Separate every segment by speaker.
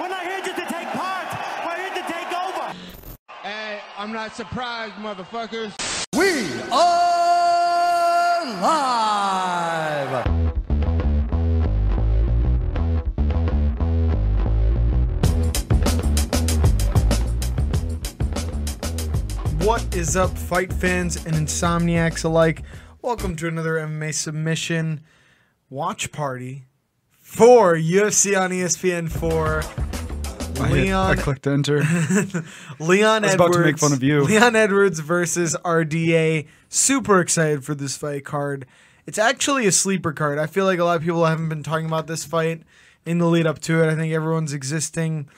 Speaker 1: We're not here just to take part. We're here to take over.
Speaker 2: Hey, I'm not surprised, motherfuckers.
Speaker 3: We are live. What is up, fight fans and insomniacs alike? Welcome to another MMA submission watch party for UFC on E ESPN for
Speaker 4: I hit- I
Speaker 3: Leon
Speaker 4: clicked enter.
Speaker 3: Leon
Speaker 4: was about
Speaker 3: Edwards.
Speaker 4: to make fun of you.
Speaker 3: Leon Edwards versus RDA. Super excited for this fight card. It's actually a sleeper card. I feel like a lot of people haven't been talking about this fight in the lead up to it. I think everyone's existing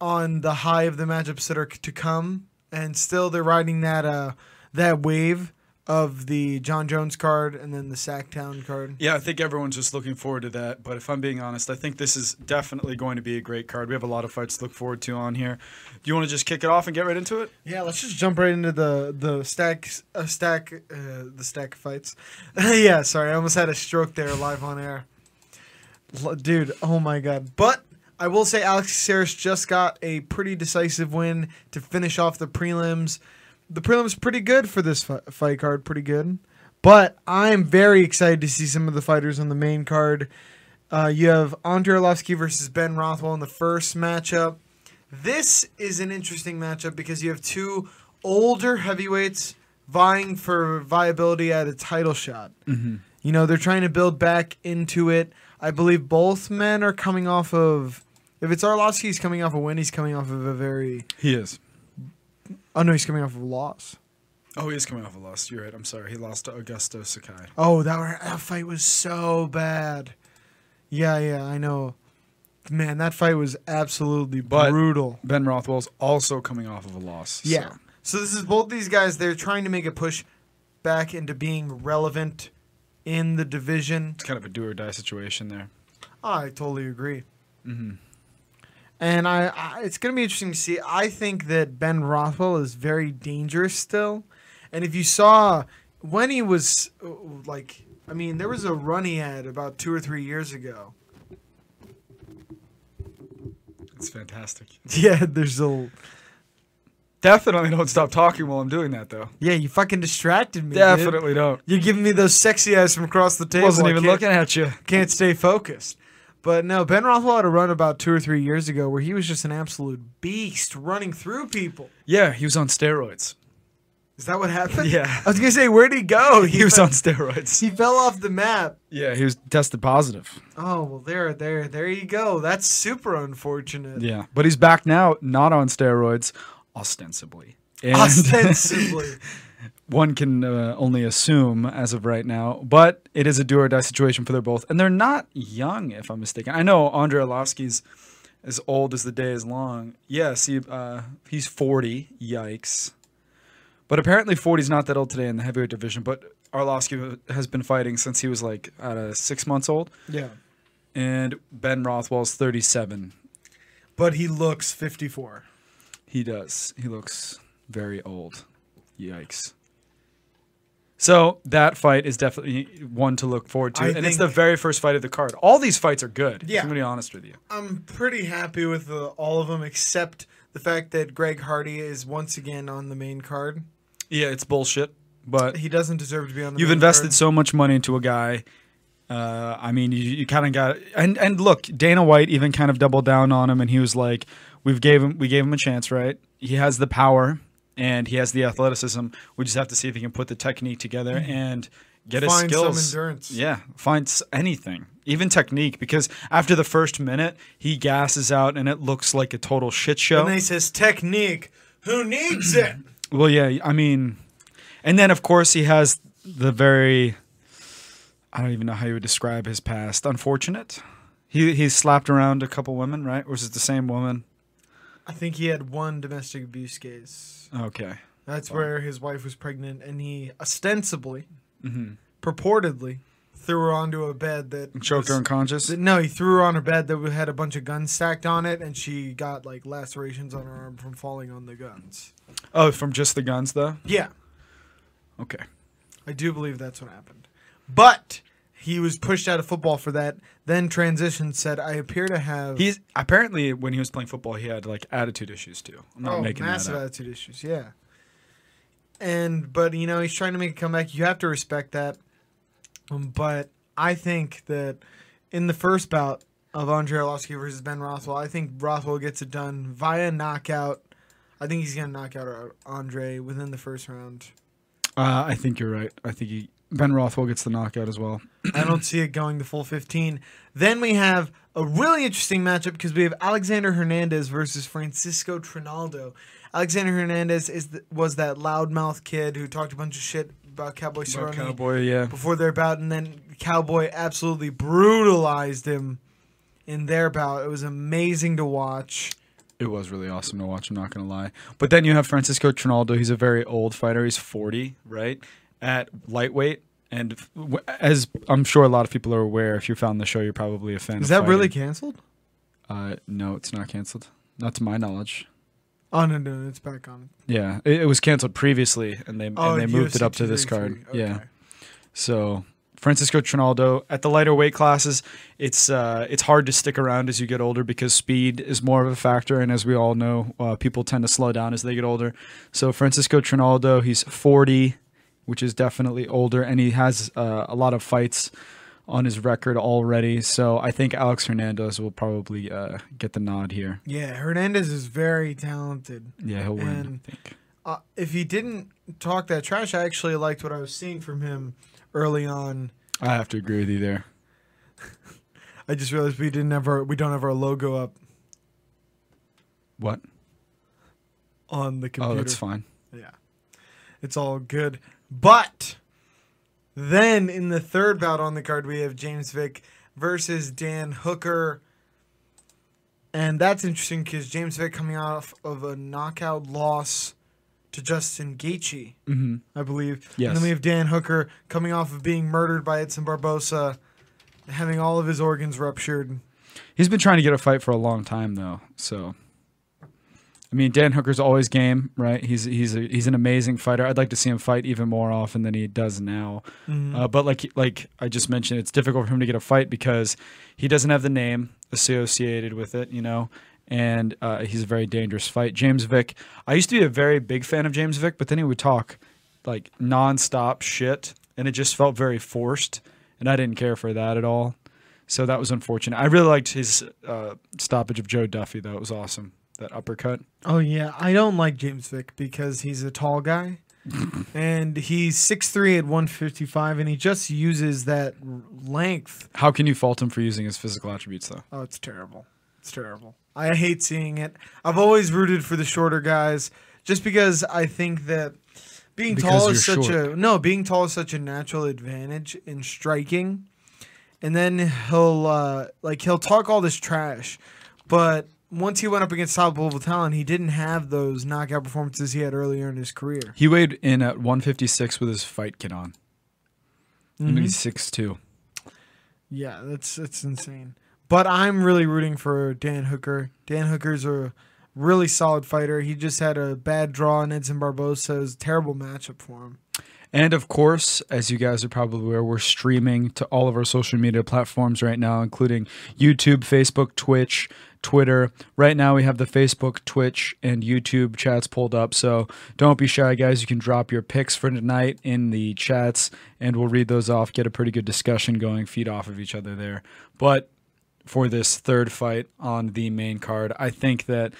Speaker 3: on the high of the matchups that are c- to come, and still they're riding that uh that wave of the John Jones card and then the Sacktown card.
Speaker 4: yeah, I think everyone's just looking forward to that. But if I'm being honest, I think this is definitely going to be a great card. We have a lot of fights to look forward to on here. Do you want to just kick it off and get right into it?
Speaker 3: Yeah, let's just jump right into the the stack uh, stack uh, the stack fights. yeah, sorry, I almost had a stroke there live on air. L- Dude, oh my god. But I will say Alex Saris just got a pretty decisive win to finish off the prelims. The prelims pretty good for this fi- fight card, pretty good. But I'm very excited to see some of the fighters on the main card. Uh, you have Andre Arlovsky versus Ben Rothwell in the first matchup. This is an interesting matchup because you have two older heavyweights vying for viability at a title shot. You know, they're trying to build back into it. I believe both men are coming off of. If it's Arlovsky, he's coming off a win. He's coming off of a very.
Speaker 4: He is.
Speaker 3: Oh no, he's coming off of a loss.
Speaker 4: Oh, he is coming off a loss. You're right. I'm sorry. He lost to Augusto Sakai.
Speaker 3: Oh, that, were, that fight was so bad. Yeah, yeah, I know. Man, that fight was absolutely
Speaker 4: But-
Speaker 3: brutal.
Speaker 4: Ben Rothwell's also coming off of a loss.
Speaker 3: Yeah.
Speaker 4: so-
Speaker 3: So this is both these guys. They're trying to make a push back into being relevant in the division.
Speaker 4: It's kind of a do or die situation there.
Speaker 3: I totally agree.
Speaker 4: Mm-hmm.
Speaker 3: And I, I, it's going to be interesting to see. I think that Ben Rothwell is very dangerous still. And if you saw when he was uh, like, I mean, there was a run he had about two or three years ago.
Speaker 4: It's fantastic.
Speaker 3: Yeah, there's a.
Speaker 4: Definitely don't stop talking while I'm doing that, though.
Speaker 3: Yeah, you fucking distracted me. dude.
Speaker 4: Definitely don't.
Speaker 3: You're giving me those sexy eyes from across the table.
Speaker 4: Wasn't
Speaker 3: I
Speaker 4: even
Speaker 3: can't-
Speaker 4: looking at you.
Speaker 3: can't stay focused. But no, Ben Rothwell had a run about two or three years ago where he was just an absolute beast running through people.
Speaker 4: Yeah, he was on steroids.
Speaker 3: Is that what happened?
Speaker 4: Yeah.
Speaker 3: I was gonna say, where'd he go?
Speaker 4: He was
Speaker 3: fe-
Speaker 4: on steroids.
Speaker 3: he fell off the map.
Speaker 4: Yeah, he was tested positive.
Speaker 3: Oh well, there, there, there you go. That's super unfortunate.
Speaker 4: Yeah, but he's back now, not on steroids, ostensibly. And
Speaker 3: Ostensibly,
Speaker 4: one can uh, only assume as of right now, but it is a do or die situation for them both. And they're not young, if I'm mistaken. I know Andre Arlovsky's as old as the day is long. Yes, he, uh, he's 40. Yikes. But apparently 40 is not that old today in the heavyweight division, but Arlovsky has been fighting since he was like uh, six months old.
Speaker 3: yeah.
Speaker 4: And Ben Rothwell's 37.
Speaker 3: But he looks fifty-four.
Speaker 4: He does. He looks very old. Yikes. So that fight is definitely one to look forward to,
Speaker 3: I
Speaker 4: and it's the
Speaker 3: think-
Speaker 4: very first fight of the card. All these fights are good.
Speaker 3: Yeah.
Speaker 4: if I'm gonna be honest with you.
Speaker 3: I'm pretty happy with the, all of them except the fact that Greg Hardy is once again on the main card.
Speaker 4: Yeah, it's bullshit, but
Speaker 3: He doesn't deserve to be on the.
Speaker 4: you've
Speaker 3: main
Speaker 4: invested
Speaker 3: card.
Speaker 4: so much money into a guy. Uh, I mean, you, you kind of got and and look, Dana White even kind of doubled down on him, and he was like, "We've gave him we gave him a chance, right? He has the power and he has the athleticism. We just have to see if he can put the technique together and get his
Speaker 3: Mm-hmm. Find some
Speaker 4: skills.
Speaker 3: endurance.
Speaker 4: Yeah, find s- anything, even technique, because after the first minute, he gasses out, and it looks like a total shit show.
Speaker 3: And then he says, technique. Who needs it?
Speaker 4: Well, yeah, I mean, and then of course he has the very, I don't even know how you would describe his past. Unfortunate. He he slapped around a couple women, right? Or is it the same woman?
Speaker 3: I think he had one domestic abuse case.
Speaker 4: Okay.
Speaker 3: That's where his wife was pregnant, and he ostensibly,
Speaker 4: Mm-hmm.
Speaker 3: purportedly, threw her onto a bed that
Speaker 4: Choked her
Speaker 3: was-
Speaker 4: unconscious.
Speaker 3: that- No, he threw her on her bed that had a bunch of guns stacked on it, and she got like lacerations on her arm from falling on the guns.
Speaker 4: Oh, from just the guns, though.
Speaker 3: Yeah,
Speaker 4: Okay.
Speaker 3: I do believe that's what happened. But He was pushed out of football for that. Then transitioned said, "I appear to have
Speaker 4: He's apparently when he was playing football, he had like attitude issues too. I'm not
Speaker 3: oh,
Speaker 4: making that
Speaker 3: massive
Speaker 4: up.
Speaker 3: attitude issues." Yeah. And but you know he's trying to make a comeback. You have to respect that. Um, But I think that in the first bout of Andre Arlovsky versus Ben Rothwell, I think Rothwell gets it done via knockout. I think he's gonna knock out Ar- Andre within the first round.
Speaker 4: Uh, I think you're right. I think he, Ben Rothwell gets the knockout as well.
Speaker 3: I don't see it going the full 15. Then we have a really interesting matchup because we have Alexander Hernandez versus Francisco Trinaldo. Alexander Hernandez is the, was that loudmouth kid who talked a bunch of shit about Cowboy Cerrone
Speaker 4: Cowboy, yeah.
Speaker 3: before their bout, and then Cowboy absolutely brutalized him in their bout. It was amazing to watch.
Speaker 4: It was really awesome to watch. I'm not gonna lie. But then you have Francisco Trinaldo. He's a very old fighter. He's 40, right, at lightweight. And f- w- as I'm sure a lot of people are aware, if you found the show, you're probably a fan.
Speaker 3: Is
Speaker 4: of
Speaker 3: that really
Speaker 4: fighting.
Speaker 3: canceled?
Speaker 4: Uh, no, it's not canceled. Not to my knowledge.
Speaker 3: Oh no, no, it's back on.
Speaker 4: Yeah, it, it was canceled previously, and they
Speaker 3: Oh,
Speaker 4: and they moved it
Speaker 3: UFC
Speaker 4: up to this card.
Speaker 3: 233.
Speaker 4: Yeah.
Speaker 3: Okay.
Speaker 4: So Francisco Trinaldo at the lighter weight classes, it's uh, it's hard to stick around as you get older because speed is more of a factor, and as we all know, uh, people tend to slow down as they get older. So Francisco Trinaldo, he's 40, which is definitely older, and he has uh, a lot of fights on his record already. So I think Alex Hernandez will probably uh, get the nod here.
Speaker 3: Yeah, Hernandez is very talented.
Speaker 4: Yeah, he'll win.
Speaker 3: And-
Speaker 4: I think.
Speaker 3: uh, if he didn't talk that trash, I actually liked what I was seeing from him early on.
Speaker 4: I have to agree with you there.
Speaker 3: I just realized we didn't have our we don't have our logo up
Speaker 4: What?
Speaker 3: on the computer.
Speaker 4: Oh, that's fine.
Speaker 3: Yeah, it's all good. But then in the third bout on the card, we have James Vick versus Dan Hooker. And that's interesting because James Vick coming off of a knockout loss to Justin Gaethje,
Speaker 4: Mm-hmm.
Speaker 3: I believe.
Speaker 4: Yes.
Speaker 3: And then we have Dan Hooker coming off of being murdered by Edson Barbosa, having all of his organs ruptured.
Speaker 4: He's been trying to get a fight for a long time though. So I mean, Dan Hooker's always game, right? He's he's a, he's an amazing fighter. I'd like to see him fight even more often than he does now. Uh, but like like I just mentioned, it's difficult for him to get a fight because he doesn't have the name associated with it, you know. And uh, he's a very dangerous fight. James Vick. I used to be a very big fan of James Vick, but then he would talk like nonstop shit, and it just felt very forced, and I didn't care for that at all. So that was unfortunate. I really liked his uh, stoppage of Joe Duffy, though. It was awesome. That uppercut.
Speaker 3: Oh, yeah. I don't like James Vick because he's a tall guy. and he's 6'3 at 155, and he just uses that r- length.
Speaker 4: How can you fault him for using his physical attributes, though?
Speaker 3: Oh, it's terrible. It's terrible. I hate seeing it. I've always rooted for the shorter guys just because I think that being
Speaker 4: Because
Speaker 3: tall
Speaker 4: you're
Speaker 3: is such
Speaker 4: short.
Speaker 3: a no, being tall is such a natural advantage in striking. And then he'll uh, like he'll talk all this trash, but once he went up against top level talent, he didn't have those knockout performances he had earlier in his career.
Speaker 4: He weighed in at 156 with his fight kit on. And He's 6'2.
Speaker 3: Yeah, that's that's insane. But I'm really rooting for Dan Hooker. Dan Hooker's a really solid fighter. He just had a bad draw in Edson Barbosa's terrible matchup for him.
Speaker 4: And of course, as you guys are probably aware, we're streaming to all of our social media platforms right now, including YouTube, Facebook, Twitch, Twitter. Right now, we have the Facebook, Twitch, and YouTube chats pulled up. So don't be shy, guys. You can drop your picks for tonight in the chats, and we'll read those off, get a pretty good discussion going, feed off of each other there. But for this third fight on the main card, I think that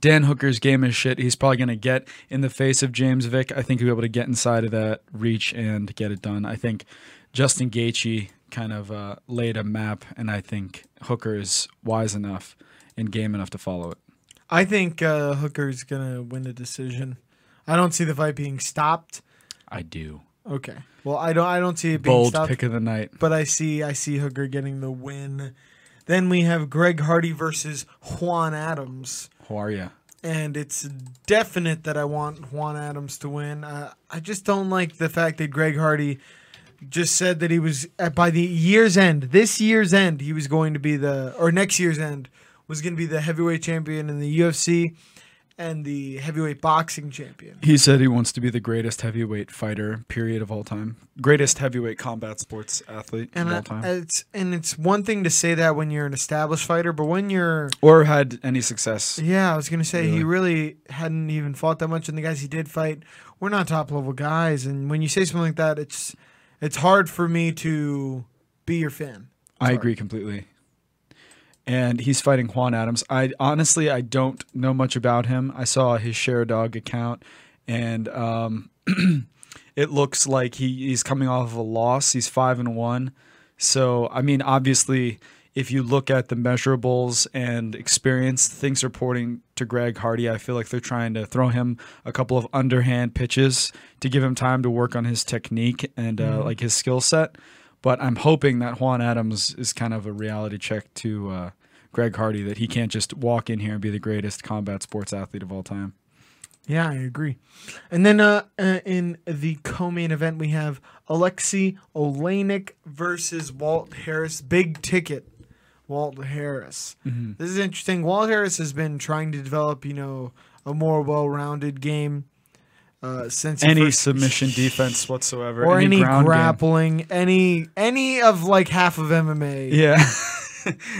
Speaker 4: Dan Hooker's game is shit. He's probably going to get in the face of James Vick. I think he'll be able to get inside of that reach and get it done. I think Justin Gaethje kind of uh, laid a map, and I think Hooker is wise enough and game enough to follow it.
Speaker 3: I think uh, Hooker's gonna win the decision. I don't see the fight being stopped.
Speaker 4: I do.
Speaker 3: Okay. Well, I don't. I don't see it being
Speaker 4: Bold
Speaker 3: stopped.
Speaker 4: pick of the night.
Speaker 3: But I see. I see Hooker getting the win. Then we have Greg Hardy versus Juan Adams.
Speaker 4: Who are you?
Speaker 3: and it's definite that I want Juan Adams to win. Uh, I just don't like the fact that Greg Hardy just said that he was at, by the year's end, this year's end, he was going to be the or next year's end was going to be the heavyweight champion in the UFC, and the heavyweight boxing champion.
Speaker 4: He said he wants to be the greatest heavyweight fighter, period, of all time. Greatest heavyweight combat sports athlete
Speaker 3: And
Speaker 4: of
Speaker 3: I,
Speaker 4: all time.
Speaker 3: it's and it's one thing to say that when you're an established fighter, but when you're
Speaker 4: or had any success.
Speaker 3: yeah, I was gonna say he
Speaker 4: Really?
Speaker 3: really hadn't even fought that much, and the guys he did fight were not top level guys. And when you say something like that, it's it's hard for me to be your fan.
Speaker 4: I agree completely. And he's fighting Juan Adams. I honestly I don't know much about him. I saw his share dog account and um, it looks like he, he's coming off of a loss. He's five and one. So I mean obviously if you look at the measurables and experience, things are pointing to Greg Hardy. I feel like they're trying to throw him a couple of underhand pitches to give him time to work on his technique and
Speaker 3: Mm-hmm.
Speaker 4: uh, like his skill set. But I'm hoping that Juan Adams is kind of a reality check to uh, Greg Hardy that he can't just walk in here and be the greatest combat sports athlete of all time.
Speaker 3: Yeah, I agree. And then uh, uh, in the co-main event, we have Alexei Olenek versus Walt Harris. Big ticket, Walt Harris. This is interesting. Walt Harris has been trying to develop, you know, a more well-rounded game uh, since he
Speaker 4: Any
Speaker 3: first-
Speaker 4: submission defense whatsoever,
Speaker 3: or any,
Speaker 4: ground game.
Speaker 3: grappling, any any of like half of MMA
Speaker 4: Yeah.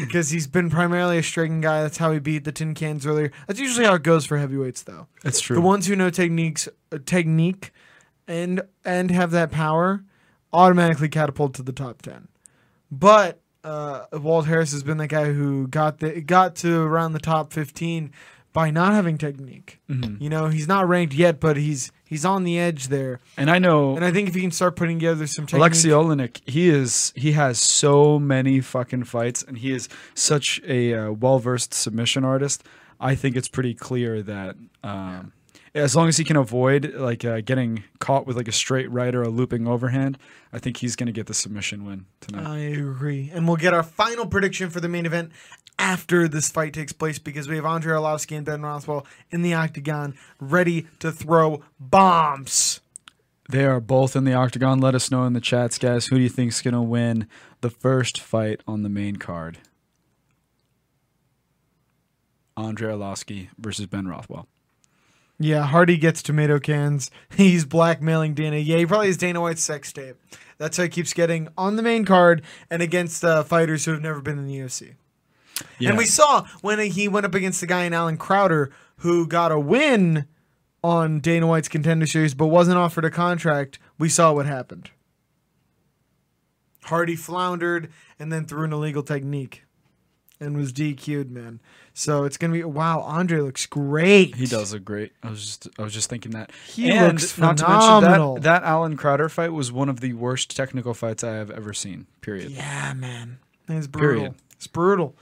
Speaker 3: because he's been primarily a striking guy. That's how he beat the tin cans earlier. That's usually how it goes for heavyweights, though.
Speaker 4: That's true.
Speaker 3: The ones who know techniques, uh, technique, and and have that power, automatically catapult to the top ten. But uh, Walt Harris has been the guy who got the got to around the top fifteen by not having technique.
Speaker 4: Mm-hmm.
Speaker 3: You know, he's not ranked yet, but he's he's on the edge there.
Speaker 4: and I know
Speaker 3: And I think if he can start putting together some technique,
Speaker 4: Alexei Olenek, he is he has so many fucking fights, and he is such a uh, well versed submission artist. I think it's pretty clear that um, as long as he can avoid like uh, getting caught with like a straight right or a looping overhand, I think he's gonna get the submission win tonight.
Speaker 3: I agree. And we'll get our final prediction for the main event after this fight takes place because we have Andre Arlovsky and Ben Rothwell in the octagon ready to throw bombs.
Speaker 4: they are both in the octagon. Let us know in the chats, guys. Who do you think's gonna win the first fight on the main card? Andre Arlovsky versus Ben Rothwell.
Speaker 3: Yeah, Hardy gets tomato cans. He's blackmailing Dana. Yeah, he probably has Dana White's sex tape. That's how he keeps getting on the main card and against uh, fighters who have never been in the UFC.
Speaker 4: Yeah.
Speaker 3: And we saw when he went up against the guy in Alan Crowder who got a win on Dana White's contender series but wasn't offered a contract. We saw what happened. Hardy floundered and then threw an illegal technique and was DQ'd, man. So it's going to be wow, Andre looks great.
Speaker 4: He does look great. I was just I was just thinking that.
Speaker 3: He
Speaker 4: and
Speaker 3: looks
Speaker 4: not to mention
Speaker 3: phenomenal.
Speaker 4: that that Alan Crowder fight was one of the worst technical fights I have ever seen. Period.
Speaker 3: Yeah, man. It's brutal.
Speaker 4: Period.
Speaker 3: It's brutal.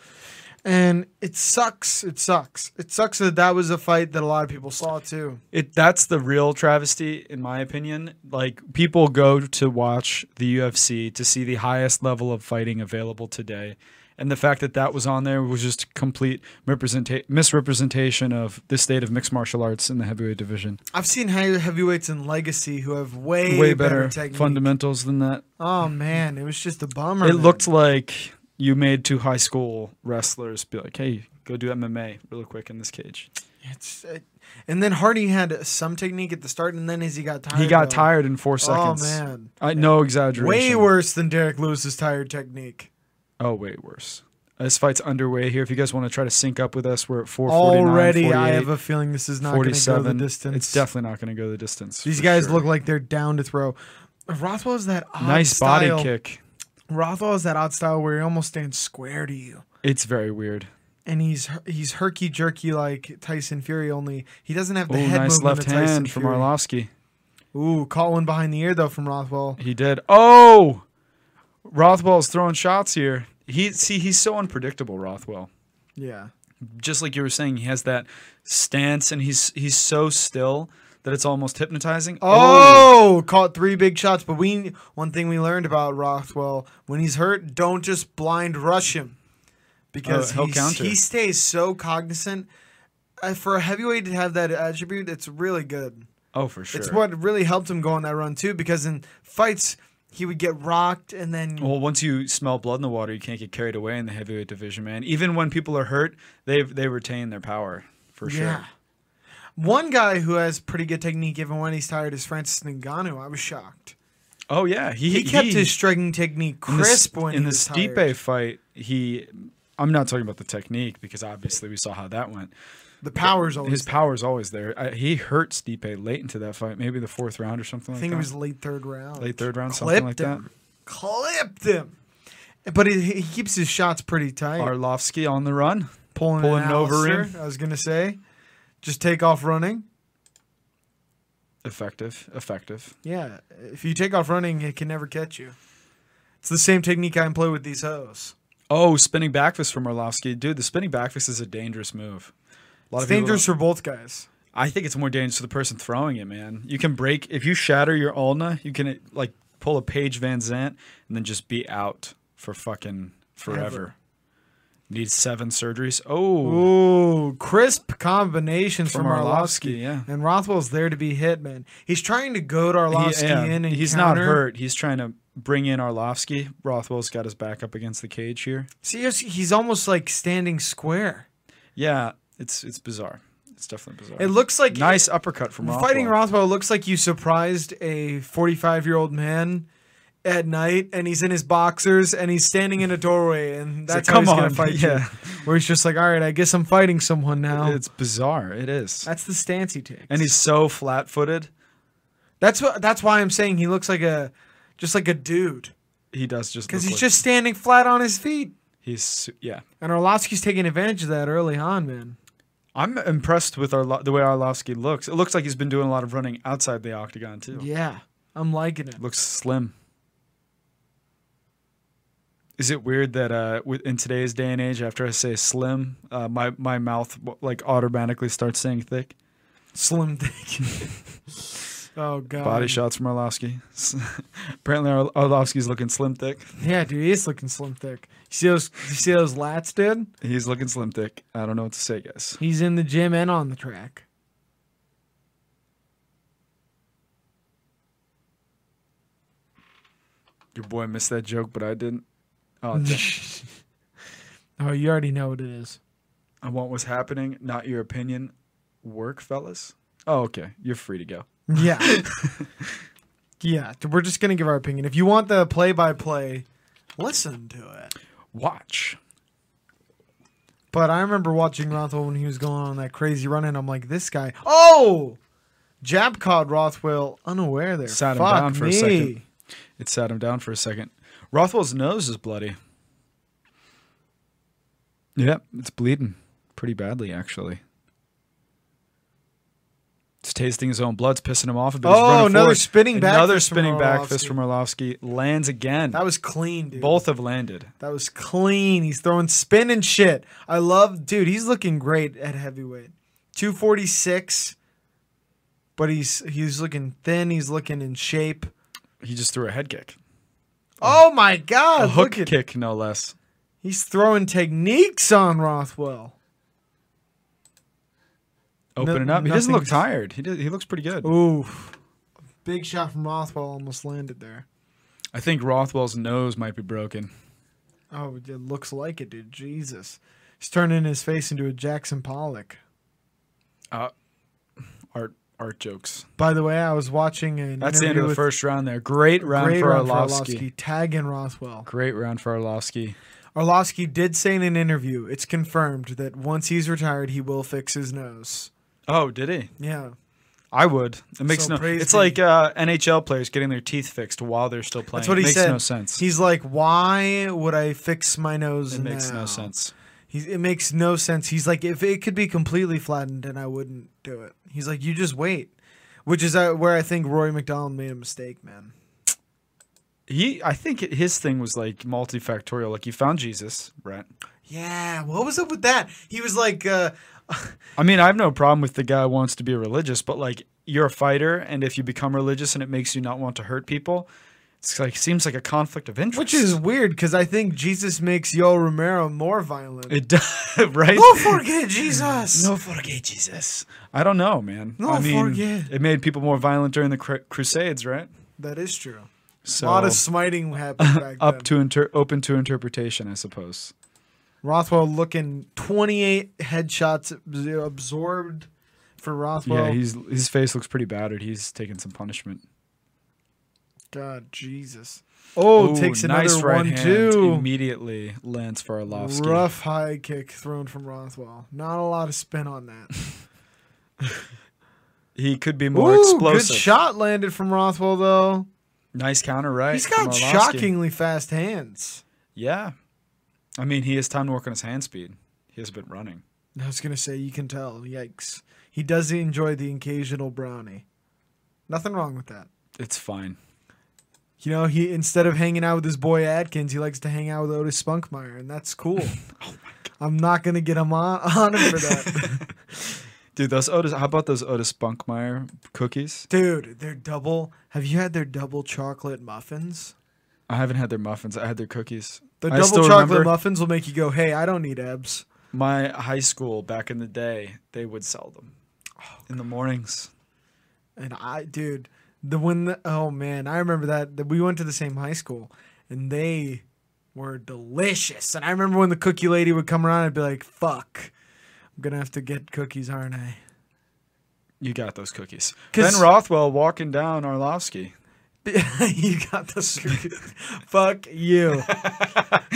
Speaker 3: And it sucks. It sucks. It sucks that that was a fight that a lot of people saw too.
Speaker 4: It that's the real travesty in my opinion. Like people go to watch the UFC to see the highest level of fighting available today. And the fact that that was on there was just complete representa- misrepresentation of the state of mixed martial arts in the heavyweight division.
Speaker 3: I've seen high heavyweights in Legacy who have way,
Speaker 4: Way better
Speaker 3: technique.
Speaker 4: fundamentals than that.
Speaker 3: Oh man, it was just a bummer.
Speaker 4: It
Speaker 3: man.
Speaker 4: looked like you made two high school wrestlers be like, "Hey, go do MMA real quick in this cage."
Speaker 3: It's, it, and then Hardy had some technique at the start, and then as he got tired,
Speaker 4: He got
Speaker 3: though,
Speaker 4: tired in four
Speaker 3: Oh
Speaker 4: seconds.
Speaker 3: man,
Speaker 4: I no exaggeration.
Speaker 3: way worse than Derek Lewis's tired technique.
Speaker 4: Oh, way worse. This fight's underway here. If you guys want to try to sync up with us, we're at four forty-nine.
Speaker 3: Already, I have a feeling this is not going to go the
Speaker 4: forty-seven.
Speaker 3: distance.
Speaker 4: It's definitely not going to go the distance.
Speaker 3: These
Speaker 4: for
Speaker 3: guys
Speaker 4: sure.
Speaker 3: look like they're down to throw. Rothwell is that odd
Speaker 4: nice
Speaker 3: style-
Speaker 4: body kick.
Speaker 3: Rothwell is that odd style where he almost stands square to you.
Speaker 4: It's very weird.
Speaker 3: and he's he's herky jerky like Tyson Fury. Only he doesn't have
Speaker 4: Oh,
Speaker 3: the head
Speaker 4: nice
Speaker 3: movement
Speaker 4: left
Speaker 3: of Tyson
Speaker 4: hand from
Speaker 3: Fury.
Speaker 4: Arlovsky.
Speaker 3: Ooh, caught one behind the ear though from Rothwell.
Speaker 4: He did. Oh, Rothwell's throwing shots here. He see he's so unpredictable. Rothwell.
Speaker 3: Yeah,
Speaker 4: just like you were saying, he has that stance and he's he's so still that it's almost hypnotizing.
Speaker 3: Oh, caught three big shots. But we one thing we learned about Rothwell when he's hurt, don't just blind rush him because
Speaker 4: Oh, he'll
Speaker 3: he's-
Speaker 4: counter.
Speaker 3: he stays so cognizant. Uh, for a heavyweight to have that attribute, it's really good.
Speaker 4: oh, for sure.
Speaker 3: It's what really helped him go on that run too. Because in fights, he would get rocked and then
Speaker 4: well, once you smell blood in the water, you can't get carried away in the heavyweight division, man. Even when people are hurt, they they retain their power for sure.
Speaker 3: One guy who has pretty good technique even when he's tired is Francis Ngannou. I was shocked.
Speaker 4: Oh yeah, he
Speaker 3: He kept
Speaker 4: he-
Speaker 3: his striking technique
Speaker 4: in the s-
Speaker 3: crisp when
Speaker 4: in
Speaker 3: he
Speaker 4: the
Speaker 3: was
Speaker 4: Stipe
Speaker 3: tired.
Speaker 4: fight. He, I'm not talking about the technique because obviously we saw how that went.
Speaker 3: The power's always.
Speaker 4: His power's always there. I, he hurt Stipe late into that fight, maybe the fourth round or something
Speaker 3: I
Speaker 4: like
Speaker 3: think
Speaker 4: that.
Speaker 3: it was late third round.
Speaker 4: late third round, something like
Speaker 3: Clipped
Speaker 4: that.
Speaker 3: him. Clipped him. But he, he keeps his shots pretty tight.
Speaker 4: Arlovsky on the run.
Speaker 3: pulling
Speaker 4: pulling
Speaker 3: an
Speaker 4: over him.
Speaker 3: Alistair, I was gonna say, just take off running.
Speaker 4: Effective, effective.
Speaker 3: Yeah, if you take off running, it can never catch you. It's the same technique I employ with these hoes.
Speaker 4: Oh, spinning back fist from Arlovsky. Dude, the spinning back fist is a dangerous move. A lot
Speaker 3: It's
Speaker 4: of people don't-
Speaker 3: dangerous for both guys.
Speaker 4: I think it's more dangerous to the person throwing it, man. You can break if you shatter your ulna, you can like pull a Page Van Zant and then just be out for fucking forever.
Speaker 3: Ever.
Speaker 4: Need seven surgeries. Oh,
Speaker 3: Ooh, crisp combinations from,
Speaker 4: From
Speaker 3: Arlovsky.
Speaker 4: Arlovsky, yeah.
Speaker 3: and Rothwell's there to be hit, man. He's trying to goad Arlovsky
Speaker 4: He- yeah,
Speaker 3: in, and
Speaker 4: he's
Speaker 3: counter.
Speaker 4: not hurt. He's trying to bring in Arlovsky. Rothwell's got his back up against the cage here.
Speaker 3: See, he's- he's almost like standing square.
Speaker 4: Yeah, it's it's bizarre. It's definitely bizarre.
Speaker 3: It looks like
Speaker 4: nice uppercut from Rothwell.
Speaker 3: Fighting Rothwell looks like you surprised a 45 year old man at night and he's in his boxers and he's standing in a doorway and
Speaker 4: It's like,
Speaker 3: that's how he's
Speaker 4: "Come
Speaker 3: going
Speaker 4: on."
Speaker 3: to fight
Speaker 4: Yeah.
Speaker 3: you. Where he's just like, all right, I guess I'm fighting someone now.
Speaker 4: It's bizarre. It is.
Speaker 3: that's the stance he takes.
Speaker 4: And he's so flat-footed.
Speaker 3: that's what that's why I'm saying he looks like a just like a dude
Speaker 4: He does just
Speaker 3: because
Speaker 4: look
Speaker 3: he's
Speaker 4: like-
Speaker 3: just standing flat on his feet.
Speaker 4: he's su- yeah.
Speaker 3: And Orlovsky's taking advantage of that early on, man.
Speaker 4: I'm impressed with our the way Arlovsky looks. It looks like he's been doing a lot of running outside the octagon too.
Speaker 3: Yeah, I'm liking it.
Speaker 4: Looks slim. Is it weird that uh, with- in today's day and age, after I say slim, uh, my my mouth w- like automatically starts saying thick?
Speaker 3: Slim thick. oh god.
Speaker 4: Body shots from Arlovsky. Apparently, Ar- Arlovsky's looking slim thick.
Speaker 3: Yeah, dude, he's looking slim thick. You see those? You see those lats, dude?
Speaker 4: He's looking slim thick. I don't know what to say, guys.
Speaker 3: He's in the gym and on the track.
Speaker 4: Your boy missed that joke, but I didn't. Oh, damn.
Speaker 3: Oh, you already know what it is.
Speaker 4: I want what's happening, not your opinion. Work, fellas. Oh, okay. You're free to go.
Speaker 3: Yeah. yeah, dude, we're just gonna give our opinion. If you want the play-by-play, listen to it.
Speaker 4: Watch.
Speaker 3: But I remember watching Rothwell when he was going on that crazy run, and I'm like, this guy. Oh, jab caught Rothwell unaware there.
Speaker 4: Sat him
Speaker 3: Fuck
Speaker 4: down for a
Speaker 3: me.
Speaker 4: second. It sat him down for a second. Rothwell's nose is bloody. Yep, it's bleeding pretty badly, actually. It's tasting his own blood. It's pissing him off. but he's
Speaker 3: Oh,
Speaker 4: running
Speaker 3: another
Speaker 4: forward.
Speaker 3: spinning back
Speaker 4: Another
Speaker 3: fist from
Speaker 4: spinning back
Speaker 3: Arlovsky.
Speaker 4: fist from Arlovsky lands again.
Speaker 3: That was clean, dude.
Speaker 4: Both have landed.
Speaker 3: That was clean. He's throwing spin and shit. I love, dude. He's looking great at heavyweight, two forty six. But he's he's looking thin. He's looking in shape.
Speaker 4: He just threw a head kick,
Speaker 3: Oh my
Speaker 4: a
Speaker 3: god!
Speaker 4: hook
Speaker 3: look at
Speaker 4: kick, no less.
Speaker 3: he's throwing techniques on Rothwell.
Speaker 4: Open it up. He doesn't look
Speaker 3: nothing's-
Speaker 4: tired. He does, he looks pretty good.
Speaker 3: Ooh, big shot from Rothwell almost landed there.
Speaker 4: I think Rothwell's nose might be broken.
Speaker 3: Oh, it looks like it, dude. Jesus, he's turning his face into a Jackson Pollock.
Speaker 4: Art art jokes.
Speaker 3: By the way, I was watching an
Speaker 4: That's the end
Speaker 3: interview
Speaker 4: of the
Speaker 3: with
Speaker 4: first round there. Great round
Speaker 3: great
Speaker 4: for
Speaker 3: round
Speaker 4: Arlovsky.
Speaker 3: tagging Rothwell.
Speaker 4: Great round for Arlovsky.
Speaker 3: Orlovsky did say in an interview, it's confirmed that once he's retired, he will fix his nose.
Speaker 4: Oh, did he?
Speaker 3: Yeah.
Speaker 4: I would. It makes
Speaker 3: So
Speaker 4: no.
Speaker 3: praise
Speaker 4: It's
Speaker 3: be-
Speaker 4: like uh, NHL players getting their teeth fixed while they're still playing.
Speaker 3: That's what he
Speaker 4: it makes
Speaker 3: said.
Speaker 4: No sense.
Speaker 3: He's like, why would I fix my nose
Speaker 4: it makes
Speaker 3: now?"
Speaker 4: no sense.
Speaker 3: He's, it makes no sense. He's like, if it could be completely flattened, then I wouldn't do it. He's like, you just wait. Which is uh, where I think Roy McDonald made a mistake, man.
Speaker 4: He, I think it- his thing was like multifactorial. Like he found Jesus, right?
Speaker 3: Yeah, what was up with that? He was like, uh,
Speaker 4: I mean, I have no problem with the guy who wants to be religious, but like you're a fighter, and if you become religious and it makes you not want to hurt people, it's like seems like a conflict of interest.
Speaker 3: which is weird because I think Jesus makes Yo Romero more violent.
Speaker 4: it does right.
Speaker 3: Go forget Jesus.
Speaker 4: No forget Jesus. I don't know, man.
Speaker 3: No
Speaker 4: I mean,
Speaker 3: forget.
Speaker 4: It made people more violent during the cru- Crusades, right?
Speaker 3: That is true.
Speaker 4: So
Speaker 3: a lot of smiting happened back
Speaker 4: up
Speaker 3: then.
Speaker 4: to inter- open to interpretation, I suppose.
Speaker 3: Rothwell looking 28 headshots absorbed for Rothwell.
Speaker 4: Yeah, he's his face looks pretty battered. He's taking some punishment.
Speaker 3: God, Jesus. Oh,
Speaker 4: Ooh,
Speaker 3: takes another
Speaker 4: nice right
Speaker 3: one
Speaker 4: hand
Speaker 3: too.
Speaker 4: Immediately lands for Arlovsky.
Speaker 3: Rough high kick thrown from Rothwell. Not a lot of spin on that.
Speaker 4: He could be more
Speaker 3: Ooh,
Speaker 4: explosive.
Speaker 3: Good shot landed from Rothwell though.
Speaker 4: Nice counter, right?
Speaker 3: He's got
Speaker 4: from Arlovsky.
Speaker 3: shockingly fast hands.
Speaker 4: Yeah, I mean he has time to work on his hand speed. He has been running.
Speaker 3: I was gonna say you can tell. Yikes. He does enjoy the occasional brownie. Nothing wrong with that.
Speaker 4: It's fine.
Speaker 3: You know, he instead of hanging out with his boy Adkins, he likes to hang out with Otis Spunkmeyer, and that's cool.
Speaker 4: Oh
Speaker 3: I'm not gonna get him on, on him for that,
Speaker 4: Dude, those Otis. How about those Otis Bunkmeyer cookies?
Speaker 3: dude. They're double. Have you had their double chocolate muffins?
Speaker 4: I haven't had their muffins. I had their cookies.
Speaker 3: The
Speaker 4: I
Speaker 3: double
Speaker 4: still
Speaker 3: chocolate
Speaker 4: remember-
Speaker 3: muffins will make you go, "Hey, I don't need abs."
Speaker 4: My high school back in the day, they would sell them in the mornings.
Speaker 3: And I, dude, the when the, oh man, I remember that, that we went to the same high school, and they were delicious. And I remember when the cookie lady would come around, I'd be like, "Fuck, I'm gonna have to get cookies, aren't I?"
Speaker 4: You got those cookies.
Speaker 3: 'Cause-
Speaker 4: Ben Rothwell walking down Arlovsky.
Speaker 3: you got the cookies. Fuck you.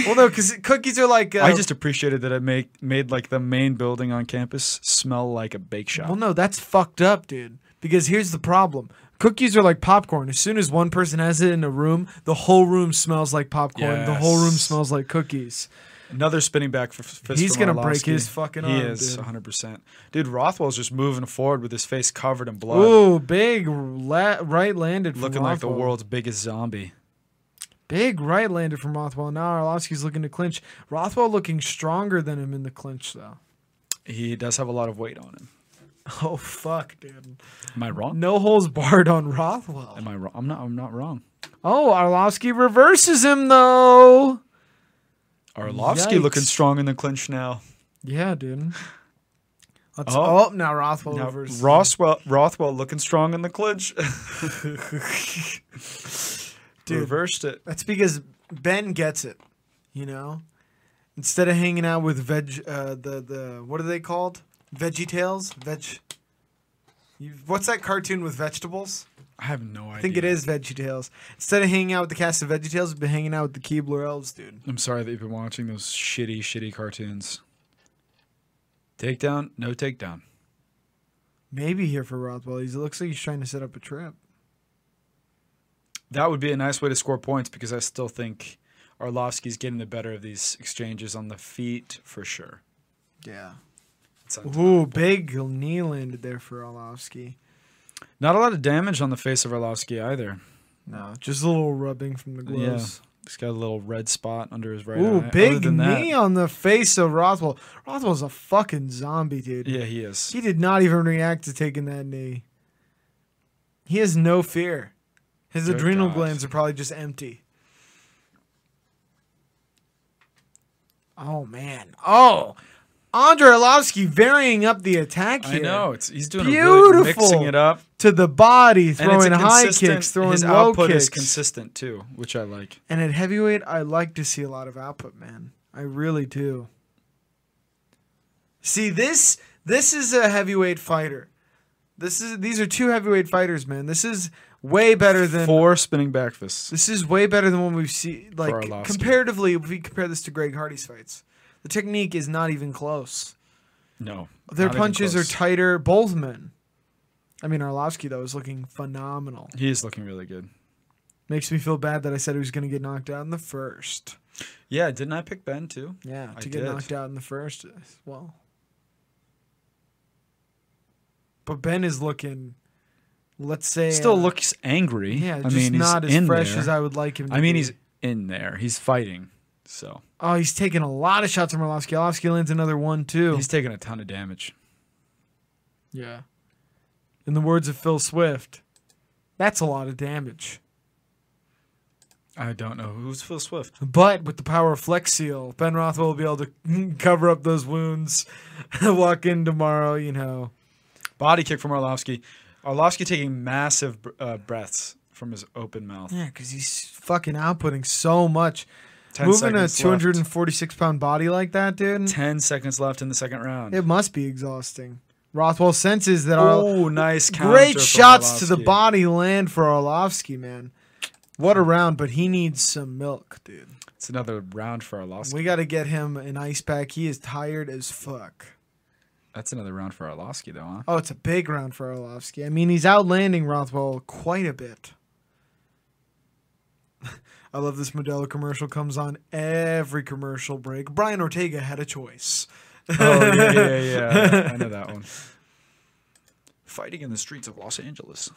Speaker 3: well, no, because cookies are like. Uh,
Speaker 4: I just appreciated that it made made like the main building on campus smell like a bake shop.
Speaker 3: Well, no, that's fucked up, dude. Because here's the problem. Cookies are like popcorn. As soon as one person has it in a room, the whole room smells like popcorn. The whole room
Speaker 4: Yes.
Speaker 3: smells like cookies.
Speaker 4: Another spinning back for fist
Speaker 3: He's
Speaker 4: from
Speaker 3: gonna break
Speaker 4: Arlovsky.
Speaker 3: his fucking
Speaker 4: He
Speaker 3: arm,
Speaker 4: is
Speaker 3: dude.
Speaker 4: 100. percent Dude, Rothwell's just moving forward with his face covered in blood,
Speaker 3: Ooh, big la- right landed from
Speaker 4: looking like the
Speaker 3: Rothwell.
Speaker 4: world's biggest zombie.
Speaker 3: Big right landed from Rothwell. Now Arlovsky's looking to clinch. Rothwell looking stronger than him in the clinch, though.
Speaker 4: He does have a lot of weight on him.
Speaker 3: Oh, fuck, dude.
Speaker 4: Am I wrong?
Speaker 3: No holes barred on Rothwell.
Speaker 4: Am I wrong? I'm not. I'm not wrong.
Speaker 3: Oh, Arlovsky reverses him though.
Speaker 4: Arlovsky looking
Speaker 3: Yikes.
Speaker 4: strong in the clinch now.
Speaker 3: Yeah, dude. Let's,
Speaker 4: Oh.
Speaker 3: oh. now Rothwell
Speaker 4: Now,
Speaker 3: reverses.
Speaker 4: Rothwell, Rothwell looking strong in the clinch.
Speaker 3: Dude.
Speaker 4: Reversed it.
Speaker 3: That's because Ben gets it. You know, instead of hanging out with veg, uh, the the what are they called? Veggie Tales. Veg. You, what's that cartoon with vegetables?
Speaker 4: I have no idea.
Speaker 3: I think it is Veggie Tales. Instead of hanging out with the cast of Veggie Tales, we've been hanging out with the Keebler elves, dude.
Speaker 4: I'm sorry that you've been watching those shitty, shitty cartoons. Takedown, no takedown.
Speaker 3: Maybe here for Rothwell. He looks like he's trying to set up a trap.
Speaker 4: That would be a nice way to score points because I still think Arlovsky's getting the better of these exchanges on the feet for sure.
Speaker 3: Yeah.
Speaker 4: It's on-
Speaker 3: Ooh, big knee landed there for Orlovsky.
Speaker 4: Not a lot of damage on the face of Arlovsky either.
Speaker 3: No, just a little rubbing from the gloves.
Speaker 4: He's got a little red spot under his right
Speaker 3: Ooh,
Speaker 4: eye. Other
Speaker 3: big
Speaker 4: than that-
Speaker 3: knee on the face of Rothwell. Rothwell's a fucking zombie, dude.
Speaker 4: Yeah, he is.
Speaker 3: He did not even react to taking that knee. He has no fear. His
Speaker 4: Good
Speaker 3: adrenal
Speaker 4: God.
Speaker 3: glands are probably just empty. Oh man. Oh. Andre Orlovsky varying up the attack
Speaker 4: I
Speaker 3: here.
Speaker 4: know. It's, he's doing a really mixing
Speaker 3: Beautiful.
Speaker 4: it up.
Speaker 3: to the body,
Speaker 4: And it's a
Speaker 3: throwing high
Speaker 4: consistent-
Speaker 3: kicks, throwing
Speaker 4: his
Speaker 3: low
Speaker 4: output
Speaker 3: kicks.
Speaker 4: is consistent too, which I like.
Speaker 3: and at heavyweight, I like to see a lot of output, man. I really do. See this. This is a heavyweight fighter. This is these are two heavyweight fighters, man. This is way better than
Speaker 4: Four spinning back fists.
Speaker 3: this is way better than when we've seen.
Speaker 4: Arlovski.
Speaker 3: Like comparatively, if we compare this to Greg Hardy's fights, the technique is not even close.
Speaker 4: No,
Speaker 3: Their
Speaker 4: not even
Speaker 3: punches are
Speaker 4: close.
Speaker 3: tighter, both men. I mean, Arlovsky though is looking phenomenal.
Speaker 4: He is looking really good.
Speaker 3: Makes me feel bad that I said he was going to get knocked out in the first.
Speaker 4: Yeah, didn't I pick Ben too?
Speaker 3: Yeah,
Speaker 4: I
Speaker 3: to get
Speaker 4: did.
Speaker 3: knocked out in the first. uh, Well, but Ben is looking, let's say, uh,
Speaker 4: Still looks angry.
Speaker 3: Yeah,
Speaker 4: I
Speaker 3: just
Speaker 4: mean, he's
Speaker 3: not
Speaker 4: in
Speaker 3: as fresh
Speaker 4: there.
Speaker 3: as I would like him. to
Speaker 4: I mean,
Speaker 3: be.
Speaker 4: he's in there. He's fighting, so
Speaker 3: oh, he's taking a lot of shots from Orlovsky. Orlovsky lands another one too.
Speaker 4: he's taking a ton of damage.
Speaker 3: yeah. In the words of Phil Swift, that's a lot of damage.
Speaker 4: I don't know who's Phil Swift.
Speaker 3: But with the power of Flex Seal, Ben Rothwell will be able to cover up those wounds. Walk in tomorrow, you know.
Speaker 4: Body kick from Arlovsky. Arlovsky taking massive br- uh, breaths from his open mouth.
Speaker 3: Yeah, because he's fucking outputting so much.
Speaker 4: Ten
Speaker 3: Moving a
Speaker 4: seconds left.
Speaker 3: 246 forty-six pound body like that, dude,
Speaker 4: Ten seconds left in the second round.
Speaker 3: it must be exhausting. Rothwell senses that our
Speaker 4: Oh, nice counter
Speaker 3: great
Speaker 4: from
Speaker 3: shots to the
Speaker 4: Arlovski.
Speaker 3: body land for Orlovsky, man. What a round, but he needs some milk, dude.
Speaker 4: It's another round for Arlovsky.
Speaker 3: We got to get him an ice pack. He is tired as fuck.
Speaker 4: That's another round for Arlovsky, though, huh?
Speaker 3: Oh, it's a big round for Orlovsky. I mean, he's outlanding Rothwell quite a bit. I love this Modelo commercial comes on every commercial break. Brian Ortega had a choice.
Speaker 4: Oh, yeah, yeah, yeah. I know that one. Fighting in the streets of Los Angeles.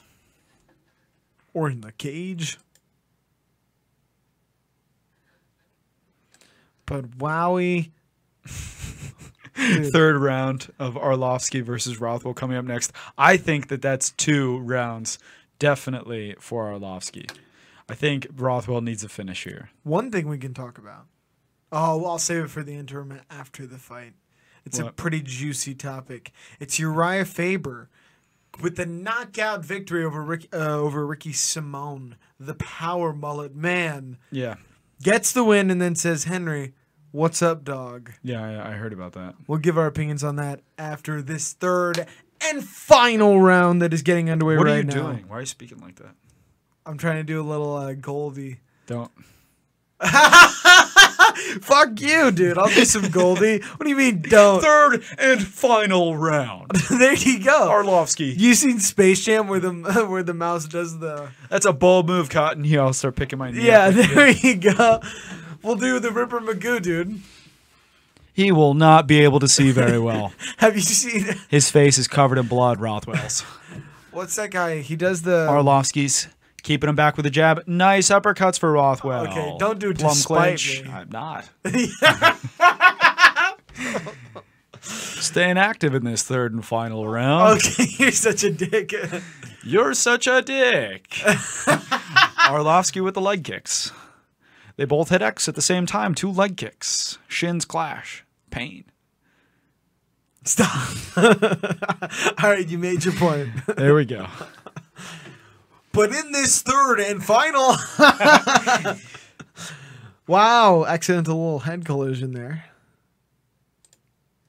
Speaker 3: or in the cage. But wowie,
Speaker 4: Third round of Arlovsky versus Rothwell coming up next. I think that that's two rounds definitely for Arlovsky. I think Rothwell needs a finish here.
Speaker 3: one thing we can talk about. Oh, well, I'll save it for the interim after the fight. It's a
Speaker 4: What?
Speaker 3: pretty juicy topic. It's Uriah Faber with the knockout victory over Rick, uh, over Ricky Simone, the power mullet man,
Speaker 4: Yeah.
Speaker 3: gets the win and then says, "Henry, what's up, dog?"
Speaker 4: Yeah, I, I heard about that.
Speaker 3: We'll give our opinions on that after this third and final round that is getting underway
Speaker 4: What
Speaker 3: right
Speaker 4: are you
Speaker 3: now.
Speaker 4: doing? Why are you speaking like that?
Speaker 3: I'm trying to do a little uh, Goldie.
Speaker 4: Don't.
Speaker 3: Fuck you, dude. I'll do some Goldie. What do you mean, don't?
Speaker 4: Third and final round.
Speaker 3: there you go.
Speaker 4: Arlovsky.
Speaker 3: You seen Space Jam where the where the mouse does the
Speaker 4: That's a bold move, Cotton. Here, I'll start picking my knee.
Speaker 3: yeah?
Speaker 4: up.
Speaker 3: There you go. We'll do the Ripper Magoo, dude.
Speaker 4: He will not be able to see very well.
Speaker 3: Have you seen
Speaker 4: His face is covered in blood, Rothwell's.
Speaker 3: what's that guy? He does the
Speaker 4: Arlovsky's keeping him back with a jab. Nice uppercuts for Rothwell.
Speaker 3: Okay, don't do it to
Speaker 4: Plum
Speaker 3: spite
Speaker 4: clinch.
Speaker 3: me.
Speaker 4: I'm not. Staying active in this third and final round.
Speaker 3: Okay, you're such a dick.
Speaker 4: You're such a dick. Arlovsky with the leg kicks. They both hit X at the same time. Two leg kicks. Shins clash. Pain.
Speaker 3: Stop. All right, you made your point.
Speaker 4: There we go.
Speaker 3: But in this third and final. wow, accidental little head collision there.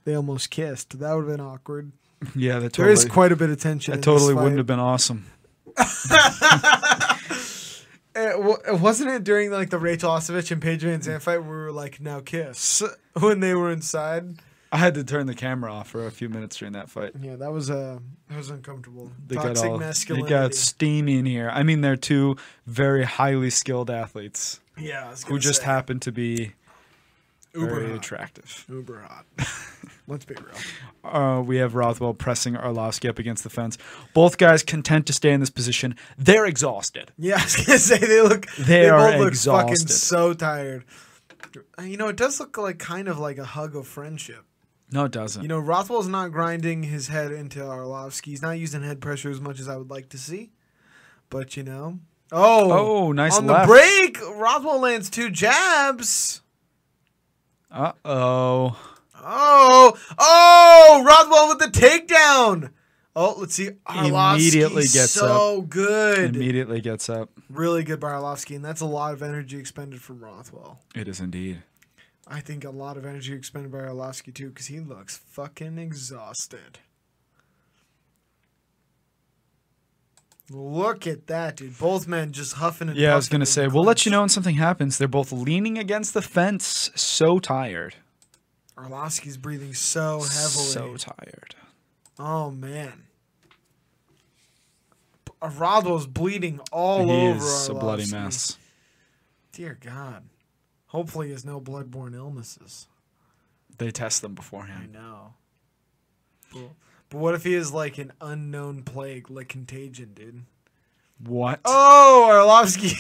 Speaker 3: They almost kissed. That would have been awkward.
Speaker 4: Yeah, that
Speaker 3: There
Speaker 4: totally,
Speaker 3: is quite a bit of tension.
Speaker 4: that totally wouldn't have been awesome.
Speaker 3: been. Eh, wasn't it during like the Rachel Osovich and Paige Van Zandt fight where we were like, now kiss when they were inside?
Speaker 4: I had to turn the camera off for a few minutes during that fight.
Speaker 3: Yeah, that was uh, that was uncomfortable.
Speaker 4: They
Speaker 3: Toxic
Speaker 4: got all,
Speaker 3: masculinity.
Speaker 4: They got steamy in here. I mean, they're two very highly skilled athletes
Speaker 3: yeah, I was
Speaker 4: who
Speaker 3: gonna
Speaker 4: just
Speaker 3: say.
Speaker 4: happen to be
Speaker 3: uber
Speaker 4: very
Speaker 3: hot.
Speaker 4: attractive.
Speaker 3: Uber hot. Let's be real.
Speaker 4: Uh, we have Rothwell pressing Arlovsky up against the fence. Both guys content to stay in this position. They're exhausted.
Speaker 3: Yeah, I was gonna say they look. They,
Speaker 4: are
Speaker 3: both look fucking
Speaker 4: exhausted.
Speaker 3: so tired. Uh, You know, it does look like kind of like a hug of friendship.
Speaker 4: No, it doesn't.
Speaker 3: You know, Rothwell's not grinding his head into Arlovsky. He's not using head pressure as much as I would like to see. But you know, oh,
Speaker 4: Oh, nice
Speaker 3: on
Speaker 4: left.
Speaker 3: the break. Rothwell lands two jabs.
Speaker 4: uh oh.
Speaker 3: Oh, oh, Rothwell with the takedown. Oh, let's see. Arlovsky
Speaker 4: Immediately gets
Speaker 3: so good,
Speaker 4: Immediately gets up.
Speaker 3: really good by Arlovsky, and that's a lot of energy expended from Rothwell.
Speaker 4: It is indeed.
Speaker 3: I think a lot of energy expended by Arlovsky too, because he looks fucking exhausted. Look at that, dude. Both men just huffing and
Speaker 4: Yeah, I was
Speaker 3: puffing
Speaker 4: gonna
Speaker 3: in
Speaker 4: say.
Speaker 3: the
Speaker 4: We'll let you
Speaker 3: clinch.
Speaker 4: know when something happens. They're both leaning against the fence. So tired.
Speaker 3: Arlovsky's breathing so Oh, heavily.
Speaker 4: So tired.
Speaker 3: oh man. Uh, Rothwell's bleeding all
Speaker 4: he
Speaker 3: over.
Speaker 4: is a bloody
Speaker 3: Arlovsky.
Speaker 4: mess.
Speaker 3: Dear God. Hopefully, there's no bloodborne illnesses.
Speaker 4: They test them
Speaker 3: I
Speaker 4: beforehand.
Speaker 3: know. But, but what if he is like an unknown plague, like contagion, dude?
Speaker 4: What?
Speaker 3: Oh, Arlovsky.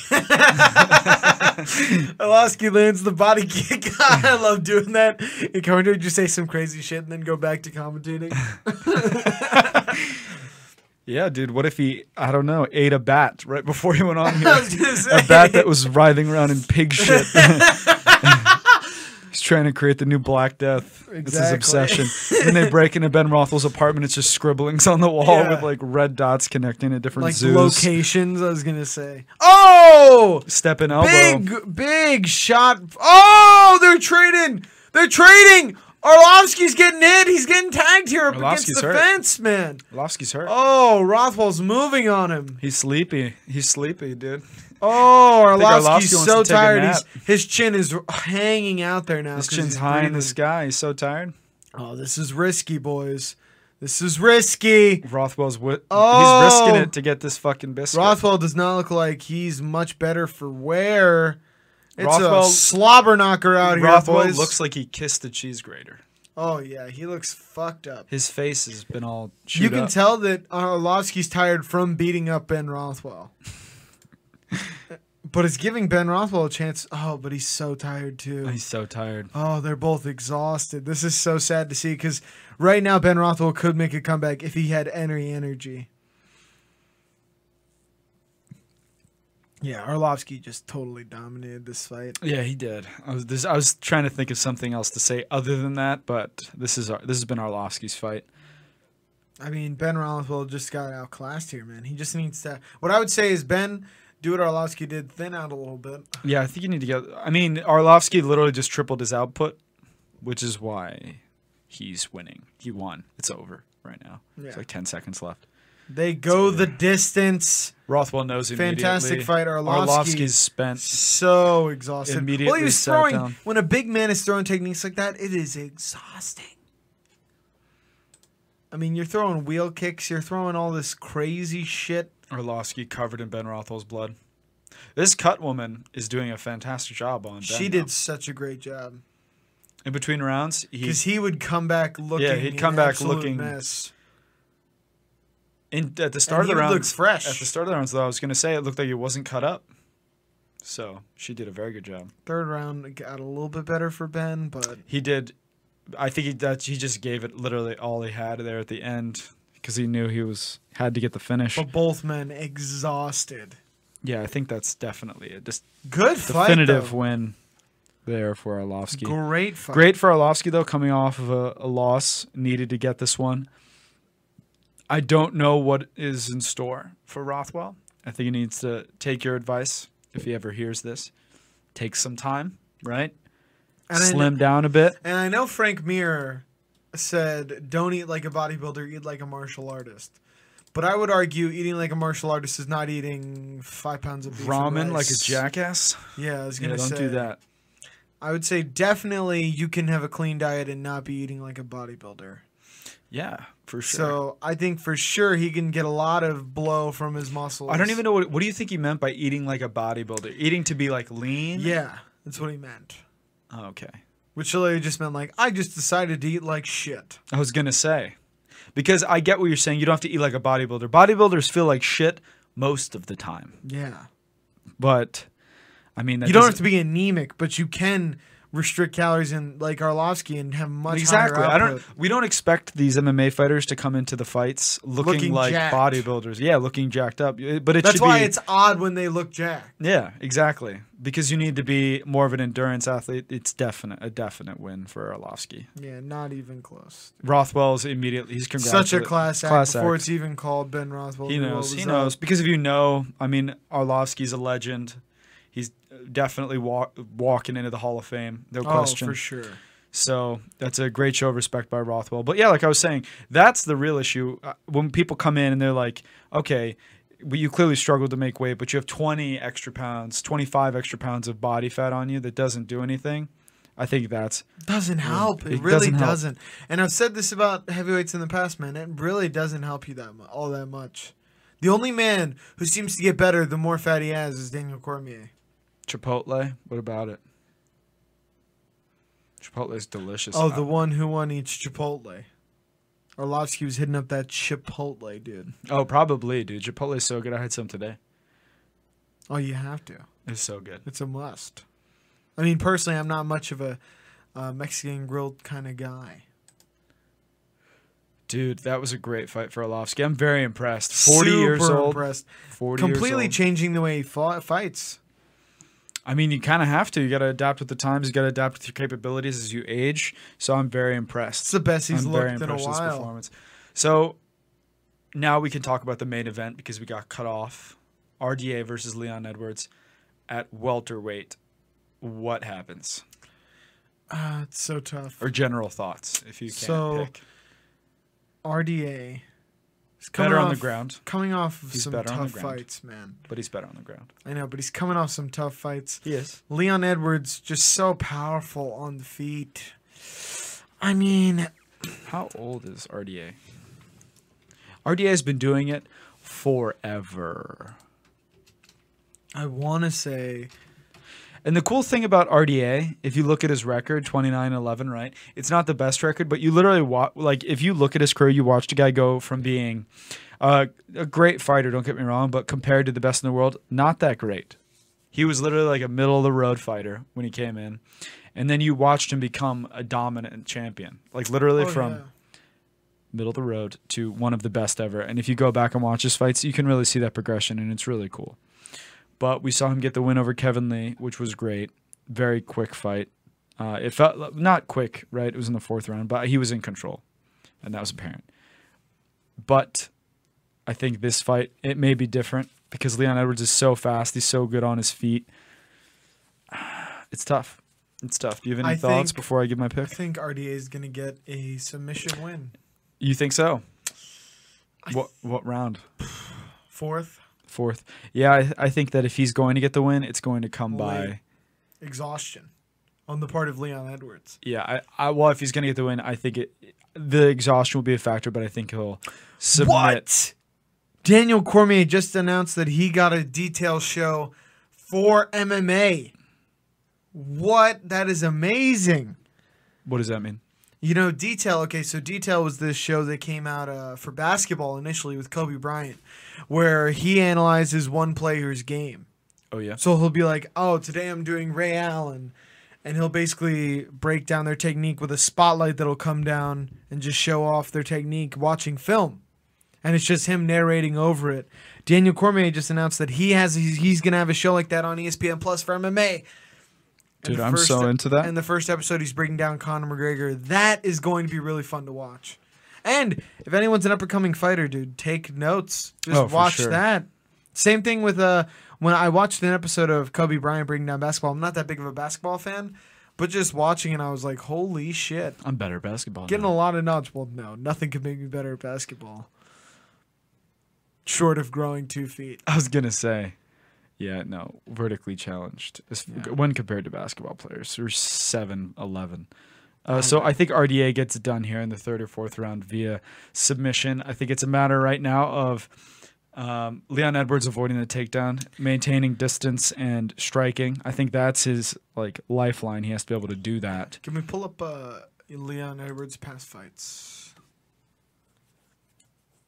Speaker 3: Arlovsky lands the body kick. I love doing that. In commentary, you say some crazy shit and then go back to commentating.
Speaker 4: Yeah, dude. What if he, I don't know, ate a bat right before he went on
Speaker 3: I
Speaker 4: here?
Speaker 3: was gonna say.
Speaker 4: a bat that was writhing around in pig shit. He's trying to create the new Black Death. It's his
Speaker 3: Exactly.
Speaker 4: obsession. and then they break into Ben Rothwell's apartment. It's just scribblings on the wall
Speaker 3: Yeah.
Speaker 4: with like red dots connecting to different
Speaker 3: like
Speaker 4: zoos.
Speaker 3: locations, I was gonna say. Oh,
Speaker 4: Stepping elbow.
Speaker 3: big, big shot. Oh, they're trading. They're trading. Arlovsky's getting hit. He's getting tagged here up
Speaker 4: Arlovsky's
Speaker 3: against the
Speaker 4: hurt.
Speaker 3: fence, man.
Speaker 4: Lofsky's hurt.
Speaker 3: Oh, Rothwell's moving on him.
Speaker 4: He's sleepy. He's sleepy, dude.
Speaker 3: Oh,
Speaker 4: think Arlovsky
Speaker 3: Arlovsky's
Speaker 4: wants
Speaker 3: so
Speaker 4: to take a
Speaker 3: tired.
Speaker 4: nap.
Speaker 3: He's, his chin is hanging out there now.
Speaker 4: His
Speaker 3: 'cause
Speaker 4: chin's
Speaker 3: he's
Speaker 4: high in the
Speaker 3: breathing.
Speaker 4: sky. He's so tired.
Speaker 3: Oh, this is risky, boys. This is risky.
Speaker 4: Rothwell's wi-
Speaker 3: Oh.
Speaker 4: he's risking it to get this fucking biscuit.
Speaker 3: Rothwell does not look like he's much better for wear. It's
Speaker 4: Rothwell-
Speaker 3: a slobber knocker out here,
Speaker 4: Rothwell
Speaker 3: boys.
Speaker 4: looks like he kissed the cheese grater.
Speaker 3: oh yeah, he looks fucked up.
Speaker 4: His face has been all chewed
Speaker 3: You can
Speaker 4: up.
Speaker 3: tell that Arlovsky's tired from beating up Ben Rothwell. but it's giving Ben Rothwell a chance. Oh, but he's so tired too.
Speaker 4: He's so tired.
Speaker 3: Oh, they're both exhausted. This is so sad to see because right now Ben Rothwell could make a comeback if he had any energy. Yeah, Arlovsky just totally dominated this fight.
Speaker 4: Yeah, he did. I was this, I was trying to think of something else to say other than that, but this is our, this has been Arlovsky's fight.
Speaker 3: I mean, Ben Rothwell just got outclassed here, man. He just needs to. What I would say is Ben, do what Arlovsky did, thin out a little bit.
Speaker 4: Yeah, I think you need to get. I mean, Arlovsky literally just tripled his output, which is why he's winning. He won. It's over right now. It's
Speaker 3: Yeah.
Speaker 4: like ten seconds left.
Speaker 3: They go the distance.
Speaker 4: Rothwell knows immediately.
Speaker 3: Fantastic fight, Arlovsky.
Speaker 4: Arlovsky's spent.
Speaker 3: So exhausted. well,
Speaker 4: Immediately
Speaker 3: he was
Speaker 4: sat
Speaker 3: throwing.
Speaker 4: down.
Speaker 3: When a big man is throwing techniques like that, it is exhausting. I mean, you're throwing wheel kicks. You're throwing all this crazy shit.
Speaker 4: Arlovsky covered in Ben Rothwell's blood. This cut woman is doing a fantastic job on. Ben
Speaker 3: she
Speaker 4: now.
Speaker 3: did such a great job
Speaker 4: in between rounds. He
Speaker 3: because he would come back looking.
Speaker 4: he'd
Speaker 3: an
Speaker 4: come back
Speaker 3: absolute
Speaker 4: looking-
Speaker 3: mess.
Speaker 4: in, at the start of
Speaker 3: he
Speaker 4: the
Speaker 3: would look
Speaker 4: round
Speaker 3: fresh.
Speaker 4: At the start of the rounds, though, I was gonna say it looked like it wasn't cut up. So she did a very good job.
Speaker 3: Third round it got a little bit better for Ben, but
Speaker 4: He did. I think he, that he just gave it literally all he had there at the end because he knew he was had to get the finish.
Speaker 3: but both men exhausted.
Speaker 4: Yeah, I think that's definitely a just
Speaker 3: Good fight,
Speaker 4: definitive
Speaker 3: though.
Speaker 4: win there for Arlovsky.
Speaker 3: Great fight.
Speaker 4: Great for Arlovsky though, coming off of a, a loss, needed to get this one. I don't know what is in store for Rothwell. I think he needs to take your advice if he ever hears this. Take some time, right?
Speaker 3: And I-
Speaker 4: Slim down a bit.
Speaker 3: And I know Frank Mir said, "Don't eat like a bodybuilder; eat like a martial artist." But I would argue eating like a martial artist is not eating five pounds of beef and
Speaker 4: Ramen like
Speaker 3: rice.
Speaker 4: a jackass.
Speaker 3: Yeah, I was
Speaker 4: Yeah,
Speaker 3: gonna
Speaker 4: don't
Speaker 3: say
Speaker 4: do that.
Speaker 3: I would say definitely you can have a clean diet and not be eating like a bodybuilder.
Speaker 4: Yeah, for sure.
Speaker 3: So I think for sure he can get a lot of blow from his muscles.
Speaker 4: I don't even know what what do you think he meant by eating like a bodybuilder? Eating to be like lean?
Speaker 3: Yeah, that's what he meant.
Speaker 4: Oh, okay.
Speaker 3: Which literally just meant like I just decided to eat like shit.
Speaker 4: I was gonna say. Because I get what you're saying. You don't have to eat like a bodybuilder. Bodybuilders feel like shit most of the time.
Speaker 3: Yeah.
Speaker 4: but I mean, that
Speaker 3: you don't have
Speaker 4: doesn't-
Speaker 3: to be anemic, but you can restrict calories in like Arlovsky and have much
Speaker 4: exactly.
Speaker 3: Higher
Speaker 4: I
Speaker 3: output.
Speaker 4: don't. We don't expect these MMA fighters to come into the fights looking,
Speaker 3: Looking
Speaker 4: like
Speaker 3: jacked.
Speaker 4: bodybuilders. Yeah, looking jacked up. It- But it
Speaker 3: That's
Speaker 4: should
Speaker 3: why
Speaker 4: be,
Speaker 3: it's odd when they look jacked.
Speaker 4: yeah, exactly. Because you need to be more of an endurance athlete. It's definite a definite win for Arlovsky.
Speaker 3: Yeah, not even close.
Speaker 4: Rothwell's immediately he's congratulated.
Speaker 3: Such a class act before it's even called Ben Rothwell.
Speaker 4: He
Speaker 3: knew what
Speaker 4: knows. He
Speaker 3: was
Speaker 4: knows
Speaker 3: up.
Speaker 4: because if you know, I mean, Arlovsky's a legend. He's definitely wa- walking into the Hall of Fame, no
Speaker 3: Oh,
Speaker 4: question.
Speaker 3: for sure.
Speaker 4: So that's a great show of respect by Rothwell. But yeah, like I was saying, that's the real issue Uh, when people come in and they're like, okay, well, you clearly struggled to make weight, but you have 20 extra pounds, 25 extra pounds of body fat on you that doesn't do anything. I think that's
Speaker 3: Doesn't help. It,
Speaker 4: it
Speaker 3: really
Speaker 4: doesn't
Speaker 3: doesn't,
Speaker 4: help.
Speaker 3: And I've said this about heavyweights in the past, man. It really doesn't help you that mu- all that much. The only man who seems to get better the more fat he has is Daniel Cormier.
Speaker 4: Chipotle. What about it? Chipotle is delicious.
Speaker 3: Oh, the one who won each Chipotle. Orlovsky was hitting up that Chipotle, dude.
Speaker 4: oh, probably, dude. Chipotle is so good. I had some today.
Speaker 3: Oh, you have to.
Speaker 4: It's so good.
Speaker 3: It's a must. I mean, personally, I'm not much of a uh, Mexican grilled kind of guy.
Speaker 4: Dude, that was a great fight for Olofsky. I'm very impressed. 40 years
Speaker 3: Super
Speaker 4: old.
Speaker 3: Impressed.
Speaker 4: 40 years
Speaker 3: Completely
Speaker 4: old.
Speaker 3: changing the way he fought, fights.
Speaker 4: I mean, you kind of have to. You got to adapt with the times. You got to adapt with your capabilities as you age. So I'm very impressed.
Speaker 3: It's the best he's
Speaker 4: I'm
Speaker 3: looked in a
Speaker 4: with this
Speaker 3: while.
Speaker 4: performance. So now we can talk about the main event because we got cut off. RDA versus Leon Edwards at welterweight. What happens?
Speaker 3: Ah, it's so tough.
Speaker 4: or general thoughts if you can't
Speaker 3: So,
Speaker 4: pick.
Speaker 3: RDA. He's
Speaker 4: Better on the ground.
Speaker 3: Coming off of
Speaker 4: He's
Speaker 3: some
Speaker 4: better on the
Speaker 3: tough
Speaker 4: ground.
Speaker 3: fights, man.
Speaker 4: But he's better on the ground.
Speaker 3: I know, but he's coming off some tough fights.
Speaker 4: He is.
Speaker 3: Leon Edwards just so powerful on the feet. I mean,
Speaker 4: How old is RDA? RDA has been doing it forever.
Speaker 3: I want to say
Speaker 4: And the cool thing about RDA, if you look at his record, 29 11, right? It's not the best record, but you literally watch, like, if you look at his career, you watch the guy go from being uh, a great fighter, don't get me wrong, but compared to the best in the world, not that great. He was literally like a middle of the road fighter when he came in. And then you watched him become a dominant champion, like, literally
Speaker 3: oh,
Speaker 4: from
Speaker 3: yeah.
Speaker 4: middle of the road to one of the best ever. And if you go back and watch his fights, you can really see that progression, and it's really cool. But we saw him get the win over Kevin Lee, which was great. Very quick fight. Uh, it felt not quick, right? It was in the fourth round, but he was in control, and that was apparent. But I think this fight it may be different because Leon Edwards is so fast. He's so good on his feet. It's tough. It's tough. Do you have any
Speaker 3: I
Speaker 4: thoughts
Speaker 3: think-
Speaker 4: before I give my
Speaker 3: I
Speaker 4: pick?
Speaker 3: think RDA is going to get a submission win.
Speaker 4: You think so? What what round?
Speaker 3: Fourth,
Speaker 4: Fourth. Yeah, I, I think that if he's going to get the win, it's going to come
Speaker 3: Late.
Speaker 4: by.
Speaker 3: exhaustion on the part of Leon Edwards.
Speaker 4: Yeah, I, I well, if he's going to get the win, I think it the exhaustion will be a factor, but I think he'll submit.
Speaker 3: Daniel Cormier just announced that he got a detail show for MMA. What? That is amazing.
Speaker 4: What does that mean?
Speaker 3: You know, Detail. Okay, so Detail was this show that came out uh, for basketball initially with Kobe Bryant, where he analyzes one player's game.
Speaker 4: Oh yeah.
Speaker 3: So he'll be like, "Oh, today I'm doing Ray Allen," and he'll basically break down their technique with a spotlight that'll come down and just show off their technique watching film, and it's just him narrating over it. Daniel Cormier just announced that he has he's, he's gonna have a show like that on E ESPN Plus for MMA. And
Speaker 4: Dude,
Speaker 3: the
Speaker 4: I'm so into that.
Speaker 3: And the first episode, he's breaking down Conor McGregor. That is going to be really fun to watch. And if anyone's an up and coming fighter, dude, take notes. Just
Speaker 4: Oh, for
Speaker 3: watch
Speaker 4: sure.
Speaker 3: that. Same thing with uh when I watched an episode of Kobe Bryant breaking down basketball. I'm not that big of a basketball fan, but just watching it, I was like, holy shit,
Speaker 4: I'm better at basketball.
Speaker 3: getting
Speaker 4: now.
Speaker 3: a lot of knowledge. Well, no, nothing could make me better at basketball, short of growing two feet.
Speaker 4: I was gonna say, yeah, no, vertically challenged as, when compared to basketball players. We're seven eleven. Uh, so I think RDA gets it done here in the third or fourth round via submission. I think it's a matter right now of um, Leon Edwards avoiding the takedown, maintaining distance, and striking. I think that's his like lifeline. He has to be able to do that.
Speaker 3: Can we pull up uh, Leon Edwards' past fights?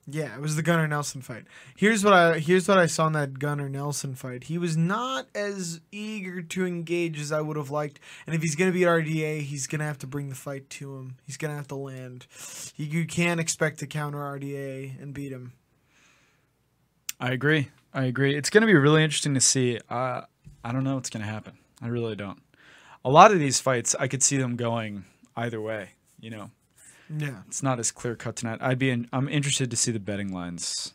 Speaker 3: Yeah, it was the Gunnar Nelson fight. Here's what I here's what I saw in that Gunnar Nelson fight. He was not as eager to engage as I would have liked. And if he's gonna beat RDA, he's gonna have to bring the fight to him. He's gonna have to land. You, you can't expect to counter RDA and beat him.
Speaker 4: I agree. I agree. It's going to be really interesting to see. Uh, I don't know what's going to happen. I really don't. A lot of these fights, I could see them going either way. You know,
Speaker 3: Yeah.
Speaker 4: it's not as clear cut tonight. I'd be. In, I'm interested to see the betting lines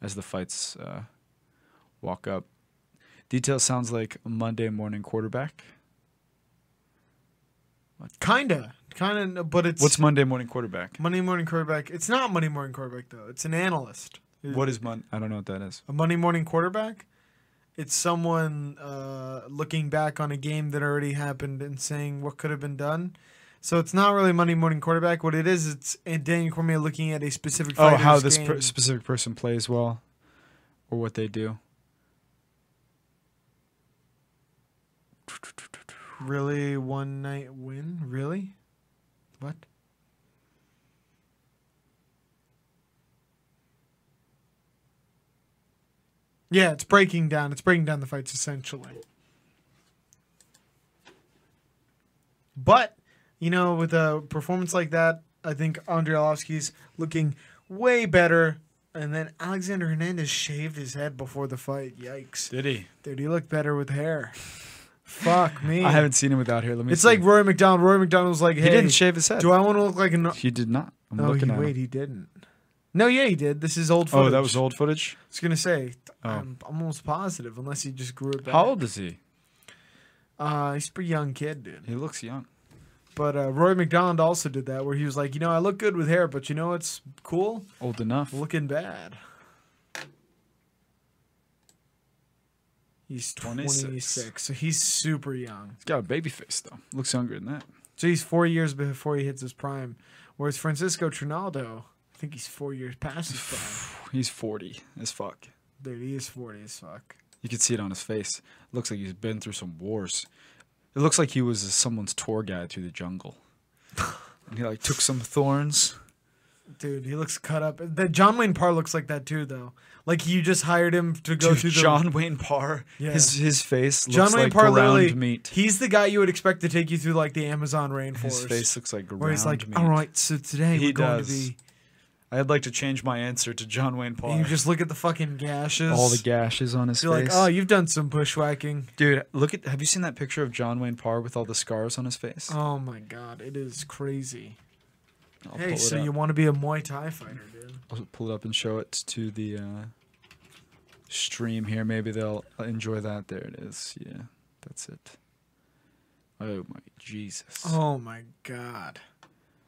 Speaker 4: as the fights uh, walk up. Detail sounds like Monday morning quarterback.
Speaker 3: Kinda. Kinda but it's
Speaker 4: What's Monday morning quarterback?
Speaker 3: Monday morning quarterback. It's not Monday morning quarterback though. It's an analyst.
Speaker 4: What is Mon? I don't know what that is.
Speaker 3: A Monday morning quarterback? It's someone uh, looking back on a game that already happened and saying what could have been done. So it's not really Monday morning quarterback. What it is, it's and Daniel Cormier looking at a specific.
Speaker 4: Oh,
Speaker 3: fighter's
Speaker 4: how this
Speaker 3: game.
Speaker 4: per- specific person plays well, or what they do.
Speaker 3: really one night win? Really? What? Yeah, it's breaking down. It's breaking down the fights essentially. But you know, with a performance like that, I think Andrei Arlovsky's looking way better. And then Alexander Hernandez shaved his head before the fight. Yikes!
Speaker 4: Did he?
Speaker 3: Dude, he looked better with hair. Fuck me.
Speaker 4: I haven't seen him without here. Let me.
Speaker 3: It's
Speaker 4: see.
Speaker 3: like Roy McDonald. Roy McDonald was like, "Hey,
Speaker 4: He didn't shave his head.
Speaker 3: do I want to look like an?"
Speaker 4: He did not. I'm
Speaker 3: No, Oh, he,
Speaker 4: looking at
Speaker 3: wait,
Speaker 4: him.
Speaker 3: he didn't. No, yeah, he did. This is old. Footage.
Speaker 4: Oh, that was old footage.
Speaker 3: I was gonna say,
Speaker 4: Oh.
Speaker 3: I'm almost positive, unless he just grew it back.
Speaker 4: How old is he?
Speaker 3: Uh, he's a pretty young kid, dude.
Speaker 4: He looks young.
Speaker 3: But uh, Roy McDonald also did that, where he was like, you know, I look good with hair, but you know what's cool?
Speaker 4: Old enough.
Speaker 3: Looking bad. He's
Speaker 4: 26.
Speaker 3: 26. so he's super young.
Speaker 4: He's got a baby face though. Looks younger than that.
Speaker 3: So he's four years before he hits his prime. Whereas Francisco Trinaldo, I think he's four years past his prime.
Speaker 4: He's 40 as fuck.
Speaker 3: Dude, he is 40 as fuck.
Speaker 4: You can see it on his face. Looks like he's been through some wars. It looks like he was someone's tour guide through the jungle. and he like took some thorns.
Speaker 3: Dude, he looks cut up. That John Wayne Parr looks like that too, though. Like you just hired him to go
Speaker 4: Dude,
Speaker 3: to the
Speaker 4: John Wayne Parr.
Speaker 3: Yeah.
Speaker 4: His his face
Speaker 3: John
Speaker 4: looks
Speaker 3: Wayne
Speaker 4: like
Speaker 3: Parr literally.
Speaker 4: ground meat.
Speaker 3: He's the guy you would expect to take you through like the Amazon rainforest.
Speaker 4: His face looks like ground
Speaker 3: where he's like,
Speaker 4: meat.
Speaker 3: all right, so today
Speaker 4: He
Speaker 3: we're going
Speaker 4: does.
Speaker 3: to be.
Speaker 4: I'd like to change my answer to John Wayne Parr.
Speaker 3: And you just look at the fucking gashes.
Speaker 4: all the gashes on his
Speaker 3: You're like,
Speaker 4: face.
Speaker 3: oh, you've done some bushwhacking.
Speaker 4: Dude, look at. Have you seen that picture of John Wayne Parr with all the scars on his face?
Speaker 3: Oh my god, it is crazy.
Speaker 4: I'll
Speaker 3: hey,
Speaker 4: pull
Speaker 3: so
Speaker 4: it up.
Speaker 3: you want to be a Muay Thai fighter, dude?
Speaker 4: I'll pull it up and show it to the uh, stream here. Maybe they'll uh, enjoy that. There it is. Yeah, that's it. Oh my Jesus!
Speaker 3: Oh my god.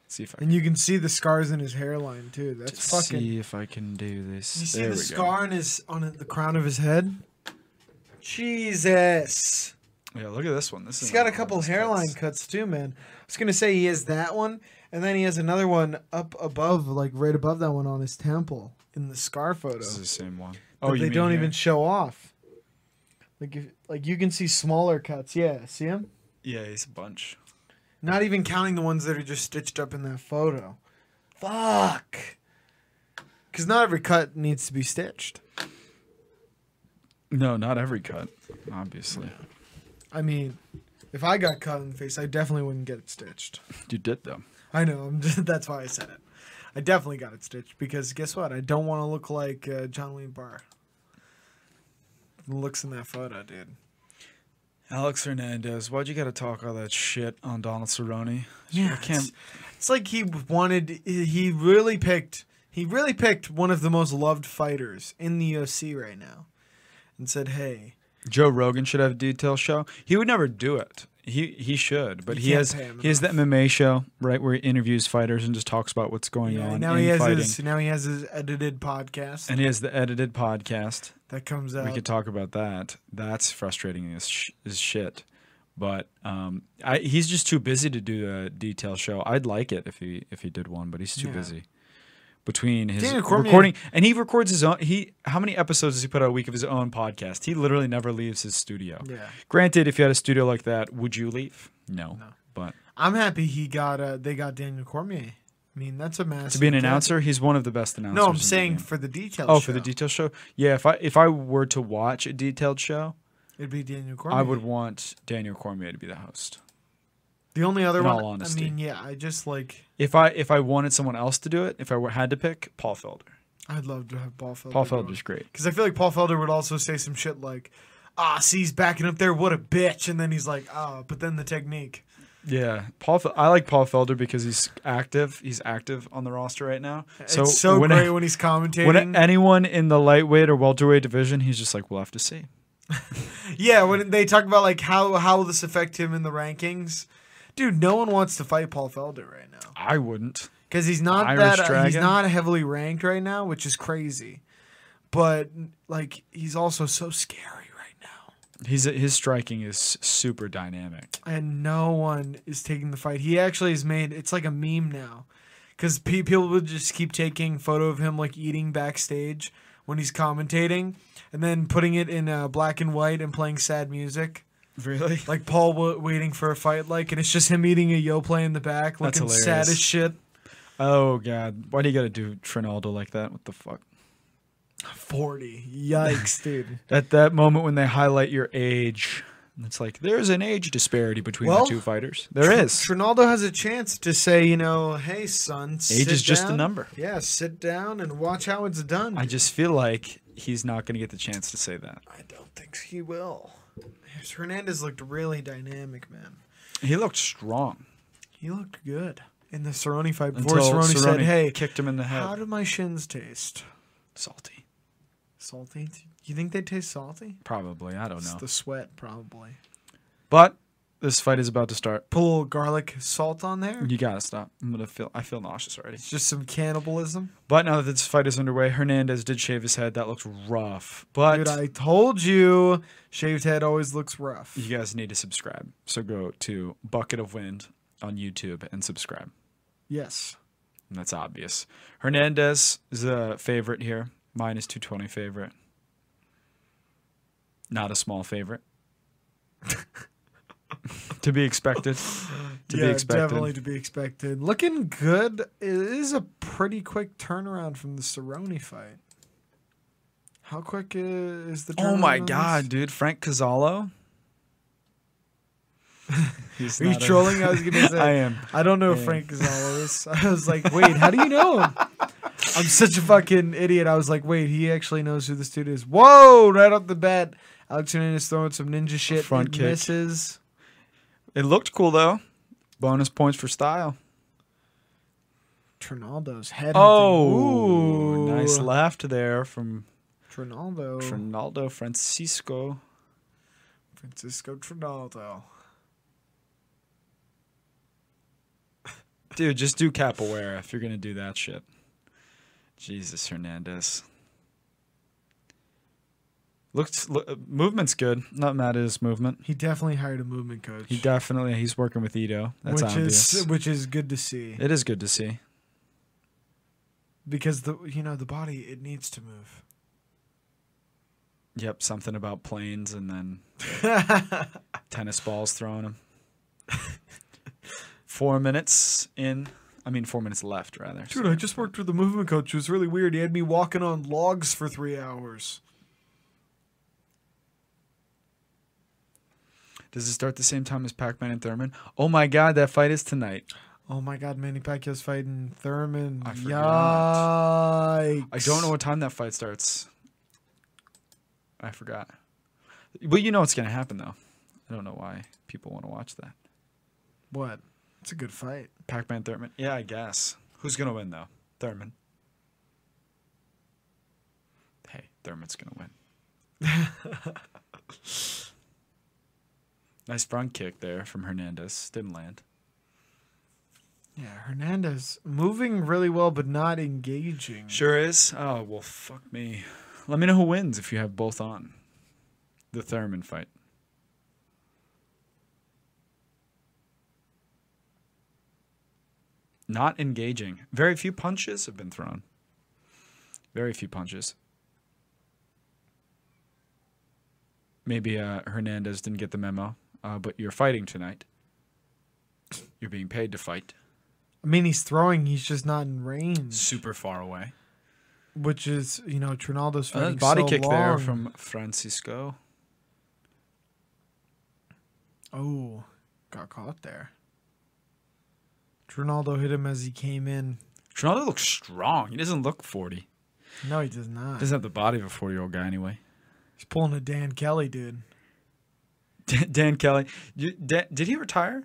Speaker 4: see if I can
Speaker 3: And you can see the scars in his hairline too. That's fucking.
Speaker 4: see if I can do this.
Speaker 3: You see
Speaker 4: there
Speaker 3: the
Speaker 4: we
Speaker 3: scar on his on the crown of his head? Jesus.
Speaker 4: Go. Yeah, look at this one. This
Speaker 3: He's
Speaker 4: is
Speaker 3: got a
Speaker 4: not one of
Speaker 3: couple
Speaker 4: his
Speaker 3: hairline
Speaker 4: cuts.
Speaker 3: cuts too, man. I was gonna say he has that one, and then he has another one up above, like right above that one on his temple in the scar photo.
Speaker 4: This is the same one. Oh,
Speaker 3: But they
Speaker 4: mean
Speaker 3: don't
Speaker 4: here.
Speaker 3: even show off. Like if, like you can see smaller cuts. Yeah, see him?
Speaker 4: Yeah, he's a bunch.
Speaker 3: Not even counting the ones that are just stitched up in that photo. Fuck. Because not every cut needs to be stitched.
Speaker 4: No, not every cut, obviously.
Speaker 3: I mean, if I got cut in the face, I definitely wouldn't get it stitched.
Speaker 4: You did though.
Speaker 3: I know. I'm just, that's why I said it. I definitely got it stitched because guess what? I don't want to look like uh, John Wayne Barr. Looks in that photo, dude.
Speaker 4: Alex Hernandez, why'd you gotta talk all that shit on Donald Cerrone? I
Speaker 3: it's,
Speaker 4: can't.
Speaker 3: it's like he wanted. He really picked. He really picked one of the most loved fighters in the UFC right now, and said, "Hey,
Speaker 4: Joe Rogan should have a detail show. He would never do it. He he should, but
Speaker 3: You
Speaker 4: he
Speaker 3: can't
Speaker 4: has
Speaker 3: pay him
Speaker 4: he has that MMA show right where he interviews fighters and just talks about what's going
Speaker 3: yeah,
Speaker 4: on
Speaker 3: now
Speaker 4: in
Speaker 3: he has
Speaker 4: fighting.
Speaker 3: his now he has his edited podcast
Speaker 4: and he has the edited podcast.
Speaker 3: that comes out."
Speaker 4: We could talk about that. That's frustrating as, sh- as shit. But um, I, he's just too busy to do a detail show. I'd like it if he if he did one, but he's too
Speaker 3: Yeah.
Speaker 4: busy. Between his
Speaker 3: Daniel Cormier-
Speaker 4: recording, and he records his own. He how many episodes does he put out a week of his own podcast? He literally never leaves his studio.
Speaker 3: Yeah.
Speaker 4: Granted, if you had a studio like that, would you leave? No. But
Speaker 3: I'm happy he got uh they got Daniel Cormier. I mean that's a massive
Speaker 4: to be an
Speaker 3: talent.
Speaker 4: announcer, he's one of the best announcers.
Speaker 3: No,
Speaker 4: in
Speaker 3: I'm
Speaker 4: the
Speaker 3: saying
Speaker 4: game.
Speaker 3: for the details.
Speaker 4: oh, for the detailed show. Yeah, if I if I were to watch a detailed show,
Speaker 3: it'd be Daniel Cormier.
Speaker 4: I would want Daniel Cormier to be the host.
Speaker 3: The only other
Speaker 4: in
Speaker 3: one.
Speaker 4: all honesty.
Speaker 3: I mean, yeah, I just like
Speaker 4: If I if I wanted someone else to do it, if I were- had to pick, Paul Felder.
Speaker 3: I'd love to have Paul Felder.
Speaker 4: Paul Felder's great.
Speaker 3: because I feel like Paul Felder would also say some shit like, "Ah, see, he's backing up there. What a bitch!" And then he's like, "Ah," but then the technique.
Speaker 4: Yeah, Paul. Fel- I like Paul Felder because he's active. He's active on the roster right now. So
Speaker 3: it's so
Speaker 4: when
Speaker 3: great
Speaker 4: I-
Speaker 3: when he's commentating.
Speaker 4: when anyone in the lightweight or welterweight division, he's just like, we'll have to see.
Speaker 3: yeah, when they talk about like how how will this affect him in the rankings, dude, no one wants to fight Paul Felder right now.
Speaker 4: I wouldn't.
Speaker 3: because he's not
Speaker 4: Irish
Speaker 3: that uh, he's
Speaker 4: Dragon?
Speaker 3: not heavily ranked right now, which is crazy. But like he's also so scary right now,
Speaker 4: He's his striking is super dynamic.
Speaker 3: and no one is taking the fight. He actually has made it's like a meme now, because people would just keep taking photo of him like eating backstage when he's commentating, and then putting it in uh, black and white and playing sad music.
Speaker 4: Really?
Speaker 3: Like Paul w- waiting for a fight, like, and it's just him eating a yo play in the back,
Speaker 4: That's
Speaker 3: looking sad
Speaker 4: hilarious.
Speaker 3: as shit.
Speaker 4: Oh god, why do you got to do Trinaldo like that? What the fuck?
Speaker 3: Forty, yikes, dude.
Speaker 4: At that moment when they highlight your age, and it's like there's an age disparity between
Speaker 3: Well,
Speaker 4: the two fighters. There is.
Speaker 3: Trinaldo has a chance to say, you know, hey, son, age
Speaker 4: is just a number.
Speaker 3: Yeah, sit down and watch how it's done.
Speaker 4: I just feel like he's not going to get the chance to say that.
Speaker 3: I don't think he will. Hernandez looked really dynamic, man.
Speaker 4: He looked strong
Speaker 3: He looked good in the Cerrone fight before
Speaker 4: until
Speaker 3: Cerrone,
Speaker 4: Cerrone
Speaker 3: said, hey,
Speaker 4: kicked him in the
Speaker 3: how
Speaker 4: head.
Speaker 3: do my shins taste?
Speaker 4: Salty,
Speaker 3: Salty? You think they taste salty?
Speaker 4: Oh, probably. I don't
Speaker 3: It's
Speaker 4: know.
Speaker 3: the sweat, probably.
Speaker 4: But This fight is about to start.
Speaker 3: Put a little garlic salt on there.
Speaker 4: You gotta stop. I'm gonna feel. I feel nauseous already.
Speaker 3: Just some cannibalism.
Speaker 4: But now that this fight is underway, Hernandez did shave his head. That looks rough. But
Speaker 3: Dude, I told you, shaved head always looks rough.
Speaker 4: you guys need to subscribe. So go to Bucket of Wind on YouTube and subscribe.
Speaker 3: Yes.
Speaker 4: And that's obvious. Hernandez is a favorite here. Minus 220 favorite. Not a small favorite. to be expected. To be
Speaker 3: yeah,
Speaker 4: expected.
Speaker 3: definitely to be expected. Looking good. It is a pretty quick turnaround from the Cerrone fight. How quick i- is the?
Speaker 4: Oh my
Speaker 3: turnaround on
Speaker 4: god,
Speaker 3: this?
Speaker 4: dude. Frank Cazalo. He's
Speaker 3: Are you
Speaker 4: not a-
Speaker 3: trolling? I was gonna say.
Speaker 4: I am.
Speaker 3: I don't know
Speaker 4: Yeah.
Speaker 3: Frank Gonzalo is. I was like, wait, how do you know him? I'm such a fucking idiot. I was like, wait, he actually knows who this dude is. Whoa! Right off the bat, Alex Hernandez throwing some ninja shit.
Speaker 4: Front
Speaker 3: It
Speaker 4: kick.
Speaker 3: misses.
Speaker 4: It looked cool though. Bonus points for style.
Speaker 3: Trinaldo's head.
Speaker 4: Oh,
Speaker 3: hunting. Ooh.
Speaker 4: nice left there from
Speaker 3: Trinaldo.
Speaker 4: Trinaldo Francisco.
Speaker 3: Francisco Trinaldo.
Speaker 4: Dude, just do capoeira if you're gonna do that shit. Jesus Hernandez. Looks lo- uh, movement's good. Not mad at his movement.
Speaker 3: He definitely hired a movement coach.
Speaker 4: He definitely he's working with Ito. That's
Speaker 3: which
Speaker 4: obvious.
Speaker 3: is which is good to see
Speaker 4: it is good to see.
Speaker 3: because the you know the body it needs to move.
Speaker 4: Yep, something about planes and then tennis balls throwing him. four minutes in. I mean, four minutes left, rather.
Speaker 3: Dude, I just worked with a movement coach. It was really weird. He had me walking on logs for three hours.
Speaker 4: Does it start the same time as Pac Man and Thurman? Oh my god, that fight is tonight.
Speaker 3: Oh my God, Manny Pacquiao's fighting Thurman.
Speaker 4: I forgot.
Speaker 3: Yikes!
Speaker 4: I don't know what time that fight starts. I forgot. But you know what's going to happen, though. I don't know why people want to watch that.
Speaker 3: what. It's a good fight.
Speaker 4: Pac Man Thurman? Yeah, I guess. Who's going to win, though? Thurman. Hey, Thurman's going to win. nice front kick there from Hernandez. Didn't land.
Speaker 3: Yeah, Hernandez moving really well, but not engaging.
Speaker 4: Sure is. Oh, well, fuck me. Let me know who wins if you have both on. The Thurman fight. Not engaging. Very few punches have been thrown. Very few punches. Maybe uh, Hernandez didn't get the memo, uh, but you're fighting tonight. You're being paid to fight.
Speaker 3: I mean, he's throwing. He's just not in range,
Speaker 4: Super far away.
Speaker 3: which is you know Trinaldo's
Speaker 4: Uh,
Speaker 3: fighting
Speaker 4: body
Speaker 3: so
Speaker 4: kick
Speaker 3: long.
Speaker 4: there from Francisco.
Speaker 3: Oh, got caught there. Trinaldo hit him as he came in.
Speaker 4: Toronto looks strong. He doesn't look 40.
Speaker 3: No, he does not.
Speaker 4: Doesn't have the body of a 40 year old guy anyway.
Speaker 3: He's pulling a Dan Kelly, dude.
Speaker 4: Dan Kelly. You- Dan- Did he retire?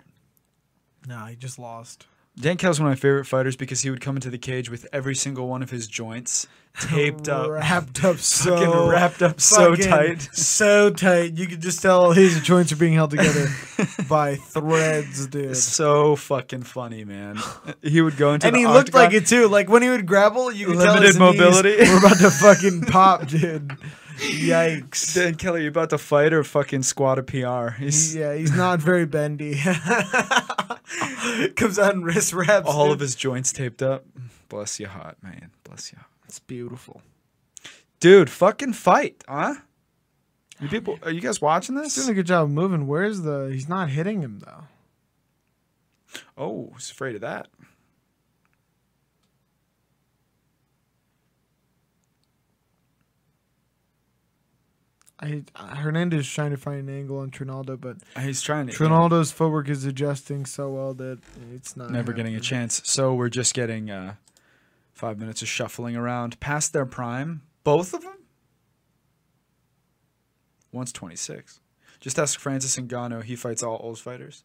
Speaker 3: Nah, he just lost.
Speaker 4: Dan Kelly's one of my favorite fighters because he would come into the cage with every single one of his joints taped up.
Speaker 3: wrapped up so
Speaker 4: Fucking wrapped up so
Speaker 3: fucking
Speaker 4: tight.
Speaker 3: so tight. You could just tell his joints are being held together by threads, dude.
Speaker 4: So fucking funny, man. He would go into
Speaker 3: And
Speaker 4: the
Speaker 3: he looked
Speaker 4: octagon.
Speaker 3: like it too. Like when he would grapple, you could tell
Speaker 4: Limited
Speaker 3: his knees
Speaker 4: mobility.
Speaker 3: We're about to fucking pop, dude. Yikes.
Speaker 4: Dan Kelly, you about to fight or fucking squat a PR? He's,
Speaker 3: Yeah, he's not very bendy. Comes out in wrist wraps.
Speaker 4: All
Speaker 3: dude.
Speaker 4: of his joints taped up. Bless your heart, man. Bless your heart.
Speaker 3: It's beautiful.
Speaker 4: Dude, fucking fight, huh? You people, are you guys watching
Speaker 3: He's
Speaker 4: this?
Speaker 3: doing a good job of moving. Where's the? He's not hitting him though.
Speaker 4: Oh, he's afraid of that.
Speaker 3: I Hernandez is trying to find an angle on Trinaldo, but
Speaker 4: He's trying to.
Speaker 3: Trinaldo's footwork is adjusting so well that it's not
Speaker 4: Never getting a
Speaker 3: happening.
Speaker 4: chance. So we're just getting uh, five minutes of shuffling around past their prime. Both of them? One's 26. Just ask Francis Ngannou. He fights all old fighters.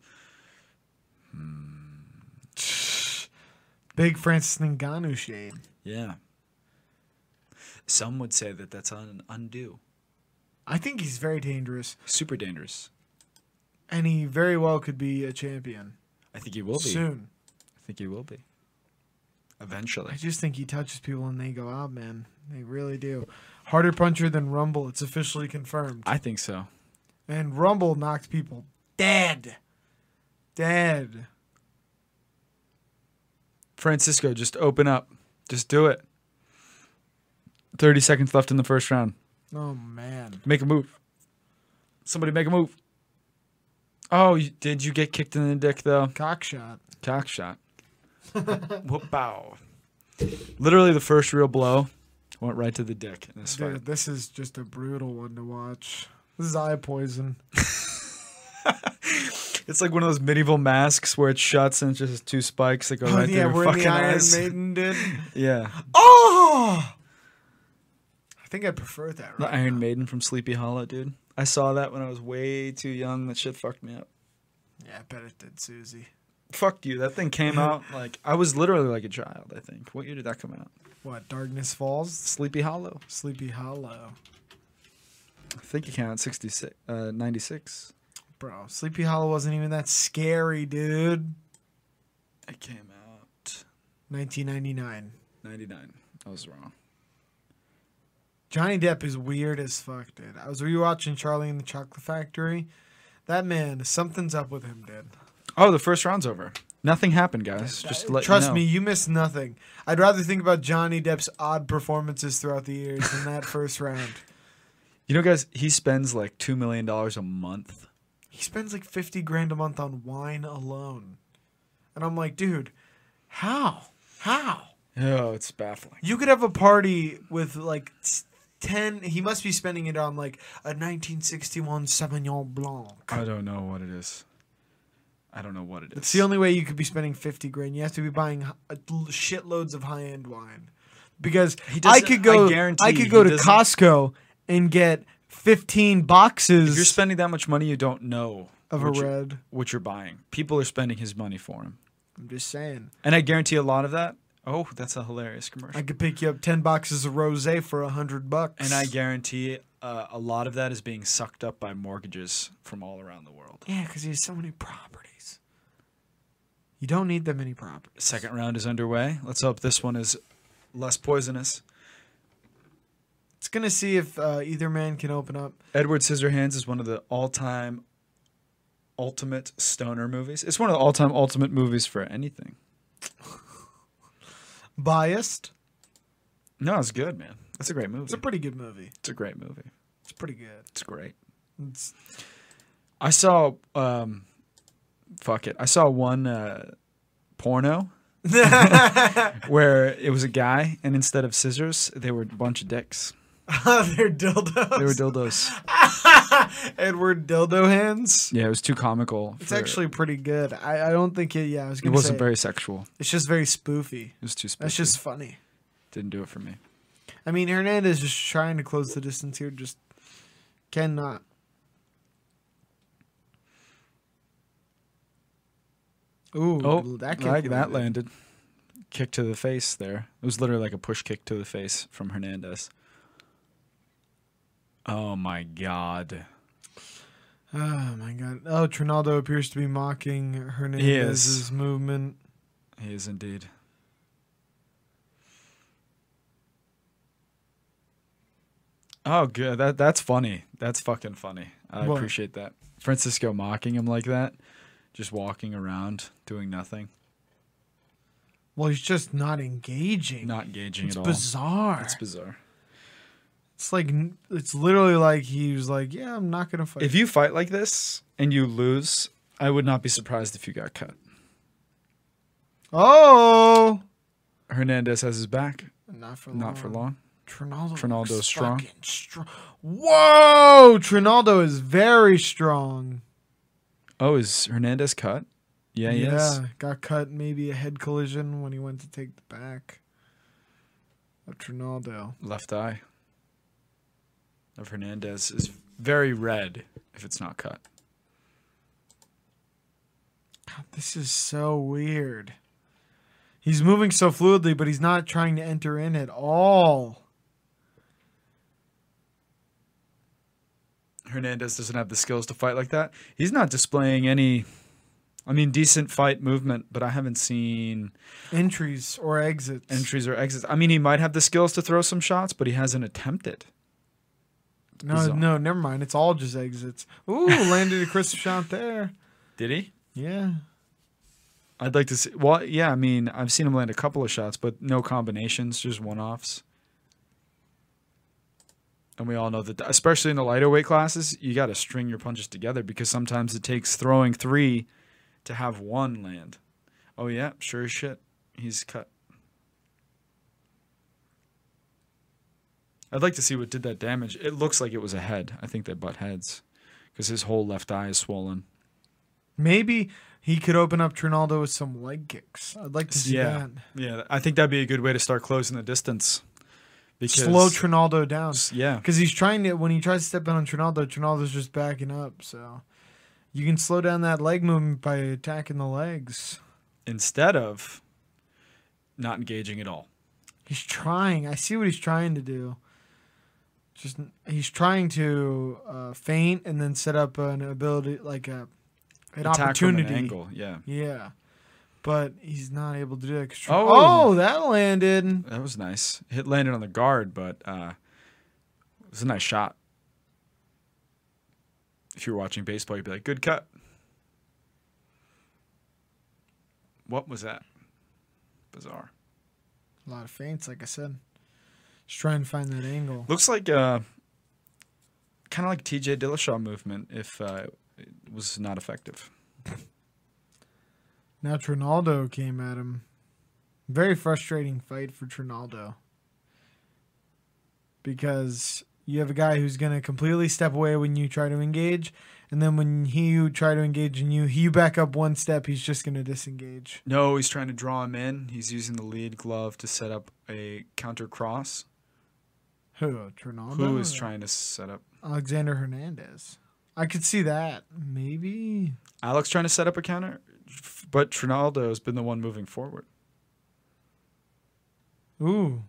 Speaker 3: Big Francis Ngannou shade.
Speaker 4: Yeah. Some would say that that's un- undue.
Speaker 3: I think he's very dangerous.
Speaker 4: Super dangerous.
Speaker 3: and he very well could be a champion
Speaker 4: I think he will be.
Speaker 3: soon.
Speaker 4: I think he will be. Eventually.
Speaker 3: I just think he touches people and they go out, man. They really do. Harder puncher than Rumble. It's officially confirmed.
Speaker 4: I think so.
Speaker 3: And Rumble knocked people dead. Dead.
Speaker 4: Francisco, just open up. Just do it. 30 seconds left in the first round.
Speaker 3: Oh, man.
Speaker 4: Make a move. Somebody make a move. Oh, you, did you get kicked in the dick, though?
Speaker 3: Cockshot.
Speaker 4: Cock shot. Whoop bow. Literally the first real blow went right to the dick in this fight.
Speaker 3: Dude, this is just a brutal one to watch. This is eye poison.
Speaker 4: It's like one of those medieval masks where it shuts and it's just two spikes that go
Speaker 3: Oh,
Speaker 4: right
Speaker 3: yeah,
Speaker 4: through your
Speaker 3: we're in
Speaker 4: fucking
Speaker 3: the Iron
Speaker 4: eyes.
Speaker 3: Maiden, dude.
Speaker 4: Yeah.
Speaker 3: Oh! I think I prefer that,
Speaker 4: The
Speaker 3: right?
Speaker 4: Iron Maiden from Sleepy Hollow, dude. I saw that when I was way too young. That shit fucked me up.
Speaker 3: Yeah, I bet it did, Susie.
Speaker 4: Fucked you. That thing came out like I was literally like a child, I think. What year did that come out?
Speaker 3: What, Darkness Falls?
Speaker 4: Sleepy Hollow.
Speaker 3: Sleepy Hollow.
Speaker 4: I think it came out 66 uh 96.
Speaker 3: Bro, Sleepy Hollow wasn't even that scary, dude.
Speaker 4: It came out
Speaker 3: 1999.
Speaker 4: 99. I was wrong.
Speaker 3: Johnny Depp is weird as fuck, dude. I was rewatching Charlie and the Chocolate Factory. That man, something's up with him, dude.
Speaker 4: Oh, the first round's over. Nothing happened, guys. Just to let you
Speaker 3: Trust
Speaker 4: know.
Speaker 3: me, you missed nothing. I'd rather think about Johnny Depp's odd performances throughout the years than that first round.
Speaker 4: You know, guys, he spends like $2 million a month.
Speaker 3: He spends like 50 grand a month on wine alone. And I'm like, dude, how? How?
Speaker 4: Oh, it's baffling.
Speaker 3: You could have a party with like s- 10. He must be spending it on like a 1961 Sauvignon Blanc.
Speaker 4: I don't know what it is. I don't know what it is.
Speaker 3: It's the only way you could be spending 50 grand. You have to be buying h- a l- shitloads of high end wine. Because
Speaker 4: He
Speaker 3: I
Speaker 4: doesn't-
Speaker 3: could
Speaker 4: I
Speaker 3: go, I,
Speaker 4: guarantee
Speaker 3: could
Speaker 4: he
Speaker 3: go to
Speaker 4: doesn't-
Speaker 3: Costco and get 15 boxes
Speaker 4: If you're spending that much money, you don't know
Speaker 3: of a
Speaker 4: what you're-
Speaker 3: red.
Speaker 4: what you're buying. People are spending his money for him,
Speaker 3: I'm just saying.
Speaker 4: and I guarantee a lot of that. Oh, that's a hilarious commercial.
Speaker 3: I could pick you up 10 boxes of rose for 100 bucks.
Speaker 4: and I guarantee uh, a lot of that is being sucked up by mortgages from all around the world.
Speaker 3: Yeah, because he has so many properties. You don't need that many properties.
Speaker 4: Second round is underway. Let's hope this one is less poisonous.
Speaker 3: It's gonna see if uh, either man can open up.
Speaker 4: Edward Scissorhands is one of the all-time ultimate stoner movies. It's one of the all-time ultimate movies for anything.
Speaker 3: Biased.
Speaker 4: No, it's good, man. It's a great movie.
Speaker 3: It's a pretty good movie.
Speaker 4: It's a great movie.
Speaker 3: It's pretty good.
Speaker 4: It's great.
Speaker 3: It's,
Speaker 4: I saw um fuck it. I saw one uh porno where it was a guy and instead of scissors, they were a bunch of dicks.
Speaker 3: they're dildos.
Speaker 4: They were dildos.
Speaker 3: Edward Dildo Hands.
Speaker 4: Yeah, it was too comical.
Speaker 3: It's
Speaker 4: for-
Speaker 3: actually pretty good. I, I don't think it. Yeah, I was
Speaker 4: it
Speaker 3: gonna
Speaker 4: wasn't
Speaker 3: say,
Speaker 4: very sexual.
Speaker 3: It's just very spoofy.
Speaker 4: It was too special.
Speaker 3: That's just funny.
Speaker 4: didn't do it for me.
Speaker 3: I mean, Hernandez is trying to close the distance here. Just cannot. Ooh,
Speaker 4: Oh,
Speaker 3: that kick
Speaker 4: like that
Speaker 3: landed.
Speaker 4: landed. Kick to the face there. It was literally like a push kick to the face from Hernandez. Oh my god.
Speaker 3: Oh my god. Oh, Trinaldo appears to be mocking Hernandez's
Speaker 4: Yes.
Speaker 3: movement.
Speaker 4: He is indeed. Oh, good. That that's funny. That's fucking funny. I
Speaker 3: What?
Speaker 4: appreciate that. Francisco mocking him like that, just walking around doing nothing,
Speaker 3: Well, he's just not engaging.
Speaker 4: not engaging
Speaker 3: it's
Speaker 4: at all.
Speaker 3: bizarre.
Speaker 4: It's
Speaker 3: It's,
Speaker 4: bizarre.
Speaker 3: like it's literally like he was like, "Yeah, I'm not gonna fight."
Speaker 4: If you fight like this and you lose, I would not be surprised if you got cut.
Speaker 3: oh,
Speaker 4: Hernandez has his back.
Speaker 3: not for long.
Speaker 4: Not for long.
Speaker 3: Trinaldo.
Speaker 4: Trinaldo's
Speaker 3: looks
Speaker 4: strong.
Speaker 3: fucking str- Whoa, Trinaldo is very strong.
Speaker 4: Oh, is Hernandez cut? Yeah, yeah. Yes.
Speaker 3: got cut maybe a head collision when he went to take the back of Trinaldo.
Speaker 4: Left eye of Hernandez is very red if it's not cut.
Speaker 3: God, this is so weird. He's moving so fluidly, but he's not trying to enter in at all.
Speaker 4: Hernandez doesn't have the skills to fight like that. He's not displaying any, I mean, decent fight movement, but I haven't seen
Speaker 3: Entries or exits.
Speaker 4: entries or exits. I mean, he might have the skills to throw some shots, but he hasn't attempted.
Speaker 3: no,
Speaker 4: bizarre.
Speaker 3: no, never mind. It's all just exits. Ooh, landed a crisp shot there.
Speaker 4: Did he?
Speaker 3: Yeah.
Speaker 4: I'd like to see. Well, yeah, I mean, I've seen him land a couple of shots, but no combinations, just one offs. And we all know that, especially in the lighter weight classes, you got to string your punches together because sometimes it takes throwing three to have one land. Oh, yeah, sure as shit. He's cut. I'd like to see what did that damage. It looks like it was a head. I think they butt heads because his whole left eye is swollen.
Speaker 3: Maybe he could open up Trinaldo with some leg kicks. I'd like to see
Speaker 4: Yeah, yeah. I think that'd be a good way to start closing the distance.
Speaker 3: that.
Speaker 4: Because
Speaker 3: Slow Trinaldo down.
Speaker 4: yeah,
Speaker 3: Because he's trying to, when he tries to step in on Trinaldo, Trinaldo's just backing up. So you can slow down that leg movement by attacking the legs.
Speaker 4: instead of not engaging at all.
Speaker 3: He's trying. I see what he's trying to do. Just he's trying to uh, feint and then set up an ability like a an
Speaker 4: Attack from an
Speaker 3: opportunity.
Speaker 4: angle. Yeah,
Speaker 3: Yeah, but he's not able to do that. 'cause Trin-
Speaker 4: Oh.
Speaker 3: oh, that landed.
Speaker 4: that was nice. Hit landed on the guard, but uh, it was a nice shot. If you were watching baseball, you'd be like, "Good cut." What was that? Bizarre.
Speaker 3: A lot of feints, like I said. Just trying to find that angle.
Speaker 4: Looks like uh, kind of like TJ Dillashaw movement if uh, it was not effective.
Speaker 3: Now Trinaldo came at him. Very frustrating fight for Trinaldo. Because you have a guy who's going to completely step away when you try to engage. And then when he you try to engage in you, you back up one step, he's just going to disengage.
Speaker 4: No, he's trying to draw him in. He's using the lead glove to set up a counter cross.
Speaker 3: Who? Trinaldo?
Speaker 4: Who is trying to set up?
Speaker 3: Alexander Hernandez. I could see that. Maybe.
Speaker 4: Alex trying to set up a counter, but Trinaldo has been the one moving forward.
Speaker 3: Ooh.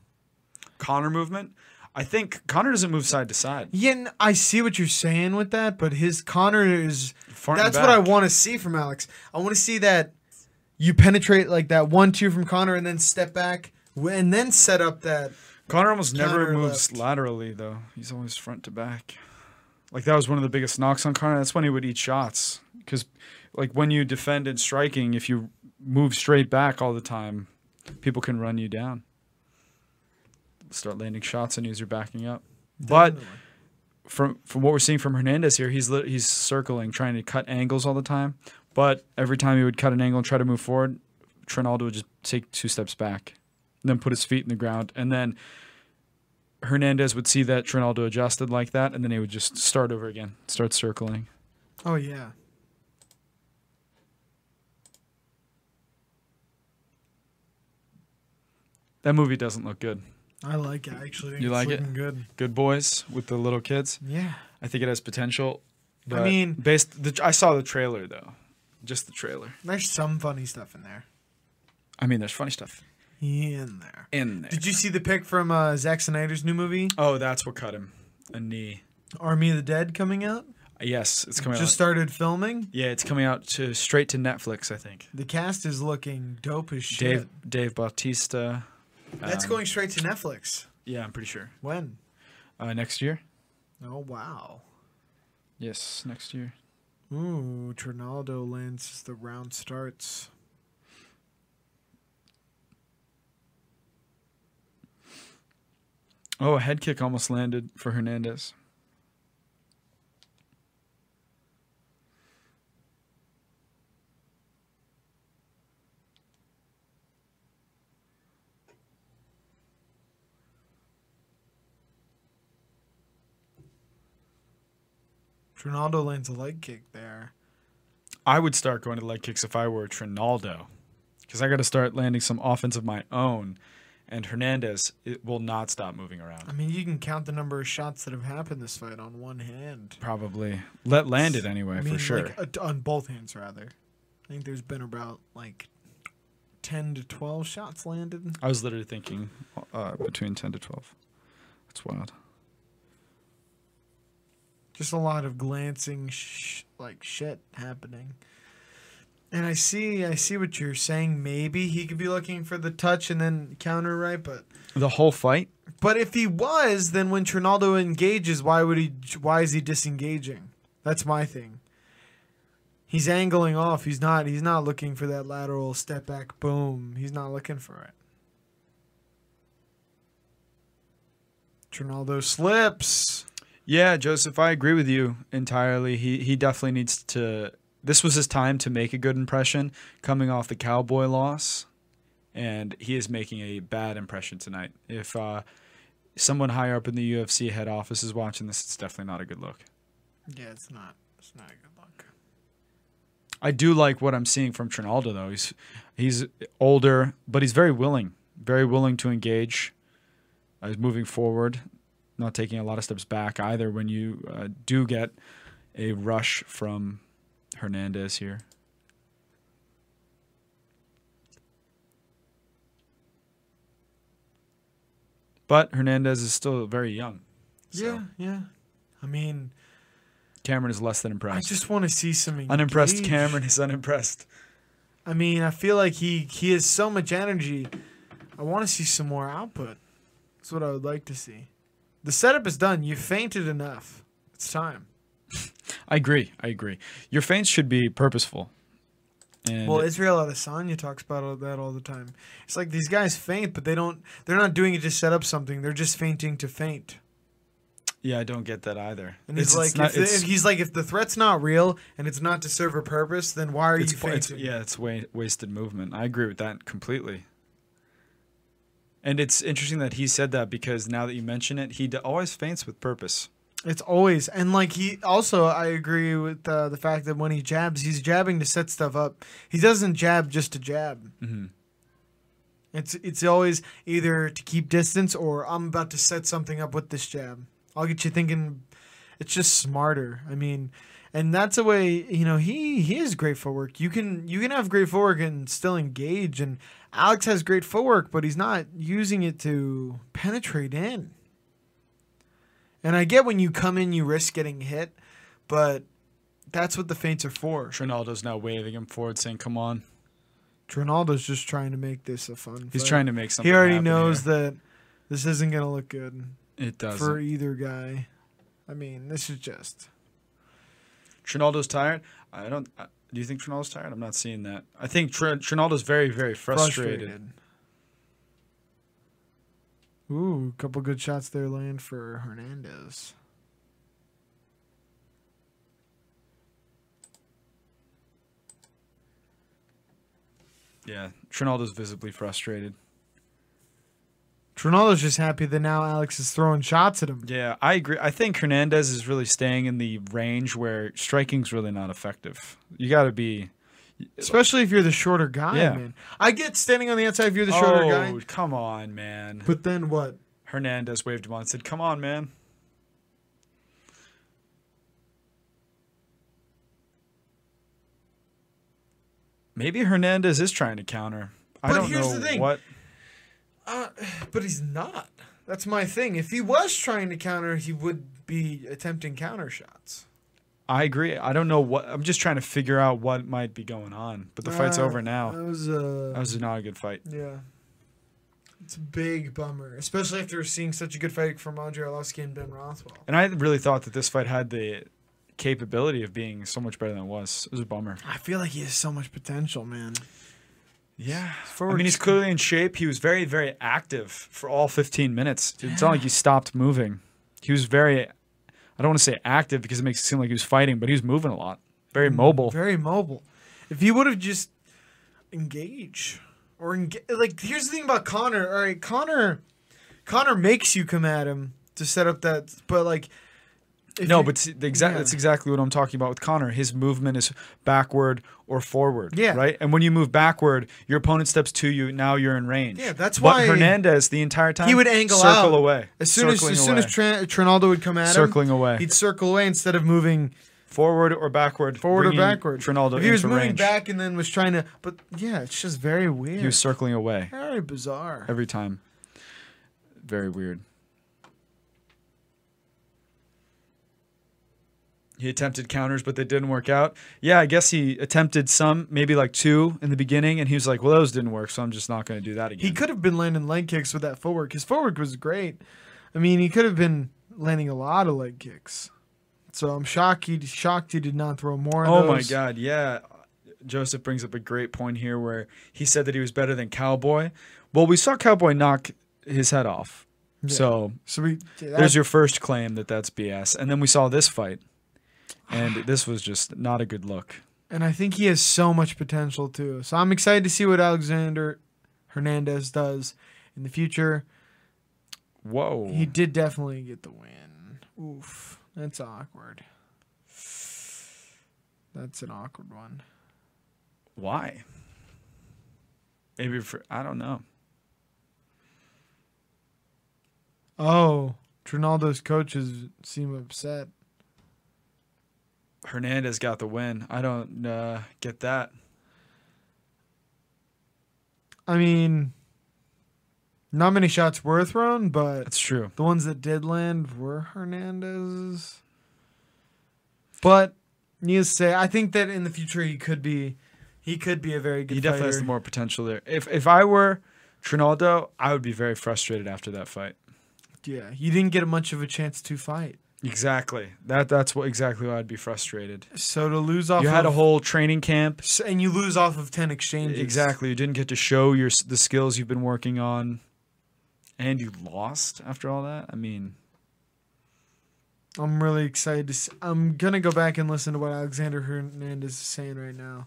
Speaker 4: Connor movement. I think Connor doesn't move side to side.
Speaker 3: Yeah, n- I see what you're saying with that, but his Connor is.
Speaker 4: Front and
Speaker 3: That's what I
Speaker 4: back.
Speaker 3: want to see from Alex. I want to see that you penetrate like that one two from Connor and then step back w- and then set up that.
Speaker 4: Connor almost never
Speaker 3: Counter
Speaker 4: moves
Speaker 3: left.
Speaker 4: laterally though. He's always front to back. Like that was one of the biggest knocks on Connor. That's when he would eat shots because, like, when you defend in striking, if you move straight back all the time, people can run you down. Start landing shots on you as you're backing up. But from from what we're seeing from Hernandez here, he's lit he's circling, trying to cut angles all the time. But every time he would cut an angle and try to move forward, Trinaldo would just take two steps back, and then put his feet in the ground, and then Hernandez would see that Trinaldo adjusted like that, and then he would just start over again, start circling.
Speaker 3: Oh yeah.
Speaker 4: That movie doesn't look good.
Speaker 3: I like it actually.
Speaker 4: You
Speaker 3: It's
Speaker 4: like it?
Speaker 3: looking Good.
Speaker 4: Good boys with the little kids.
Speaker 3: Yeah.
Speaker 4: I think it has potential. But
Speaker 3: mean-
Speaker 4: based the, I saw the trailer though, just the trailer.
Speaker 3: There's some funny stuff in there.
Speaker 4: I mean, there's funny stuff
Speaker 3: In there.
Speaker 4: in there.
Speaker 3: Did you see the pic from uh, Zack Snyder's new movie,
Speaker 4: Oh, that's what cut him. A knee.
Speaker 3: Army of the Dead, coming out?
Speaker 4: Yes, it's coming
Speaker 3: Just
Speaker 4: out.
Speaker 3: started filming.
Speaker 4: Yeah, it's coming out to straight to Netflix. I think.
Speaker 3: The cast is looking dope as shit.
Speaker 4: Dave um, Dave Bautista.
Speaker 3: That's
Speaker 4: um,
Speaker 3: going straight to Netflix.
Speaker 4: Yeah, I'm pretty sure.
Speaker 3: When?
Speaker 4: Uh, next year.
Speaker 3: Oh wow.
Speaker 4: Yes, next year.
Speaker 3: Ooh, Trinaldo lands as the round starts.
Speaker 4: Oh, a head kick almost landed for Hernandez.
Speaker 3: Trinaldo lands a leg kick there.
Speaker 4: I would start going to leg kicks if I were Trinaldo, because I got to start landing some offense of my own, and Hernandez it will not stop moving
Speaker 3: I
Speaker 4: around.
Speaker 3: mean, you can count the number of shots that have happened this fight on one hand.
Speaker 4: Probably let land it anyway
Speaker 3: I
Speaker 4: for
Speaker 3: mean,
Speaker 4: sure.
Speaker 3: like, uh, on both hands, rather. I think there's been about like ten to twelve shots landed.
Speaker 4: I was literally thinking uh, between ten to twelve. That's wild.
Speaker 3: Just a lot of glancing, sh- like shit happening. And I see, I see what you're saying. Maybe he could be looking for the touch and then counter right, but
Speaker 4: The whole fight?
Speaker 3: but if he was, then when Trinaldo engages, why would he? Why is he disengaging? That's my thing. He's angling off. He's not. He's not looking for that lateral step back boom. He's not looking for it. Trinaldo slips.
Speaker 4: Yeah, Joseph, I agree with you entirely. He he definitely needs to. This was his time to make a good impression, coming off the Cowboy loss, and he is making a bad impression tonight. If uh, someone higher up in the UFC head office is watching this, it's definitely not a good look.
Speaker 3: Yeah, it's not. It's not a good look.
Speaker 4: I do like what I'm seeing from Trinaldo though. He's he's older, but he's very willing, very willing to engage. Uh, he's moving forward, not taking a lot of steps back either. When you uh, do get a rush from Hernandez here, but Hernandez is still very young. So
Speaker 3: Yeah, yeah. I mean,
Speaker 4: Cameron is less than
Speaker 3: I
Speaker 4: impressed.
Speaker 3: just want to see some engage.
Speaker 4: Unimpressed Cameron is unimpressed.
Speaker 3: I mean, I feel like he he has so much energy. I want to see some more output. That's what I would like to see. The setup is done. You fainted enough. It's time.
Speaker 4: I agree. I agree. Your feints should be purposeful. And
Speaker 3: well, Israel Adesanya talks about that all the time. It's like these guys faint, but they don't. They're not doing it to set up something. They're just fainting to faint.
Speaker 4: yeah, I don't get that either.
Speaker 3: And he's like,
Speaker 4: not-
Speaker 3: if the, if he's like, if the threat's not real and it's not to serve a purpose, then why are
Speaker 4: it's,
Speaker 3: you
Speaker 4: po- it's-
Speaker 3: fainting?
Speaker 4: yeah, it's wa- wasted movement. I agree with that completely. And it's interesting that he said that because now that you mention it, he d- always faints with purpose.
Speaker 3: It's always and like he also I agree with uh, the fact that when he jabs, he's jabbing to set stuff up. He doesn't jab just to jab.
Speaker 4: Mhm.
Speaker 3: It's it's always either to keep distance or I'm about to set something up with this jab. I'll get you thinking. It's just smarter. I mean, and that's a way you know he he is great footwork. You can you can have great footwork and still engage. And Alex has great footwork, but he's not using it to penetrate in. And I get when you come in, you risk getting hit, but that's what the feints are for.
Speaker 4: Trinaldo's now waving him forward, saying, "Come on."
Speaker 3: Trinaldo's just trying to make this a fun.
Speaker 4: He's
Speaker 3: fight.
Speaker 4: trying to make something.
Speaker 3: He already
Speaker 4: happen
Speaker 3: knows
Speaker 4: here.
Speaker 3: that this isn't gonna look good
Speaker 4: it does.
Speaker 3: for either guy. I mean, this is just.
Speaker 4: Trinaldo's tired. I don't. I, do you think Trinaldo's tired? I'm not seeing that. I think Tr- Trinaldo's very, very frustrated.
Speaker 3: Frustrated. Ooh, a couple good shots there land for Hernandez.
Speaker 4: Yeah, Trinaldo's visibly frustrated.
Speaker 3: Trinaldo's just happy that now Alex is throwing shots at him.
Speaker 4: Yeah, I agree. I think Hernandez is really staying in the range where striking's really not effective. You got to be
Speaker 3: Especially if you're the shorter guy,
Speaker 4: Yeah.
Speaker 3: man. I get standing on the outside if you're the shorter
Speaker 4: oh,
Speaker 3: guy.
Speaker 4: come on, man.
Speaker 3: But then what?
Speaker 4: Hernandez waved him on and said, "Come on, man." Maybe Hernandez is trying to counter. I
Speaker 3: But
Speaker 4: don't
Speaker 3: here's
Speaker 4: know
Speaker 3: the thing.
Speaker 4: what.
Speaker 3: Uh, but he's not. That's my thing. If he was trying to counter, he would be attempting counter shots.
Speaker 4: I agree. I don't know what. I'm just trying to figure out what might be going on. But the fight's
Speaker 3: Uh,
Speaker 4: over now.
Speaker 3: That was uh,
Speaker 4: that was not a good fight.
Speaker 3: yeah. It's a big bummer, especially after seeing such a good fight from Andre Arlovsky and Ben Rothwell.
Speaker 4: And I really thought that this fight had the capability of being so much better than it was. It was a bummer.
Speaker 3: I feel like he has so much potential, man.
Speaker 4: Yeah. I
Speaker 3: forward
Speaker 4: mean, he's
Speaker 3: to-
Speaker 4: clearly in shape. He was very, very active for all 15 minutes. It's not like he stopped moving. He was very, I don't want to say active because it makes it seem like he was fighting, but he was moving a lot.
Speaker 3: Mm-hmm.
Speaker 4: Very mobile.
Speaker 3: Very mobile. If he would have just engage or engage, like here's the thing about Connor. All right, Connor, Connor makes you come at him to set up that, but like. if
Speaker 4: no,
Speaker 3: you-
Speaker 4: but see, the exact,
Speaker 3: yeah.
Speaker 4: that's exactly what I'm talking about with Connor. His movement is backward or forward.
Speaker 3: Yeah.
Speaker 4: Right? And when you move backward, your opponent steps to you. Now you're in range.
Speaker 3: Yeah, that's
Speaker 4: But
Speaker 3: why-
Speaker 4: Hernandez, the entire time,
Speaker 3: he would angle out,
Speaker 4: circle away.
Speaker 3: as soon as
Speaker 4: circling
Speaker 3: as soon as
Speaker 4: away.
Speaker 3: Tran- Trinaldo would come at
Speaker 4: Circling
Speaker 3: him,
Speaker 4: away.
Speaker 3: he'd circle away instead of moving
Speaker 4: forward or backward.
Speaker 3: forward or
Speaker 4: bringing
Speaker 3: backward.
Speaker 4: Trinaldo
Speaker 3: if he was
Speaker 4: into
Speaker 3: moving
Speaker 4: range.
Speaker 3: back and then was trying to, but yeah, it's just very weird.
Speaker 4: He was circling away
Speaker 3: very bizarre.
Speaker 4: every time. Very weird. He attempted counters, but they didn't work out. Yeah, I guess he attempted some, maybe like two in the beginning, and he was like, "Well, those didn't work, so I'm just not going to do that again."
Speaker 3: He could have been landing leg kicks with that footwork. His footwork was great. I mean, he could have been landing a lot of leg kicks. So I'm shocked he shocked he did not throw more. Of
Speaker 4: Oh my
Speaker 3: those.
Speaker 4: God, yeah. Joseph brings up a great point here where he said that he was better than Cowboy. Well, we saw Cowboy knock his head off. So
Speaker 3: So we
Speaker 4: there's your first claim that that's BS. And then we saw this fight, and this was just not a good look.
Speaker 3: and I think he has so much potential too. So I'm excited to see what Alexander Hernandez does in the future.
Speaker 4: Whoa.
Speaker 3: He did definitely get the win. Oof, that's awkward. That's an awkward one.
Speaker 4: Why? Maybe for, I don't know.
Speaker 3: Oh, Trinaldo's coaches seem upset.
Speaker 4: Hernandez got the win. I don't uh, get that.
Speaker 3: I mean, not many shots were thrown, but
Speaker 4: That's true.
Speaker 3: the ones that did land were Hernandez's. But needless to say, I think that in the future he could be, he could be a very good.
Speaker 4: He definitely has
Speaker 3: fighter.
Speaker 4: the more potential there. If if I were Trinaldo, I would be very frustrated after that fight.
Speaker 3: Yeah, you didn't get much of a chance to fight.
Speaker 4: Exactly. That that's what exactly why I'd be frustrated.
Speaker 3: So to lose off,
Speaker 4: You had a
Speaker 3: of-
Speaker 4: whole training camp.
Speaker 3: s- and you lose off of ten exchanges.
Speaker 4: Exactly. You didn't get to show your s- the skills you've been working on, and you lost after all that. I mean,
Speaker 3: I'm really excited to. See, I'm gonna go back and listen to what Alexander Hernandez is saying right now.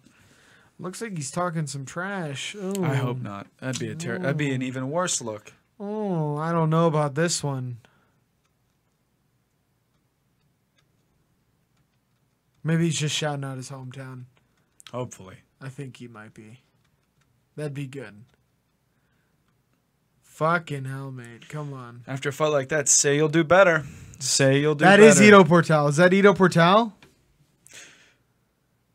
Speaker 3: Looks like he's talking some trash. Oh,
Speaker 4: I hope not. That'd be a ter- that'd be
Speaker 3: Hmm.
Speaker 4: an even worse look.
Speaker 3: Oh, I don't know about this one. Maybe he's just shouting out his hometown.
Speaker 4: Hopefully.
Speaker 3: I think he might be. That'd be good. Fucking hell, mate. Come on.
Speaker 4: After a fight like that, say you'll do better. Say you'll do
Speaker 3: That
Speaker 4: better.
Speaker 3: is Ito Portal. Is that Ito Portal?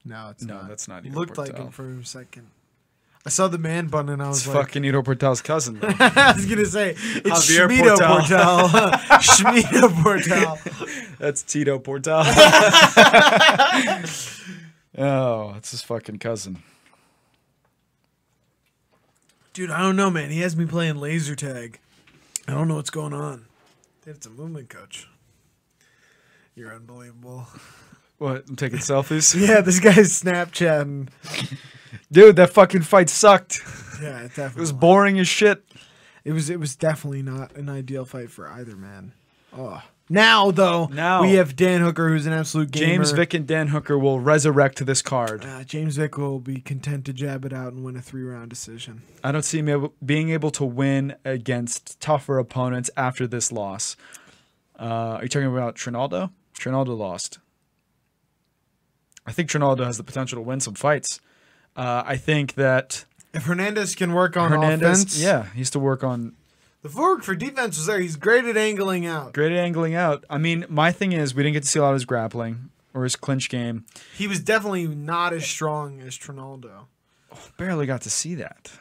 Speaker 3: No, it's
Speaker 4: No,
Speaker 3: not.
Speaker 4: that's not Ito
Speaker 3: Looked like
Speaker 4: Portal.
Speaker 3: him for a second. I saw the man bun and I was
Speaker 4: It's
Speaker 3: like,
Speaker 4: fucking Ito Portal's cousin. though.
Speaker 3: I was gonna say it's
Speaker 4: Javier
Speaker 3: Schmito
Speaker 4: Portal.
Speaker 3: Portal. Schmito Portal.
Speaker 4: That's Tito Portal. oh, it's his fucking cousin.
Speaker 3: Dude, I don't know, man. He has me playing laser tag. I don't know what's going on. Dude, it's a movement coach. You're unbelievable.
Speaker 4: What? I'm taking selfies.
Speaker 3: Yeah, this guy's Snapchatting.
Speaker 4: Dude, that fucking fight sucked.
Speaker 3: Yeah, it
Speaker 4: It
Speaker 3: definitely
Speaker 4: was boring as shit.
Speaker 3: It was it was definitely not an ideal fight for either man. Oh. Now though,
Speaker 4: Now.
Speaker 3: we have Dan Hooker, who's an absolute gamer.
Speaker 4: James Vick and Dan Hooker will resurrect this card.
Speaker 3: Uh, James Vick will be content to jab it out and win a three-round decision.
Speaker 4: I don't see him able- being able to win against tougher opponents after this loss. Uh, are you talking about Trinaldo? Trinaldo lost. I think Trinaldo has the potential to win some fights. Uh, I think that
Speaker 3: If Hernandez can work on
Speaker 4: Hernandez,
Speaker 3: offense,
Speaker 4: yeah, he has to work on
Speaker 3: the fork for defense was there. He's great at angling out.
Speaker 4: Great at angling out. I mean, my thing is we didn't get to see a lot of his grappling or his clinch game.
Speaker 3: He was definitely not as strong as Trinaldo.
Speaker 4: Barely got to see that.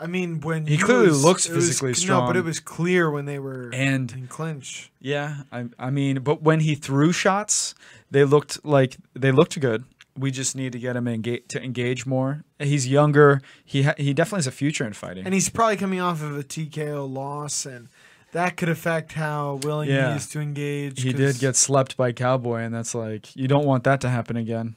Speaker 3: I mean, when
Speaker 4: He clearly
Speaker 3: was-
Speaker 4: looks
Speaker 3: it was-
Speaker 4: physically
Speaker 3: No, but
Speaker 4: strong.
Speaker 3: it was clear when they were
Speaker 4: And-
Speaker 3: in clinch.
Speaker 4: Yeah, I, I mean, but when he threw shots, they looked like they looked good. We just need to get him engage, to engage more. He's younger. He ha- he definitely has a future in fighting.
Speaker 3: And he's probably coming off of a TKO loss, and that could affect how willing
Speaker 4: Yeah.
Speaker 3: he is to engage.
Speaker 4: he
Speaker 3: 'cause-
Speaker 4: did get slept by Cowboy, and that's like you don't want that to happen again,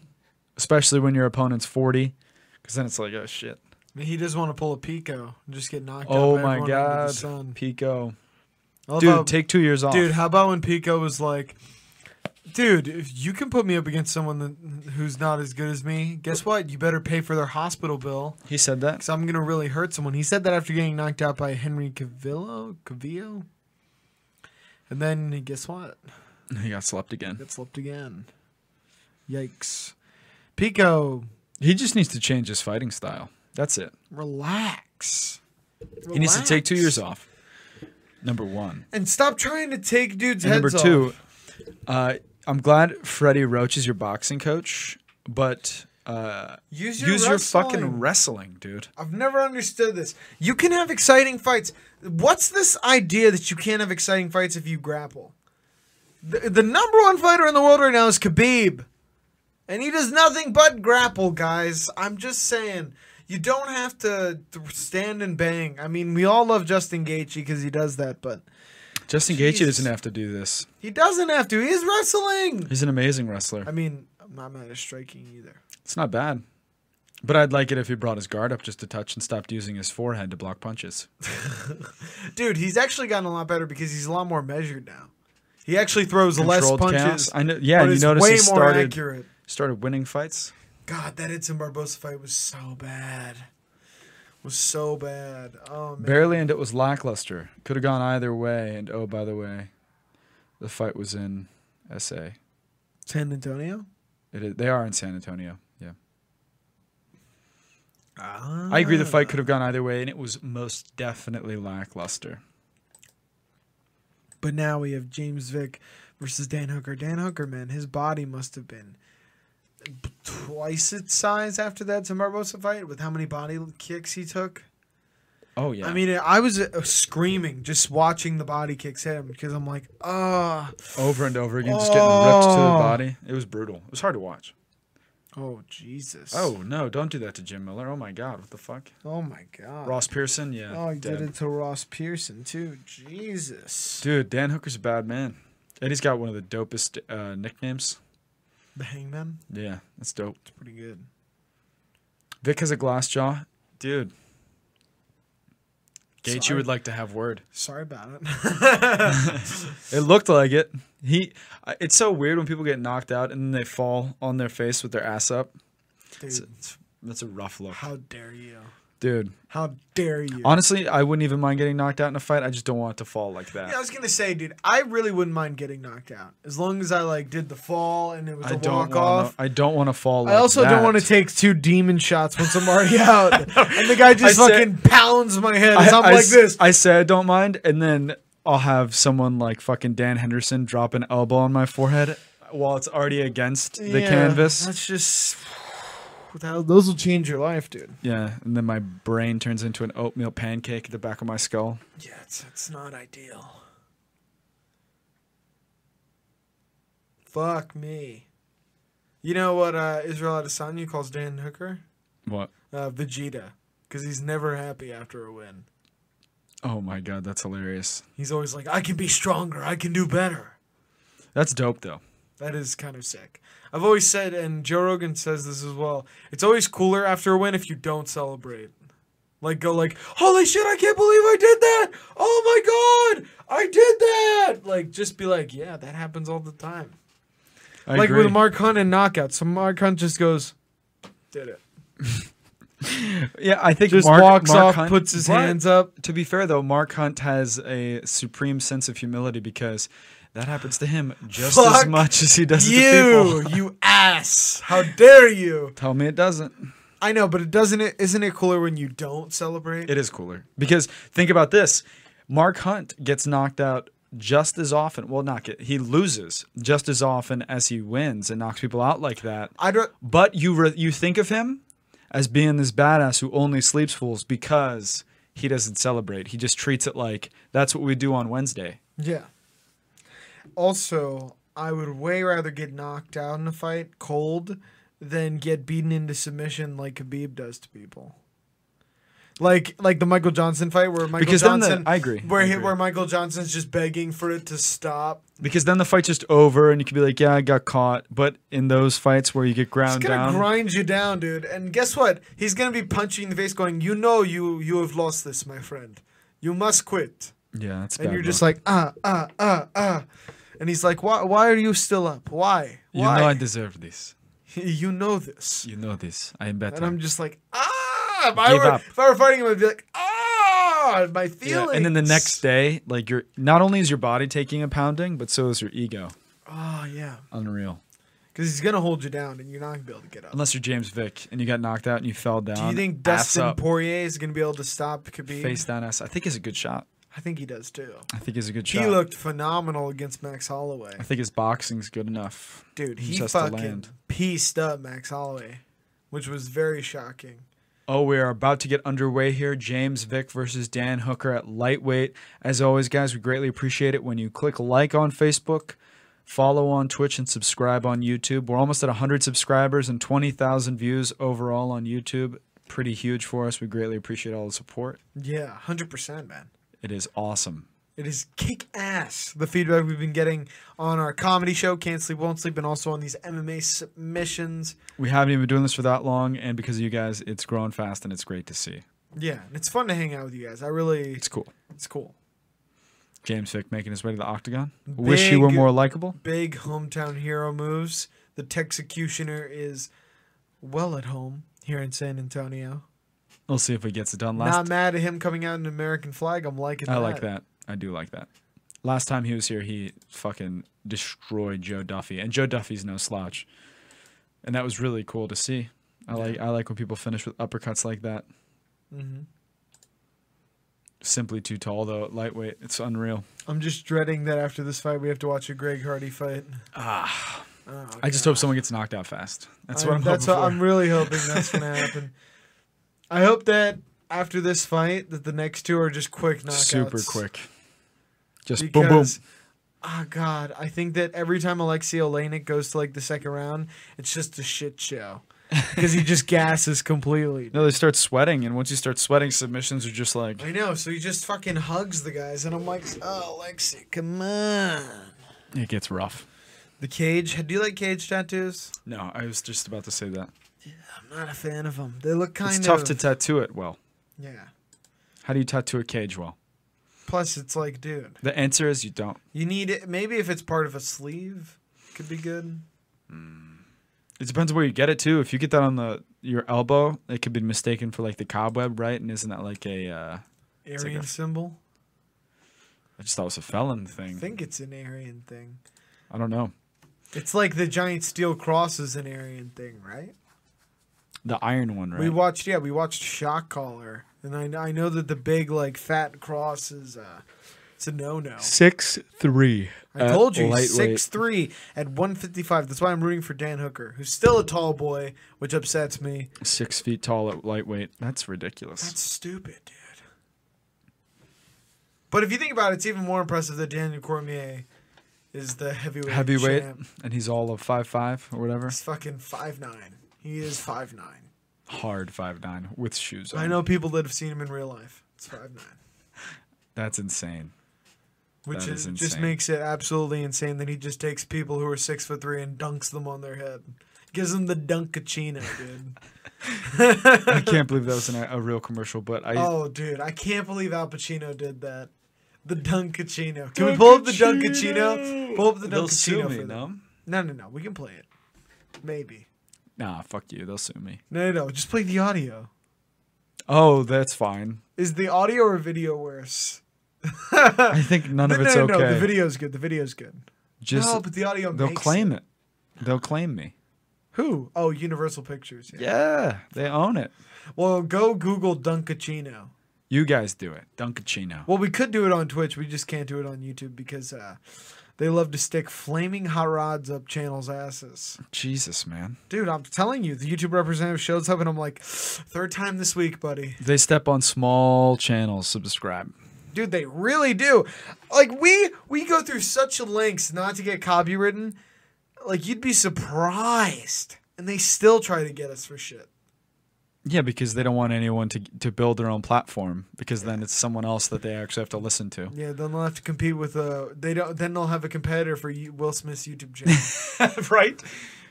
Speaker 4: especially when your opponent's forty, because then it's like oh shit.
Speaker 3: I mean, He does want to pull a Pico and just get knocked
Speaker 4: Oh
Speaker 3: out. by
Speaker 4: my
Speaker 3: everyone under the
Speaker 4: god,
Speaker 3: sun.
Speaker 4: Pico,
Speaker 3: How
Speaker 4: dude,
Speaker 3: about-
Speaker 4: take two years off.
Speaker 3: dude, how about when Pico was like, dude, if you can put me up against someone that, who's not as good as me, guess what? You better pay for their hospital bill
Speaker 4: he said that.
Speaker 3: because I'm going to really hurt someone. He said that after getting knocked out by Henry Cavillo. Cavillo? And then guess what?
Speaker 4: He got slept again.
Speaker 3: Got slipped again. Yikes. Pico,
Speaker 4: He just needs to change his fighting style. That's it.
Speaker 3: relax.
Speaker 4: He needs to take two
Speaker 3: Relax.
Speaker 4: years off. Number one.
Speaker 3: And stop trying to take dudes'
Speaker 4: And
Speaker 3: heads
Speaker 4: number
Speaker 3: off.
Speaker 4: two, uh, I'm glad Freddie Roach is your boxing coach, but uh,
Speaker 3: Use your,
Speaker 4: use your
Speaker 3: wrestling.
Speaker 4: fucking wrestling, dude.
Speaker 3: I've never understood this. You can have exciting fights. What's this idea that you can't have exciting fights if you grapple? The, the number one fighter in the world right now is Khabib. And he does nothing but grapple, guys. I'm just saying. You don't have to th- stand and bang. I mean, we all love Justin Gaethje because he does that, but
Speaker 4: Justin Gaethje doesn't have to do this.
Speaker 3: he doesn't have to. He's wrestling.
Speaker 4: He's an amazing wrestler.
Speaker 3: I mean, I'm not mad at striking either.
Speaker 4: It's not bad. But I'd like it if he brought his guard up just a touch and stopped using his forehead to block punches.
Speaker 3: Dude, he's actually gotten a lot better because he's a lot more measured now. He actually throws less
Speaker 4: Controlled
Speaker 3: punches.
Speaker 4: cast. I know- yeah,
Speaker 3: but
Speaker 4: you
Speaker 3: it's
Speaker 4: notice
Speaker 3: way
Speaker 4: he
Speaker 3: more
Speaker 4: started-
Speaker 3: accurate.
Speaker 4: Started winning fights.
Speaker 3: God, that Edson Barbosa fight was so bad. Was so bad. Oh man.
Speaker 4: Barely, and it was lackluster. Could have gone either way. And oh, by the way, the fight was in SA.
Speaker 3: San Antonio.
Speaker 4: It is, they are in San Antonio. Yeah.
Speaker 3: Ah.
Speaker 4: I agree the fight could have gone either way, and it was most definitely lackluster.
Speaker 3: But now we have James Vick versus Dan Hooker. Dan Hooker, man, his body must have been twice its size after that Edson Barbosa fight with how many body kicks he took.
Speaker 4: Oh, yeah.
Speaker 3: I mean, I was uh, screaming just watching the body kicks hit him because I'm like, ah.
Speaker 4: over and over again, just getting ripped to the
Speaker 3: Oh.
Speaker 4: body. It was brutal. It was hard to watch.
Speaker 3: Oh Jesus!
Speaker 4: Oh, no, don't do that to Jim Miller. Oh, my God. What the fuck?
Speaker 3: oh my God!
Speaker 4: Ross Pearson? Yeah.
Speaker 3: oh, he
Speaker 4: dead.
Speaker 3: did it to Ross Pearson too. Jesus!
Speaker 4: Dude, Dan Hooker's a bad man. And he's got one of the dopest uh, nicknames.
Speaker 3: The Hangman,
Speaker 4: Yeah, that's dope.
Speaker 3: it's pretty good.
Speaker 4: Vic has a glass jaw. Dude. Gaethje
Speaker 3: Sorry.
Speaker 4: would like to have word.
Speaker 3: Sorry about it.
Speaker 4: It looked like it. He. I- It's so weird when people get knocked out and then they fall on their face with their ass up. It's,
Speaker 3: Dude,
Speaker 4: it's, that's a rough look,
Speaker 3: how dare you?
Speaker 4: dude.
Speaker 3: How dare you?
Speaker 4: Honestly, I wouldn't even mind getting knocked out in a fight. I just don't want it to fall like that.
Speaker 3: yeah, I was gonna say, dude, I really wouldn't mind getting knocked out as long as I like did the fall and it was
Speaker 4: I
Speaker 3: a
Speaker 4: don't
Speaker 3: walk
Speaker 4: wanna,
Speaker 3: off.
Speaker 4: I don't want to fall.
Speaker 3: I also don't want to take two demon shots once I'm already out, and the guy just
Speaker 4: I said-
Speaker 3: fucking pounds my head. as I'm like
Speaker 4: s-
Speaker 3: this.
Speaker 4: I say I don't mind, and then I'll have someone like fucking Dan Henderson drop an elbow on my forehead while it's already against the
Speaker 3: Yeah,
Speaker 4: canvas.
Speaker 3: That's just that- those will change your life, dude.
Speaker 4: Yeah, and then my brain turns into an oatmeal pancake at the back of my skull.
Speaker 3: Yeah, it's it's not ideal. Fuck me. You know what uh, Israel Adesanya calls Dan Hooker?
Speaker 4: What?
Speaker 3: Uh, Vegeta, because he's never happy after a win.
Speaker 4: Oh my god, that's hilarious.
Speaker 3: He's always like, "I can be stronger. I can do better."
Speaker 4: That's dope though.
Speaker 3: That is kind of sick. I've always said, and Joe Rogan says this as well. It's always cooler after a win if you don't celebrate. Like go like, holy shit! I can't believe I did that! Oh my god! I did that! Like just be like, yeah, that happens all the time.
Speaker 4: I
Speaker 3: like
Speaker 4: agree.
Speaker 3: with Mark Hunt and knockouts. So Mark Hunt just goes, did it.
Speaker 4: yeah, I think
Speaker 3: Just
Speaker 4: Mark,
Speaker 3: walks
Speaker 4: Mark
Speaker 3: off,
Speaker 4: Hunt-
Speaker 3: puts his
Speaker 4: But
Speaker 3: hands up.
Speaker 4: To be fair though, Mark Hunt has a supreme sense of humility because that happens to him just as
Speaker 3: Fuck
Speaker 4: much as he does to
Speaker 3: You,
Speaker 4: people.
Speaker 3: you ass! How dare you!
Speaker 4: Tell me it doesn't.
Speaker 3: I know, but it doesn't. It isn't it cooler when you don't celebrate?
Speaker 4: It is cooler because think about this: Mark Hunt gets knocked out just as often. Well, not get, he loses just as often as he wins and knocks people out like that.
Speaker 3: I'd ra-
Speaker 4: But you re- you think of him as being this badass who only sleeps fools because he doesn't celebrate. He just treats it like that's what we do on Wednesday.
Speaker 3: Yeah. Also, I would way rather get knocked out in a fight cold than get beaten into submission like Khabib does to people. Like like the Michael Johnson fight where Michael
Speaker 4: Because then the-
Speaker 3: Johnson
Speaker 4: I agree,
Speaker 3: where
Speaker 4: I
Speaker 3: he-
Speaker 4: agree.
Speaker 3: where Michael Johnson's just begging for it to stop.
Speaker 4: Because then the fight's just over and you can be like, yeah, I got caught. But in those fights where you get
Speaker 3: He's
Speaker 4: ground
Speaker 3: gonna
Speaker 4: down,
Speaker 3: grind you down, dude. And guess what? He's gonna be punching you in the face, going, "You know, you you have lost this, my friend. You must quit."
Speaker 4: yeah, that's
Speaker 3: And
Speaker 4: bad
Speaker 3: you're just
Speaker 4: luck.
Speaker 3: like, ah ah ah ah, and he's like, "Why why are you still up? Why
Speaker 4: you
Speaker 3: why?"
Speaker 4: know I deserve this.
Speaker 3: you know this.
Speaker 4: You know this. I am better.
Speaker 3: And I'm just like, ah, if I,
Speaker 4: Give
Speaker 3: were,
Speaker 4: up.
Speaker 3: if I were fighting him, I'd be like, ah, my feelings.
Speaker 4: and then the next day, like you're not only is your body taking a pounding, but so is your ego.
Speaker 3: Oh, yeah.
Speaker 4: Unreal.
Speaker 3: Because he's going to hold you down and you're not going to be able to get up.
Speaker 4: Unless you're James Vick and you got knocked out and you fell down.
Speaker 3: Do you think
Speaker 4: ass
Speaker 3: Dustin
Speaker 4: up,
Speaker 3: Poirier is going to be able to stop Khabib?
Speaker 4: face down ass? I think is a good shot.
Speaker 3: I think he does too.
Speaker 4: I think is a good
Speaker 3: He
Speaker 4: shot.
Speaker 3: looked phenomenal against Max Holloway.
Speaker 4: I think his boxing's good enough.
Speaker 3: Dude,
Speaker 4: He
Speaker 3: he
Speaker 4: just has to
Speaker 3: fucking
Speaker 4: land.
Speaker 3: pieced up Max Holloway, which was very shocking.
Speaker 4: Oh, we are about to get underway here. James Vick versus Dan Hooker at lightweight. As always, guys, we greatly appreciate it when you click like on Facebook, Follow on Twitch and subscribe on YouTube. We're almost at 100 subscribers and 20,000 views overall on YouTube. Pretty huge for us. We greatly appreciate all the support.
Speaker 3: Yeah, 100%, man.
Speaker 4: It is awesome.
Speaker 3: It is kick ass. The feedback we've been getting on our comedy show, Can't Sleep, Won't Sleep, and also on these MMA submissions.
Speaker 4: We haven't even been doing this for that long, and because of you guys, it's grown fast and it's great to see.
Speaker 3: Yeah, and it's fun to hang out with you guys. I really,
Speaker 4: It's cool.
Speaker 3: it's cool.
Speaker 4: James Vick making his way to the octagon. Wish he were
Speaker 3: Big-
Speaker 4: more likable.
Speaker 3: Big hometown hero moves. The Texecutioner is well at home here in San Antonio.
Speaker 4: We'll see if he gets it done.
Speaker 3: Not
Speaker 4: Last,
Speaker 3: mad at him coming out in American flag. I'm liking
Speaker 4: I
Speaker 3: that.
Speaker 4: like that. I do like that. Last time he was here, he fucking destroyed Joe Duffy, and Joe Duffy's no slouch, and that was really cool to see. I like I like when people finish with uppercuts like that.
Speaker 3: Mhm.
Speaker 4: Simply too tall though, lightweight. It's unreal.
Speaker 3: I'm just dreading that after this fight we have to watch a Greg Hardy fight. Ah.
Speaker 4: I just hope someone gets knocked out fast. That's what I'm
Speaker 3: that's
Speaker 4: hoping
Speaker 3: what
Speaker 4: for.
Speaker 3: I'm really hoping that's gonna happen. I hope that after this fight, that the next two are just quick knockouts.
Speaker 4: Super quick. Just boom boom.
Speaker 3: Because, ah, God, I think that every time Alexei Olenek goes to like the second round, it's just a shit show because he just gasses completely.
Speaker 4: No, they start sweating, and once you start sweating, submissions are just like
Speaker 3: I know, so he just fucking hugs the guys, and I'm like, oh, Alexei, come on.
Speaker 4: it gets rough.
Speaker 3: The cage. Do you like cage tattoos?
Speaker 4: No, I was just about to say that.
Speaker 3: I'm not a fan of them. They look kind
Speaker 4: it's
Speaker 3: of
Speaker 4: tough to tattoo it well.
Speaker 3: yeah.
Speaker 4: How do you tattoo a cage well?
Speaker 3: Plus, it's like, dude.
Speaker 4: The answer is you don't.
Speaker 3: You need it maybe if it's part of a sleeve could be good.
Speaker 4: It depends where you get it too. If you get that on the your elbow, it could be mistaken for like the cobweb, right? And isn't that like a? Uh, like
Speaker 3: Aryan
Speaker 4: a-
Speaker 3: symbol.
Speaker 4: I just thought it was a felon
Speaker 3: I
Speaker 4: thing.
Speaker 3: think it's an Aryan thing.
Speaker 4: I don't know.
Speaker 3: It's like the giant steel cross is an Aryan thing, right?
Speaker 4: The iron one, right?
Speaker 3: We watched yeah, we watched Shock Collar, and I I know that the big like fat cross is uh it's a no no.
Speaker 4: six three.
Speaker 3: I told you he's six three at one fifty five. That's why I'm rooting for Dan Hooker, who's still a tall boy, which upsets me.
Speaker 4: six feet tall at lightweight. That's ridiculous.
Speaker 3: That's stupid, dude. But if you think about it, it's even more impressive that Daniel Cormier is the heavyweight.
Speaker 4: Heavyweight,
Speaker 3: champ.
Speaker 4: and he's all of five five or whatever.
Speaker 3: He's fucking five nine. He is five nine.
Speaker 4: Hard five nine with shoes. On.
Speaker 3: I know people that have seen him in real life. It's five nine,
Speaker 4: That's insane.
Speaker 3: which
Speaker 4: That
Speaker 3: is,
Speaker 4: is
Speaker 3: just
Speaker 4: insane.
Speaker 3: makes it absolutely insane that he just takes people who are six foot three and dunks them on their head. Gives them the dunkachino, dude.
Speaker 4: I can't believe that was an, a real commercial, but I
Speaker 3: oh, dude, I can't believe Al Pacino did that. The dunkachino. Can we pull up the dunkachino?
Speaker 4: Dunkachino!
Speaker 3: Pull up the
Speaker 4: they'll sue
Speaker 3: dunkachino
Speaker 4: me.
Speaker 3: for them.
Speaker 4: No?
Speaker 3: No, no, no. We can play it. Maybe.
Speaker 4: Nah, fuck you. They'll sue me.
Speaker 3: No, no, no. Just play the audio.
Speaker 4: Oh, that's fine.
Speaker 3: Is the audio or video worse?
Speaker 4: I think none
Speaker 3: no,
Speaker 4: of it's
Speaker 3: no,
Speaker 4: okay.
Speaker 3: no. The video's good. The video's good.
Speaker 4: Just
Speaker 3: no, but the audio.
Speaker 4: they'll
Speaker 3: makes
Speaker 4: claim it. They'll claim me.
Speaker 3: Who? Oh, Universal Pictures. Yeah.
Speaker 4: Yeah, they own it.
Speaker 3: Well, go Google Dunkachino.
Speaker 4: You guys do it. Dunkachino.
Speaker 3: Well, we could do it on Twitch. We just can't do it on YouTube because uh, they love to stick flaming hot rods up channels' asses.
Speaker 4: Jesus, man.
Speaker 3: Dude, I'm telling you, the YouTube representative shows up and I'm like, third time this week, buddy.
Speaker 4: They step on small channels. Subscribe.
Speaker 3: Dude, they really do. Like we we go through such lengths not to get copywritten. Like you'd be surprised, and they still try to get us for shit.
Speaker 4: Yeah, because they don't want anyone to to build their own platform because then it's someone else that they actually have to listen to.
Speaker 3: Yeah, then they'll have to compete with uh They don't. Then they'll have a competitor for you- Will Smith's YouTube channel.
Speaker 4: right?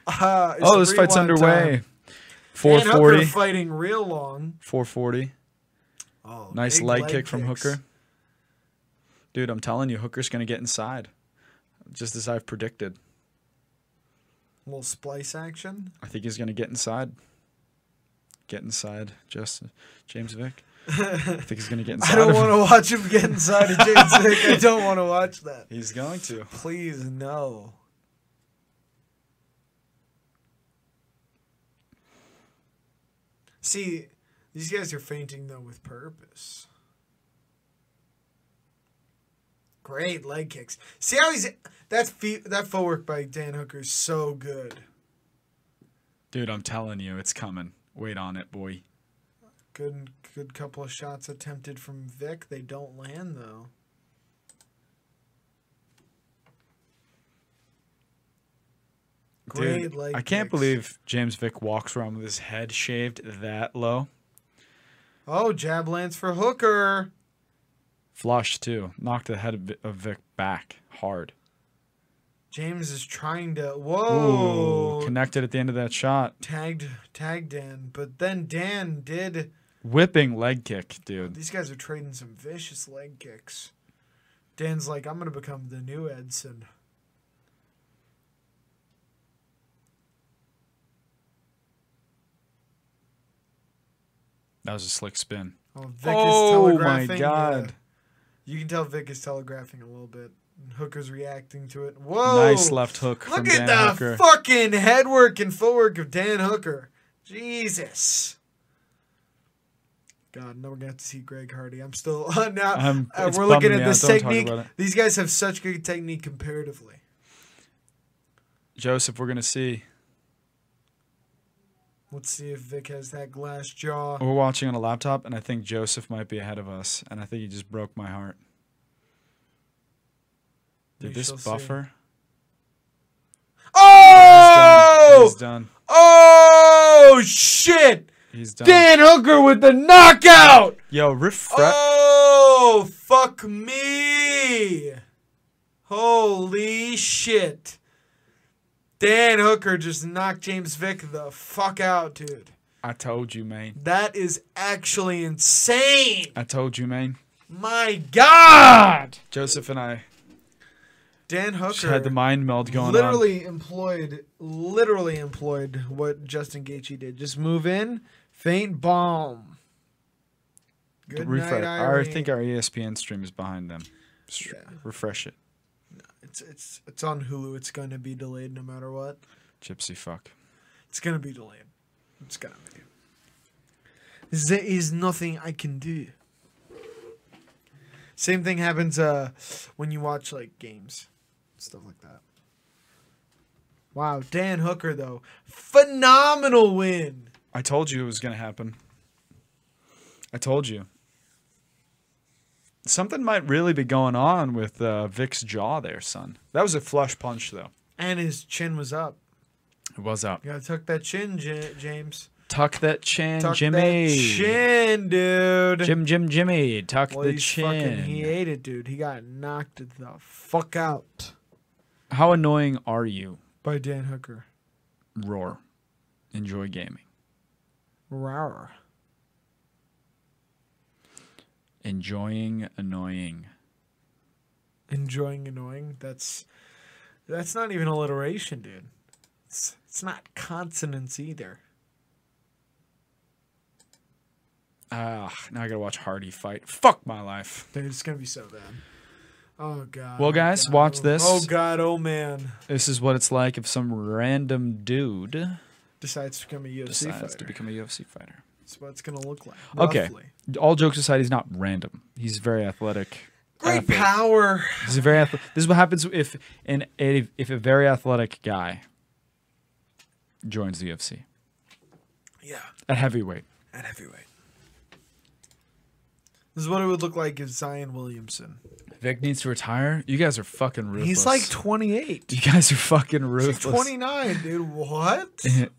Speaker 3: Uh, it's
Speaker 4: Oh, this
Speaker 3: three
Speaker 4: fight's
Speaker 3: one
Speaker 4: underway.
Speaker 3: time. Dan Hooker
Speaker 4: 440.
Speaker 3: fighting real long.
Speaker 4: 440.
Speaker 3: Oh,
Speaker 4: Nice
Speaker 3: big
Speaker 4: leg, kick from
Speaker 3: kicks.
Speaker 4: Hooker. Dude, I'm telling you, Hooker's going to get inside. Just as I've predicted.
Speaker 3: Little splice action.
Speaker 4: I think he's going to get inside. Get inside, Justin. James Vick. I think he's going to get inside.
Speaker 3: I don't
Speaker 4: of
Speaker 3: want
Speaker 4: him.
Speaker 3: to watch him get inside of James Vick. I don't want to watch that.
Speaker 4: He's going to.
Speaker 3: Please no. See, these guys are fainting though with purpose. Great leg kicks. See how he's that feet that footwork by Dan Hooker is so good.
Speaker 4: Dude, I'm telling you, it's coming. Wait on it, boy.
Speaker 3: Good good couple of shots attempted from Vic. They don't land though. Great
Speaker 4: Dude,
Speaker 3: leg
Speaker 4: I can't
Speaker 3: kicks.
Speaker 4: believe James Vick walks around with his head shaved that low.
Speaker 3: Oh, jab lands for Hooker.
Speaker 4: Flush too. Knocked the head of Vi- of Vick back hard.
Speaker 3: James is trying to.
Speaker 4: Ooh,
Speaker 3: Whoa.
Speaker 4: connected at the end of that shot.
Speaker 3: tagged tagged Dan, but then Dan did.
Speaker 4: Whipping leg kick, dude.
Speaker 3: These guys are trading some vicious leg kicks. Dan's like, I'm gonna become the new Edson.
Speaker 4: That was a slick spin.
Speaker 3: Oh, Vic
Speaker 4: Oh my
Speaker 3: uh,
Speaker 4: god.
Speaker 3: you can tell Vic is telegraphing a little bit. Hooker's reacting to it. Whoa!
Speaker 4: Nice left hook
Speaker 3: Look
Speaker 4: from
Speaker 3: at
Speaker 4: Dan
Speaker 3: the
Speaker 4: Hooker.
Speaker 3: fucking headwork and footwork of Dan Hooker. Jesus. God, now we're gonna have to see Greg Hardy. I'm still now.
Speaker 4: I'm-
Speaker 3: uh,
Speaker 4: it's
Speaker 3: we're looking at
Speaker 4: bumming me out.
Speaker 3: this
Speaker 4: Don't talk
Speaker 3: technique.
Speaker 4: about it.
Speaker 3: These guys have such good technique comparatively.
Speaker 4: Joseph, we're gonna see.
Speaker 3: Let's see if Vic has that glass jaw.
Speaker 4: We're watching on a laptop, and I think Joseph might be ahead of us. And I think he just broke my heart. Did
Speaker 3: We
Speaker 4: this
Speaker 3: shall see.
Speaker 4: buffer?
Speaker 3: Oh!
Speaker 4: He's done.
Speaker 3: Oh shit!
Speaker 4: He's done.
Speaker 3: Dan Hooker with the knockout.
Speaker 4: Yo, refresh.
Speaker 3: Oh fuck me! Holy shit! Dan Hooker just knocked James Vick the fuck out, dude.
Speaker 4: I told you, man.
Speaker 3: That is actually insane.
Speaker 4: I told you, man.
Speaker 3: My God!
Speaker 4: Joseph and I
Speaker 3: Dan
Speaker 4: just
Speaker 3: Hooker
Speaker 4: had the mind meld going on.
Speaker 3: literally employed literally employed what Justin Gaethje did. Just move in, faint bomb. Good
Speaker 4: Refresh.
Speaker 3: night,
Speaker 4: I
Speaker 3: Irene.
Speaker 4: think our E ESPN stream is behind them. Just
Speaker 3: Yeah.
Speaker 4: Refresh it,
Speaker 3: it's it's it's on Hulu. It's gonna be delayed no matter what.
Speaker 4: gypsy fuck.
Speaker 3: It's gonna be delayed. It's gonna be. There is nothing I can do. Same thing happens uh, when you watch like games, stuff like that. Wow, Dan Hooker though, phenomenal win.
Speaker 4: I told you it was gonna happen. I told you. Something might really be going on with uh, Vic's jaw there, son. That was a flush punch, though.
Speaker 3: And his chin was up.
Speaker 4: It was up.
Speaker 3: You gotta tuck that chin, J- James.
Speaker 4: Tuck that chin,
Speaker 3: Tuck
Speaker 4: Jimmy.
Speaker 3: that chin, dude.
Speaker 4: Jim, Jim, Jimmy. Tuck
Speaker 3: well,
Speaker 4: the
Speaker 3: he's fucking,
Speaker 4: chin.
Speaker 3: he ate it, dude. He got knocked the fuck out
Speaker 4: How annoying are you?
Speaker 3: by Dan Hooker.
Speaker 4: Roar. Enjoy gaming.
Speaker 3: Rawr.
Speaker 4: Enjoying annoying.
Speaker 3: Enjoying annoying. That's that's not even alliteration, dude. It's it's not consonants either.
Speaker 4: Ah, now I gotta watch Hardy fight. Fuck my life.
Speaker 3: Dude, it's gonna be so bad. Oh god.
Speaker 4: Well,
Speaker 3: oh,
Speaker 4: guys,
Speaker 3: God,
Speaker 4: watch
Speaker 3: oh-
Speaker 4: this.
Speaker 3: Oh god, oh man.
Speaker 4: This is what it's like if some random dude
Speaker 3: Decides to become a UFC
Speaker 4: decides
Speaker 3: fighter.
Speaker 4: to become a UFC fighter.
Speaker 3: That's what it's gonna look like.
Speaker 4: Okay.
Speaker 3: roughly.
Speaker 4: All jokes aside, he's not random. He's very athletic.
Speaker 3: Great
Speaker 4: athlete.
Speaker 3: power.
Speaker 4: He's a very athle- This is what happens if an if if a very athletic guy joins the UFC
Speaker 3: Yeah.
Speaker 4: at heavyweight.
Speaker 3: at heavyweight. This is what it would look like if Zion Williamson.
Speaker 4: Vic needs to retire. You guys are fucking ruthless.
Speaker 3: He's like 28.
Speaker 4: you guys are fucking
Speaker 3: He's
Speaker 4: ruthless.
Speaker 3: 29, dude. What?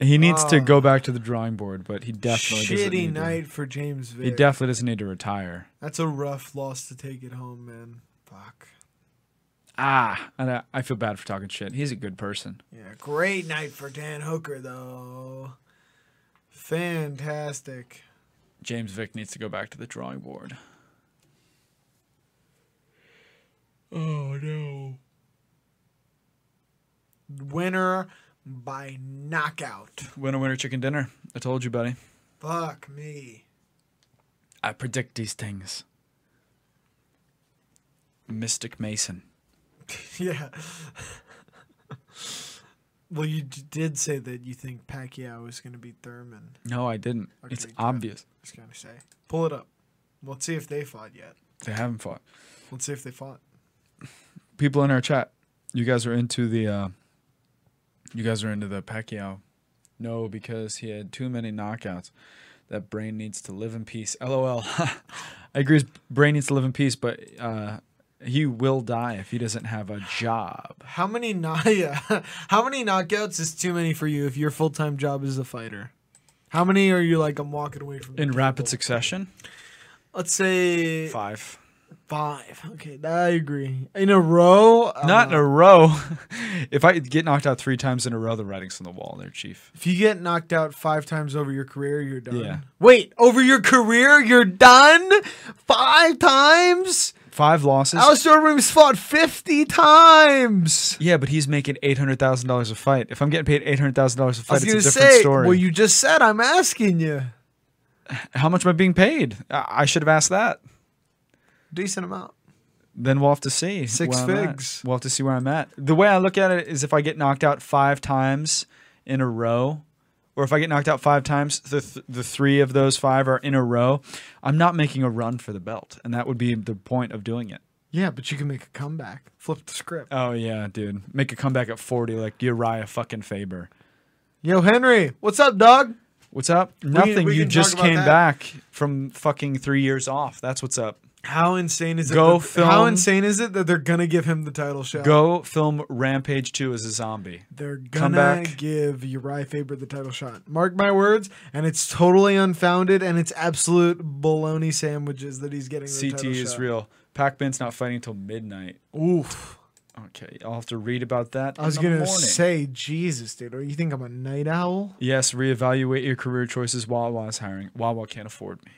Speaker 4: He needs to
Speaker 3: Ah.
Speaker 4: go back to the drawing board, but he definitely
Speaker 3: Shitty
Speaker 4: doesn't need to-
Speaker 3: night for James
Speaker 4: He
Speaker 3: Vick.
Speaker 4: definitely doesn't need to retire.
Speaker 3: That's a rough loss to take it home, man. Fuck.
Speaker 4: Ah, and I, I feel bad for talking shit. He's a good person.
Speaker 3: Yeah, great night for Dan Hooker, though. Fantastic.
Speaker 4: James Vick needs to go back to the drawing board.
Speaker 3: Oh, no. Winner by knockout.
Speaker 4: Winner, winner, chicken dinner. I told you, buddy.
Speaker 3: Fuck me.
Speaker 4: I predict these things. Mystic Mason.
Speaker 3: Yeah. well, you d- did say that you think Pacquiao is going to beat Thurman.
Speaker 4: No, I didn't.
Speaker 3: Okay,
Speaker 4: it's
Speaker 3: good.
Speaker 4: obvious.
Speaker 3: I was going to say. Pull it up. Let's see if they fought yet.
Speaker 4: They haven't fought.
Speaker 3: Let's see if they fought.
Speaker 4: People in our chat, you guys are into the. Uh, you guys are into the Pacquiao. No, because he had too many knockouts. That brain needs to live in peace. LOL. I agree. his Brain needs to live in peace, but uh, He will die if he doesn't have a job.
Speaker 3: How many not yeah. How many knockouts is too many for you if your full time job is a fighter? How many are you like I'm walking away from? the
Speaker 4: In
Speaker 3: table?
Speaker 4: rapid succession,
Speaker 3: Let's say five.
Speaker 4: five.
Speaker 3: Okay, that I agree. In a row.
Speaker 4: Not
Speaker 3: uh,
Speaker 4: in a row. if I get knocked out three times in a row, the writing's on the wall there, Chief.
Speaker 3: If you get knocked out five times over your career, you're done.
Speaker 4: Yeah.
Speaker 3: Wait, over your career, you're done? Five times?
Speaker 4: Five losses.
Speaker 3: Alistair Rooms fought 50 times.
Speaker 4: yeah, but he's making eight hundred thousand dollars a fight. If I'm getting paid eight hundred thousand dollars a
Speaker 3: I
Speaker 4: fight,
Speaker 3: was
Speaker 4: it's a
Speaker 3: going to
Speaker 4: different
Speaker 3: say,
Speaker 4: story.
Speaker 3: well, you just said, I'm asking you.
Speaker 4: How much am I being paid? I, I should have asked that.
Speaker 3: Decent amount.
Speaker 4: Then we'll have to see.
Speaker 3: Six
Speaker 4: where I'm at.
Speaker 3: figs.
Speaker 4: We'll have to see where I'm at. The way I look at it is if I get knocked out five times in a row, or if I get knocked out five times, the, th- the three of those five are in a row, I'm not making a run for the belt. And that would be the point of doing it.
Speaker 3: Yeah, but you can make a comeback. Flip the script.
Speaker 4: Oh, yeah, dude. Make a comeback at 40 like Uriah fucking Faber.
Speaker 3: Yo, Henry, what's up, dog?
Speaker 4: What's up? Nothing.
Speaker 3: we
Speaker 4: you
Speaker 3: can talk
Speaker 4: just
Speaker 3: about
Speaker 4: came
Speaker 3: that.
Speaker 4: back from fucking three years off. That's what's up.
Speaker 3: How insane is
Speaker 4: Go
Speaker 3: it? that- How
Speaker 4: film-
Speaker 3: insane is it that they're going to give him the title shot?
Speaker 4: Go film Rampage 2 as a zombie.
Speaker 3: They're
Speaker 4: Come
Speaker 3: gonna
Speaker 4: back.
Speaker 3: give Uriah Faber the title shot. Mark my words, and it's totally unfounded, and it's absolute baloney sandwiches that he's getting. The
Speaker 4: CT
Speaker 3: title
Speaker 4: is
Speaker 3: shot.
Speaker 4: real. Pac Man's not fighting until midnight.
Speaker 3: Oof.
Speaker 4: Okay, I'll have to read about that.
Speaker 3: I was
Speaker 4: in the
Speaker 3: gonna
Speaker 4: morning.
Speaker 3: say, Jesus, dude, or you think I'm a night owl?
Speaker 4: Yes, reevaluate your career choices. Wawa's hiring. Wawa can't afford me.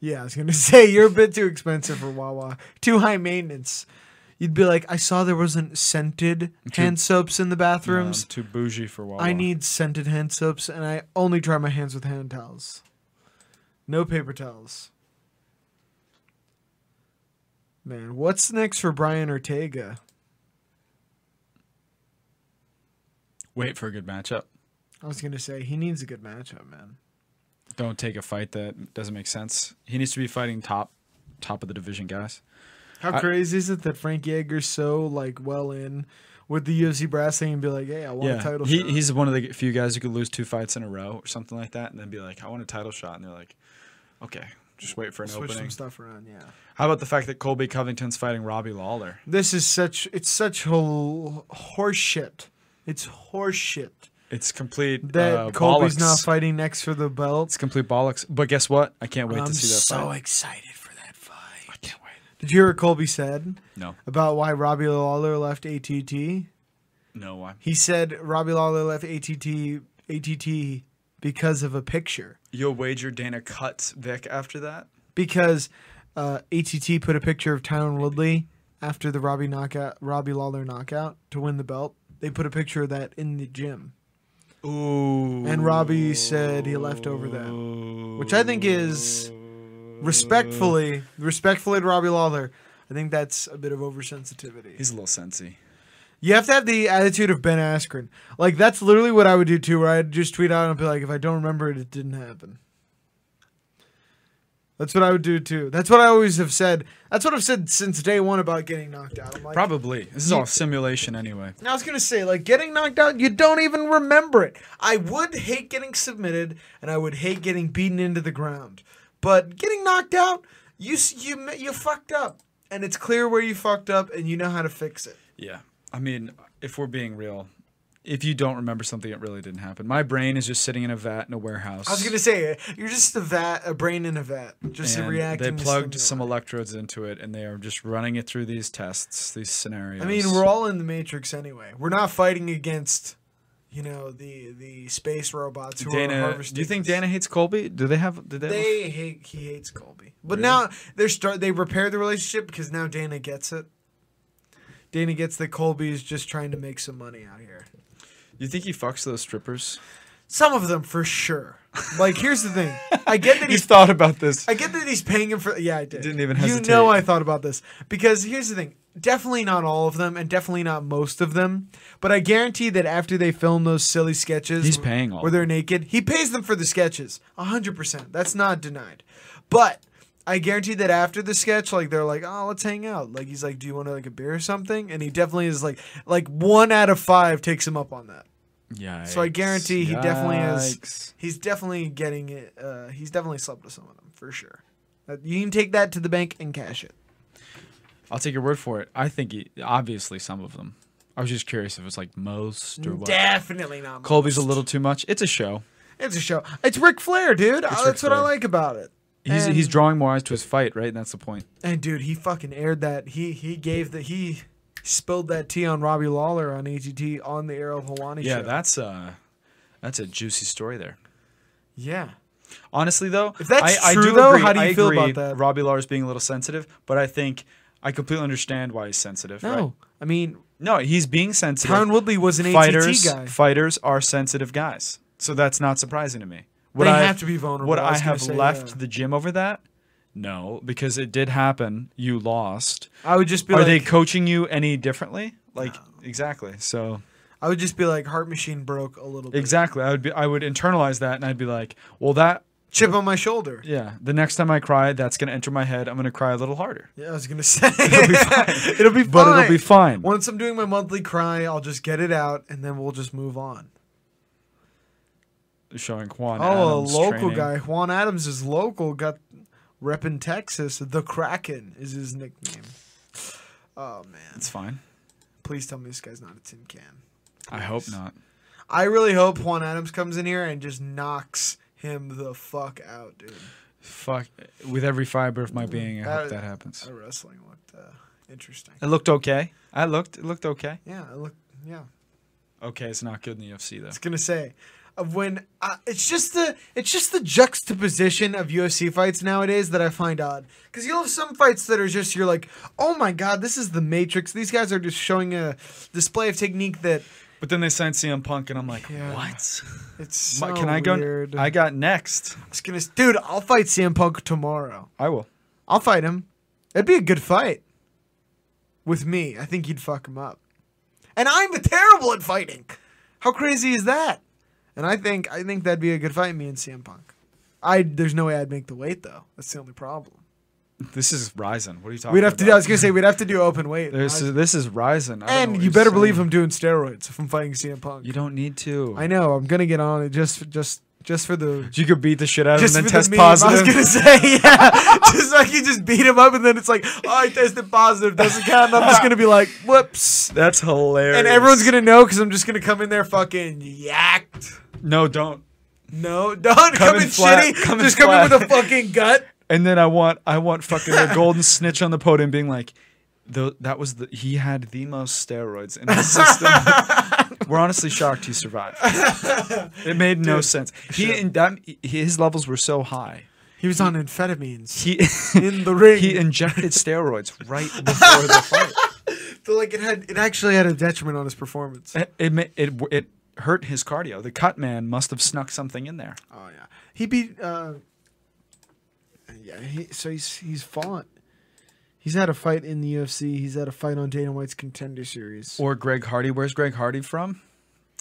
Speaker 3: Yeah, I was gonna say you're a bit too expensive for Wawa, too high maintenance. You'd be like, I saw there wasn't scented hand soaps in the
Speaker 4: No, I'm
Speaker 3: bathrooms.
Speaker 4: too bougie for Wawa.
Speaker 3: I need scented hand soaps, and I only dry my hands with hand towels. No paper towels. Man, what's next for Brian Ortega?
Speaker 4: Wait for a good matchup.
Speaker 3: I was gonna say he needs a good matchup, man.
Speaker 4: Don't take a fight that doesn't make sense. He needs to be fighting top, top of the division guys.
Speaker 3: How
Speaker 4: I-
Speaker 3: crazy is it that Frank Yeager's so like well in with the UFC brass thing and be like, "Hey, I want a title
Speaker 4: he,
Speaker 3: shot."
Speaker 4: he's one of the few guys who could lose two fights in a row or something like that, and then be like, "I want a title shot," and they're like, "Okay, just wait for an
Speaker 3: switch some
Speaker 4: opening."
Speaker 3: stuff around. Yeah,
Speaker 4: How about the fact that Colby Covington's fighting Robbie Lawler?
Speaker 3: this is such it's such hol- horseshit. It's horseshit
Speaker 4: It's complete
Speaker 3: that
Speaker 4: uh,
Speaker 3: Colby's not
Speaker 4: bollocks.
Speaker 3: fighting next for the belt.
Speaker 4: It's complete bollocks. But guess what? I can't wait
Speaker 3: I'm
Speaker 4: to see that
Speaker 3: so
Speaker 4: fight.
Speaker 3: excited for that fight.
Speaker 4: I can't wait.
Speaker 3: Did you hear what Colby said
Speaker 4: No,
Speaker 3: about why Robbie Lawler left ATT?
Speaker 4: no, why?
Speaker 3: He said Robbie Lawler left ATT ATT because of a picture.
Speaker 4: You'll wager Dana cuts Vic after that.
Speaker 3: Because uh, ATT put a picture of Tyron Woodley after the Robbie knockout, Robbie Lawler knockout to win the belt. They put a picture of that in the gym,
Speaker 4: Ooh.
Speaker 3: and Robbie said he left over that, which I think is respectfully, respectfully to Robbie Lawler. I think that's a bit of oversensitivity.
Speaker 4: He's a little sensey.
Speaker 3: You have to have the attitude of Ben Askren. Like that's literally what I would do too, where I'd just tweet out and be like, if I don't remember it, it didn't happen. That's what I would do too. That's what I always have said. That's what I've said since day one about getting knocked out. I'm like,
Speaker 4: Probably. This is all simulation anyway.
Speaker 3: I was gonna say, like getting knocked out, you don't even remember it. I would hate getting submitted, and I would hate getting beaten into the ground. But getting knocked out, you s- you m- you fucked up, and it's clear where you fucked up, and you know how to fix it.
Speaker 4: Yeah. I mean, if we're being real, if you don't remember something, it really didn't happen. My brain is just sitting in a vat in a warehouse.
Speaker 3: I was gonna say you're just a vat, a brain in a vat, just
Speaker 4: and
Speaker 3: reacting.
Speaker 4: they
Speaker 3: to
Speaker 4: plugged some
Speaker 3: stimuli.
Speaker 4: electrodes into it, and they are just running it through these tests, these scenarios.
Speaker 3: I mean, we're all in the matrix anyway. We're not fighting against, you know, the the space robots who are
Speaker 4: Dana.
Speaker 3: harvesting.
Speaker 4: Do you think
Speaker 3: us.
Speaker 4: Dana hates Colby? Do they have? Did they? have a
Speaker 3: They hate. He hates Colby, but now they're start. They repair the relationship because now Dana gets it. Dana gets that Colby is just trying to make some money out here.
Speaker 4: You think he fucks those strippers?
Speaker 3: Some of them for sure. Like here's the thing. I get that he's
Speaker 4: thought about this.
Speaker 3: I get that he's paying him for. Yeah, I did.
Speaker 4: Didn't even
Speaker 3: You
Speaker 4: hesitate.
Speaker 3: know, I thought about this because here's the thing: definitely not all of them, and definitely not most of them. But I guarantee that after they film those silly sketches,
Speaker 4: He's
Speaker 3: wh-
Speaker 4: paying all
Speaker 3: where
Speaker 4: of
Speaker 3: they're naked, he pays them for the sketches, hundred percent. That's not denied. But I guarantee that after the sketch, like they're like, "Oh, let's hang out." Like he's like, "Do you want like a beer or something?" And he definitely is like, like one out of five takes him up on that.
Speaker 4: Yikes.
Speaker 3: So I guarantee he definitely
Speaker 4: Yikes.
Speaker 3: is. He's definitely getting it. Uh, he's definitely slept with some of them for sure. That- You can take that to the bank and cash it.
Speaker 4: I'll take your word for it. I think he, obviously some of them. I was just curious if it was like most or what.
Speaker 3: Definitely not.
Speaker 4: Colby's a little too much. It's a show.
Speaker 3: It's a show. It's Ric Flair, dude. Uh,
Speaker 4: Ric
Speaker 3: That's what I
Speaker 4: Flair.
Speaker 3: like about it.
Speaker 4: He's
Speaker 3: And-
Speaker 4: he's drawing more eyes to his fight, right? And that's the point.
Speaker 3: And dude, he fucking aired that. He he gave the he spilled that tea on Robbie Lawler on AGT on the Arrow Hawani show.
Speaker 4: Yeah, that's uh that's a juicy story there.
Speaker 3: yeah.
Speaker 4: Honestly, though,
Speaker 3: If that's
Speaker 4: I, I
Speaker 3: true,
Speaker 4: do
Speaker 3: though,
Speaker 4: agree-
Speaker 3: how do you
Speaker 4: I
Speaker 3: feel
Speaker 4: agree
Speaker 3: about that?
Speaker 4: Robbie Lawler's being a little sensitive, but I think I completely understand why he's sensitive.
Speaker 3: No,
Speaker 4: right?
Speaker 3: I mean
Speaker 4: no, he's being sensitive.
Speaker 3: Tyron Woodley was an
Speaker 4: fighters,
Speaker 3: AGT guy.
Speaker 4: fighters are sensitive guys, so that's not surprising to me. Would
Speaker 3: They
Speaker 4: I
Speaker 3: have to be vulnerable,
Speaker 4: Would
Speaker 3: I
Speaker 4: I,
Speaker 3: was gonna
Speaker 4: have
Speaker 3: say,
Speaker 4: left
Speaker 3: yeah.
Speaker 4: the gym over that? No, because it did happen. You lost.
Speaker 3: I would just be
Speaker 4: are
Speaker 3: like,
Speaker 4: they coaching you any differently? Like exactly. So
Speaker 3: I would just be like, Heart Machine broke a little bit.
Speaker 4: exactly, I would be. I would internalize that, and I'd be like, well, that
Speaker 3: Chip on my shoulder.
Speaker 4: yeah. The next time I cry, that's gonna enter my head. I'm gonna cry a little harder.
Speaker 3: Yeah, I was gonna say
Speaker 4: It'll be fine. it'll be But it'll be fine.
Speaker 3: Once I'm doing my monthly cry, I'll just get it out, and then we'll just move on.
Speaker 4: Showing Quan.
Speaker 3: Oh,
Speaker 4: Adams
Speaker 3: a local
Speaker 4: training.
Speaker 3: guy. Juan Adams is local. Got repping Texas. The Kraken is his nickname. Oh man!
Speaker 4: It's fine.
Speaker 3: Please tell me this guy's not a tin can.
Speaker 4: I hope not.
Speaker 3: I really hope Juan Adams comes in here and just knocks him the fuck out, dude.
Speaker 4: Fuck. With every fiber of my being, I hope that happens.
Speaker 3: Mm-hmm. That wrestling looked uh, interesting.
Speaker 4: It looked okay. I looked. It looked okay.
Speaker 3: Yeah, it looked. Yeah,
Speaker 4: Okay, it's not good in the UFC though.
Speaker 3: I was gonna say of when uh, it's just the it's just the juxtaposition of UFC fights nowadays that I find odd because you'll have some fights that are just you're like oh my god this is the Matrix these guys are just showing a display of technique that
Speaker 4: But then they signed CM Punk, and I'm like,
Speaker 3: Yeah.
Speaker 4: what?
Speaker 3: it's so
Speaker 4: My- Can I go?
Speaker 3: weird.
Speaker 4: I got next.
Speaker 3: I was gonna dude I'll fight CM Punk tomorrow
Speaker 4: I will.
Speaker 3: I'll fight him it'd be a good fight with me I think you'd fuck him up and I'm terrible at fighting how crazy is that and I think I think that'd be a good fight me and CM Punk. I there's no way I'd make the weight though. That's the only problem.
Speaker 4: This is Ryzen. What are you talking?
Speaker 3: We'd have to.
Speaker 4: about?
Speaker 3: I was gonna say we'd have to do open weight.
Speaker 4: This
Speaker 3: I-
Speaker 4: is, this is Ryzen. I don't know
Speaker 3: and
Speaker 4: what
Speaker 3: you
Speaker 4: you're
Speaker 3: better
Speaker 4: saying.
Speaker 3: believe I'm doing steroids if I'm fighting CM Punk.
Speaker 4: You don't need to.
Speaker 3: I know. I'm gonna get on it just just just for the.
Speaker 4: You could beat the shit out of him
Speaker 3: Just
Speaker 4: and then
Speaker 3: for
Speaker 4: test
Speaker 3: the meme.
Speaker 4: positive.
Speaker 3: I was gonna say, yeah, just like you just beat him up, and then it's like, oh, I tested positive, doesn't count. And I'm just gonna be like, whoops,
Speaker 4: That's hilarious.
Speaker 3: and everyone's gonna know because I'm just gonna come in there fucking yacked.
Speaker 4: no, don't.
Speaker 3: No, don't come,
Speaker 4: Come
Speaker 3: in,
Speaker 4: in flat,
Speaker 3: shitty.
Speaker 4: come in
Speaker 3: just come in
Speaker 4: flat.
Speaker 3: with a fucking gut.
Speaker 4: And then I want I want fucking a golden snitch on the podium being like, the, that was the he had the most steroids in his system. we're honestly shocked he survived. It made no sense. He and that, his levels were so high.
Speaker 3: He was on amphetamines
Speaker 4: He
Speaker 3: in the ring.
Speaker 4: he injected steroids right before the fight.
Speaker 3: feel like it had it actually had a detriment on his performance.
Speaker 4: It it ma- it, it hurt his cardio. The cut man must have snuck something in there.
Speaker 3: Oh yeah, he beat. Uh, yeah, he, so he's he's fought. He's had a fight in the UFC. He's had a fight on Dana White's Contender Series.
Speaker 4: Or Greg Hardy. Where's Greg Hardy from?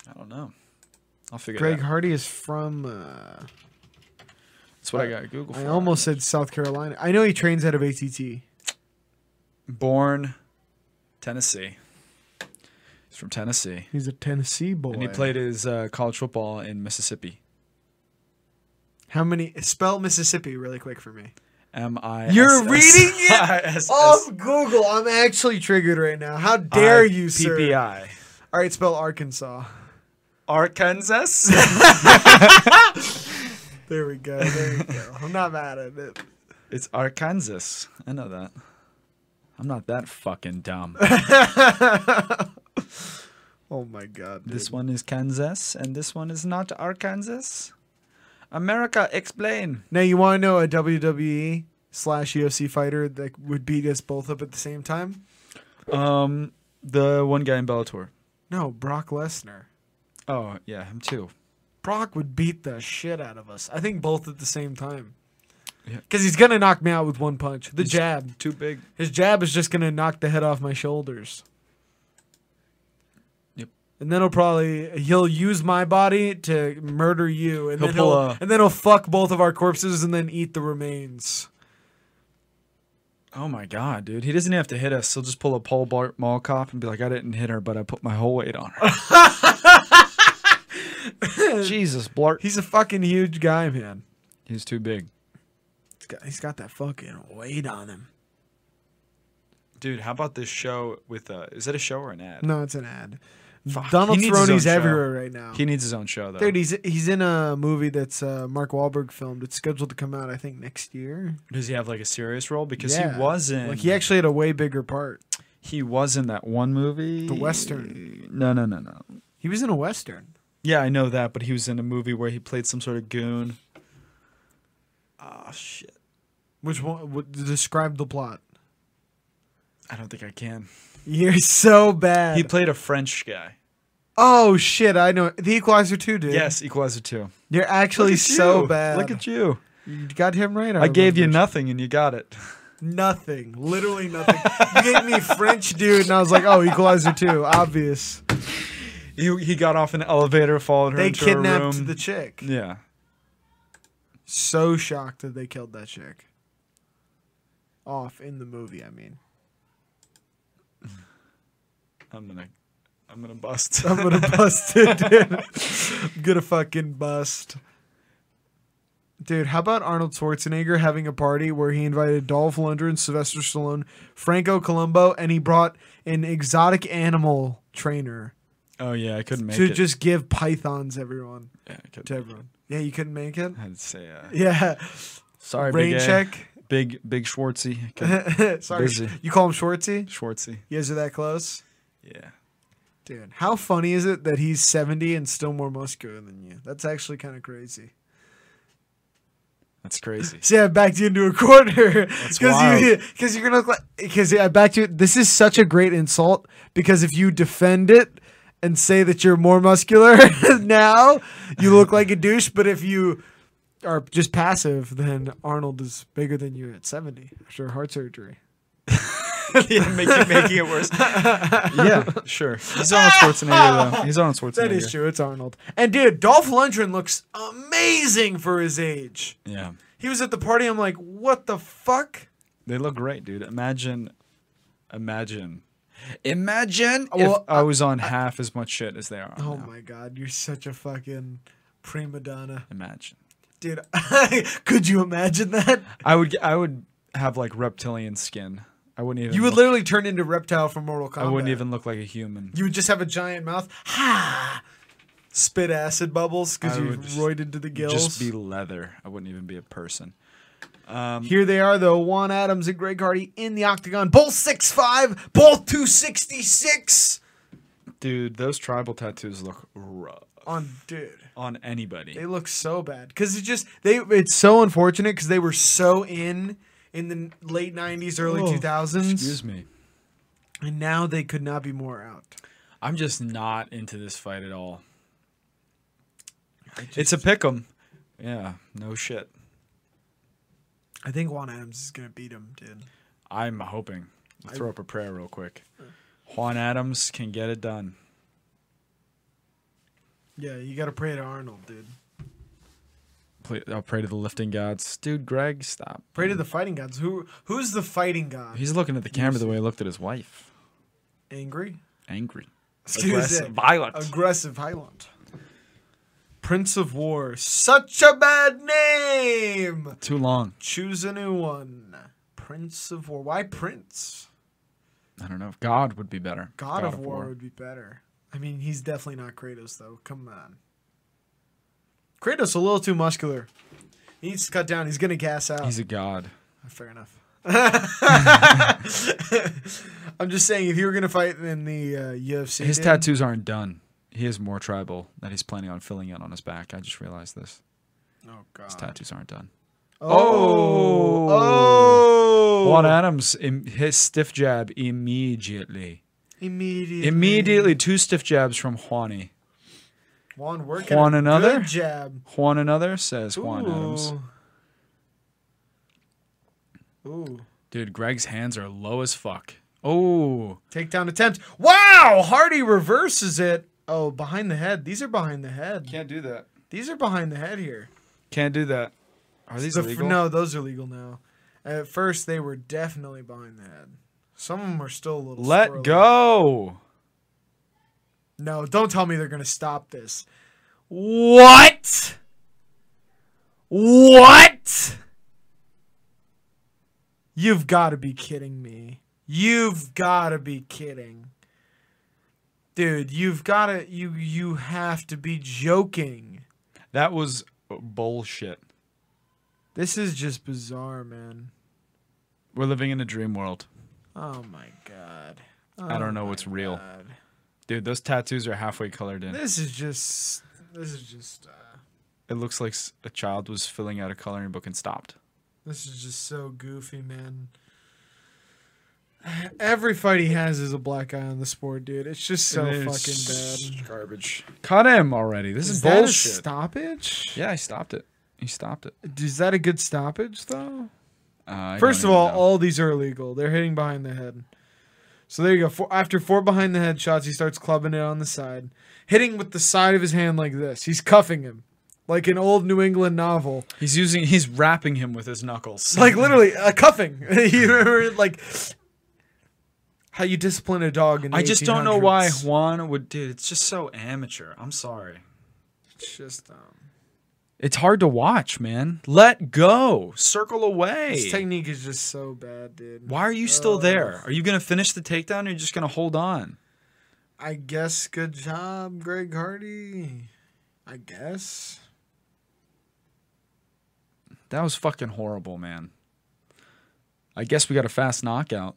Speaker 4: I don't know. I'll figure
Speaker 3: Greg
Speaker 4: it out.
Speaker 3: Hardy is from. Uh,
Speaker 4: That's what I got. Google. For.
Speaker 3: I almost said South Carolina. I know he trains out of ATT.
Speaker 4: born Tennessee. He's from Tennessee,
Speaker 3: He's a Tennessee boy.
Speaker 4: and he played his uh, college football in Mississippi.
Speaker 3: How many? Spell Mississippi really quick for me.
Speaker 4: M I.
Speaker 3: You're reading it
Speaker 4: it
Speaker 3: Off Google, I'm actually triggered right now. How dare you, sir?
Speaker 4: PPI.
Speaker 3: All right, spell Arkansas.
Speaker 4: Arkansas.
Speaker 3: There we go. There we go. I'm not mad at it.
Speaker 4: it's Arkansas. I know that. I'm not that fucking dumb.
Speaker 3: Oh my god. Dude.
Speaker 4: this one is Kansas, and this one is not Arkansas. America, explain.
Speaker 3: Now you want to know a WWE slash UFC fighter that would beat us both up at the same time?
Speaker 4: Um, the one guy in Bellator.
Speaker 3: No, Brock Lesnar.
Speaker 4: Oh yeah, him too.
Speaker 3: Brock would beat the shit out of us. I think both at the same time.
Speaker 4: Yeah.
Speaker 3: Because he's gonna knock me out with one punch. The jab.
Speaker 4: Too big.
Speaker 3: His jab is just gonna knock the head off my shoulders.
Speaker 4: Yep.
Speaker 3: And then he'll probably he'll use my body to murder you, and
Speaker 4: He'll
Speaker 3: then
Speaker 4: pull
Speaker 3: he'll
Speaker 4: a-
Speaker 3: and then he'll fuck both of our corpses, and then eat the remains.
Speaker 4: Oh my god, dude! He doesn't have to hit us. He'll just pull a pole bar- mall cop and be like, "I didn't hit her, but I put my whole weight on her." Jesus, Blart.
Speaker 3: He's a fucking huge guy, man.
Speaker 4: He's too big.
Speaker 3: He's got, he's got that fucking weight on him.
Speaker 4: Dude, how about this show with uh is that a show or an ad?
Speaker 3: No, it's an ad.
Speaker 4: Fuck,
Speaker 3: Donald
Speaker 4: he needs his own
Speaker 3: Cerrone's
Speaker 4: show.
Speaker 3: everywhere right now.
Speaker 4: He needs his own show though.
Speaker 3: Dude, he's he's in a movie that's uh, Mark Wahlberg filmed. It's scheduled to come out, I think, next year.
Speaker 4: Does he have like a serious role? Because
Speaker 3: Yeah.
Speaker 4: he wasn't
Speaker 3: Like he actually had a way bigger part.
Speaker 4: he was in that one movie.
Speaker 3: The Western.
Speaker 4: No, no, no, no.
Speaker 3: He was in a western.
Speaker 4: Yeah, I know that, but he was in a movie where he played some sort of goon. Oh shit.
Speaker 3: Which one? Would describe the plot.
Speaker 4: I don't think I can.
Speaker 3: You're so bad.
Speaker 4: He played a French guy.
Speaker 3: oh shit! I know the Equalizer two, dude.
Speaker 4: Yes, Equalizer 2.
Speaker 3: You're actually so bad.
Speaker 4: Look at you.
Speaker 3: you. Got him right.
Speaker 4: I gave you
Speaker 3: remember.
Speaker 4: nothing and you got it.
Speaker 3: nothing. Literally nothing. you gave me French, dude, and I was like, oh, Equalizer two, obvious.
Speaker 4: He, he got off an elevator, followed her
Speaker 3: They
Speaker 4: into
Speaker 3: kidnapped
Speaker 4: a room.
Speaker 3: the chick.
Speaker 4: yeah.
Speaker 3: So shocked that they killed that chick. Off in the movie, I mean.
Speaker 4: I'm gonna I'm gonna bust.
Speaker 3: I'm gonna bust it, dude. I'm gonna fucking bust. Dude, how about Arnold Schwarzenegger having a party where he invited Dolph Lundgren, Sylvester Stallone, Franco Colombo, and he brought an exotic animal trainer
Speaker 4: oh yeah, I couldn't make
Speaker 3: to
Speaker 4: it.
Speaker 3: just give pythons everyone
Speaker 4: yeah, I
Speaker 3: to
Speaker 4: couldn't.
Speaker 3: everyone. Yeah, you couldn't make it.
Speaker 4: I'd say uh,
Speaker 3: Yeah,
Speaker 4: sorry,
Speaker 3: rain
Speaker 4: big A.
Speaker 3: check.
Speaker 4: big big Schwartzy. I couldn't-
Speaker 3: Sorry,
Speaker 4: Busy.
Speaker 3: you call him Schwartzy.
Speaker 4: Schwartzy.
Speaker 3: You guys are that close,
Speaker 4: Yeah.
Speaker 3: dude. How funny is it that he's 70 and still more muscular than you? That's actually kind of crazy.
Speaker 4: That's crazy.
Speaker 3: See, I backed you into a corner because you
Speaker 4: wild.
Speaker 3: because you're gonna look like because I backed you. This is such a great insult because if you defend it and say that you're more muscular now, you look like a douche. But if you are just passive, then Arnold is bigger than you at 70 after heart surgery.
Speaker 4: yeah, making making it worse. yeah, sure. He's on Schwarzenegger though. He's on Schwarzenegger.
Speaker 3: That is true. It's Arnold. And dude, Dolph Lundgren looks amazing for his age.
Speaker 4: Yeah.
Speaker 3: He was at the party. I'm like, what the fuck?
Speaker 4: They look great, dude. Imagine imagine Imagine
Speaker 3: Well, uh,
Speaker 4: if I was on half as much shit as they are.
Speaker 3: Oh
Speaker 4: Oh now.
Speaker 3: my god, you're such a fucking prima donna.
Speaker 4: Imagine.
Speaker 3: Dude, could you imagine that?
Speaker 4: I would I would have like reptilian skin. I wouldn't even
Speaker 3: You would
Speaker 4: look,
Speaker 3: literally turn into reptile from Mortal Kombat.
Speaker 4: I wouldn't even look like a human.
Speaker 3: You would just have a giant mouth. Ha! Spit acid bubbles because
Speaker 4: I
Speaker 3: you're
Speaker 4: would just-
Speaker 3: roided to the gills.
Speaker 4: Just be leather. I wouldn't even be a person.
Speaker 3: Here they are, though. Juan Adams and Greg Hardy in the octagon. Both 6'5, both 266.
Speaker 4: Dude, those tribal tattoos look rough
Speaker 3: On, dude.
Speaker 4: on anybody.
Speaker 3: They look so bad because it just they. It's so unfortunate because they were so in in the n- late '90s, early
Speaker 4: Oh,
Speaker 3: 2000s,
Speaker 4: Excuse me.
Speaker 3: and now they could not be more out.
Speaker 4: I'm just not into this fight at all. It's a pick 'em. Yeah, no shit.
Speaker 3: I think Juan Adams is gonna beat him, dude.
Speaker 4: I'm hoping. I'll throw up a prayer real quick. Juan Adams can get it done.
Speaker 3: Yeah, you gotta pray to Arnold, dude.
Speaker 4: Please, I'll pray to the lifting gods. Dude, Greg, stop.
Speaker 3: Pray to the fighting gods. Who who's the fighting god?
Speaker 4: He's looking at the camera the way he looked at his wife.
Speaker 3: angry,
Speaker 4: Angry.
Speaker 3: Excuse me.
Speaker 4: Violent.
Speaker 3: aggressive, violent. Prince of War, such a bad name.
Speaker 4: Too long.
Speaker 3: Choose a new one. Prince of War. Why Prince?
Speaker 4: I don't know. God would be better.
Speaker 3: God, of, War, would be better. I mean, he's definitely not Kratos though. Come on. Kratos a little too muscular. He needs to cut down. He's gonna gas out. Ah,
Speaker 4: He's a god.
Speaker 3: Fair enough. I'm just saying, if you were gonna fight in the uh, UFC,
Speaker 4: His
Speaker 3: dude,
Speaker 4: tattoos aren't done. He has more tribal that he's planning on filling out on his back. I just realized this.
Speaker 3: Oh
Speaker 4: His
Speaker 3: god.
Speaker 4: tattoos aren't done.
Speaker 3: Oh.
Speaker 4: Oh.
Speaker 3: Oh.
Speaker 4: Juan Adams, im- his stiff jab immediately.
Speaker 3: Immediately.
Speaker 4: Immediately, two stiff jabs from Juani.
Speaker 3: Juan working.
Speaker 4: Juan
Speaker 3: a
Speaker 4: another?
Speaker 3: Good jab.
Speaker 4: Juan another says Juan Adams.
Speaker 3: Ooh. Ooh.
Speaker 4: Dude, Greg's hands are low as fuck. Oh,
Speaker 3: Takedown attempt. Wow. Hardy reverses it. Oh, behind the head. These are behind the head.
Speaker 4: can't do that.
Speaker 3: These are behind the head here.
Speaker 4: Can't do that. Are these
Speaker 3: The f-
Speaker 4: legal?
Speaker 3: no, those are legal now. At first, they were definitely behind the head. Some of them are still a little.
Speaker 4: Let
Speaker 3: squirrely.
Speaker 4: go.
Speaker 3: No, don't tell me they're gonna stop this. What? What? You've got to be kidding me. You've got to be kidding. Dude, you've got to you you have to be joking.
Speaker 4: That was bullshit.
Speaker 3: This is just bizarre, man.
Speaker 4: We're living in a dream world.
Speaker 3: Oh my god.
Speaker 4: I
Speaker 3: Oh
Speaker 4: don't know
Speaker 3: my
Speaker 4: what's real.
Speaker 3: God.
Speaker 4: Dude, those tattoos are halfway colored in.
Speaker 3: This is just this is just uh,
Speaker 4: It looks like s- a child was filling out a coloring book and stopped.
Speaker 3: this is just so goofy, man. Every fight he has is a black eye on the sport, dude. It's just so
Speaker 4: It is
Speaker 3: fucking bad.
Speaker 4: Garbage. Cut him already. This is,
Speaker 3: Is that a
Speaker 4: bullshit.
Speaker 3: stoppage?
Speaker 4: yeah, he stopped it. He stopped it.
Speaker 3: Is that a good stoppage though?
Speaker 4: Uh, I
Speaker 3: First of
Speaker 4: don't even
Speaker 3: all,
Speaker 4: know.
Speaker 3: all these are illegal. They're hitting behind the head. So there you go. Four, after four behind the head shots, he starts clubbing it on the side, hitting with the side of his hand like this. He's cuffing him, like an old New England novel.
Speaker 4: he's using he's wrapping him with his knuckles.
Speaker 3: Like literally a cuffing. you remember like how you discipline a dog? In the
Speaker 4: I just don't know why
Speaker 3: 1800s.
Speaker 4: Juan would dude, it's just so amateur. I'm sorry.
Speaker 3: It's just um,
Speaker 4: It's hard to watch, man. Let go. Circle away.
Speaker 3: his technique is just so bad, dude.
Speaker 4: Why are you still there? Are you going to finish the takedown or are you just going to hold on?
Speaker 3: I guess good job, Greg Hardy. I guess.
Speaker 4: That was fucking horrible, man. I guess we got a fast knockout.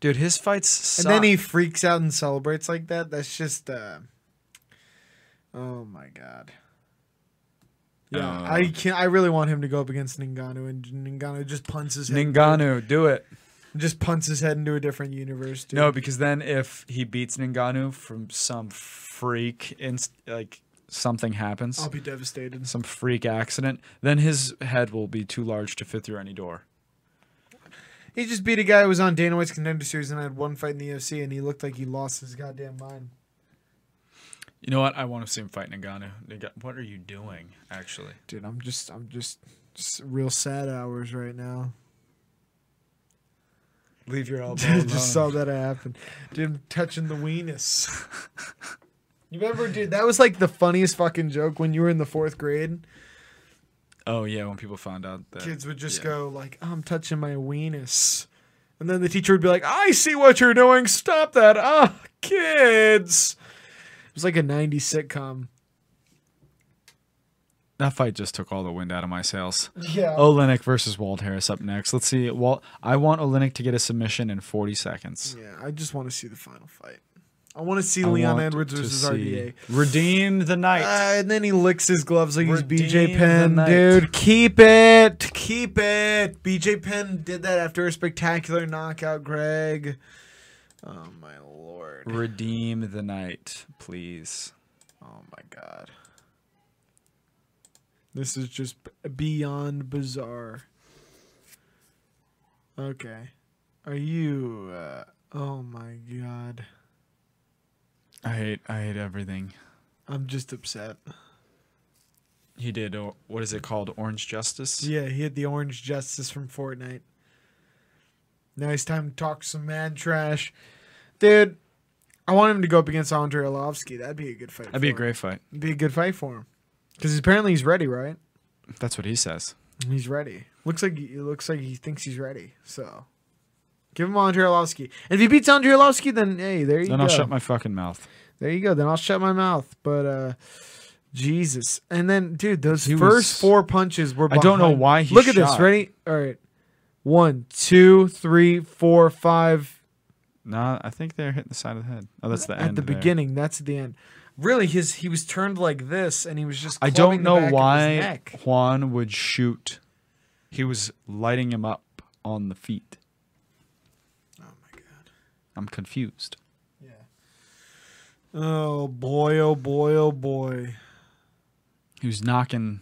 Speaker 4: Dude, his fights
Speaker 3: And
Speaker 4: suck.
Speaker 3: then he freaks out and celebrates like that. That's just uh Oh my god. Yeah,
Speaker 4: Uh.
Speaker 3: I can not I really want him to go up against Ngannou and Ngannou just punts his head
Speaker 4: Ngannou, do it.
Speaker 3: just punts his head into a different universe, dude.
Speaker 4: No, because then if he beats Ngannou from some freak inst- like something happens,
Speaker 3: I'll be devastated.
Speaker 4: some freak accident, then his head will be too large to fit through any door.
Speaker 3: He just beat a guy who was on Dana White's contender series and had one fight in the UFC and he looked like he lost his goddamn mind.
Speaker 4: You know what? I want to see him fight Ngannou. Nga- What are you doing, actually?
Speaker 3: Dude, I'm just I'm just s- real sad hours right now.
Speaker 4: Leave your elbow
Speaker 3: Dude, just saw that happen. Dude, I'm touching the weenus. you remember, dude? That was like the funniest fucking joke when you were in the fourth grade.
Speaker 4: Oh yeah, when people found out that
Speaker 3: Kids would just
Speaker 4: yeah.
Speaker 3: go like, "Oh, "I'm touching my weenus," and then the teacher would be like, "I see what you're doing. Stop that, ah, kids." It was like a '90s sitcom.
Speaker 4: That fight just took all the wind out of my sails.
Speaker 3: Yeah.
Speaker 4: Olenek versus Walt Harris up next. Let's see. Walt, I want Olenek to get a submission in 40 seconds.
Speaker 3: Yeah. I just want to see the final fight. I want to see
Speaker 4: I
Speaker 3: Leon
Speaker 4: want
Speaker 3: Edwards
Speaker 4: to
Speaker 3: versus
Speaker 4: see-
Speaker 3: RDA.
Speaker 4: Redeem the night.
Speaker 3: Uh, and then he licks his gloves like he's
Speaker 4: Redeem
Speaker 3: BJ Penn,
Speaker 4: the night.
Speaker 3: dude. Keep it, keep it. BJ Penn did that after a spectacular knockout, Greg. Oh my lord.
Speaker 4: Redeem the night, please.
Speaker 3: Oh my god. This is just b- beyond bizarre. Okay. Are you? Uh, oh my god.
Speaker 4: I hate. I hate everything.
Speaker 3: I'm just upset.
Speaker 4: He did. uh, What is it called? Orange Justice.
Speaker 3: Yeah, he had the orange justice from Fortnite. Now it's time to talk some mad trash. Dude, I want him to go up against Andre Arlovsky. That'd be a good fight.
Speaker 4: That'd be a
Speaker 3: for him.
Speaker 4: great fight.
Speaker 3: It'd be a good fight for him. Because apparently he's ready, right?
Speaker 4: That's what he says.
Speaker 3: He's ready. Looks like he, it looks like he thinks he's ready. So give him Andre Arlovsky. And if he beats Andre Arlovsky, then hey, there you
Speaker 4: Then
Speaker 3: go.
Speaker 4: I'll shut my fucking mouth.
Speaker 3: there you go. Then I'll shut my mouth. But uh Jesus. And then dude, those
Speaker 4: He
Speaker 3: first
Speaker 4: was-
Speaker 3: four punches were
Speaker 4: I don't know
Speaker 3: behind-
Speaker 4: why he.
Speaker 3: Look at this.
Speaker 4: shot.
Speaker 3: Ready? All right. One, two, three, four, five.
Speaker 4: No, I think they're hitting the side of the head. Oh, that's the
Speaker 3: at
Speaker 4: end
Speaker 3: the
Speaker 4: there.
Speaker 3: beginning. That's the end. Really, his he was turned like this, and he was just.
Speaker 4: I
Speaker 3: clubbing
Speaker 4: don't
Speaker 3: the back
Speaker 4: know
Speaker 3: of his
Speaker 4: why
Speaker 3: neck.
Speaker 4: Juan would shoot. He was lighting him up on the feet.
Speaker 3: Oh my god.
Speaker 4: I'm confused.
Speaker 3: Yeah. Oh boy! Oh boy! Oh boy!
Speaker 4: He was knocking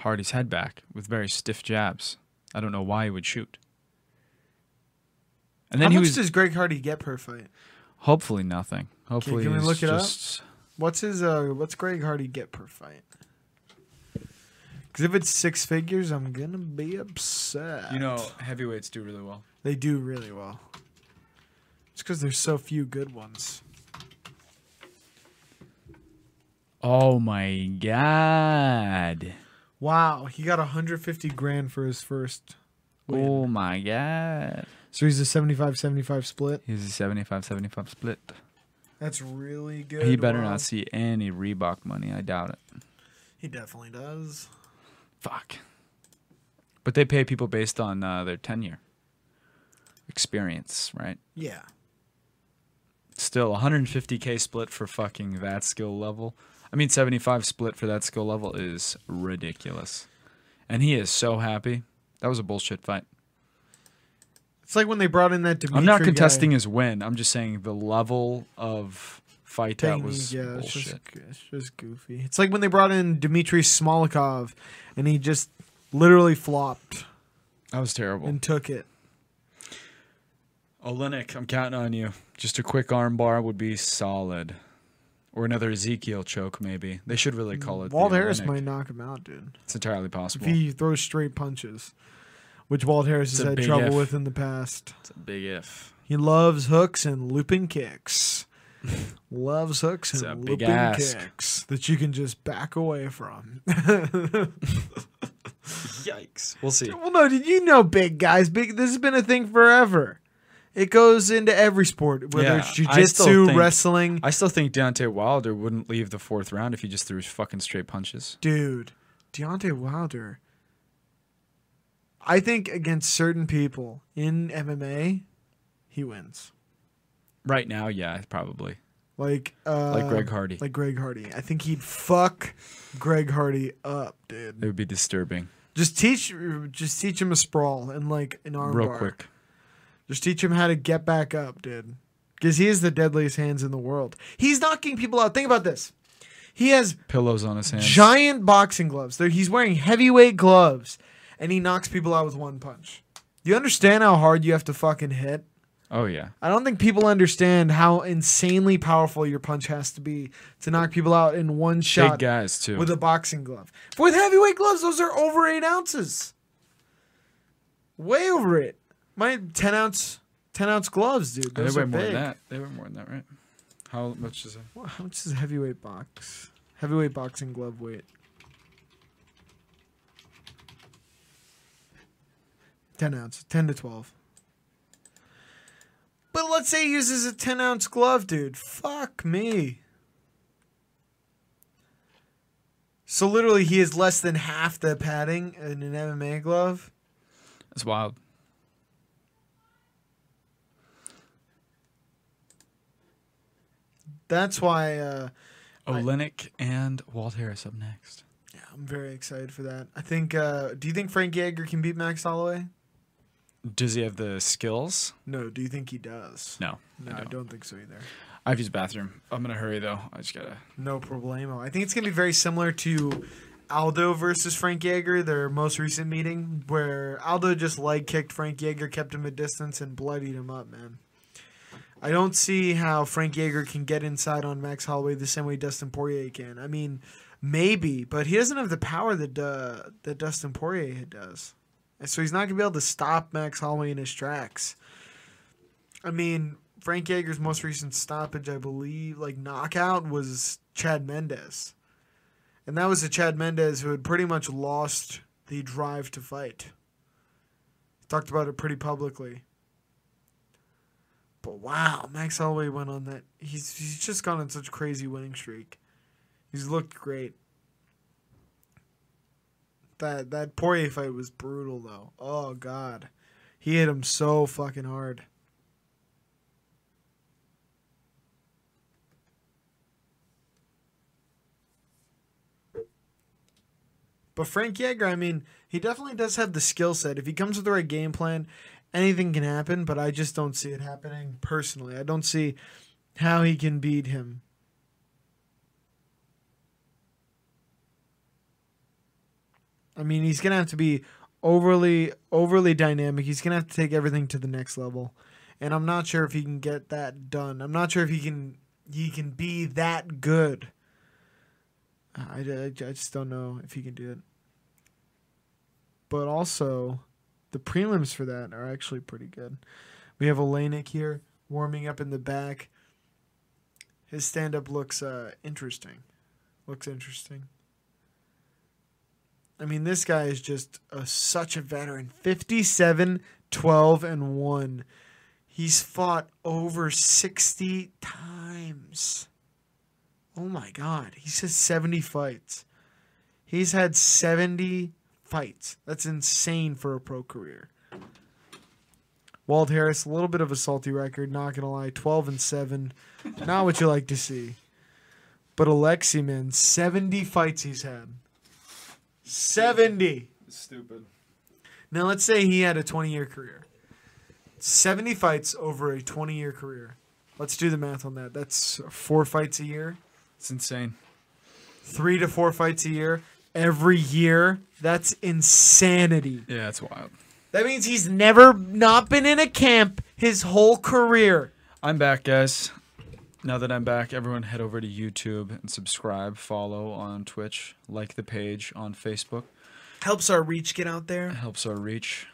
Speaker 4: Hardy's head back with very stiff jabs. I don't know why he would shoot. And then
Speaker 3: How
Speaker 4: he
Speaker 3: much
Speaker 4: was
Speaker 3: does Greg Hardy get per fight?
Speaker 4: hopefully nothing. Hopefully
Speaker 3: can we
Speaker 4: he's
Speaker 3: look it up?
Speaker 4: just
Speaker 3: What's his? uh What's Greg Hardy get per fight? Because if it's six figures, I'm gonna be upset.
Speaker 4: you know heavyweights do really well.
Speaker 3: They do really well. It's because there's so few good ones.
Speaker 4: Oh my god!
Speaker 3: Wow, he got 150 grand for his first win.
Speaker 4: Oh my god.
Speaker 3: So he's a 75-75 split.
Speaker 4: He's a 75 75 split.
Speaker 3: That's really good.
Speaker 4: He better
Speaker 3: Wow.
Speaker 4: not see any Reebok money. I doubt it.
Speaker 3: He definitely does.
Speaker 4: Fuck. But they pay people based on uh, their tenure, experience, right?
Speaker 3: Yeah.
Speaker 4: Still, 150k split for fucking that skill level. I mean, 75 split for that skill level is ridiculous. And he is so happy. That was a bullshit fight.
Speaker 3: It's like when they brought in that Dimitri
Speaker 4: I'm not
Speaker 3: guy.
Speaker 4: contesting his win. I'm just saying the level of fight that
Speaker 3: Technique,
Speaker 4: was
Speaker 3: yeah, it's
Speaker 4: bullshit.
Speaker 3: just, it's just goofy. It's like when they brought in Dmitry Smolikov, and he just literally flopped
Speaker 4: that was terrible.
Speaker 3: and took it.
Speaker 4: Olenek, Oh, I'm counting on you. Just a quick armbar would be solid. Or another Ezekiel choke, maybe. They should really call it. the
Speaker 3: Walt Harris
Speaker 4: Olenek.
Speaker 3: might knock him out, dude.
Speaker 4: It's entirely
Speaker 3: If
Speaker 4: possible.
Speaker 3: he throws straight punches, which Walt Harris
Speaker 4: It's
Speaker 3: has
Speaker 4: a
Speaker 3: had
Speaker 4: big
Speaker 3: trouble
Speaker 4: if.
Speaker 3: with in the past.
Speaker 4: It's a big if.
Speaker 3: He loves hooks and looping kicks. loves hooks
Speaker 4: It's a
Speaker 3: and
Speaker 4: big
Speaker 3: looping
Speaker 4: ask.
Speaker 3: kicks that you can just back away from.
Speaker 4: Yikes. We'll see.
Speaker 3: Well, no, did you know big guys? Big. This has been a thing forever. It goes into every sport, whether
Speaker 4: Yeah,
Speaker 3: it's
Speaker 4: I still
Speaker 3: jujitsu,
Speaker 4: think-
Speaker 3: wrestling.
Speaker 4: I still think Deontay Wilder wouldn't leave the fourth round if he just threw fucking straight punches.
Speaker 3: Dude, Deontay Wilder. I think against certain people in MMA, he wins.
Speaker 4: Right now, yeah, probably.
Speaker 3: Like uh,
Speaker 4: Like Greg Hardy.
Speaker 3: Like Greg Hardy. I think he'd fuck Greg Hardy up,
Speaker 4: It
Speaker 3: dude.
Speaker 4: would be disturbing.
Speaker 3: Just teach, just teach him a sprawl and like an armbar.
Speaker 4: Real quick.
Speaker 3: Just teach him how to get back up, dude. Because he is the deadliest hands in the world. He's knocking people out. Think about this. He has
Speaker 4: Pillows on his hands.
Speaker 3: giant boxing gloves. They're- He's wearing heavyweight gloves, and he knocks people out with one punch. Do you understand how hard you have to fucking hit?
Speaker 4: Oh, yeah.
Speaker 3: I don't think people understand how insanely powerful your punch has to be to knock people out in one
Speaker 4: Big
Speaker 3: shot
Speaker 4: guys, too.
Speaker 3: with a boxing glove. With heavyweight gloves, those are over eight ounces. Way over it. My ten ounce, ten ounce gloves, dude.
Speaker 4: they
Speaker 3: Those
Speaker 4: weigh
Speaker 3: are
Speaker 4: more
Speaker 3: big.
Speaker 4: than that. They weigh more than that, right? How much is it?
Speaker 3: Wha- How much is a heavyweight box? Heavyweight boxing glove weight. Ten ounce, ten to twelve. But let's say he uses a ten ounce glove, dude. Fuck me. So literally, he is less than half the padding in an MMA glove.
Speaker 4: It's wild.
Speaker 3: That's why uh,
Speaker 4: Olenek Oh, and Walt Harris up next.
Speaker 3: I'm very excited for that. I think. Uh, do you think Frank Yeager can beat Max Holloway?
Speaker 4: Does he have the skills?
Speaker 3: No. Do you think he does?
Speaker 4: No.
Speaker 3: No, I don't think so either.
Speaker 4: I have used bathroom. I'm gonna hurry though. I just gotta.
Speaker 3: No problemo. I think it's gonna be very similar to Aldo versus Frank Yeager, their most recent meeting, where Aldo just leg kicked Frank Yeager, kept him at distance, and bloodied him up, man. I don't see how Frank Yeager can get inside on Max Holloway the same way Dustin Poirier can. I mean, maybe, but he doesn't have the power that uh, that Dustin Poirier does, and so he's not gonna be able to stop Max Holloway in his tracks. I mean, Frank Yeager's most recent stoppage, I believe, like knockout, was Chad Mendez. And that was a Chad Mendez who had pretty much lost the drive to fight. Talked about it pretty publicly. But wow, Max Holloway went on that. He's, he's just gone on such a crazy winning streak. He's looked great. That that Poirier fight was brutal though. Oh god, he hit him so fucking hard. But Frank Yeager, I mean, he definitely does have the skill set. If he comes with the right game plan, anything can happen, but I just don't see it happening personally. I don't see how he can beat him. I mean, he's going to have to be overly overly dynamic. He's going to have to take everything to the next level. And I'm not sure if he can get that done. I'm not sure if he can he can be that good. I, I, I just don't know if he can do it. But also, the prelims for that are actually pretty good. We have Olenek here warming up in the back. His stand up looks uh, interesting. Looks interesting. I mean, this guy is just a, such a veteran. 57, 12, and 1. He's fought over 60 times. Oh my God. He says 70 fights. He's had 70 fights. That's insane for a pro career. Wald Harris, a little bit of a salty record, not gonna lie, twelve and seven, not what you like to see. But Alexi, man, seventy fights he's had. Seventy.
Speaker 5: Stupid.
Speaker 3: Now let's say he had a twenty-year career. Seventy fights over a twenty-year career. Let's do the math on that. That's four fights a year,
Speaker 4: It's insane.
Speaker 3: three to four fights a year every year. That's insanity.
Speaker 4: Yeah, it's wild.
Speaker 3: That means he's never not been in a camp his whole career.
Speaker 4: I'm back, guys. Now that I'm back, everyone head over to YouTube and subscribe, follow on Twitch, like the page on Facebook.
Speaker 3: helps our reach get out
Speaker 4: It
Speaker 3: there.
Speaker 4: helps our reach.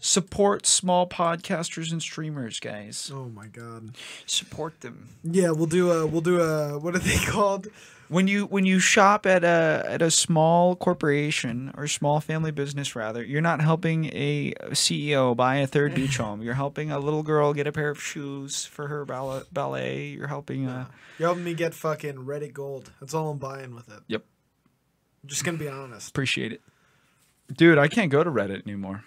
Speaker 4: Support small podcasters and streamers, guys.
Speaker 3: Oh my god.
Speaker 4: Support them.
Speaker 3: Yeah, we'll do a we'll do a what are they called?
Speaker 4: When you when you shop at a at a small corporation or small family business rather, you're not helping a CEO buy a third beach home. You're helping a little girl get a pair of shoes for her ball- ballet. You're helping uh
Speaker 3: You're helping me get fucking Reddit gold. That's all I'm buying with it.
Speaker 4: Yep.
Speaker 3: I'm just gonna be honest.
Speaker 4: Appreciate it. Dude, I can't go to Reddit anymore.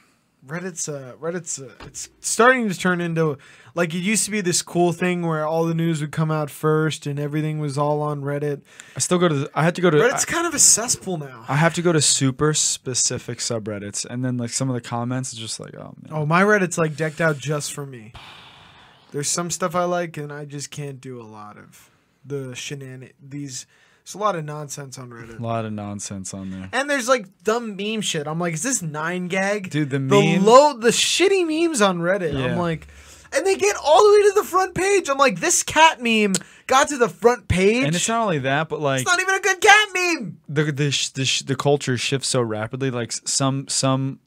Speaker 3: Reddit's uh Reddit's uh, it's starting to turn into like it used to be this cool thing where all the news would come out first and everything was all on Reddit.
Speaker 4: I still go to the, I had to go to
Speaker 3: Reddit's kind of a cesspool now.
Speaker 4: I have to go to super specific subreddits, and then like some of the comments are just like, oh man,
Speaker 3: Oh, my Reddit's like decked out just for me. There's some stuff I like, and I just can't do a lot of the shenan. These it's a lot of nonsense on
Speaker 4: a
Speaker 3: Reddit,
Speaker 4: lot of nonsense on there.
Speaker 3: and there's like dumb meme shit. I'm like, is this nine gag?
Speaker 4: Dude,
Speaker 3: the
Speaker 4: the meme-
Speaker 3: low, the shitty memes on Reddit. I'm
Speaker 4: Yeah.
Speaker 3: like, and they get all the way to the front page. I'm like, this cat meme got to the front page.
Speaker 4: And it's not only that, but like
Speaker 3: It's not even a good cat meme.
Speaker 4: the the sh- the, sh- the culture shifts so rapidly. Like s- some some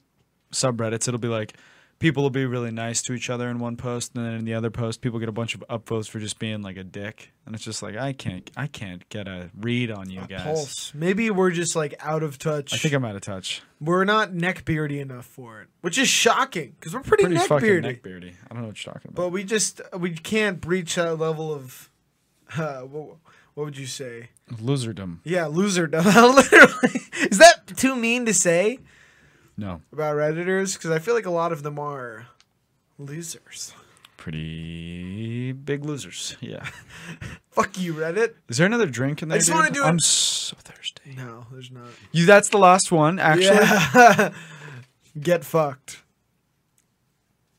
Speaker 4: subreddits, it'll be like people will be really nice to each other in one post, and then in the other post, people get a bunch of upvotes for just being like a dick, and it's just like I can't I can't get a read on you guys.
Speaker 3: Pulse. Maybe we're just like out of touch.
Speaker 4: I think I'm out of touch.
Speaker 3: we're not neckbeardy enough for it, which is shocking because we're pretty,
Speaker 4: Pretty fucking
Speaker 3: neckbeardy.
Speaker 4: neckbeardy. I don't know what you're talking about.
Speaker 3: But we just we can't breach that level of uh, what, what would you say?
Speaker 4: Loserdom.
Speaker 3: Yeah, loserdom. Literally, is that too mean to say
Speaker 4: No.
Speaker 3: about redditors? Because I feel like a lot of them are losers.
Speaker 4: Pretty big losers. Yeah.
Speaker 3: Fuck you, Reddit.
Speaker 4: Is there another drink in there?
Speaker 3: just
Speaker 4: dude?
Speaker 3: wanna do
Speaker 4: I'm
Speaker 3: it-
Speaker 4: so thirsty.
Speaker 3: No, there's not.
Speaker 4: You. That's the last one, actually.
Speaker 3: Yeah. Get fucked.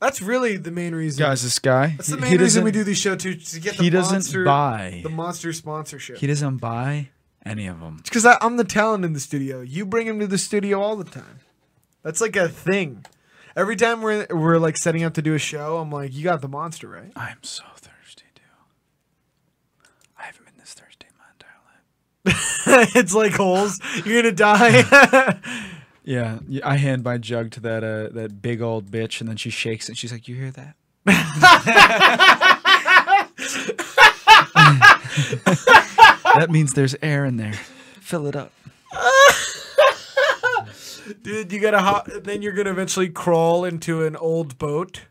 Speaker 3: That's really the main reason.
Speaker 4: Guys, this guy.
Speaker 3: That's the
Speaker 4: he-
Speaker 3: main
Speaker 4: he
Speaker 3: reason we
Speaker 4: doesn't-
Speaker 3: do these show too. To get the
Speaker 4: He doesn't
Speaker 3: monster,
Speaker 4: buy.
Speaker 3: the monster sponsorship.
Speaker 4: He doesn't buy any of them.
Speaker 3: because I'm the talent in the studio. You bring him to the studio all the time. That's like a thing. Every time we're we're like setting up to do a show, I'm like, "You got the monster, right?"
Speaker 4: I'm so thirsty, dude. I haven't been this thirsty in my entire life.
Speaker 3: it's like holes. You're gonna die.
Speaker 4: Yeah, y- I hand my jug to that uh, that big old bitch, and then she shakes it. She's like, "You hear that?" that means there's air in there. Fill it up.
Speaker 3: Dude, you gotta hop. Then you're gonna eventually crawl into an old boat,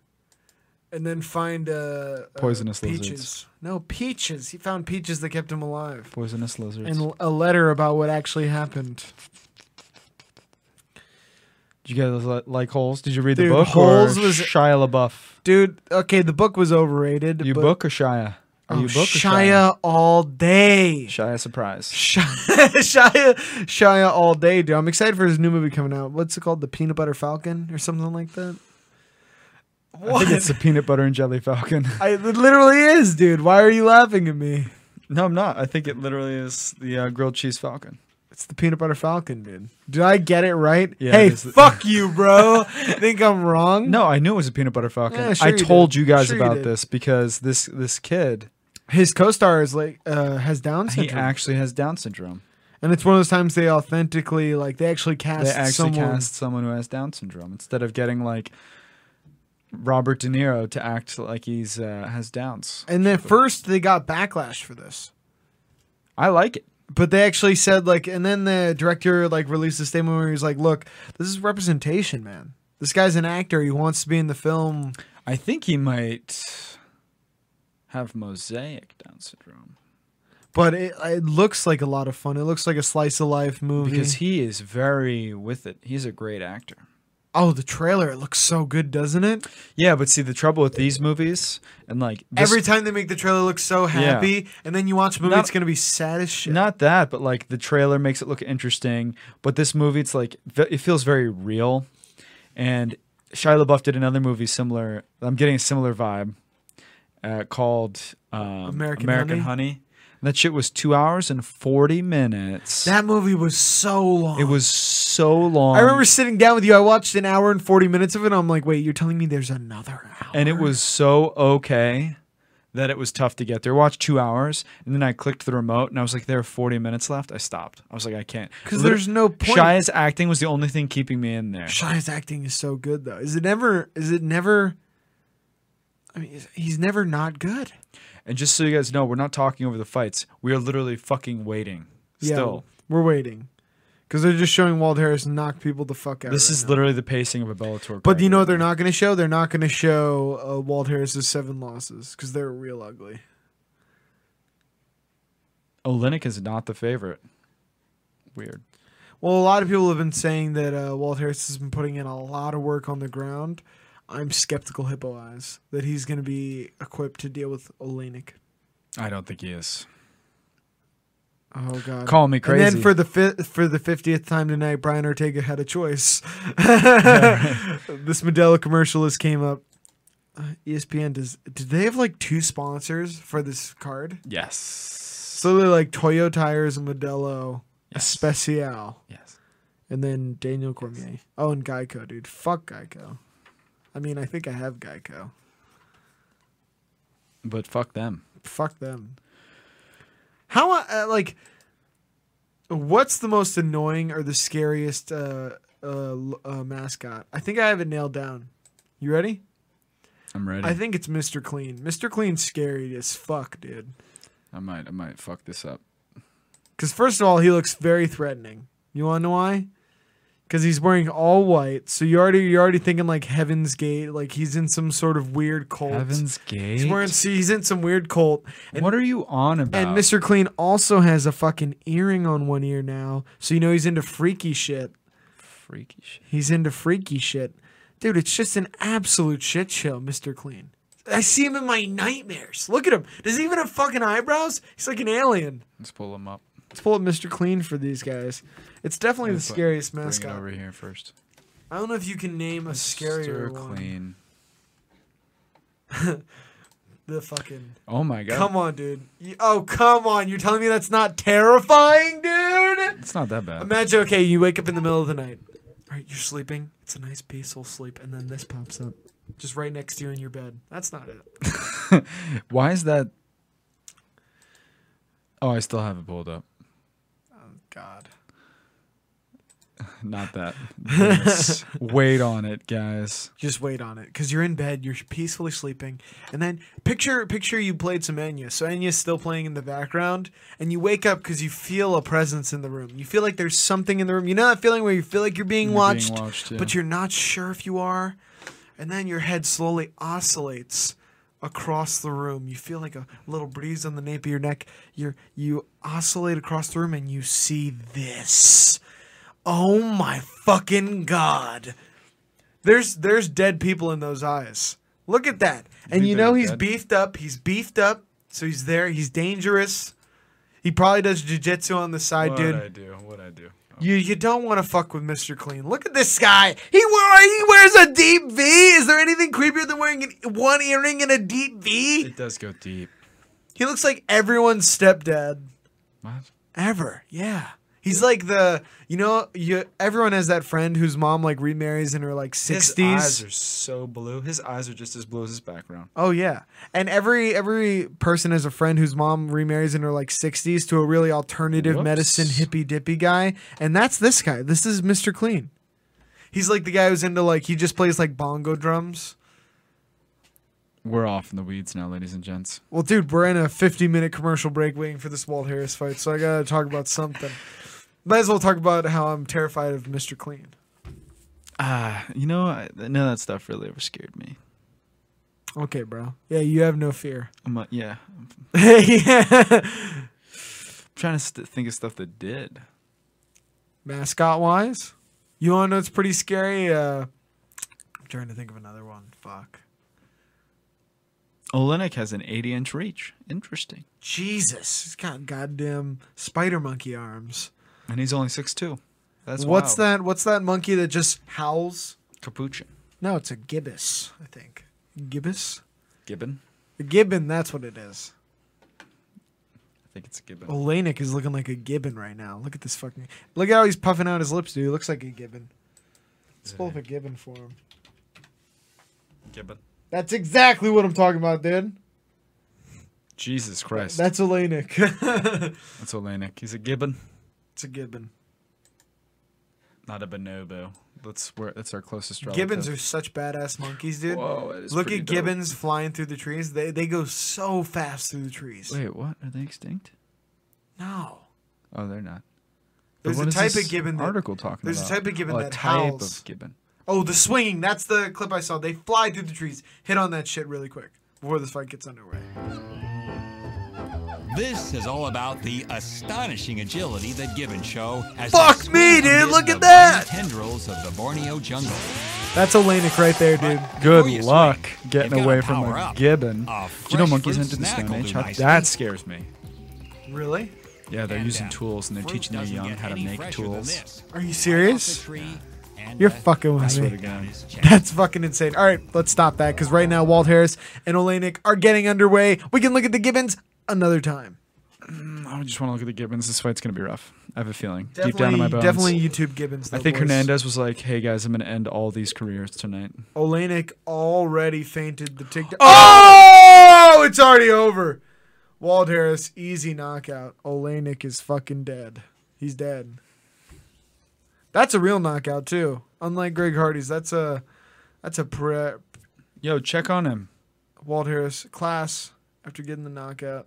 Speaker 3: and then find uh, uh,
Speaker 4: Poisonous
Speaker 3: peaches.
Speaker 4: lizards.
Speaker 3: No peaches. He found peaches that kept him alive,
Speaker 4: Poisonous lizards.
Speaker 3: and a letter about what actually happened.
Speaker 4: Did you guys li- like Holes? Did you read
Speaker 3: Dude,
Speaker 4: the book?
Speaker 3: Holes
Speaker 4: or
Speaker 3: was-
Speaker 4: Shia LaBeouf.
Speaker 3: Dude, okay, the book was overrated.
Speaker 4: You
Speaker 3: but-
Speaker 4: book or Shia? Are
Speaker 3: Oh,
Speaker 4: you book
Speaker 3: Shia all day.
Speaker 4: or Shia? Shia surprise.
Speaker 3: Shia, Shia, Shia all day, dude. I'm excited for his new movie coming out. What's it called? The Peanut Butter Falcon or something like that?
Speaker 4: I think
Speaker 3: What?
Speaker 4: it's the peanut butter and jelly falcon.
Speaker 3: I, it literally is, dude. Why are you laughing at me?
Speaker 4: no, I'm not. I think it literally is the uh, grilled cheese falcon.
Speaker 3: It's the Peanut Butter Falcon, dude. Did I get it right?
Speaker 4: Yeah,
Speaker 3: hey,
Speaker 4: it is the-
Speaker 3: fuck you, bro. Think I'm wrong?
Speaker 4: No, I knew it was a peanut butter falcon.
Speaker 3: Yeah, sure
Speaker 4: I
Speaker 3: you
Speaker 4: told
Speaker 3: did.
Speaker 4: you guys
Speaker 3: Sure you
Speaker 4: about
Speaker 3: did.
Speaker 4: this because this this kid
Speaker 3: His co-star is like uh, has Down
Speaker 4: he
Speaker 3: syndrome,
Speaker 4: actually has Down syndrome.
Speaker 3: and it's one of those times they authentically like they actually cast
Speaker 4: They actually
Speaker 3: someone.
Speaker 4: cast someone who has Down syndrome instead of getting like Robert De Niro to act like he's uh, has Downs.
Speaker 3: And then first they got backlash for this.
Speaker 4: I like it.
Speaker 3: but they actually said like, and then the director like released a statement where he was like, "Look, this is representation, man. This guy's an actor. He wants to be in the film."
Speaker 4: I think he might have mosaic Down syndrome
Speaker 3: But it, it looks like a lot of fun. It looks like a slice of life movie.
Speaker 4: because he is very with it. He's a great actor.
Speaker 3: oh, the trailer it looks so good, doesn't it?
Speaker 4: Yeah, but see the trouble with these movies and like this-
Speaker 3: Every time they make the trailer look so happy, and then you watch the movie,
Speaker 4: Not-
Speaker 3: it's gonna be sad as shit.
Speaker 4: not that, but like the trailer makes it look interesting. But this movie, it's like ve- it feels very real. And Shia LaBeouf did another movie similar. I'm getting a similar vibe uh, called um,
Speaker 3: American
Speaker 4: American,
Speaker 3: Honey?
Speaker 4: Honey. And that shit was two hours and forty minutes.
Speaker 3: that movie was so long.
Speaker 4: it was so long.
Speaker 3: I remember sitting down with you. I watched an hour and forty minutes of it. And I'm like, wait, you're telling me there's another hour?
Speaker 4: and it was so okay that it was tough to get there. Watch two hours, and then I clicked the remote, and I was like, "There are forty minutes left." I stopped. I was like, "I can't,"
Speaker 3: 'Cause
Speaker 4: Liter-
Speaker 3: there's no point.
Speaker 4: Shia's acting was the only thing keeping me in there.
Speaker 3: Shia's acting is so good though. Is it never? Is it never? I mean, is- he's never not good.
Speaker 4: And just so you guys know, we're not talking over the fights. We are literally fucking waiting. Still,
Speaker 3: we're waiting because they're just showing Wald Harris knock people the fuck out.
Speaker 4: this
Speaker 3: right
Speaker 4: is
Speaker 3: now.
Speaker 4: literally the pacing of a Bellator.
Speaker 3: But you know what
Speaker 4: they're
Speaker 3: they're not going to show? They're not going to show uh, Walt Harris's seven losses because they're real ugly.
Speaker 4: Olenek is not the favorite. Weird.
Speaker 3: Well, a lot of people have been saying that uh, Walt Harris has been putting in a lot of work on the ground. I'm skeptical, hippo eyes, that he's going to be equipped to deal with Olenek.
Speaker 4: I don't think he is.
Speaker 3: Oh God!
Speaker 4: Call me crazy.
Speaker 3: And then for the fi- for the fiftieth time tonight, Brian Ortega had a choice. this Modelo commercialist came up. Uh, ESPN does. Did they have like two sponsors for this card?
Speaker 4: yes.
Speaker 3: So they're like Toyo Tires and Modelo
Speaker 4: yes.
Speaker 3: Especial,
Speaker 4: yes.
Speaker 3: and then Daniel Cormier. Oh, and Geico, dude. Fuck Geico. I mean, I think I have Geico.
Speaker 4: But fuck them.
Speaker 3: Fuck them. How uh, like? What's the most annoying or the scariest uh, uh, l- uh, mascot? I think I have it nailed down. You ready?
Speaker 4: I'm ready.
Speaker 3: I think it's Mr. Clean. Mr. Clean's scary as fuck, dude.
Speaker 4: I might. I might fuck this up.
Speaker 3: Because first of all, he looks very threatening. You want to know why? Because he's wearing all white, so you already you're already thinking like Heaven's Gate, like he's in some sort of weird cult.
Speaker 4: Gate.
Speaker 3: he's wearing he's in some weird cult, and
Speaker 4: what are you on about?
Speaker 3: And Mr. Clean also has a fucking earring on one ear now, so you know he's into freaky shit.
Speaker 4: Freaky shit.
Speaker 3: He's into freaky shit. Dude, it's just an absolute shit show, Mr. Clean. I see him in my nightmares. Look at him. Does he even have fucking eyebrows? He's like an alien.
Speaker 4: Let's pull him up.
Speaker 3: Let's pull up Mr. Clean for these guys. It's definitely the
Speaker 4: Let's put-
Speaker 3: scariest
Speaker 4: Bring it
Speaker 3: mascot.
Speaker 4: over here first.
Speaker 3: I don't know if you can name a scarier
Speaker 4: Mr.
Speaker 3: one.
Speaker 4: Clean.
Speaker 3: The fucking.
Speaker 4: Oh my god.
Speaker 3: Come on, dude. You- Oh, come on. You're telling me that's not terrifying, dude?
Speaker 4: It's not that bad.
Speaker 3: Imagine, okay, you wake up in the middle of the night. All right, you're sleeping. It's a nice, peaceful sleep, and then this pops up, just right next to you in your bed. That's not it.
Speaker 4: Why is that? Oh, I still have it pulled up.
Speaker 3: God.
Speaker 4: Not that. Yes. Wait on it, guys.
Speaker 3: Just wait on it, because you're in bed, you're peacefully sleeping, and then picture picture you played some Enya, so Enya's still playing in the background, and you wake up because you feel a presence in the room. You feel like there's something in the room. You know that feeling where you feel like you're being
Speaker 4: You're being
Speaker 3: watched,
Speaker 4: watched, yeah.
Speaker 3: but you're not sure if you are, and then your head slowly oscillates across the room. You feel like a little breeze on the nape of your neck. You you oscillate across the room, and you see this. Oh my fucking god! There's there's dead people in those eyes. Look at that. And
Speaker 4: think
Speaker 3: you know
Speaker 4: they're
Speaker 3: he's
Speaker 4: dead?
Speaker 3: beefed up. He's beefed up. So he's there. He's dangerous. He probably does jujitsu on the side, dude.
Speaker 4: do? What I do?
Speaker 3: You you don't want to fuck with Mr. Clean. Look at this guy. He wear he wears a deep V. Is there anything creepier than wearing an, one earring and a deep V?
Speaker 4: It does go deep.
Speaker 3: He looks like everyone's stepdad
Speaker 4: What?
Speaker 3: ever. Yeah. He's like the you know you everyone has that friend whose mom like remarries in her like 60s.
Speaker 4: His eyes are so blue. His eyes are just as blue as his background.
Speaker 3: Oh yeah, and every every person has a friend whose mom remarries in her like sixties to a really alternative
Speaker 4: Whoops.
Speaker 3: medicine hippy dippy guy, and that's this guy. This is Mister Clean. He's like the guy who's into like he just plays like bongo drums.
Speaker 4: We're off in the weeds now, ladies and gents.
Speaker 3: Well, dude, we're in a 50 minute commercial break waiting for this Walt Harris fight, so I gotta talk about something. Might as well talk about how I'm terrified of Mr. Clean.
Speaker 4: Ah, you know, I, none of that stuff really ever scared me.
Speaker 3: Okay, bro. Yeah, you have no fear.
Speaker 4: I'm like, yeah, I'm
Speaker 3: yeah.
Speaker 4: trying to st- think of stuff that did.
Speaker 3: Mascot wise, you wanna know it's pretty scary? Uh, I'm trying to think of another one. Fuck.
Speaker 4: Olenek has an 80 inch reach. Interesting.
Speaker 3: Jesus, he's got goddamn spider monkey arms.
Speaker 4: And he's only 6'2. That's
Speaker 3: what's
Speaker 4: wild.
Speaker 3: that? What's that monkey that just howls?
Speaker 4: Capuchin.
Speaker 3: No, it's a gibbous, I think. Gibbous?
Speaker 4: Gibbon.
Speaker 3: A gibbon, that's what it is.
Speaker 4: I think it's a
Speaker 3: Oh.
Speaker 4: gibbon.
Speaker 3: Olenek is looking like a gibbon right now. Look at this fucking. Look how he's puffing out his lips, dude. He looks like a gibbon. Let's pull up a gibbon for him.
Speaker 4: Gibbon.
Speaker 3: That's exactly what I'm talking about, dude.
Speaker 4: Jesus Christ.
Speaker 3: That's Olenek.
Speaker 4: That's Olenek. He's a gibbon,
Speaker 3: it's a gibbon.
Speaker 4: not a bonobo. That's where that's our closest relative.
Speaker 3: Gibbons are such badass monkeys, dude.
Speaker 4: Whoa, that is
Speaker 3: Look
Speaker 4: pretty
Speaker 3: at
Speaker 4: dope.
Speaker 3: gibbons flying through the trees. They they go so fast through the trees.
Speaker 4: Wait, what? Are they extinct?
Speaker 3: No.
Speaker 4: Oh, they're not. But
Speaker 3: There's
Speaker 4: what
Speaker 3: a
Speaker 4: is
Speaker 3: type
Speaker 4: this
Speaker 3: of gibbon that-
Speaker 4: article talking
Speaker 3: there's a
Speaker 4: about?
Speaker 3: type of gibbon
Speaker 4: Oh,
Speaker 3: that
Speaker 4: a type
Speaker 3: howls.
Speaker 4: of gibbon.
Speaker 3: Oh, the swinging. That's the clip I saw. They fly through the trees. Hit on that shit really quick before this fight gets underway.
Speaker 6: This is all about the astonishing agility that Gibbon show as
Speaker 3: Fuck
Speaker 6: they
Speaker 3: me,
Speaker 6: swing
Speaker 3: dude,
Speaker 6: amid
Speaker 3: look
Speaker 6: the
Speaker 3: at that!
Speaker 6: mighty Tendrils of the Borneo jungle.
Speaker 3: That's Olenek right there, dude.
Speaker 7: Good
Speaker 6: Before you
Speaker 7: luck
Speaker 6: swing,
Speaker 7: getting
Speaker 6: you've
Speaker 7: away
Speaker 6: gotta
Speaker 7: from
Speaker 6: power
Speaker 7: a
Speaker 6: up.
Speaker 7: gibbon. Do you
Speaker 6: A
Speaker 7: know
Speaker 6: fresh
Speaker 7: monkeys
Speaker 6: fruit
Speaker 7: entered the
Speaker 6: snack
Speaker 7: Stone
Speaker 6: will
Speaker 7: Age?
Speaker 6: do
Speaker 7: How-
Speaker 6: nicely.
Speaker 7: That scares me.
Speaker 3: Really?
Speaker 4: Yeah, they're
Speaker 6: And,
Speaker 4: using
Speaker 6: uh,
Speaker 4: tools and they're
Speaker 6: fruit
Speaker 4: teaching their
Speaker 6: doesn't
Speaker 4: young
Speaker 6: get
Speaker 4: how to
Speaker 6: any
Speaker 4: make
Speaker 6: fresher than
Speaker 4: tools.
Speaker 6: this.
Speaker 3: Are you
Speaker 6: The
Speaker 3: serious?
Speaker 6: tree and
Speaker 3: You're
Speaker 6: the
Speaker 3: fucking with
Speaker 6: right
Speaker 3: me.
Speaker 4: Swear to God.
Speaker 6: is jagged.
Speaker 3: That's fucking insane. All right, let's stop that because right now Walt Harris and Olenek are getting underway. We can look at the Gibbons another time.
Speaker 4: I just want to look at the gibbons. This fight's gonna be rough. I have a feeling deep down in my bones.
Speaker 3: definitely YouTube Gibbons.
Speaker 4: I
Speaker 3: though,
Speaker 4: think
Speaker 3: boys.
Speaker 4: Hernandez was like, "Hey guys, I'm gonna end all these careers tonight."
Speaker 3: Olenek already fainted the TikTok. Oh, it's already over. Walt Harris, easy knockout. Olenek is fucking dead. He's dead. That's a real knockout too. Unlike Greg Hardy's, that's a that's a pre-
Speaker 4: Yo, check on him.
Speaker 3: Walt Harris class after getting the knockout.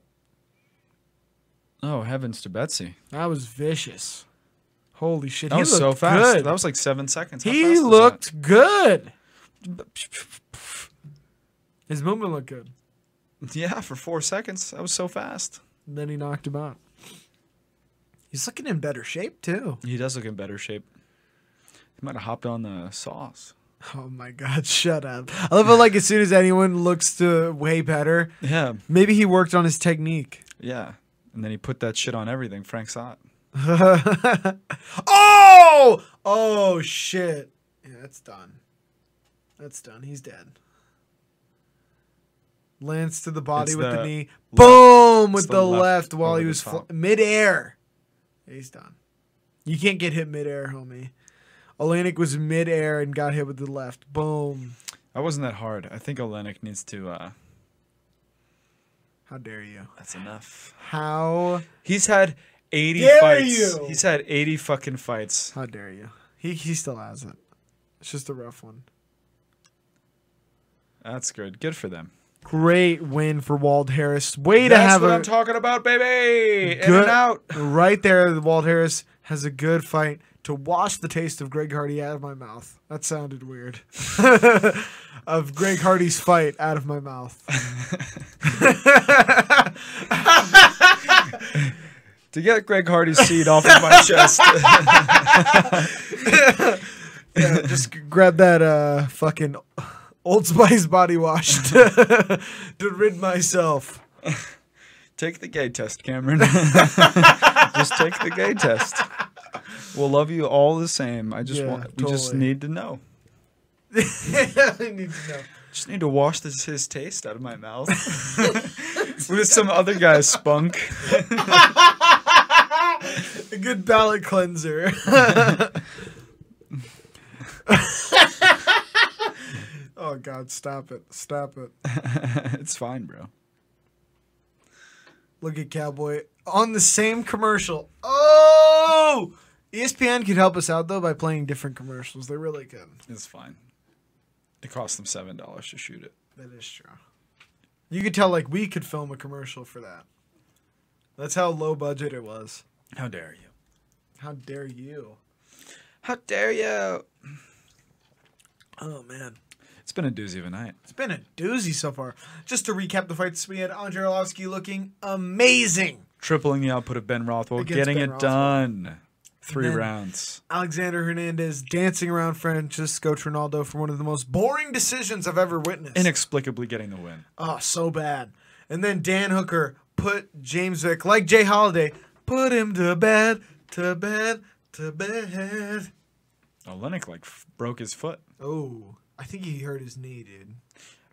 Speaker 4: Oh, heavens to Betsy!
Speaker 3: That was vicious. Holy shit!
Speaker 4: That
Speaker 3: he
Speaker 4: was so
Speaker 3: looked
Speaker 4: fast.
Speaker 3: Good.
Speaker 4: That was like seven seconds. How
Speaker 3: he
Speaker 4: fast was
Speaker 3: looked good. His movement looked good.
Speaker 4: that? Yeah, for four seconds. That was so fast.
Speaker 3: And then he knocked him out. He's looking in better shape too.
Speaker 4: He does look in better shape. He might have hopped on the sauce.
Speaker 3: Oh my god! Shut up. I love how like as soon as anyone looks to way better,
Speaker 4: Yeah,
Speaker 3: maybe he worked on his technique.
Speaker 4: yeah. And then he put that shit on everything. Frank Sott.
Speaker 3: oh! Oh shit. Yeah, that's done. That's done. He's dead. Lance to the body
Speaker 4: It's
Speaker 3: with the,
Speaker 4: the
Speaker 3: knee.
Speaker 4: left.
Speaker 3: Boom! with
Speaker 4: It's
Speaker 3: the,
Speaker 4: the left
Speaker 3: left, while
Speaker 4: over
Speaker 3: he
Speaker 4: the
Speaker 3: was fl-
Speaker 4: top.
Speaker 3: midair. Yeah, he's done. You can't get hit midair, homie. Olenek was midair and got hit with the left. Boom.
Speaker 4: That wasn't that hard. I think Olenek needs to. uh
Speaker 3: How dare you?
Speaker 4: That's enough.
Speaker 3: How
Speaker 4: He's had eighty
Speaker 3: Dare
Speaker 4: fights.
Speaker 3: you!
Speaker 4: He's had eighty fucking fights.
Speaker 3: how dare you? He he still has it. It's just a rough one.
Speaker 4: That's good. Good for them.
Speaker 3: Great win for Wald Harris. Way to
Speaker 4: That's
Speaker 3: have
Speaker 4: what
Speaker 3: a
Speaker 4: i I'm talking about, baby. In
Speaker 3: good
Speaker 4: and out.
Speaker 3: right there. Walt Harris has a good fight to wash the taste of Greg Hardy out of my mouth. That sounded weird. of Greg Hardy's fight out of my mouth.
Speaker 4: To get Greg Hardy's seed off of my chest.
Speaker 3: Yeah, just g- grab that uh fucking Old Spice body wash to, to rid myself.
Speaker 4: Take the gay test, Cameron. just take the gay test. We'll love you all the same. I just
Speaker 3: Yeah,
Speaker 4: want we just
Speaker 3: totally.
Speaker 4: need to know.
Speaker 3: I need to know.
Speaker 4: Just need to wash this his taste out of my mouth with some other guy's spunk.
Speaker 3: A good palate cleanser. oh God! Stop it! Stop it!
Speaker 4: it's fine, bro.
Speaker 3: Look at Cowboy on the same commercial. Oh! ESPN could help us out though by playing different commercials. They really could.
Speaker 4: It's fine. It cost them seven dollars to shoot it.
Speaker 3: That is true. You could tell like we could film a commercial for that. That's how low budget it was.
Speaker 8: How dare you?
Speaker 3: How dare you?
Speaker 8: How dare you?
Speaker 3: Oh man.
Speaker 4: It's been a doozy of a night.
Speaker 3: It's been a doozy so far. Just to recap the fights, we had Andre Arlovsky looking amazing.
Speaker 4: Tripling the output of Ben Rothwell,
Speaker 3: Against
Speaker 4: getting
Speaker 3: Ben
Speaker 4: it
Speaker 3: Rothwell.
Speaker 4: done. Three
Speaker 3: then-
Speaker 4: rounds.
Speaker 3: Alexander Hernandez dancing around Francisco Trinaldo for one of the most boring decisions I've ever witnessed.
Speaker 4: Inexplicably getting the win.
Speaker 3: Oh, so bad. And then Dan Hooker put James Vick, like Jay Holiday, put him to bed, to bed, to bed.
Speaker 4: Olenek like f- broke his foot.
Speaker 3: Oh, I think he hurt his knee, dude.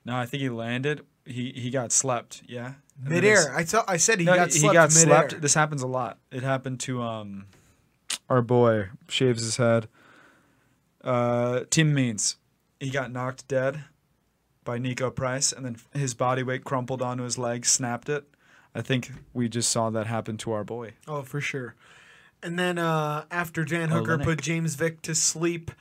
Speaker 4: No, I think he landed. He he got slept. Yeah, And then his-
Speaker 3: Midair. I saw. I said he
Speaker 4: No,
Speaker 3: got slept midair.
Speaker 4: This happens a lot. It happened to um, our boy shaves his head. Uh, Tim Means, he got knocked dead by Nico Price, and then his body weight crumpled onto his leg, snapped it. I think we just saw that happen to our boy.
Speaker 3: Oh, for sure. And then uh, after Dan Hooker
Speaker 4: Olenek.
Speaker 3: put James Vick to sleep,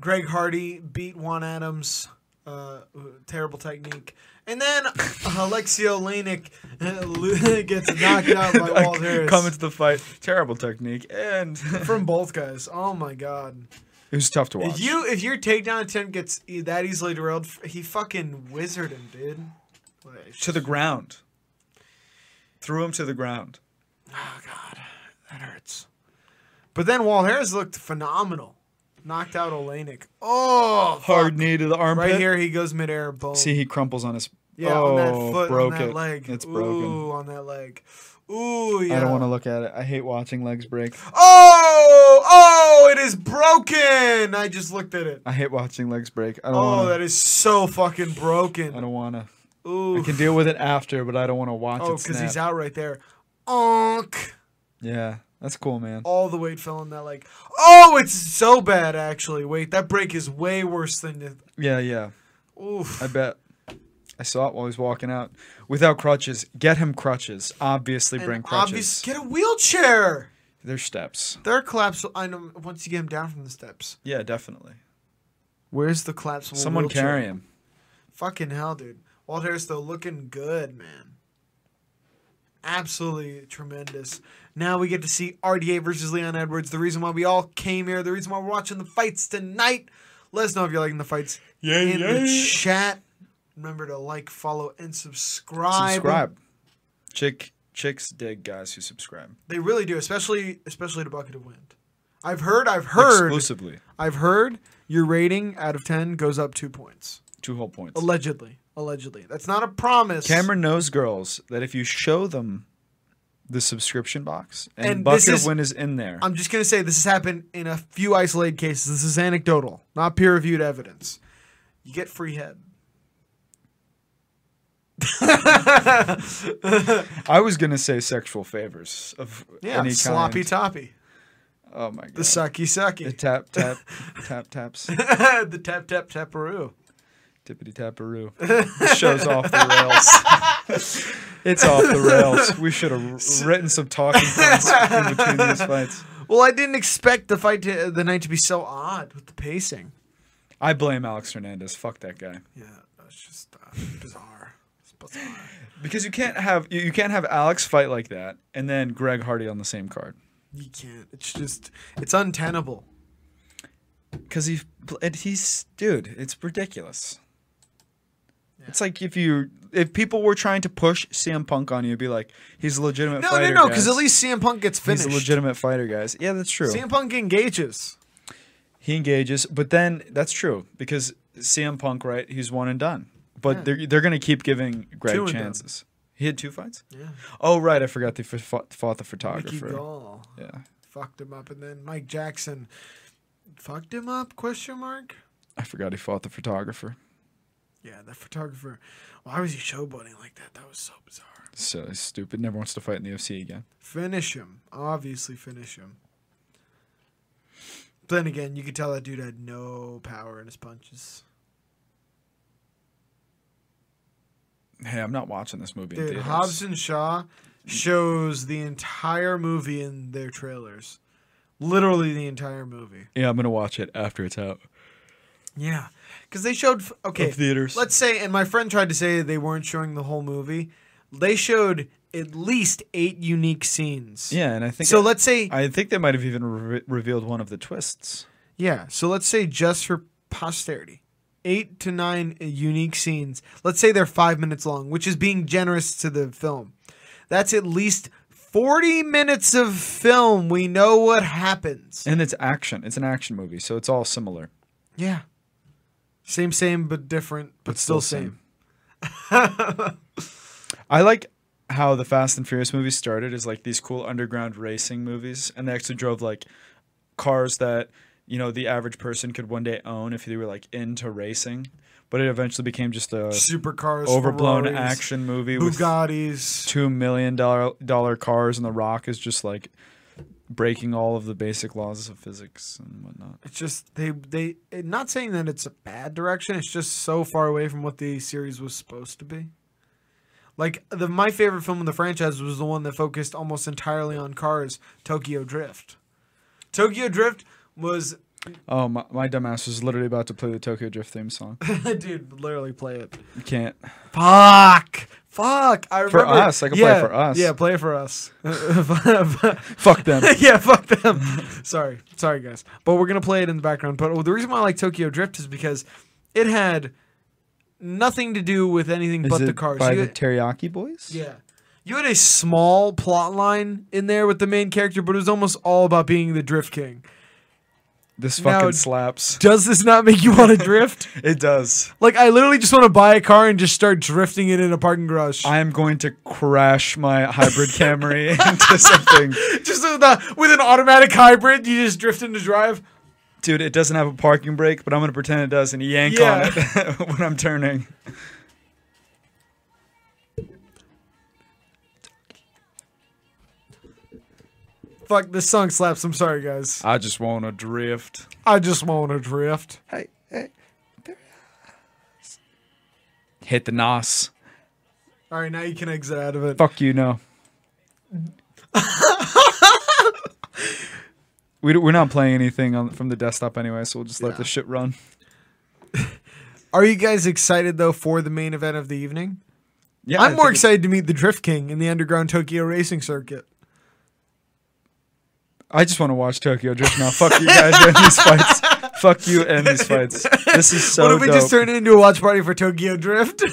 Speaker 3: Greg Hardy beat Juan Adams. Uh, terrible technique. And then Alexio Lanik gets knocked out by Walt Harris.
Speaker 4: Coming to the fight, terrible technique, and it
Speaker 3: from both guys. Oh my god!
Speaker 4: was tough to watch.
Speaker 3: If you if your takedown attempt gets e- that easily derailed, f- he fucking wizard him, dude. Like,
Speaker 4: to the ground, threw him to the ground.
Speaker 3: that hurts. But then Walt Harris looked phenomenal. Knocked out Olenek. Oh,
Speaker 4: Hard knee to the armpit.
Speaker 3: right here he goes midair. Boom.
Speaker 4: See, he crumples on his.
Speaker 3: yeah,
Speaker 4: oh,
Speaker 3: on that foot,
Speaker 4: broke
Speaker 3: on that
Speaker 4: it.
Speaker 3: leg.
Speaker 4: It's
Speaker 3: Ooh,
Speaker 4: broken.
Speaker 3: on that leg. Ooh, yeah.
Speaker 4: I don't want to look at it. I hate watching legs break.
Speaker 3: Oh, oh, it is broken. I just looked at it.
Speaker 4: I hate watching legs break. I don't
Speaker 3: Oh,
Speaker 4: want
Speaker 3: that is so fucking broken.
Speaker 4: I don't want to.
Speaker 3: Ooh.
Speaker 4: I can deal with it after, but I don't want to watch
Speaker 3: Oh,
Speaker 4: it
Speaker 3: because
Speaker 4: snap.
Speaker 3: he's out right there. Onk.
Speaker 4: Yeah, that's cool, man.
Speaker 3: All the weight fell on that leg. Oh, it's so bad, actually. Wait, that break is way worse than the.
Speaker 4: Yeah, yeah.
Speaker 3: Oof.
Speaker 4: I bet. I saw it while he was walking out. Without crutches, get him crutches. Obviously,
Speaker 3: And
Speaker 4: bring crutches.
Speaker 3: obvious. Get a wheelchair.
Speaker 4: There's steps.
Speaker 3: Their collapse. I know. Once you get him down from the steps,
Speaker 4: Yeah, definitely.
Speaker 3: where's the collapsible?
Speaker 4: Someone
Speaker 3: wheelchair?
Speaker 4: carry him.
Speaker 3: Fucking hell, dude. Walt Harris though looking good, man. Absolutely tremendous. Now we get to see RDA versus Leon Edwards. The reason why we all came here. The reason why we're watching the fights tonight. Let us know if you're liking the fights
Speaker 4: Yeah,
Speaker 3: in the chat. Remember to like, follow, and subscribe.
Speaker 4: Subscribe. Chick chicks dig guys who subscribe
Speaker 3: They really do, especially especially to Bucket of Wind. I've heard. I've heard.
Speaker 4: exclusively.
Speaker 3: I've heard your rating out of ten goes up two points.
Speaker 4: Two whole points.
Speaker 3: Allegedly. Allegedly. That's not a promise.
Speaker 4: Cameron knows girls that if you show them the subscription box and,
Speaker 3: And this
Speaker 4: Bucket
Speaker 3: is-
Speaker 4: of Win is in there,
Speaker 3: I'm just gonna say this has happened in a few isolated cases. This is anecdotal, not peer reviewed evidence. You get free head.
Speaker 4: I was gonna say sexual favors of
Speaker 3: Yeah.
Speaker 4: any
Speaker 3: sloppy
Speaker 4: kind.
Speaker 3: toppy.
Speaker 4: oh my god.
Speaker 3: The sucky
Speaker 4: The
Speaker 3: sucky.
Speaker 4: tap tap tap taps
Speaker 3: the tap tap taparoo.
Speaker 4: tippity taparoo. This show's off the rails. it's off the rails. We should have written some talking points in between these fights.
Speaker 3: Well, I didn't expect the fight to, the night to be so odd with the pacing.
Speaker 4: I blame Alex Hernandez. Fuck that guy.
Speaker 3: Yeah, that's just uh, bizarre. It's bizarre.
Speaker 4: Because you can't have you, you can't have Alex fight like that and then Greg Hardy on the same card.
Speaker 3: You can't. It's just. It's untenable.
Speaker 4: Because he, and he's dude, it's ridiculous. It's like if you if people were trying to push CM Punk on you, be like, he's a legitimate
Speaker 3: No,
Speaker 4: fighter.
Speaker 3: no, no. Because
Speaker 4: guys.
Speaker 3: at least CM Punk gets
Speaker 4: he's
Speaker 3: finished.
Speaker 4: a legitimate fighter, guys. Yeah, that's true.
Speaker 3: CM Punk engages.
Speaker 4: he engages, but then that's true because CM Punk, right? He's one and done. But they're they're gonna keep giving Greg
Speaker 3: Two and done.
Speaker 4: chances. He had two fights.
Speaker 3: Yeah.
Speaker 4: Oh right, I forgot they fought, fought the
Speaker 3: Mickey
Speaker 4: photographer.
Speaker 3: Gall.
Speaker 4: Yeah.
Speaker 3: fucked him up, and then Mike Jackson fucked him up? Question mark.
Speaker 4: I forgot he fought the photographer.
Speaker 3: Yeah, that photographer. Why was he showboating like that? That was so bizarre.
Speaker 4: So he's stupid. Never wants to fight in the UFC again.
Speaker 3: Finish him. Obviously, finish him. But then again, you could tell that dude had no power in his punches.
Speaker 4: Hey, I'm not watching this movie. in
Speaker 3: Dude,
Speaker 4: theaters.
Speaker 3: Hobbs and Shaw shows the entire movie in their trailers. Literally the entire movie.
Speaker 4: Yeah, I'm gonna watch it after it's out.
Speaker 3: Yeah, because they showed f- okay
Speaker 4: Of theaters.
Speaker 3: Let's say, and my friend tried to say they weren't showing the whole movie. They showed at least eight unique scenes.
Speaker 4: Yeah, and I think
Speaker 3: So let's say
Speaker 4: I think they might have even re- revealed one of the twists.
Speaker 3: yeah. So let's say just for posterity, eight to nine uh, unique scenes. Let's say they're five minutes long, which is being generous to the film. That's at least forty minutes of film. We know what happens.
Speaker 4: And it's action. It's an action movie, so it's all similar.
Speaker 3: Yeah. Same, same, but different, but, still, same.
Speaker 4: I like how the Fast and Furious movies started as like these cool underground racing movies, and they actually drove like cars that you know the average person could one day own if they were like into racing. But it eventually became just a
Speaker 3: Supercars,
Speaker 4: overblown
Speaker 3: Ferraris,
Speaker 4: action movie with
Speaker 3: Bugattis.
Speaker 4: two million dollar dollar cars, and The Rock is just like breaking all of the basic laws of physics and whatnot.
Speaker 3: It's just they they. it- Not saying that it's a bad direction. It's just so far away from what the series was supposed to be. Like the my favorite film in the franchise was the one that focused almost entirely on cars, Tokyo Drift. Tokyo Drift was,
Speaker 4: Oh, my, my dumbass was literally about to play the Tokyo Drift theme song.
Speaker 3: dude, literally play it.
Speaker 4: You can't.
Speaker 3: Fuck. Fuck. I remember.
Speaker 4: us, I could play
Speaker 3: yeah,
Speaker 4: for us.
Speaker 3: Yeah, play it for us.
Speaker 4: Fuck them.
Speaker 3: yeah, fuck them. sorry, sorry guys, but we're gonna play it in the background. But the reason why I like Tokyo Drift is because it had nothing to do with anything but the cars.
Speaker 4: by
Speaker 3: You
Speaker 4: the
Speaker 3: had-
Speaker 4: Teriyaki Boys?
Speaker 3: yeah, you had a small plot line in there with the main character, but it was almost all about being the drift king.
Speaker 4: This
Speaker 3: Now-
Speaker 4: fucking slaps.
Speaker 3: Does this not make you want to drift?
Speaker 4: It does.
Speaker 3: Like, I literally just want to buy a car and just start drifting it in a parking garage.
Speaker 4: I am going to crash my hybrid Camry into something.
Speaker 3: just with, a, with an automatic hybrid, you just drift into drive.
Speaker 4: Dude, it doesn't have a parking brake, but I'm going to pretend it does and yank
Speaker 3: Yeah.
Speaker 4: on it when I'm turning.
Speaker 3: Fuck, this song slaps. I'm sorry, guys.
Speaker 4: I just want to drift.
Speaker 3: I just want to drift.
Speaker 4: Hey, hey. Hit the NOS.
Speaker 3: All right, now you can exit out of it.
Speaker 4: Fuck you, no. we, d- we're not playing anything on, from the desktop anyway, so we'll just let
Speaker 3: Yeah.
Speaker 4: this shit run.
Speaker 3: Are you guys excited though for the main event of the evening?
Speaker 4: Yeah,
Speaker 3: I'm
Speaker 4: I
Speaker 3: more
Speaker 4: think it-
Speaker 3: excited to meet the Drift King in the underground Tokyo racing circuit.
Speaker 4: I just want to watch Tokyo Drift now. Fuck you guys and these fights. Fuck you and these fights. This is so
Speaker 3: what if we
Speaker 4: dope.
Speaker 3: just turn it into a watch party for Tokyo Drift?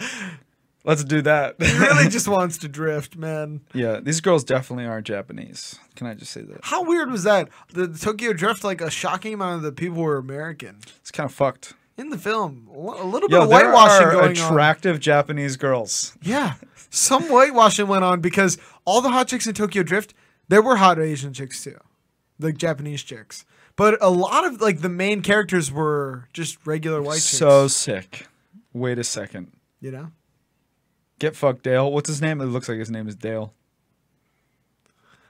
Speaker 4: Let's do that.
Speaker 3: he really just wants to drift, man.
Speaker 4: yeah, these girls definitely are Japanese. Can I just say that?
Speaker 3: How weird was that? The Tokyo Drift, like a shocking amount of the people were American
Speaker 4: It's kind of fucked.
Speaker 3: in the film. A li- a little bit
Speaker 4: Yo,
Speaker 3: of
Speaker 4: there
Speaker 3: whitewashing
Speaker 4: are
Speaker 3: going on.
Speaker 4: attractive Japanese girls.
Speaker 3: Yeah, some whitewashing went on because all the hot chicks in Tokyo Drift, there were hot Asian chicks too, like Japanese chicks. But a lot of like the main characters were just regular white
Speaker 4: So
Speaker 3: chicks.
Speaker 4: sick. Wait a second.
Speaker 3: you know,
Speaker 4: Get fucked, Dale. What's his name? It looks like his name is Dale.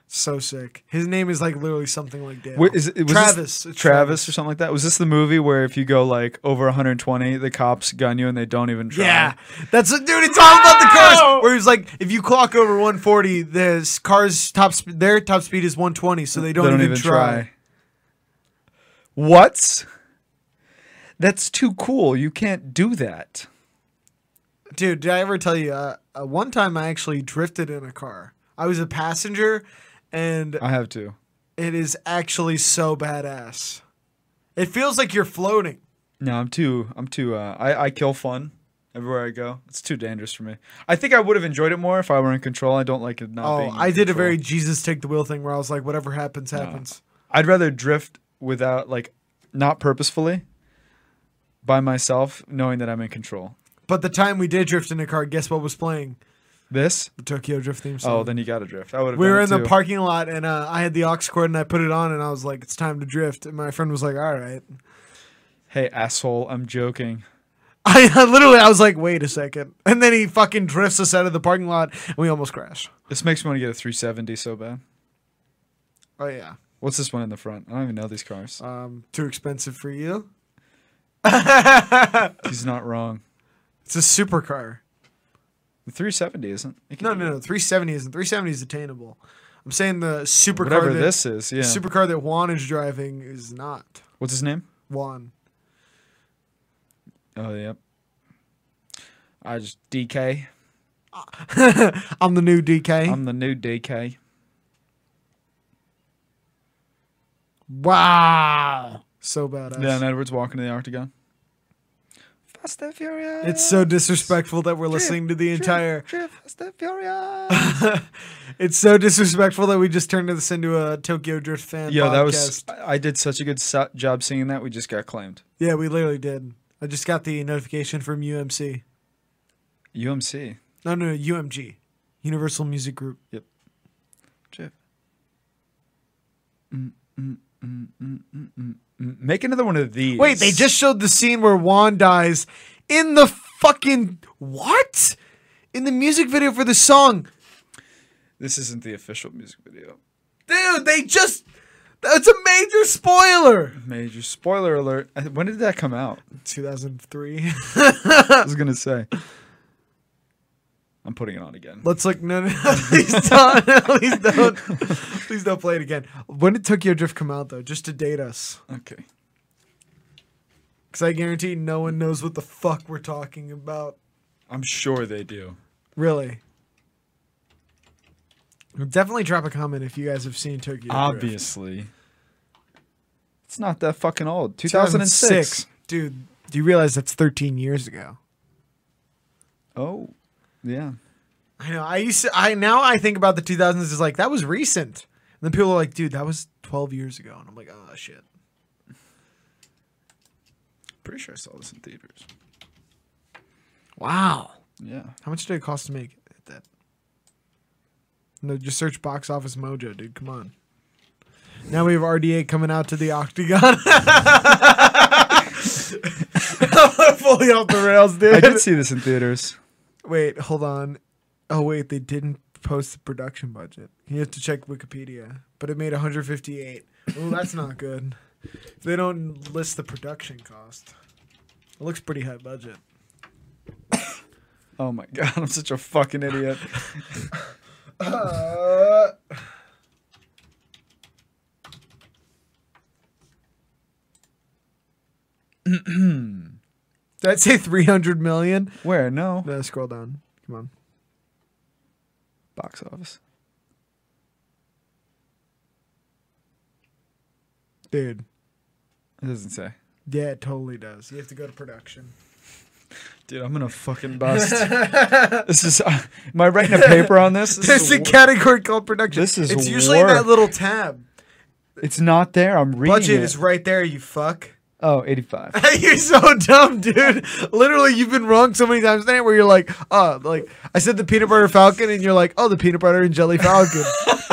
Speaker 3: so sick. His name is like literally something like Dale.
Speaker 4: Wait, is it, was
Speaker 3: Travis?
Speaker 4: This,
Speaker 3: It's
Speaker 4: Travis, or something like that. Was this the movie where if you go like over 120, the cops gun you and they don't even try?
Speaker 3: Yeah, that's what, dude. It's all about the cars. Where he's like, if you clock over 140, this car's top, sp- their top speed is 120, so they don't,
Speaker 4: They
Speaker 3: even, try.
Speaker 4: What? That's too cool. You can't do that.
Speaker 3: Dude, did I ever tell you? Uh, uh, one time I actually drifted in a car. I was a passenger, and
Speaker 4: I have to.
Speaker 3: it is actually so badass. It feels like you're floating.
Speaker 4: No, I'm too. I'm too. Uh, I I kill fun everywhere I go. It's too dangerous for me. I think I would have enjoyed it more if I were in control. I don't like it not
Speaker 3: Oh,
Speaker 4: being. in
Speaker 3: I did a
Speaker 4: control.
Speaker 3: very Jesus take the wheel thing where I was like, whatever happens, happens.
Speaker 4: I'd rather drift without like, not purposefully. By myself, knowing that I'm in control.
Speaker 3: But the time we did drift in a car, guess what was playing?
Speaker 4: This.
Speaker 3: The Tokyo Drift theme song.
Speaker 4: Oh, then you gotta drift. I would.
Speaker 3: we were in the parking lot, and uh, I had the aux cord, and I put it on, and I was like, it's time to drift. And my friend was like, all right.
Speaker 4: Hey, asshole! I'm joking.
Speaker 3: I, I literally, I was like, wait a second. And then he fucking drifts us out of the parking lot, and we almost crash.
Speaker 4: This makes me want to get a 370 so bad.
Speaker 3: Oh, yeah.
Speaker 4: What's this one in the front? I don't even know these cars.
Speaker 3: Um, too expensive for you.
Speaker 4: He's not wrong.
Speaker 3: It's a supercar.
Speaker 4: The 370 isn't. It can
Speaker 3: No,
Speaker 4: be
Speaker 3: no, no. 370 isn't. 370 is attainable. I'm saying the supercar
Speaker 4: Whatever
Speaker 3: that,
Speaker 4: this is, yeah.
Speaker 3: supercar that Juan is driving is not
Speaker 4: What's his name?
Speaker 3: Juan.
Speaker 4: Oh, yep. I just DK.
Speaker 3: I'm the new DK.
Speaker 4: I'm the new DK.
Speaker 3: wow. So badass.
Speaker 4: Dan Edwards walking to the octagon. Fast and furious.
Speaker 3: It's so disrespectful that we're listening to the entire.
Speaker 4: Drift, fast and furious.
Speaker 3: It's so disrespectful that we just turned this into a Tokyo Drift fan.
Speaker 4: Yo,
Speaker 3: podcast.
Speaker 4: that was. I I did such a good so- job singing that. We just got claimed.
Speaker 3: Yeah, we literally did. I just got the notification from UMC.
Speaker 4: UMC.
Speaker 3: No, no, no UMG, Universal Music Group.
Speaker 4: Drift. Mm, mm, mm, mm, mm, mm, mm. Make another one of these.
Speaker 3: Wait, they just showed the scene where Juan dies in the fucking what? In the music video for the song.
Speaker 4: This isn't the official music video.
Speaker 3: Dude, they just that's a major spoiler.
Speaker 4: Major spoiler alert. I- When did that come out?
Speaker 3: 2003.
Speaker 4: I was gonna say. I'm putting it on again.
Speaker 3: Let's look. No, no, please don't. please don't. Please don't play it again. When did Tokyo Drift come out though? Just to date us,
Speaker 4: Okay.
Speaker 3: because I guarantee no one knows what the fuck we're talking about.
Speaker 4: I'm sure they do.
Speaker 3: Really. Definitely drop a comment if you guys have seen Tokyo. Drift.
Speaker 4: Obviously. It's not that fucking old. 2006.
Speaker 3: Dude, do you realize that's 13 years ago?
Speaker 4: Oh. Yeah.
Speaker 3: I know. I used to, I now I think about the 2000s as like that was recent. And then people are like, "Dude, that was 12 years ago." And I'm like, "Oh shit."
Speaker 4: Pretty sure I saw this in theaters.
Speaker 3: Wow.
Speaker 4: Yeah.
Speaker 3: How much did it cost to make that? No, just search box office mojo, dude. Come on. Now we have RDA coming out to the octagon. Fully off the rails, dude.
Speaker 4: I did see this in theaters.
Speaker 3: Wait, hold on. Oh wait, they didn't post the production budget. You have to check Wikipedia, but it made 158. Oh, that's not good. They don't list the production cost. It looks pretty high budget.
Speaker 4: Oh my god, I'm such a fucking idiot.
Speaker 3: Did I say 300 million?
Speaker 4: Where? No.
Speaker 3: No, scroll down. Come on.
Speaker 4: Box office.
Speaker 3: Dude.
Speaker 4: It doesn't say.
Speaker 3: Yeah, it totally does. You have to go to production.
Speaker 4: Dude, I'm gonna fucking bust. this is. uh, am I writing a paper on this? This
Speaker 3: There's
Speaker 4: is
Speaker 3: a
Speaker 4: wor-
Speaker 3: category called production.
Speaker 4: This is
Speaker 3: It's usually in
Speaker 4: work.
Speaker 3: that little tab.
Speaker 4: It's not there. I'm reading
Speaker 3: Budget
Speaker 4: it.
Speaker 3: is right there, you fuck.
Speaker 4: oh, 85.
Speaker 3: You're so dumb, dude. Literally, you've been wrong so many times tonight where you're like, oh, like I said the peanut butter falcon, and you're like, oh, the peanut butter and jelly falcon.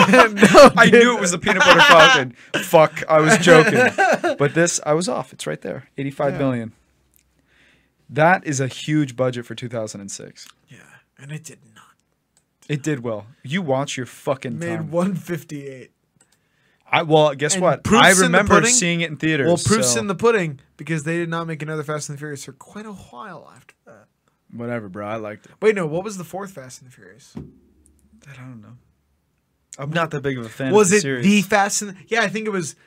Speaker 3: no,
Speaker 4: I
Speaker 3: dude.
Speaker 4: knew it was the peanut butter falcon. Fuck, I was joking. But this, I was off. It's right there. eighty-five million. That is a huge budget for 2006.
Speaker 3: Yeah, and it did not.
Speaker 4: It did well. You watch your fucking
Speaker 3: Made
Speaker 4: tongue.
Speaker 3: 158.
Speaker 4: I, well, guess
Speaker 3: And
Speaker 4: what?
Speaker 3: proofs
Speaker 4: I
Speaker 3: in the
Speaker 4: remember
Speaker 3: pudding?
Speaker 4: seeing it in theaters.
Speaker 3: Well, proofs
Speaker 4: so-
Speaker 3: in the pudding because they did not make another Fast and the Furious for quite a while after that.
Speaker 4: Whatever, bro. I liked it.
Speaker 3: Wait, no, what was the fourth Fast and the Furious?
Speaker 4: I don't know. I'm not that big of a fan.
Speaker 3: was
Speaker 4: of the
Speaker 3: it
Speaker 4: series.
Speaker 3: the Fast and Yeah, I think it was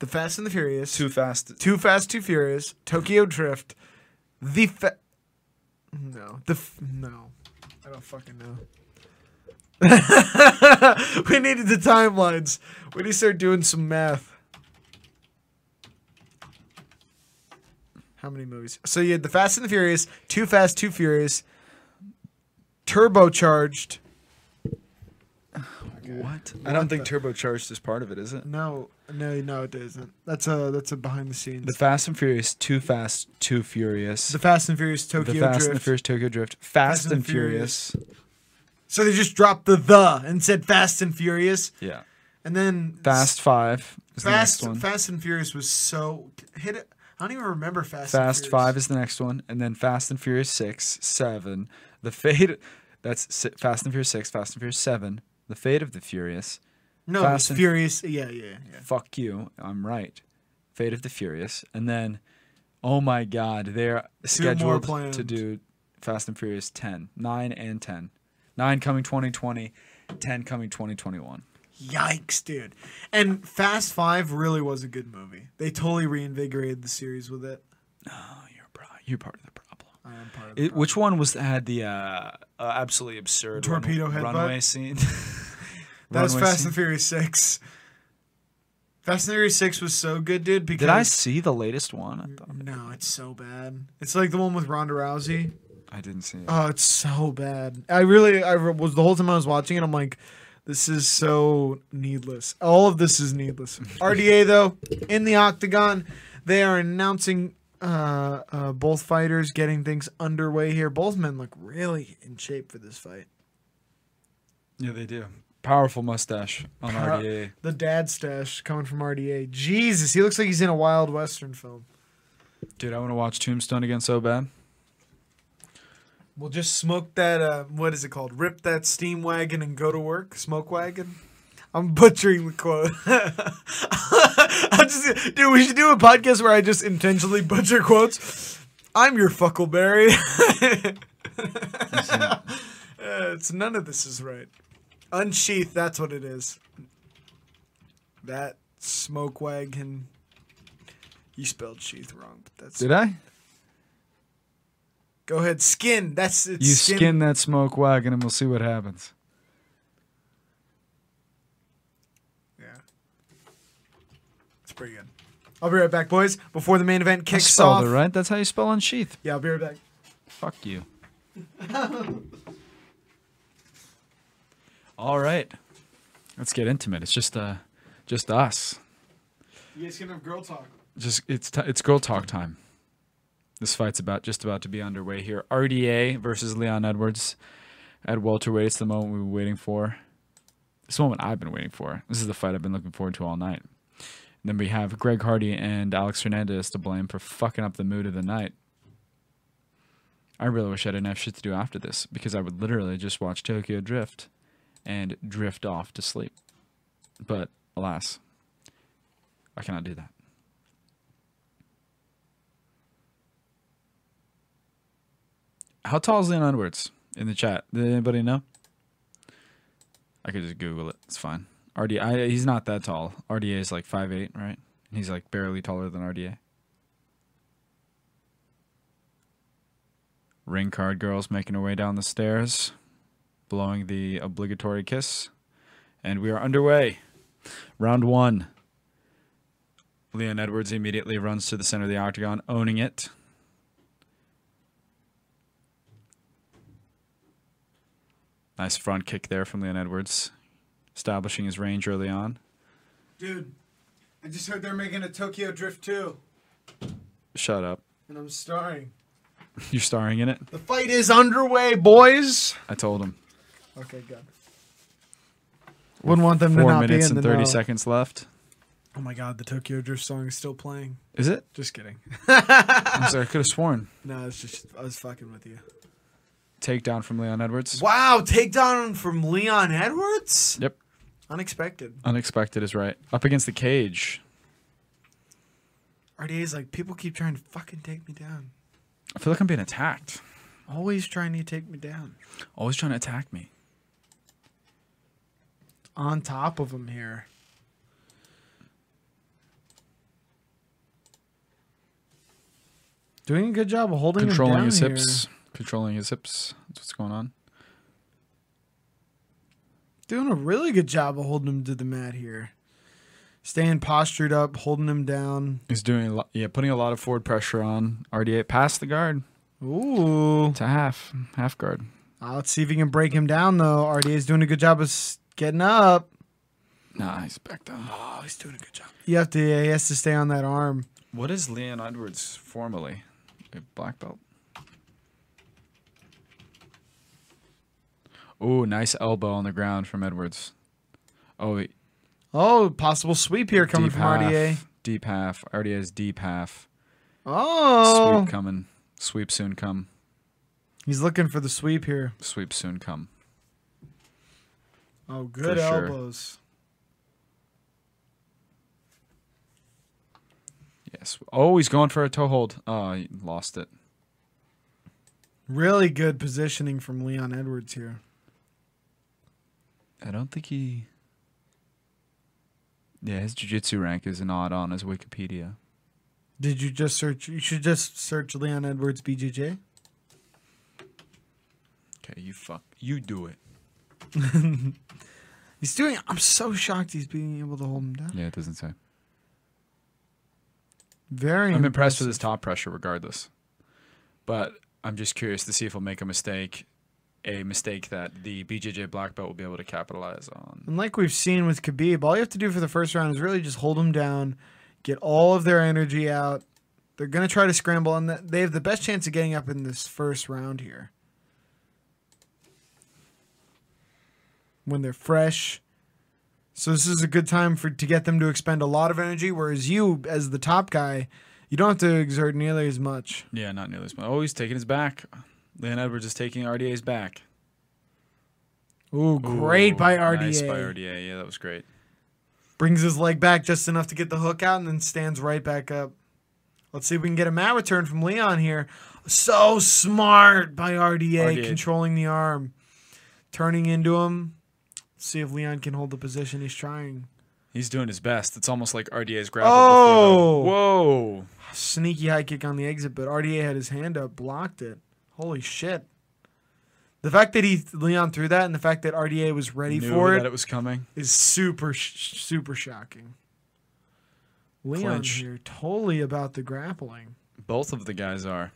Speaker 3: the Fast and the Furious.
Speaker 4: too fast?
Speaker 3: Too Fast, Too Furious, Tokyo Drift, the fa- no, the f- no, I don't fucking know. we needed the timelines. We need to start doing some math. How many movies? So you had the Fast and the Furious, Too Fast, Too Furious, Turbocharged.
Speaker 4: What? I don't think turbocharged is part of it, is it?
Speaker 3: No, no, no, it isn't. That's a that's a behind the scenes.
Speaker 4: The
Speaker 3: The,
Speaker 4: Fast and Furious, Too Fast, Too Furious.
Speaker 3: Fast and Furious, Tokyo
Speaker 4: the Fast
Speaker 3: Drift.
Speaker 4: and the Furious Tokyo Drift, Fast,
Speaker 3: and
Speaker 4: and,
Speaker 3: the
Speaker 4: Furious.
Speaker 3: So they just dropped the the and said Fast and Furious,
Speaker 4: Yeah,
Speaker 3: and then
Speaker 4: Fast Five is
Speaker 3: Fast,
Speaker 4: the next one.
Speaker 3: Fast and Furious was so hit. It, I don't even remember Fast. and
Speaker 4: Fast
Speaker 3: Furious.
Speaker 4: Five is the next one, and then Fast and Furious Six, Seven, The Fate. That's si- Fast and Furious Six, Fast and Furious Seven, The Fate of the Furious.
Speaker 3: No,
Speaker 4: Fast
Speaker 3: it's
Speaker 4: and-
Speaker 3: Furious. Yeah, yeah, yeah.
Speaker 4: Fuck you, I'm right. Fate of the Furious, and then, oh my God, they're
Speaker 3: more
Speaker 4: scheduled to
Speaker 3: planned.
Speaker 4: do Fast and Furious 10, 9 and ten, nine coming 2020, 10 coming 2021.
Speaker 3: Yikes, dude! And Fast Five really was a good movie. They totally reinvigorated the series with it.
Speaker 4: Oh, You're, a pro- You're part of the problem.
Speaker 3: I'm part of the
Speaker 4: It, which one was had the uh, uh, absolutely absurd run-
Speaker 3: Torpedo headbutt?
Speaker 4: runway scene?
Speaker 3: That was
Speaker 4: Runway
Speaker 3: Fast
Speaker 4: scene?
Speaker 3: and Furious Six. Fast and Furious Six was so good, dude. Because
Speaker 4: Did I see the latest one? I, thought,
Speaker 3: No, it's so bad. It's like the one with Ronda Rousey.
Speaker 4: I didn't see it.
Speaker 3: Oh, it's so bad. I really, I re- was the whole time I was watching it. I'm like, this is so needless. All of this is needless. RDA though, in the octagon, they are announcing uh, uh, both fighters getting things underway here. Both men look really in shape for this fight.
Speaker 4: Yeah, they do. Powerful mustache on
Speaker 3: Pow-
Speaker 4: RDA.
Speaker 3: The dad stash coming from RDA. Jesus, he looks like he's in a Wild Western film.
Speaker 4: Dude, I want to watch Tombstone again so bad.
Speaker 3: We'll just smoke that. Uh, what is it called? Rip that steam wagon and go to work. Smoke wagon. I'm butchering the quote. I'm just, dude, we should do a podcast where I just intentionally butcher quotes. I'm your fuckleberry. Uh, it's none of this is right. Unsheath. That's what it is. That smoke wagon. You spelled sheath wrong, but that's
Speaker 4: Did I?
Speaker 3: go ahead. Skin. That's it's
Speaker 4: You skin, that smoke wagon and we'll see what happens.
Speaker 3: Yeah. It's pretty good. I'll be right back, boys, before the main event
Speaker 4: I
Speaker 3: kicks
Speaker 4: spelled
Speaker 3: off.
Speaker 4: it right. That's how you spell unsheath.
Speaker 3: Yeah, I'll be right back.
Speaker 4: Fuck you. All right. Let's get intimate. It's just uh just us.
Speaker 3: You guys can have girl talk.
Speaker 4: Just it's t- it's girl talk time. This fight's about just about to be underway here. RDA versus Leon Edwards at welterweight. It's the moment we've been waiting for. This is the moment I've been waiting for. This is the fight I've been looking forward to all night. And then we have Greg Hardy and Alex Hernandez to blame for fucking up the mood of the night. I really wish I didn't have shit to do after this because I would literally just watch Tokyo Drift and drift off to sleep. But alas, I cannot do that. How tall is Leon Edwards in the chat? Did anybody know? I could just Google it. It's fine. RDA, I, he's not that tall. RDA is like 5'8, right? He's like barely taller than RDA. Ring card girls making her way down the stairs, blowing the obligatory kiss, and we are underway. Round one. Leon Edwards immediately runs to the center of the octagon, owning it. Nice front kick there from Leon Edwards, establishing his range early on.
Speaker 3: Dude, I just heard they're making a Tokyo Drift 2,
Speaker 4: Shut up.
Speaker 3: and I'm starring.
Speaker 4: You're starring in it?
Speaker 3: The fight is underway, boys.
Speaker 4: I told him.
Speaker 3: Okay, good. Wouldn't want them to
Speaker 4: Four
Speaker 3: not be
Speaker 4: minutes
Speaker 3: in
Speaker 4: and
Speaker 3: the
Speaker 4: 30
Speaker 3: know.
Speaker 4: seconds left.
Speaker 3: Oh my god, the Tokyo Drift song is still playing.
Speaker 4: Is it?
Speaker 3: Just kidding.
Speaker 4: I'm sorry, I could have sworn.
Speaker 3: no, it's just I was fucking with you.
Speaker 4: Takedown from Leon Edwards.
Speaker 3: Wow, takedown from Leon Edwards.
Speaker 4: Yep.
Speaker 3: Unexpected.
Speaker 4: Unexpected is right. Up against the cage.
Speaker 3: RDA's like people keep trying to fucking take me down.
Speaker 4: I feel like I'm being attacked.
Speaker 3: Always trying to take me down.
Speaker 4: Always trying to attack me.
Speaker 3: on top of him here. Doing a good job of holding
Speaker 4: Controlling
Speaker 3: him down
Speaker 4: his
Speaker 3: here.
Speaker 4: hips. Controlling his hips. That's what's going on.
Speaker 3: Doing a really good job of holding him to the mat here. Staying postured up, holding him down.
Speaker 4: He's doing a lot. Yeah, putting a lot of forward pressure on RDA. Past the guard
Speaker 3: Ooh.
Speaker 4: to half. Half guard.
Speaker 3: Ah, let's see if he can break him down though. RDA's doing a good job of s- getting up.
Speaker 4: Nah, he's back down. Oh, he's doing a good job.
Speaker 3: You have to. He has to stay on that arm.
Speaker 4: What is Leon Edwards formally? A black belt. Oh, nice elbow on the ground from Edwards. Oh, he-
Speaker 3: Oh, possible sweep here coming
Speaker 4: deep
Speaker 3: from
Speaker 4: half,
Speaker 3: RDA.
Speaker 4: Deep half. RDA's deep half.
Speaker 3: Oh,
Speaker 4: Sweep coming. Sweep soon come.
Speaker 3: he's looking for the sweep here.
Speaker 4: Sweep soon come.
Speaker 3: Oh, good
Speaker 4: sure.
Speaker 3: elbows.
Speaker 4: Yes. Oh, he's going for a toe hold. Oh, he lost it.
Speaker 3: Really good positioning from Leon Edwards here.
Speaker 4: I don't think he. Yeah, his jiu-jitsu rank is not on his Wikipedia.
Speaker 3: Did you just search? You should just search Leon Edwards BJJ.
Speaker 4: Okay, you fuck. You do it.
Speaker 3: He's doing. I'm so shocked he's being able to hold him down.
Speaker 4: Yeah, it doesn't say.
Speaker 3: Very.
Speaker 4: I'm impressed with his top pressure regardless. But I'm just curious to see if he'll make a mistake, a mistake that the BJJ black belt will be able to capitalize on.
Speaker 3: And like we've seen with Khabib, all you have to do for the first round is really just hold them down, get all of their energy out. They're going to try to scramble, and th- they have the best chance of getting up in this first round here. When they're fresh. So this is a good time for to get them to expend a lot of energy, whereas you, as the top guy, you don't have to exert nearly as much.
Speaker 4: Yeah, not nearly as much. Oh, he's taking his back. Leon Edwards is taking RDA's back.
Speaker 3: Ooh, great by
Speaker 4: Ooh,
Speaker 3: RDA.
Speaker 4: Nice by RDA. Yeah, that was great.
Speaker 3: Brings his leg back just enough to get the hook out and then stands right back up. Let's see if we can get a mat return from Leon here. So smart by RDA,
Speaker 4: RDA.
Speaker 3: controlling the arm, turning into him. See if Leon can hold the position he's trying.
Speaker 4: He's doing his best. It's almost like RDA's grapple.
Speaker 3: Oh!
Speaker 4: Before the, whoa!
Speaker 3: Sneaky high kick on the exit, but RDA had his hand up, blocked it. Holy shit. The fact that he Leon threw that and the fact that RDA was ready
Speaker 4: Knew
Speaker 3: for
Speaker 4: that
Speaker 3: it
Speaker 4: it was coming.
Speaker 3: is super sh- super shocking. Leon
Speaker 4: Clinch.
Speaker 3: here totally about the grappling.
Speaker 4: Both of the guys are,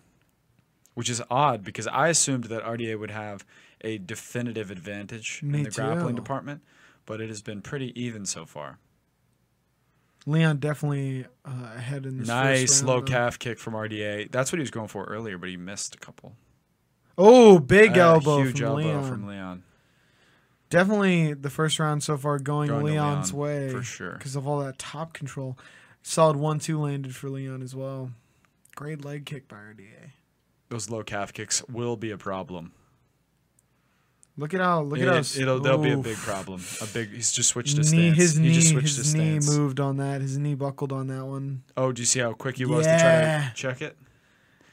Speaker 4: which is odd because I assumed that RDA would have a definitive advantage
Speaker 3: Me
Speaker 4: in the grappling
Speaker 3: too.
Speaker 4: department, but it has been pretty even so far.
Speaker 3: Leon definitely uh, ahead in this.
Speaker 4: Nice
Speaker 3: first round,
Speaker 4: low
Speaker 3: though.
Speaker 4: calf kick from RDA. That's what he was going for earlier, but he missed a couple.
Speaker 3: Oh, big
Speaker 4: Uh,
Speaker 3: elbow,
Speaker 4: huge
Speaker 3: from,
Speaker 4: elbow
Speaker 3: Leon.
Speaker 4: from Leon.
Speaker 3: Definitely the first round so far going,
Speaker 4: Going to
Speaker 3: Leon's
Speaker 4: Leon,
Speaker 3: way
Speaker 4: for sure.
Speaker 3: because of all that top control. Solid one-two landed for Leon as well. Great leg kick by RDA.
Speaker 4: Those low calf kicks will be a problem.
Speaker 3: Look at how look
Speaker 4: It,
Speaker 3: at how
Speaker 4: will there'll be a
Speaker 3: oof.
Speaker 4: big problem. A big. He's just switched his
Speaker 3: knee.
Speaker 4: stance.
Speaker 3: His
Speaker 4: he
Speaker 3: knee,
Speaker 4: just switched
Speaker 3: his,
Speaker 4: his
Speaker 3: knee
Speaker 4: stance.
Speaker 3: moved on that. His knee buckled on that one.
Speaker 4: Oh, do you see how quick he was to try
Speaker 3: Yeah.
Speaker 4: to check it?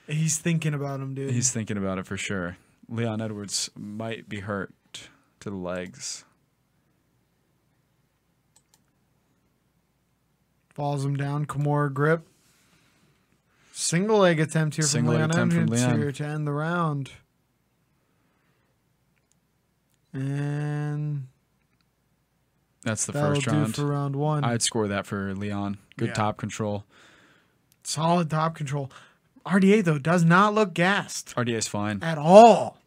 Speaker 3: He's thinking about him, dude.
Speaker 4: He's thinking about it for sure. Leon Edwards might be hurt to the legs.
Speaker 3: Falls him down. Kimura grip. Single leg attempt here
Speaker 4: Single leg
Speaker 3: from Leon
Speaker 4: attempt from
Speaker 3: Edwards
Speaker 4: Leon.
Speaker 3: here to end the round. And
Speaker 4: That's the
Speaker 3: that'll
Speaker 4: first
Speaker 3: do
Speaker 4: round.
Speaker 3: for round one.
Speaker 4: I'd score that for Leon. Good
Speaker 3: Yeah.
Speaker 4: top control.
Speaker 3: Solid top control. RDA though does not look gassed
Speaker 4: RDA's fine.
Speaker 3: at all.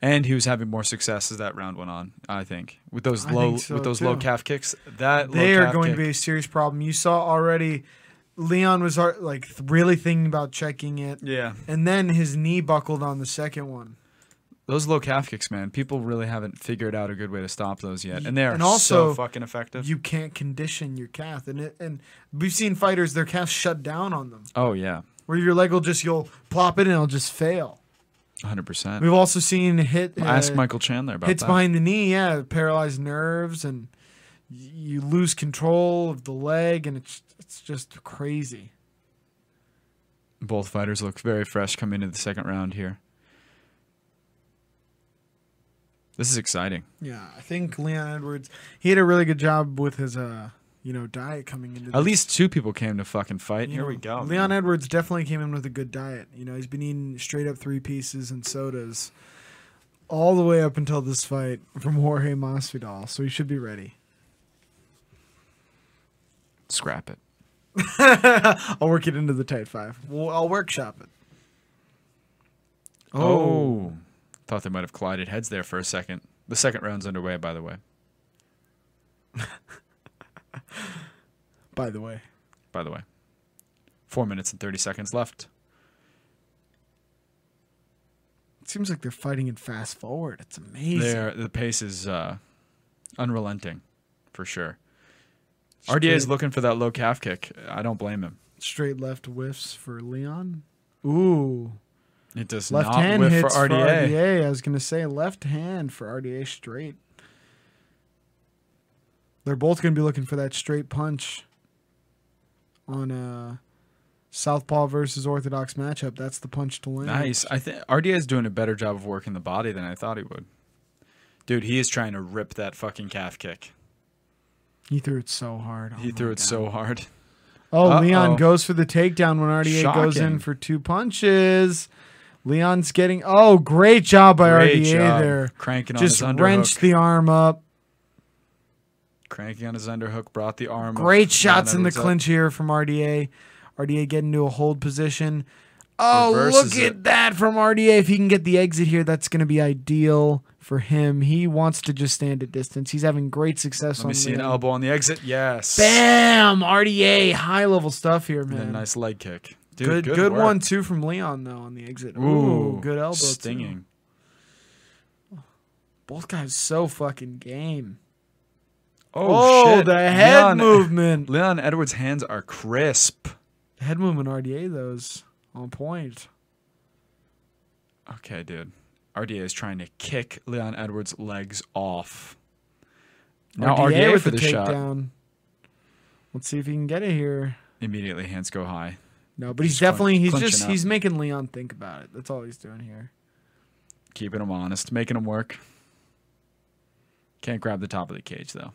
Speaker 4: And he was having more success as that round went on, I think. With those
Speaker 3: I
Speaker 4: low
Speaker 3: think so,
Speaker 4: with those low
Speaker 3: too.
Speaker 4: calf kicks, that
Speaker 3: They
Speaker 4: low
Speaker 3: are
Speaker 4: calf
Speaker 3: going
Speaker 4: kick-
Speaker 3: to be a serious problem. You saw already. Leon was ar- like th- really thinking about checking it,
Speaker 4: Yeah.
Speaker 3: and then his knee buckled on the second one.
Speaker 4: Those low calf kicks, man. People really haven't figured out a good way to stop those yet. And they are
Speaker 3: And also,
Speaker 4: so fucking effective.
Speaker 3: You can't condition your calf, and it, and we've seen fighters their calves shut down on them,
Speaker 4: oh yeah.
Speaker 3: where your leg will just you'll plop it and it'll just fail.
Speaker 4: 100%.
Speaker 3: We've also seen hit uh,
Speaker 4: Ask Michael Chandler about
Speaker 3: hits
Speaker 4: that.
Speaker 3: behind the knee, yeah, paralyzed nerves, and y- you lose control of the leg, and it's it's just crazy.
Speaker 4: Both fighters look very fresh coming into the second round here. This is exciting.
Speaker 3: Yeah, I think Leon Edwards he did a really good job with his uh you know diet coming into.
Speaker 4: At
Speaker 3: this.
Speaker 4: least two people came to fucking fight.
Speaker 3: You
Speaker 4: Here we
Speaker 3: know,
Speaker 4: go.
Speaker 3: Leon
Speaker 4: man.
Speaker 3: Edwards definitely came in with a good diet. You know, he's been eating straight up three pieces and sodas all the way up until this fight from Jorge Masvidal, so he should be ready.
Speaker 4: Scrap it.
Speaker 3: I'll work it into the tight five. Well, I'll workshop it.
Speaker 4: Oh. Thought they might have collided heads there for a second. The second round's underway, by the way.
Speaker 3: By the way,
Speaker 4: By the way. Four minutes and 30 seconds left.
Speaker 3: it seems like they're fighting in fast forward. It's amazing.
Speaker 4: There, the pace is uh, unrelenting, for sure. RDA is
Speaker 3: Straight-
Speaker 4: looking for that low calf kick. I don't blame him.
Speaker 3: Straight left whiffs for Leon. Ooh,
Speaker 4: It does
Speaker 3: left
Speaker 4: not
Speaker 3: hand
Speaker 4: whiff
Speaker 3: hits
Speaker 4: for RDA.
Speaker 3: I was gonna say left hand for RDA straight. They're both gonna be looking for that straight punch on uh Southpaw versus Orthodox matchup. That's the punch to land.
Speaker 4: Nice. I think RDA is doing a better job of working the body than I thought he would. Dude, he is trying to rip that fucking calf kick.
Speaker 3: He threw it so hard. Oh
Speaker 4: He
Speaker 3: my
Speaker 4: threw it
Speaker 3: God.
Speaker 4: so hard.
Speaker 3: Oh,
Speaker 4: Uh-oh.
Speaker 3: Leon goes for the takedown. 198 goes
Speaker 4: Shocking.
Speaker 3: in for two punches. Leon's getting. Oh, great job by
Speaker 4: Great
Speaker 3: RDA
Speaker 4: job.
Speaker 3: there.
Speaker 4: Cranking on
Speaker 3: Just
Speaker 4: his underhook.
Speaker 3: wrenched the arm up.
Speaker 4: Cranking on his underhook, brought the arm. up.
Speaker 3: Great shots
Speaker 4: Leon
Speaker 3: in the
Speaker 4: Edwards up.
Speaker 3: clinch here from RDA. RDA getting into a hold position. Oh,
Speaker 4: Reverses
Speaker 3: look at
Speaker 4: it.
Speaker 3: that from RDA. If he can get the exit here, that's going to be ideal for him. He wants to just stand at distance. He's having great success
Speaker 4: Let
Speaker 3: on
Speaker 4: me see an
Speaker 3: Leon.
Speaker 4: elbow on the exit. Yes.
Speaker 3: Bam! RDA, high level stuff here,
Speaker 4: And a
Speaker 3: man.
Speaker 4: nice leg kick. Dude,
Speaker 3: Good, good,
Speaker 4: work.
Speaker 3: one too from Leon though on the exit. Ooh, good elbow. too.
Speaker 4: Stinging.
Speaker 3: Both guys so fucking game.
Speaker 4: Oh, shit.
Speaker 3: the head
Speaker 4: Leon-
Speaker 3: movement.
Speaker 4: Leon Edwards' hands are crisp.
Speaker 3: The head movement RDA though is on point.
Speaker 4: Okay, dude. RDA is trying to kick Leon Edwards' legs off. Now RDA, for the, shot.
Speaker 3: takedown. Let's see if he can get it here.
Speaker 4: Immediately, hands go high.
Speaker 3: No, but he's,
Speaker 4: He's clench-
Speaker 3: definitely he's
Speaker 4: clenching
Speaker 3: just
Speaker 4: up.
Speaker 3: he's making Leon think about it. That's all he's doing here.
Speaker 4: Keeping him honest, making him work. Can't grab the top of the cage, though.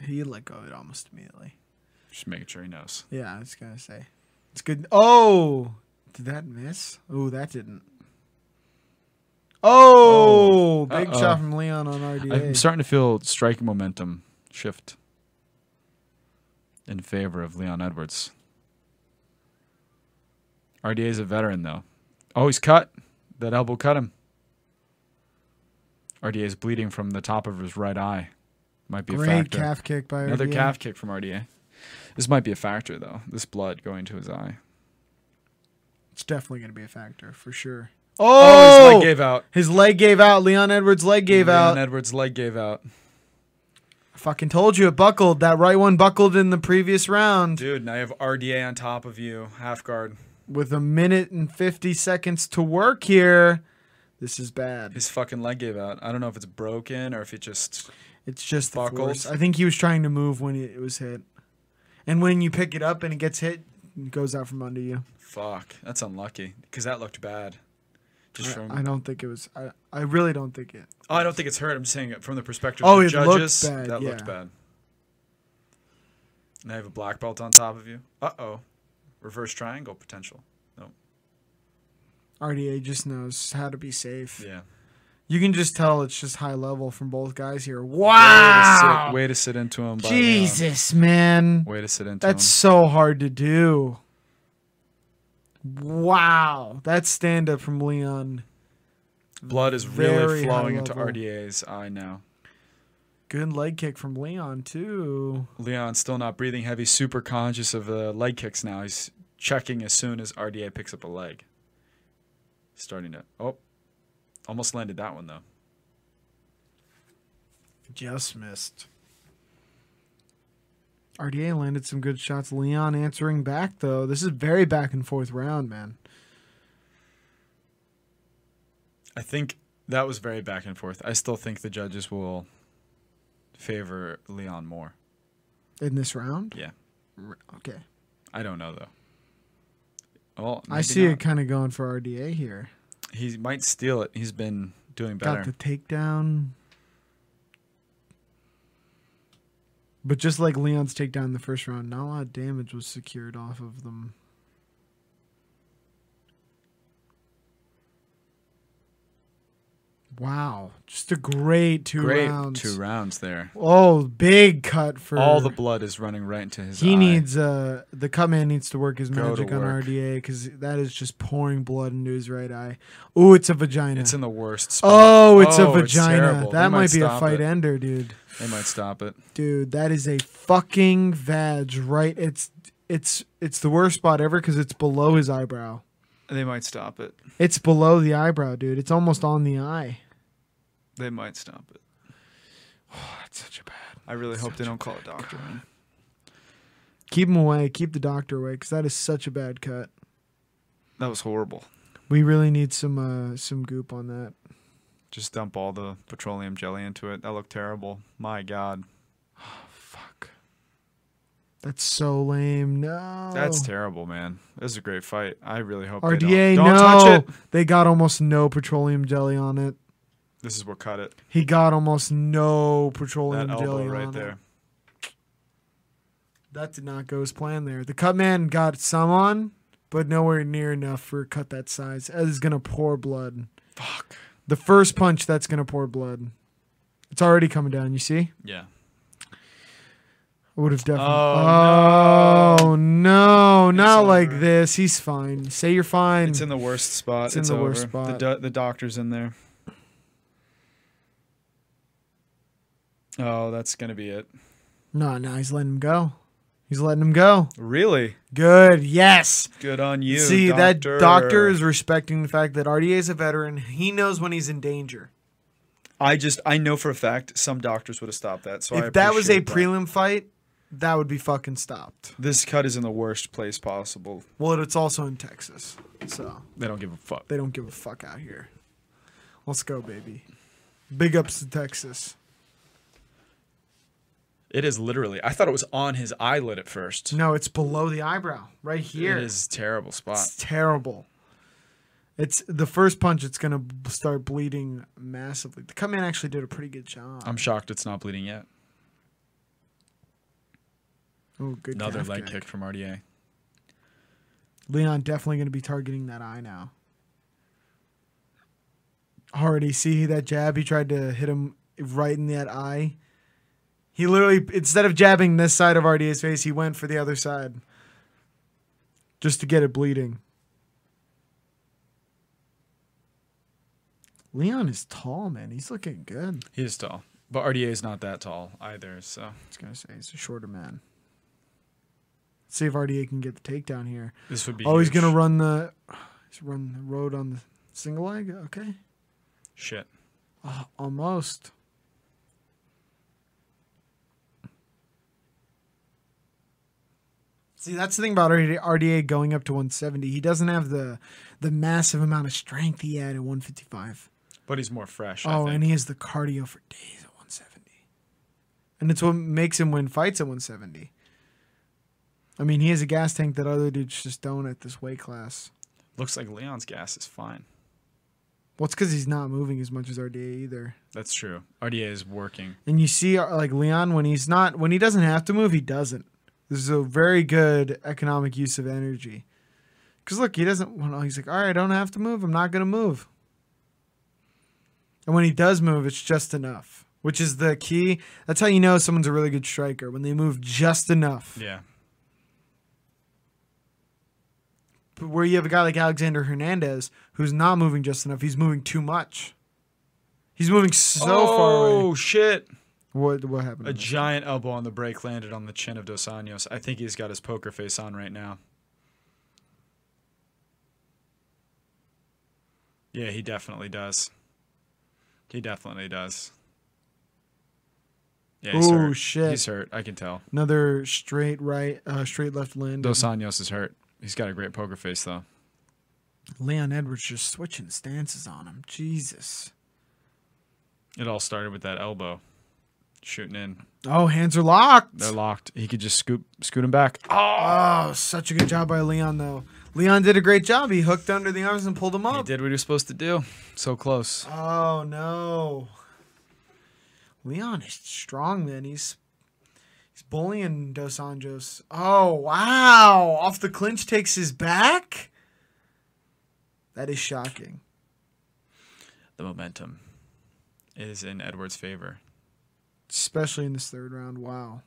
Speaker 3: He let go of it almost immediately.
Speaker 4: Just making sure he knows.
Speaker 3: Yeah, I was gonna say it's good. Oh, did that miss? Oh, that didn't. Oh, big
Speaker 4: Uh-oh.
Speaker 3: shot from Leon on RDA.
Speaker 4: I'm starting to feel striking momentum shift in favor of Leon Edwards. RDA is a veteran, though. Oh, he's cut. That elbow cut him. RDA is bleeding from the top of his right eye. Might be a
Speaker 3: Great
Speaker 4: factor.
Speaker 3: calf kick by
Speaker 4: Another
Speaker 3: RDA.
Speaker 4: calf kick from RDA. This might be a factor, though. This blood going to his eye.
Speaker 3: It's definitely gonna be a factor for sure.
Speaker 4: Oh,
Speaker 3: Oh,
Speaker 4: his leg gave out.
Speaker 3: His leg gave out. Leon Edwards' leg gave out.
Speaker 4: Leon Edwards' leg gave out.
Speaker 3: I fucking told you it buckled. That right one buckled in the previous round
Speaker 4: Dude, now you have RDA on top of you, half guard.
Speaker 3: with a minute and 50 seconds to work here. This is bad.
Speaker 4: His fucking leg gave out. I don't know if it's broken or if it just.
Speaker 3: It's just the
Speaker 4: Buckled.
Speaker 3: force. I think he was trying to move when it was hit. And when you pick it up and it gets hit, it goes out from under you.
Speaker 4: Fuck, that's unlucky. Because that looked bad. Just from.
Speaker 3: I don't think it was. I, I really don't think it.
Speaker 4: oh, I don't think it's hurt. I'm just saying it from the perspective
Speaker 3: Oh,
Speaker 4: of the
Speaker 3: it looked
Speaker 4: judges.
Speaker 3: bad,
Speaker 4: That looked
Speaker 3: yeah.
Speaker 4: bad. Now you have a black belt on top of you. Uh oh. Reverse triangle potential.
Speaker 3: RDA just knows how to be safe.
Speaker 4: Yeah.
Speaker 3: You can just tell it's just high level from both guys here.
Speaker 4: Wow.
Speaker 3: Wow.
Speaker 4: Way to sit, into him. by Leon.
Speaker 3: Ah! Jesus, man.
Speaker 4: Way to sit into
Speaker 3: That's
Speaker 4: him.
Speaker 3: so hard to do. Wow. That stand up from Leon.
Speaker 4: Blood is
Speaker 3: very
Speaker 4: really
Speaker 3: high
Speaker 4: flowing into
Speaker 3: level.
Speaker 4: RDA's eye now.
Speaker 3: Good leg kick from Leon, too.
Speaker 4: Leon's still not breathing heavy, super conscious of the leg kicks now. He's checking as soon as RDA picks up a leg. Starting to. Oh. Almost landed that one, though.
Speaker 3: Just missed. RDA landed some good shots. Leon answering back, though. This is very back and forth round, man.
Speaker 4: I think that was very back and forth. I still think the judges will favor Leon more.
Speaker 3: In this round?
Speaker 4: Yeah.
Speaker 3: R- Okay.
Speaker 4: I don't know, though. Well,
Speaker 3: I see it kind of going for RDA here.
Speaker 4: He might steal it. He's been doing better.
Speaker 3: Got the takedown. But just like Leon's takedown in the first round, not a lot of damage was secured off of them. Wow. Just a great two
Speaker 4: Great
Speaker 3: rounds.
Speaker 4: two rounds there.
Speaker 3: Oh, big cut for
Speaker 4: All the blood is running right into his
Speaker 3: He
Speaker 4: eye.
Speaker 3: needs uh the cut man needs to work his
Speaker 4: Go to
Speaker 3: magic on
Speaker 4: work.
Speaker 3: RDA because that is just pouring blood into his right eye. Ooh, it's a vagina.
Speaker 4: It's in the worst spot.
Speaker 3: Oh, it's
Speaker 4: Oh,
Speaker 3: a vagina.
Speaker 4: terrible. They
Speaker 3: that
Speaker 4: might
Speaker 3: might be a
Speaker 4: stop
Speaker 3: fight
Speaker 4: it.
Speaker 3: ender, dude.
Speaker 4: They might stop it.
Speaker 3: Dude, that is a fucking vag, right? It's it's it's the worst spot ever because it's below his eyebrow.
Speaker 4: They might stop it.
Speaker 3: It's below the eyebrow, dude. It's almost on the eye.
Speaker 4: They might stop it.
Speaker 3: That's such a bad.
Speaker 4: I really hope they don't call a doctor in.
Speaker 3: Keep him away. Keep the doctor away because that is such a bad cut.
Speaker 4: That was horrible.
Speaker 3: We really need some uh some goop on that.
Speaker 4: Just dump all the petroleum jelly into it. That looked terrible. My God.
Speaker 3: Fuck. That's so lame. No.
Speaker 4: That's terrible, man. This is a great fight. I really hope they
Speaker 3: RDA,
Speaker 4: don't.
Speaker 3: no.
Speaker 4: Don't touch it.
Speaker 3: They got almost no petroleum jelly on it.
Speaker 4: This is what cut it.
Speaker 3: He got almost no petroleum
Speaker 4: That
Speaker 3: jelly
Speaker 4: elbow right
Speaker 3: on it.
Speaker 4: there.
Speaker 3: That did not go as planned there. The cut man got some on, but nowhere near enough for a cut that size. That is going to pour blood. Fuck. The first punch that's going to pour blood. It's already coming down, you see?
Speaker 4: Yeah.
Speaker 3: I would have definitely. Oh, no. Not like
Speaker 9: over.
Speaker 3: this. He's fine. Say you're fine.
Speaker 9: It's in the worst spot. It's,
Speaker 3: It's in the
Speaker 9: over.
Speaker 3: worst spot.
Speaker 9: The, do- the doctor's in there. Oh, that's gonna be it.
Speaker 3: no, no. He's letting him go. He's letting him go.
Speaker 9: Really
Speaker 3: Good. Yes.
Speaker 9: good on you.
Speaker 3: See,
Speaker 9: doctor.
Speaker 3: that doctor is respecting the fact that RDA is a veteran. He knows when he's in danger.
Speaker 9: I just I know for a fact some doctors would have stopped that. So I
Speaker 3: if that was a
Speaker 9: appreciate that.
Speaker 3: prelim fight, that would be fucking stopped.
Speaker 9: this cut is in the worst place possible.
Speaker 3: Well, it's also in Texas, so
Speaker 4: They don't give a fuck.
Speaker 3: they don't give a fuck out here. Let's go, baby. Big ups to Texas.
Speaker 4: It is literally. I thought it was on his eyelid at first.
Speaker 3: No, it's below the eyebrow, right here.
Speaker 4: It is a terrible spot.
Speaker 3: It's terrible. It's the first punch. It's gonna b- start bleeding massively. The cut man actually did a pretty good job.
Speaker 4: I'm shocked it's not bleeding yet.
Speaker 3: Ooh, Oh, good
Speaker 4: Another
Speaker 3: calf
Speaker 4: leg kick from RDA.
Speaker 3: Leon definitely going to be targeting that eye now. Already see that jab? He tried to hit him right in that eye. He literally, instead of jabbing this side of RDA's face, he went for the other side just to get it bleeding. Leon is tall, man. He's looking good.
Speaker 4: He is tall. But RDA is not that tall either, so
Speaker 3: I was going to say, he's a shorter man. Let's see if RDA can get the takedown here.
Speaker 4: this would be.
Speaker 3: Oh, he's
Speaker 4: huge.
Speaker 3: gonna run the, he's run the road on the single leg. Okay,
Speaker 4: Shit.
Speaker 3: almost. See, that's the thing about RDA RDA going up to 170. He doesn't have the the massive amount of strength he had at 155.
Speaker 4: But he's more fresh. I
Speaker 3: Oh,
Speaker 4: think.
Speaker 3: and he has the cardio for days at 170. And it's what makes him win fights at 170. I mean, he has a gas tank that other dudes just don't at this weight class.
Speaker 4: looks like Leon's gas is fine.
Speaker 3: Well, it's because he's not moving as much as RDA either.
Speaker 4: That's true. RDA is working.
Speaker 3: And you see, uh, like Leon, when he's not, when he doesn't have to move, he doesn't. This is a very good economic use of energy. Because look, he doesn't. Well, he's like, all right, I don't have to move. I'm not gonna move. And when he does move, it's just enough, which is the key. That's how you know someone's a really good striker when they move just enough.
Speaker 4: Yeah.
Speaker 3: But where you have a guy like Alexander Hernandez who's not moving just enough, he's moving too much. He's moving so far away.
Speaker 4: Oh shit!
Speaker 3: What what happened?
Speaker 4: A giant elbow on the break landed on the chin of Dos Anjos. I think he's got his poker face on right now. Yeah, he definitely does. He definitely does. Yeah, he's
Speaker 3: Ooh,
Speaker 4: hurt.
Speaker 3: shit.
Speaker 4: He's hurt. I can tell.
Speaker 3: Another straight right, uh, straight left land.
Speaker 4: Dos Anjos is hurt. He's got a great poker face though.
Speaker 3: Leon Edwards just switching stances on him. Jesus.
Speaker 4: It all started with that elbow shooting in.
Speaker 3: Oh, hands are locked.
Speaker 4: They're locked. He could just scoop scoot him back. Oh,
Speaker 3: Oh, such a good job by Leon, though. Leon did a great job. He hooked under the arms and pulled him
Speaker 4: he
Speaker 3: up.
Speaker 4: did what he was supposed to do. So close.
Speaker 3: Oh, no. Leon is strong, man. He's he's bullying Dos Anjos. Oh, wow. Off the clinch takes his back? That is shocking.
Speaker 4: The momentum is in Edwards' favor.
Speaker 3: especially in this third round. Wow.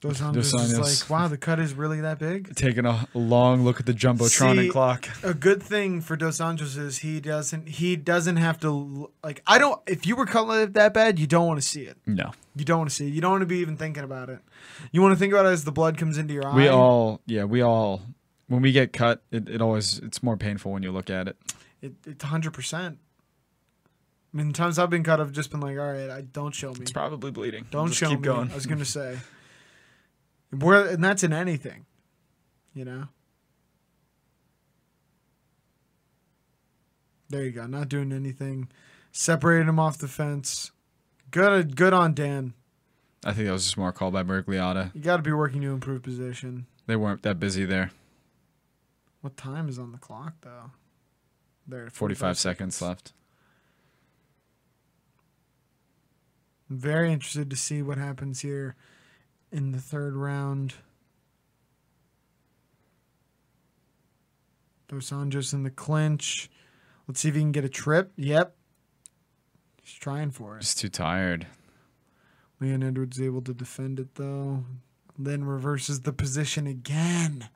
Speaker 3: Dos Anjos is
Speaker 4: Anjos.
Speaker 3: like, wow, the cut is really that big.
Speaker 4: Taking a long look at the jumbotron
Speaker 3: See-
Speaker 4: and clock.
Speaker 3: A good thing for Dos Anjos is he doesn't he doesn't have to l- like I don't if you were cut like that bad, you don't want to see it.
Speaker 4: No,
Speaker 3: You don't want to see it. You don't want to be even thinking about it. You want to think about it as the blood comes into your eye.
Speaker 4: we all yeah we all when we get cut it, it always it's more painful when you look at it.
Speaker 3: it, it's hundred percent. I mean, the times I've been cut, I've just been like, all right, I don't show me.
Speaker 4: It's probably bleeding.
Speaker 3: Don't
Speaker 4: just
Speaker 3: show
Speaker 4: keep
Speaker 3: me.
Speaker 4: going.
Speaker 3: I was gonna say, where and that's in anything, you know. There you go. Not doing anything. Separated him off the fence. Good. Good on Dan.
Speaker 4: I think that was just more a call by Bergliotta.
Speaker 3: You got to be working to improve position.
Speaker 4: They weren't that busy there.
Speaker 3: What time is on the clock though? There.
Speaker 4: Forty-five seconds left.
Speaker 3: I'm very interested to see what happens here in the third round. Dos Anjos in the clinch. Let's see if he can get a trip. Yep. He's trying for it.
Speaker 4: Just too tired.
Speaker 3: Leon Edwards able to defend it though. Then reverses the position again.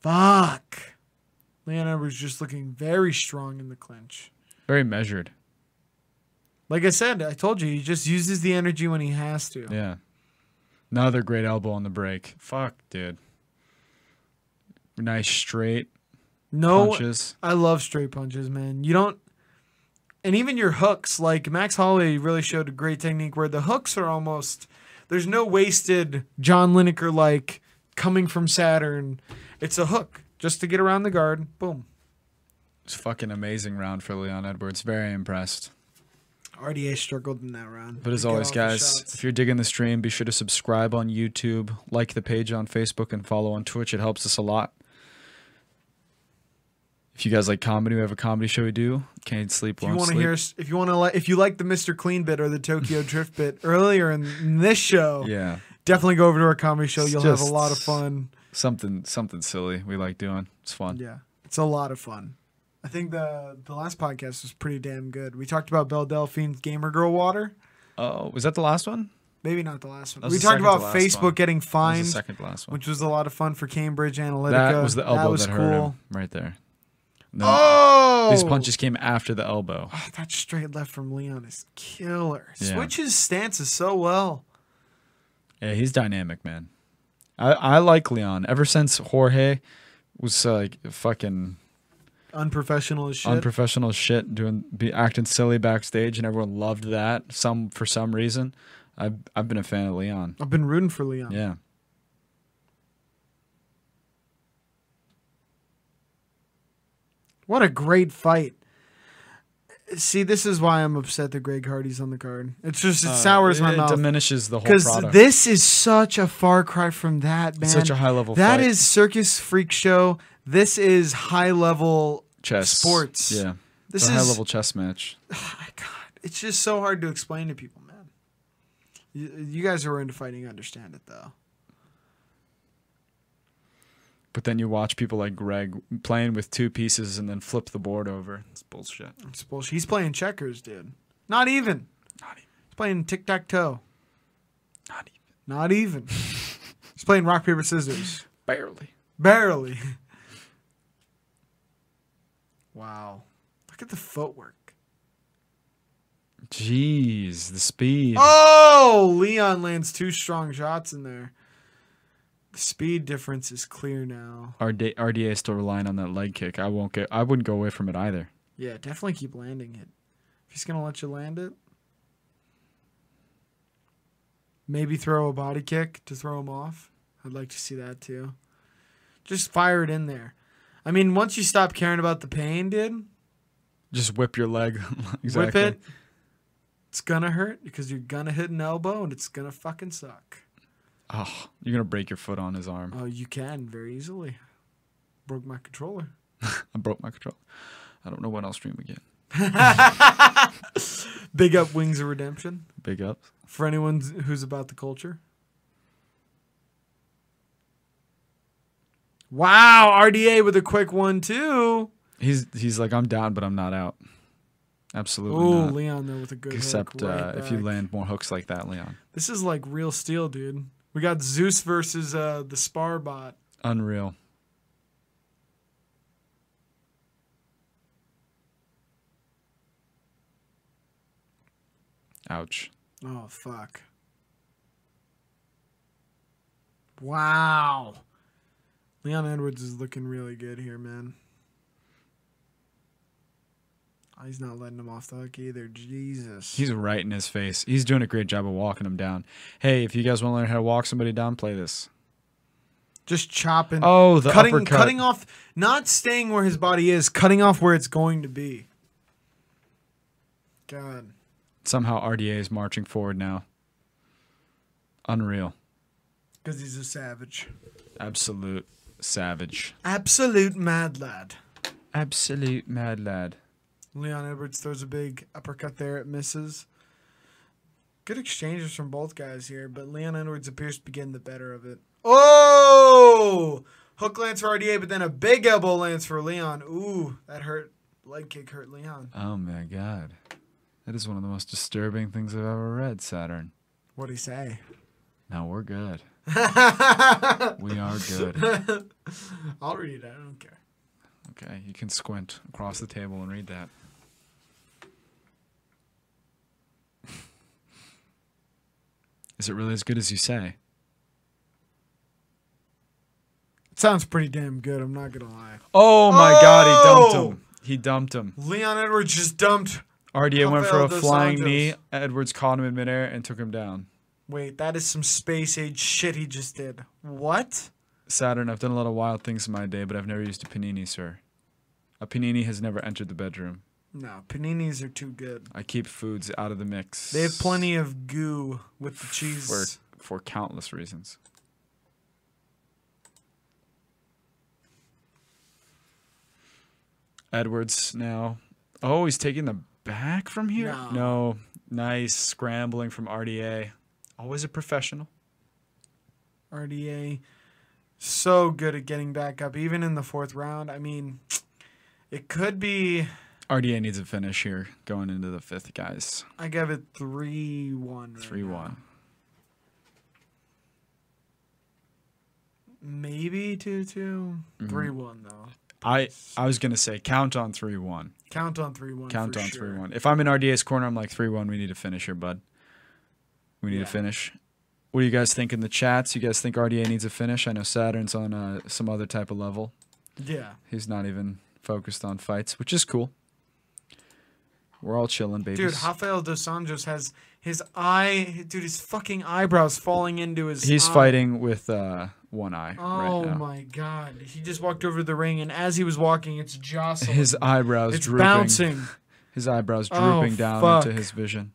Speaker 3: Fuck. Leon Edwards just looking very strong in the clinch.
Speaker 4: Very measured.
Speaker 3: Like I said, I told you, he just uses the energy when he has to.
Speaker 4: Yeah. Another great elbow on the break. Fuck, dude. Nice straight
Speaker 3: no,
Speaker 4: punches.
Speaker 3: I love straight punches, man. You don't, and even your hooks. Like Max Holloway really showed a great technique where the hooks are almost there's no wasted John Lineker like coming from Saturn. It's a hook just to get around the guard. Boom.
Speaker 4: It's fucking amazing round for Leon Edwards. Very impressed.
Speaker 3: RDA struggled in that round.
Speaker 4: But as
Speaker 3: Get
Speaker 4: always,
Speaker 3: off the
Speaker 4: guys,
Speaker 3: shots.
Speaker 4: if you're digging the stream, be sure to subscribe on YouTube, like the page on Facebook, and follow on Twitch. It helps us a lot. If you guys like comedy, we have a comedy show we do. Can't sleep.
Speaker 3: If you
Speaker 4: won't
Speaker 3: want to
Speaker 4: sleep.
Speaker 3: hear, us- if you want to, li- if you like the Mr. Clean bit or the Tokyo Drift bit earlier in, in this show,
Speaker 4: yeah,
Speaker 3: definitely go over to our comedy show.
Speaker 4: It's
Speaker 3: You'll have
Speaker 4: just-
Speaker 3: a lot of fun.
Speaker 4: something something silly we like doing. It's fun.
Speaker 3: Yeah, it's a lot of fun. I think the the last podcast was pretty damn good. We talked about Belle Delphine's Gamer Girl Water.
Speaker 4: Oh, was that the last one?
Speaker 3: Maybe not the last one.
Speaker 4: was
Speaker 3: We
Speaker 4: the
Speaker 3: talked
Speaker 4: second to
Speaker 3: about
Speaker 4: last
Speaker 3: Facebook
Speaker 4: one.
Speaker 3: getting
Speaker 4: That was
Speaker 3: fined,
Speaker 4: the second to last one.
Speaker 3: which was a lot of fun for Cambridge Analytica.
Speaker 4: That was the elbow that,
Speaker 3: was
Speaker 4: hurt
Speaker 3: cool.
Speaker 4: him right there. No,
Speaker 3: Oh,
Speaker 4: these punches came after the elbow.
Speaker 3: Oh, that straight left from Leon is killer.
Speaker 4: Yeah.
Speaker 3: Switches stances so well.
Speaker 4: Yeah, he's dynamic, man. I, I like Leon. Ever since Jorge was uh, like fucking
Speaker 3: Unprofessional as shit.
Speaker 4: unprofessional shit, doing be acting silly backstage, and everyone loved that. Some for some reason, I've I've been a fan of Leon.
Speaker 3: I've been rooting for Leon.
Speaker 4: Yeah,
Speaker 3: What a great fight. See, this is why I'm upset that Greg Hardy's on the card. It's just it Uh, sours my
Speaker 4: Uh, it
Speaker 3: mouth.
Speaker 4: diminishes the whole
Speaker 3: Because
Speaker 4: product.
Speaker 3: this is such a far cry from that, man.
Speaker 4: such a high-level
Speaker 3: That is
Speaker 4: fight.
Speaker 3: circus freak show. This is high level
Speaker 4: chess
Speaker 3: sports.
Speaker 4: Yeah,
Speaker 3: This
Speaker 4: it's a
Speaker 3: is-
Speaker 4: high level chess match.
Speaker 3: It's just so hard to explain to people, man. You, you guys who are into fighting understand it though.
Speaker 4: But then you watch people like Greg playing with two pieces and then flip the board over. It's bullshit.
Speaker 3: It's bullshit. He's playing checkers, dude. Not even.
Speaker 4: Not even.
Speaker 3: He's playing tic tac toe.
Speaker 4: Not even.
Speaker 3: Not even. He's playing rock paper scissors.
Speaker 4: Barely.
Speaker 3: Barely. wow. Look at the footwork.
Speaker 4: Jeez, the speed.
Speaker 3: Oh, Leon lands two strong shots in there. The speed difference is clear now.
Speaker 4: RD, RDA is still relying on that leg kick. I won't get. I wouldn't go away from it either.
Speaker 3: Yeah, definitely keep landing it. If he's gonna let you land it, maybe throw a body kick to throw him off. I'd like to see that too. Just fire it in there. I mean, once you stop caring about the pain, dude,
Speaker 4: Just whip your leg.
Speaker 3: whip it. It's gonna hurt because you're gonna hit an elbow and it's gonna fucking suck.
Speaker 4: Oh, you're gonna break your foot on his arm.
Speaker 3: Oh, you can very easily. Broke my controller.
Speaker 4: I broke my control. I don't know when I'll stream again.
Speaker 3: Big up Wings of Redemption
Speaker 4: Big ups.
Speaker 3: for anyone who's about the culture. Wow, RDA with a quick one too.
Speaker 4: He's he's like I'm down, but I'm not out. Absolutely
Speaker 3: Oh,
Speaker 4: not.
Speaker 3: Leon though with a good hook
Speaker 4: Except uh,
Speaker 3: right
Speaker 4: if you
Speaker 3: back.
Speaker 4: land more hooks like that, Leon.
Speaker 3: This is like real steel, dude. We got Zeus versus uh, the Spar Bot.
Speaker 4: Unreal. Ouch.
Speaker 3: Oh fuck. Wow. Leon Edwards is looking really good here, man. Oh, he's not letting him off the hook either. Jesus.
Speaker 4: He's right in his face. He's doing a great job of walking him down. Hey, if you guys want to learn how to walk somebody down, play this.
Speaker 3: just chopping.
Speaker 4: Oh, the
Speaker 3: cutting,
Speaker 4: uppercut.
Speaker 3: cutting off, not staying where his body is, cutting off where it's going to be. God,
Speaker 4: Somehow RDA is marching forward now. Unreal.
Speaker 3: because he's a savage,
Speaker 4: Absolute savage.
Speaker 3: absolute mad lad.
Speaker 4: Absolute mad lad.
Speaker 3: Leon Edwards throws a big uppercut there. It misses. Good exchanges from both guys here, but Leon Edwards appears to be getting the better of it.
Speaker 10: Oh! Hook lance for RDA, but then a big elbow lance for Leon. Ooh, that hurt. Leg kick hurt Leon.
Speaker 4: Oh my god. That is one of the most disturbing things I've ever read, Saturn.
Speaker 3: What'd he say?
Speaker 4: Now we're good. we are good.
Speaker 3: I'll read it. I don't care.
Speaker 4: Okay, you can squint across the table and read that. Is it really as good as you say?
Speaker 3: It sounds pretty damn good. I'm not gonna lie.
Speaker 4: Oh my god, he dumped him.
Speaker 10: Oh!
Speaker 4: He dumped him.
Speaker 10: Leon Edwards just dumped.
Speaker 4: RDA went for a
Speaker 10: Rafael dos
Speaker 4: flying
Speaker 10: Anjos.
Speaker 4: knee. Edwards caught him in midair and took him down.
Speaker 10: Wait, that is some space age shit he just did. What?
Speaker 4: Saturn, I've done a lot of wild things in my day, but I've never used a panini, sir. A panini has never entered the bedroom.
Speaker 10: No, paninis are too good.
Speaker 4: I keep foods out of the mix.
Speaker 10: They have plenty of goo with the cheese.
Speaker 4: for, for countless reasons. Edwards now. Oh, he's taking the back from here?
Speaker 3: No.
Speaker 4: Nice scrambling from RDA. Always a professional.
Speaker 3: RDA, so good at getting back up, even in the fourth round. I mean, it could be.
Speaker 4: RDA needs a finish here going into the fifth, guys.
Speaker 3: I give it three one.
Speaker 4: 3 1.
Speaker 3: Maybe two two.
Speaker 4: Mm-hmm.
Speaker 3: Three one though.
Speaker 4: I, I was going to say count on 3 1.
Speaker 3: Count on three one.
Speaker 4: Count
Speaker 3: for
Speaker 4: on
Speaker 3: sure.
Speaker 4: 3 1. If I'm in RDA's corner, I'm like 3 1. We need a finisher, bud. We need a finish. What do you guys think in the chats? You guys think RDA needs a finish? I know Saturn's on uh, some other type of level.
Speaker 3: Yeah.
Speaker 4: He's not even focused on fights, which is cool. We're all chilling,
Speaker 3: Dude,
Speaker 4: babies.
Speaker 3: Rafael dos Anjos has his eye, dude, his fucking eyebrows falling into his.
Speaker 4: He's
Speaker 3: eye.
Speaker 4: fighting with uh, one eye
Speaker 3: Oh
Speaker 4: right now.
Speaker 3: my god! He just walked over the ring, and as he was walking, it's jostling.
Speaker 4: His eyebrows
Speaker 3: it's
Speaker 4: drooping.
Speaker 3: bouncing.
Speaker 4: His eyebrows
Speaker 3: Oh,
Speaker 4: drooping down
Speaker 3: fuck.
Speaker 4: into his vision.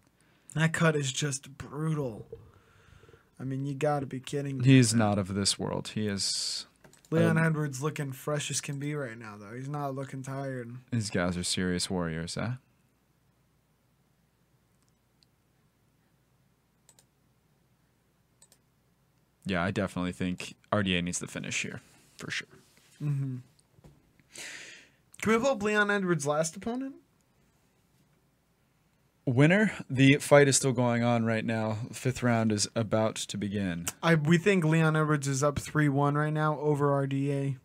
Speaker 3: That cut is just brutal. I mean, you gotta be kidding me.
Speaker 4: He's not of this world. He is.
Speaker 3: Leon Edwards looking fresh as can be right now, though. He's not looking tired.
Speaker 4: These guys are serious warriors, huh? Yeah, I definitely think RDA needs the finish here, for sure.
Speaker 3: Can we pull up Leon Edwards' last opponent?
Speaker 4: Winner, the fight is still going on right now. The fifth round is about to begin.
Speaker 3: I we think Leon Edwards is up three one right now over RDA.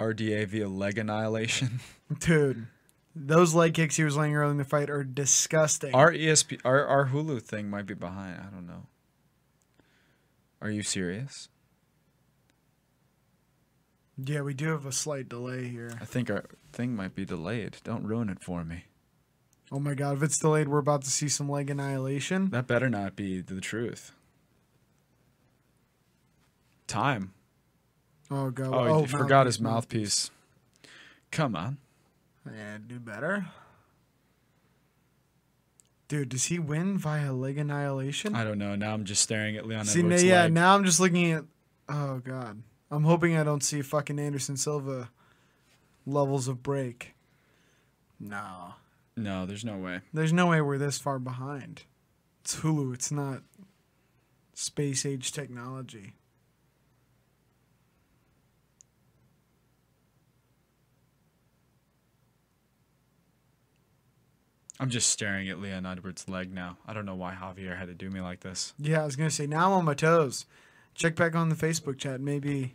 Speaker 4: RDA via leg annihilation.
Speaker 3: Dude, those leg kicks he was laying early in the fight are disgusting.
Speaker 4: Our ESP, our, our Hulu thing might be behind. I don't know. Are you serious?
Speaker 3: yeah, we do have a slight delay here.
Speaker 4: I think our thing might be delayed. Don't ruin it for me.
Speaker 3: Oh my god, if it's delayed, we're about to see some leg annihilation.
Speaker 4: That better not be the truth. Time.
Speaker 3: Oh god.
Speaker 4: Oh, he forgot his mouthpiece. Come on.
Speaker 3: Yeah, do better. Dude, does he win via leg annihilation?
Speaker 4: I don't know. Now I'm just staring at Leon
Speaker 3: See, now,
Speaker 4: Edwards.
Speaker 3: yeah,
Speaker 4: leg.
Speaker 3: now I'm just looking at. Oh god, I'm hoping I don't see fucking Anderson Silva levels of break. No,
Speaker 4: No, there's no way.
Speaker 3: there's no way we're this far behind. It's Hulu. It's not space age technology.
Speaker 4: I'm just staring at Leon Edwards' leg now. I don't know why Javier had to do me like this.
Speaker 3: Yeah, I was gonna say now I'm on my toes. Check back on the Facebook chat, maybe.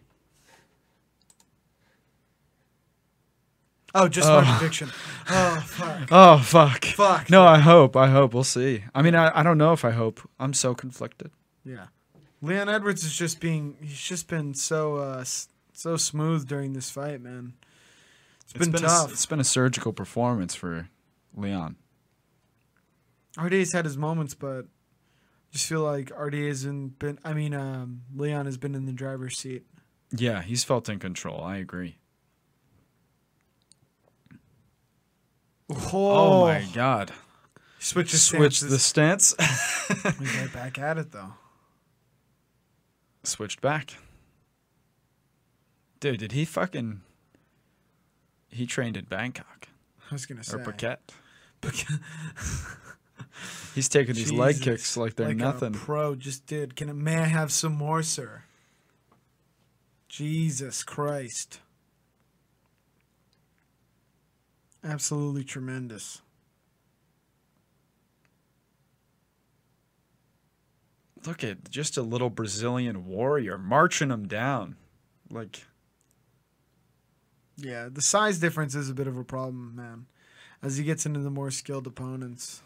Speaker 3: Oh, just my prediction. Oh fuck.
Speaker 4: Oh fuck.
Speaker 3: Fuck.
Speaker 4: No, I hope. I hope. We'll see. I mean, I, I don't know if I hope. I'm so conflicted.
Speaker 3: Yeah. Leon Edwards is just being he's just been so uh s- so smooth during this fight, man. been
Speaker 4: a s-
Speaker 3: tough.
Speaker 4: it's been a surgical performance for Leon.
Speaker 3: RDA's had his moments, but I just feel like RDA hasn't been I mean, um Leon has been in the driver's seat.
Speaker 4: Yeah, he's felt in control. I agree.
Speaker 3: Oh,
Speaker 4: Oh, my god.
Speaker 3: switches
Speaker 4: Switch the stance.
Speaker 3: we right back at it though.
Speaker 4: switched back. Dude, did he fucking? He trained in Bangkok
Speaker 3: I was gonna say
Speaker 4: or Phuket. He's taking these leg
Speaker 3: Jesus,
Speaker 4: kicks like they're
Speaker 3: like
Speaker 4: nothing.
Speaker 3: A pro just did. Can a man have some more, sir? Jesus Christ. Absolutely tremendous.
Speaker 4: Look at just a little Brazilian warrior marching him down. Like
Speaker 3: Yeah, the size difference is a bit of a problem, man. As he gets into the more skilled opponents.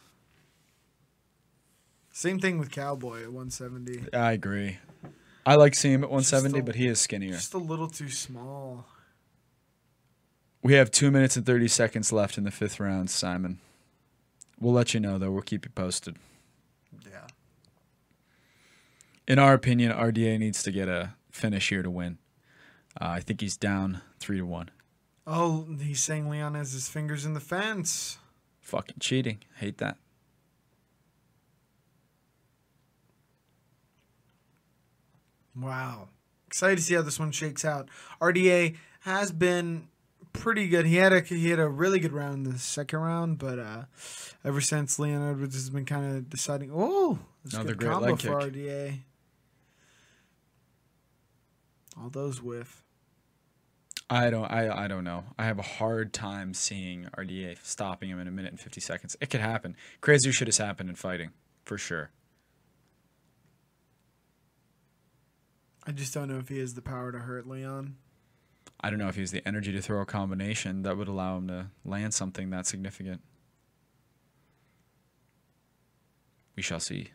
Speaker 3: Same thing with Cowboy at 170.
Speaker 4: I agree. I like seeing him at 170,
Speaker 3: a-
Speaker 4: but he is skinnier.
Speaker 3: Just a little too small.
Speaker 4: We have two minutes and 30 seconds left in the fifth round, Simon. We'll let you know, though. We'll keep you posted.
Speaker 3: Yeah.
Speaker 4: In our opinion, RDA needs to get a finish here to win. Uh, I think he's down three to one.
Speaker 3: Oh, he's saying Leon has his fingers in the fence.
Speaker 4: Fucking cheating. Hate that.
Speaker 3: Wow. Excited to see how this one shakes out. RDA has been pretty good. He had a he had a really good round in the second round, but uh, ever since Leon Edwards has been kind of deciding. Oh, that's
Speaker 4: Another
Speaker 3: a good
Speaker 4: great
Speaker 3: combo
Speaker 4: leg
Speaker 3: for
Speaker 4: kick.
Speaker 3: RDA. All those whiff.
Speaker 4: I don't. I, I don't know. I have a hard time seeing RDA stopping him in a minute and fifty seconds. It could happen. Crazier shit has happened in fighting for sure.
Speaker 3: I just don't know if he has the power to hurt Leon.
Speaker 4: I don't know if he has the energy to throw a combination that would allow him to land something that significant. We shall see.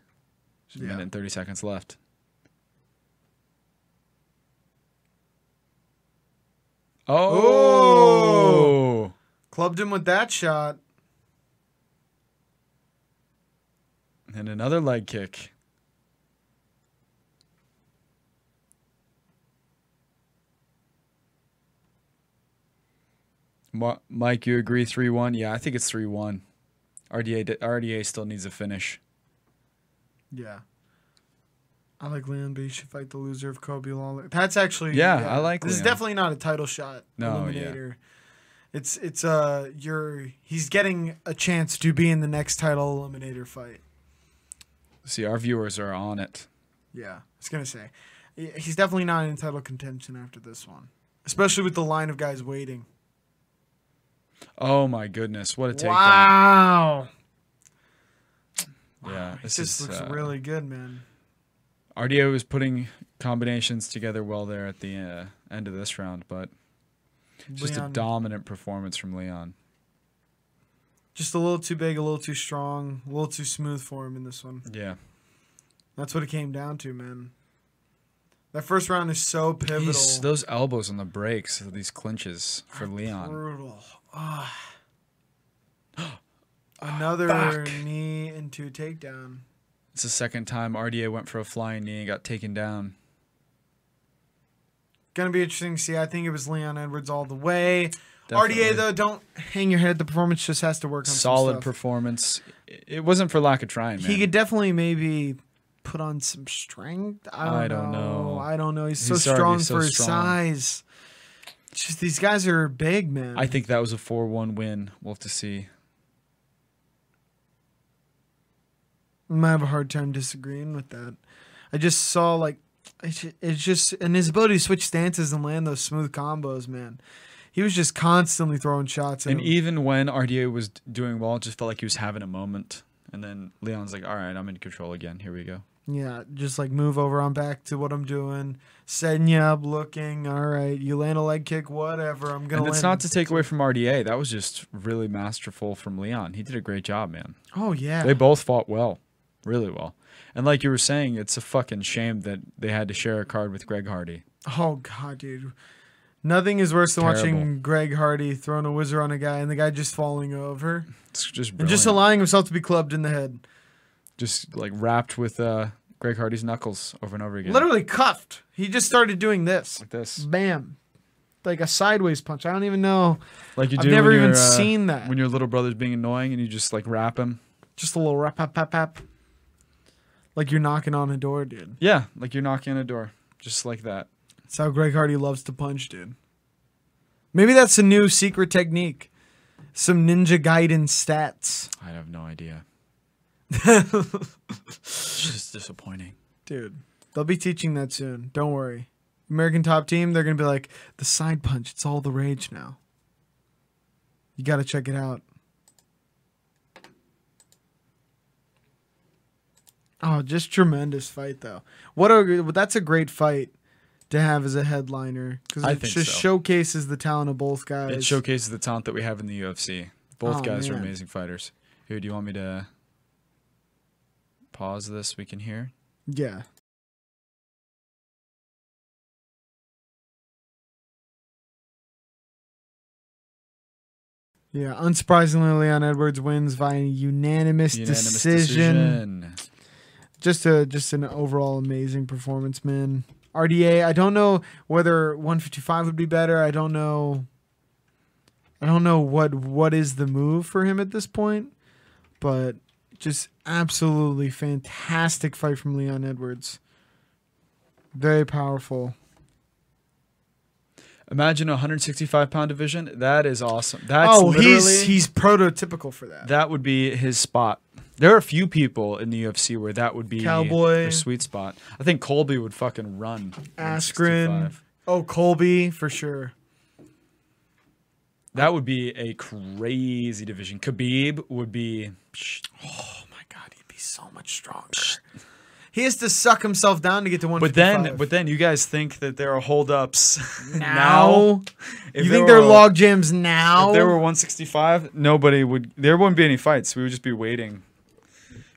Speaker 4: There's a
Speaker 3: Yeah.
Speaker 4: minute and 30 seconds left. Oh!
Speaker 3: Clubbed him with that shot.
Speaker 4: And another leg kick. Ma- Mike, you agree 3 1? Yeah, I think it's 3 1. RDA, di- RDA still needs a finish.
Speaker 3: Yeah. I like Leon, but he should fight the loser of Kobe Lawler. That's actually
Speaker 4: Yeah, I like
Speaker 3: This is
Speaker 4: Leon.
Speaker 3: definitely not a title shot.
Speaker 4: No, yeah.
Speaker 3: eliminator. It's it's uh you're he's getting a chance to be in the next title eliminator fight.
Speaker 4: See, our viewers are on it.
Speaker 3: Yeah, I was gonna say, He- he's definitely not in title contention after this one, especially with the line of guys waiting.
Speaker 4: Oh my goodness, what a takedown.
Speaker 3: Wow,
Speaker 4: Yeah,
Speaker 3: this
Speaker 4: this
Speaker 3: just
Speaker 4: is,
Speaker 3: looks
Speaker 4: uh,
Speaker 3: really good, man.
Speaker 4: RDA was putting combinations together well there at the uh, end of this round, but just a
Speaker 3: Leon,
Speaker 4: dominant performance from Leon.
Speaker 3: just a little too big, a little too strong, a little too smooth for him in this one.
Speaker 4: Yeah.
Speaker 3: That's what it came down to, man. That first round is so pivotal.
Speaker 4: He's, those elbows on the brakes, these clinches for Leon.
Speaker 3: Brutal. Ah. Another
Speaker 4: Fuck.
Speaker 3: knee into a takedown.
Speaker 4: It's the second time RDA went for a flying knee and got taken down.
Speaker 3: Gonna be interesting to see. I think it was Leon Edwards all the way.
Speaker 4: Definitely.
Speaker 3: RDA though, don't hang your head. The performance just has to work on
Speaker 4: Solid
Speaker 3: Some stuff.
Speaker 4: performance. I- It wasn't for lack of trying, man.
Speaker 3: He could definitely maybe put on some strength. I don't,
Speaker 4: I don't
Speaker 3: know.
Speaker 4: know.
Speaker 3: I don't know. He's,
Speaker 4: He's
Speaker 3: so
Speaker 4: already
Speaker 3: strong
Speaker 4: so
Speaker 3: for his
Speaker 4: strong.
Speaker 3: size. Just these guys are big, man.
Speaker 4: I think that was a 4 1 win. We'll have to see.
Speaker 3: I might have a hard time disagreeing with that. I just saw like it's ju- it's just and his ability to switch stances and land those smooth combos, man. He was just constantly throwing shots at
Speaker 4: And
Speaker 3: him.
Speaker 4: even when RDA was d- doing well, it just felt like he was having a moment. And then Leon's like, all right, I'm in control again. Here we go.
Speaker 3: yeah, just like move over, I'm back to what I'm doing, setting you up, looking. All right, you land a leg kick, whatever. I'm gonna.
Speaker 4: And it's
Speaker 3: land.
Speaker 4: not to take away from RDA. That was just really masterful from Leon. He did a great job, man.
Speaker 3: Oh yeah.
Speaker 4: They both fought well, really well. And like you were saying, it's a fucking shame that they had to share a card with Greg Hardy.
Speaker 3: Oh god, dude. Nothing is worse than watching
Speaker 4: Terrible.
Speaker 3: Greg Hardy throwing a whizzer on a guy and the guy just falling over
Speaker 4: It's just
Speaker 3: and just
Speaker 4: brilliant.
Speaker 3: allowing himself to be clubbed in the head.
Speaker 4: just like wrapped with uh, Greg Hardy's knuckles over and over again.
Speaker 3: Literally cuffed. He just started doing this.
Speaker 4: like this,
Speaker 3: Bam. Like a sideways punch. I don't even know.
Speaker 4: like you
Speaker 3: I've
Speaker 4: do.
Speaker 3: never
Speaker 4: when
Speaker 3: even
Speaker 4: your, uh,
Speaker 3: seen that.
Speaker 4: when your little brother's being annoying and you just like wrap him.
Speaker 3: Just a little rap, pap, pap, pap. Like you're knocking on a door, dude.
Speaker 4: Yeah, like you're knocking on a door, just like that.
Speaker 3: That's how Greg Hardy loves to punch, dude. Maybe that's a new secret technique. Some Ninja Gaiden stats.
Speaker 4: I have no idea. It's just disappointing.
Speaker 3: Dude, they'll be teaching that soon. Don't worry. American Top Team, they're going to be like, the side punch, it's all the rage now. You got to check it out. Oh, just tremendous fight though. What a that's a great fight to have as a headliner because
Speaker 4: I
Speaker 3: it
Speaker 4: think
Speaker 3: just
Speaker 4: so.
Speaker 3: showcases the talent of both guys.
Speaker 4: It showcases the talent that we have in the UFC. Both
Speaker 3: Oh,
Speaker 4: guys are
Speaker 3: man.
Speaker 4: amazing fighters. Here, do you want me to pause this? We can hear.
Speaker 3: yeah, yeah. Unsurprisingly, Leon Edwards wins via unanimous, decision. just a just an overall amazing performance, man. RDA, I don't know whether 155 would be better. I don't know. I don't know what what is the move for him at this point, but just absolutely fantastic fight from Leon Edwards. Very powerful.
Speaker 4: Imagine a 165 pound division. That is awesome. That's
Speaker 3: oh, he's
Speaker 4: literally-
Speaker 3: he's prototypical for that.
Speaker 4: that would be his spot. There are a few people in the UFC where that would be
Speaker 3: Cowboy.
Speaker 4: their sweet spot. I think Colby would fucking run. 165.
Speaker 3: Askren. Oh, Colby for sure.
Speaker 4: That would be a crazy division. Khabib would be.
Speaker 3: my god, he'd be so much stronger. He has to suck himself down to get to
Speaker 4: But
Speaker 3: 155.
Speaker 4: then, but then you guys think that there are holdups
Speaker 3: now,
Speaker 4: If
Speaker 3: you
Speaker 4: there
Speaker 3: think they're
Speaker 4: were-
Speaker 3: log jams now?
Speaker 4: If there were 165, nobody would. There wouldn't be any fights. We would just be waiting.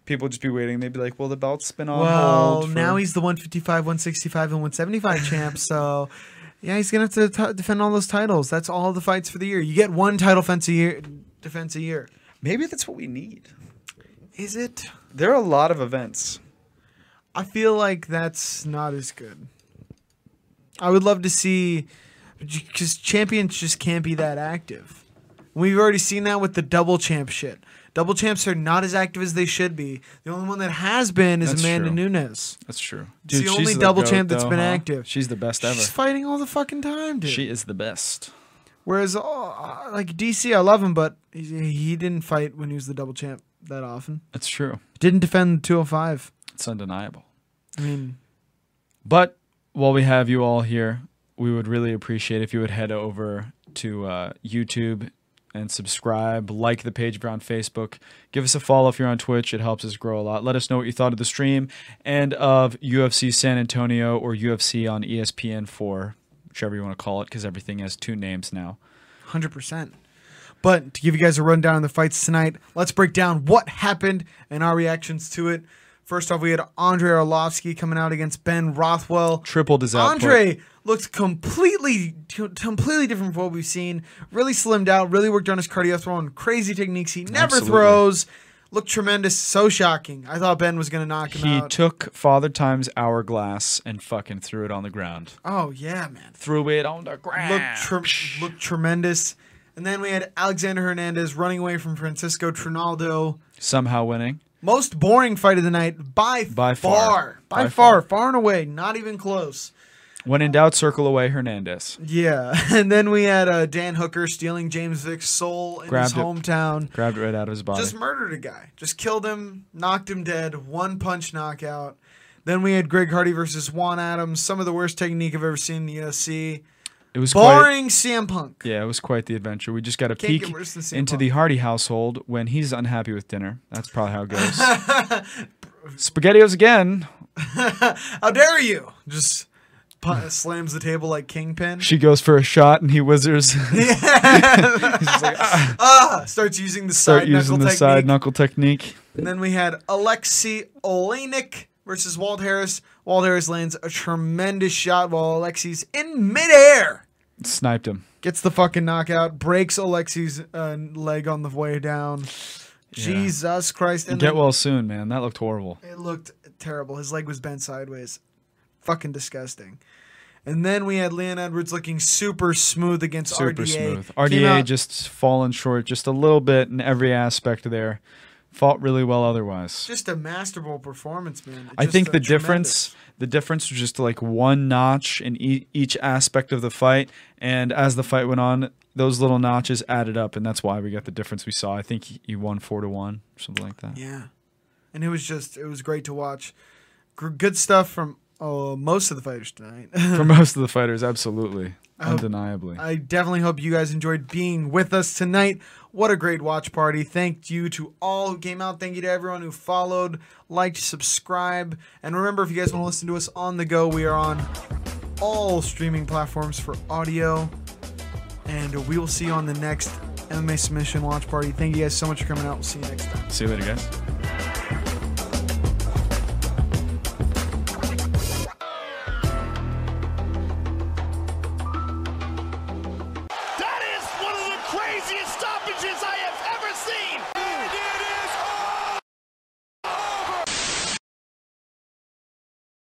Speaker 4: People would just be waiting. They'd be like, "Well, the belt's been on
Speaker 3: well,
Speaker 4: hold." for-
Speaker 3: now he's the 155, 165, and 175 champ. So, yeah, he's gonna have to t- defend all those titles. That's all the fights for the year. You get one title fence a year. Defense a year.
Speaker 4: maybe that's what we need.
Speaker 3: Is it?
Speaker 4: There are a lot of events.
Speaker 3: I feel like that's not as good. I would love to see because champions just can't be that active. We've already seen that with the double champ shit. Double champs are not as active as they should be. The only one that has been is
Speaker 4: That's
Speaker 3: Amanda
Speaker 4: true.
Speaker 3: Nunes.
Speaker 4: That's true.
Speaker 3: It's the only double champ
Speaker 4: that's
Speaker 3: that's been active.
Speaker 4: She's the best ever.
Speaker 3: She's fighting all the fucking time, dude.
Speaker 4: She is the best.
Speaker 3: Whereas, oh, uh, like DC, I love him, but he, he didn't fight when he was the double champ that often.
Speaker 4: That's true.
Speaker 3: Didn't defend oh the 205.
Speaker 4: It's undeniable.
Speaker 3: I mean,
Speaker 4: But while we have you all here, we would really appreciate if you would head over to uh, YouTube and subscribe, like the page if you're on Facebook, give us a follow if you're on Twitch. It helps us grow a lot. Let us know what you thought of the stream and of UFC San Antonio or UFC on E ESPN four, whichever you want to call it, because everything has two names now.
Speaker 3: Hundred percent. But to give you guys a rundown of the fights tonight, let's break down what happened and our reactions to it. First off, we had Andre Arlovsky coming out against Ben Rothwell.
Speaker 4: Tripled his output.
Speaker 3: Andre looked completely, t- completely different from what we've seen. Really slimmed out. Really worked on his cardio, throwing crazy techniques he never
Speaker 4: Absolutely.
Speaker 3: throws. Looked tremendous. So shocking. I thought Ben was gonna knock him
Speaker 4: He
Speaker 3: out.
Speaker 4: took Father Time's hourglass and fucking threw it on the ground.
Speaker 3: oh yeah, man.
Speaker 4: Threw it on the ground.
Speaker 3: looked tre- looked tremendous. And then we had Alexander Hernandez running away from Francisco Trinaldo.
Speaker 4: Somehow winning.
Speaker 3: Most boring fight of the night by,
Speaker 4: By
Speaker 3: far.
Speaker 4: far.
Speaker 3: By,
Speaker 4: By
Speaker 3: far,
Speaker 4: far.
Speaker 3: far and away, not even close.
Speaker 4: When in doubt, circle away Hernandez.
Speaker 3: Yeah. And then we had uh, Dan Hooker stealing James Vick's soul in
Speaker 4: Grabbed
Speaker 3: his
Speaker 4: it.
Speaker 3: hometown.
Speaker 4: Grabbed it right out of his body.
Speaker 3: Just murdered a guy. Just killed him, knocked him dead, one punch knockout. Then we had Greg Hardy versus Juan Adams, some of the worst technique I've ever seen in the UFC.
Speaker 4: it was
Speaker 3: Boring CM Punk.
Speaker 4: Quite, yeah, it was quite the adventure. We just got a
Speaker 3: Can't
Speaker 4: peek
Speaker 3: get worse than CM
Speaker 4: into the Hardy household when he's unhappy with dinner. That's probably how it goes. SpaghettiOs again.
Speaker 3: How dare you? Just pu- slams the table like Kingpin.
Speaker 4: She goes for a shot and he whizzes.
Speaker 3: Ah, starts using the
Speaker 4: Start
Speaker 3: side
Speaker 4: using the
Speaker 3: knuckle technique.
Speaker 4: side knuckle technique.
Speaker 3: And then we had Alexi Olenek versus Wald Harris. Wald Harris lands a tremendous shot while Alexi's in midair.
Speaker 4: Sniped him.
Speaker 3: Gets the fucking knockout, breaks Alexi's uh, leg on the way down. Jesus Christ. And
Speaker 4: Get
Speaker 3: then-
Speaker 4: well soon, man. That looked horrible.
Speaker 3: it looked terrible. His leg was bent sideways. Fucking disgusting. And then we had Leon Edwards looking super smooth against
Speaker 4: Super
Speaker 3: RDA.
Speaker 4: smooth.
Speaker 3: Came
Speaker 4: RDA
Speaker 3: out-
Speaker 4: just fallen short just a little bit in every aspect there. Fought really well otherwise.
Speaker 3: just a masterful performance, man.
Speaker 4: I
Speaker 3: Just
Speaker 4: think
Speaker 3: a
Speaker 4: the
Speaker 3: tremendous-
Speaker 4: difference the difference was just like one notch in e- each aspect of the fight and as the fight went on those little notches added up and that's why we got the difference we saw. I think he he won 4 to 1 something like that.
Speaker 3: Yeah. and it was just it was great to watch. Gr- good stuff from uh, most of the fighters tonight.
Speaker 11: For most of the fighters, absolutely.
Speaker 3: hope-
Speaker 11: Undeniably.
Speaker 3: I definitely hope you guys enjoyed being with us tonight. What a great watch party. Thank you to all who came out. Thank you to everyone who followed, liked, subscribed. And remember, if you guys want to listen to us on the go, we are on all streaming platforms for audio. And we will see you on the next MMA Submission Watch Party. Thank you guys so much for coming out. We'll see you next time.
Speaker 11: See you later, guys.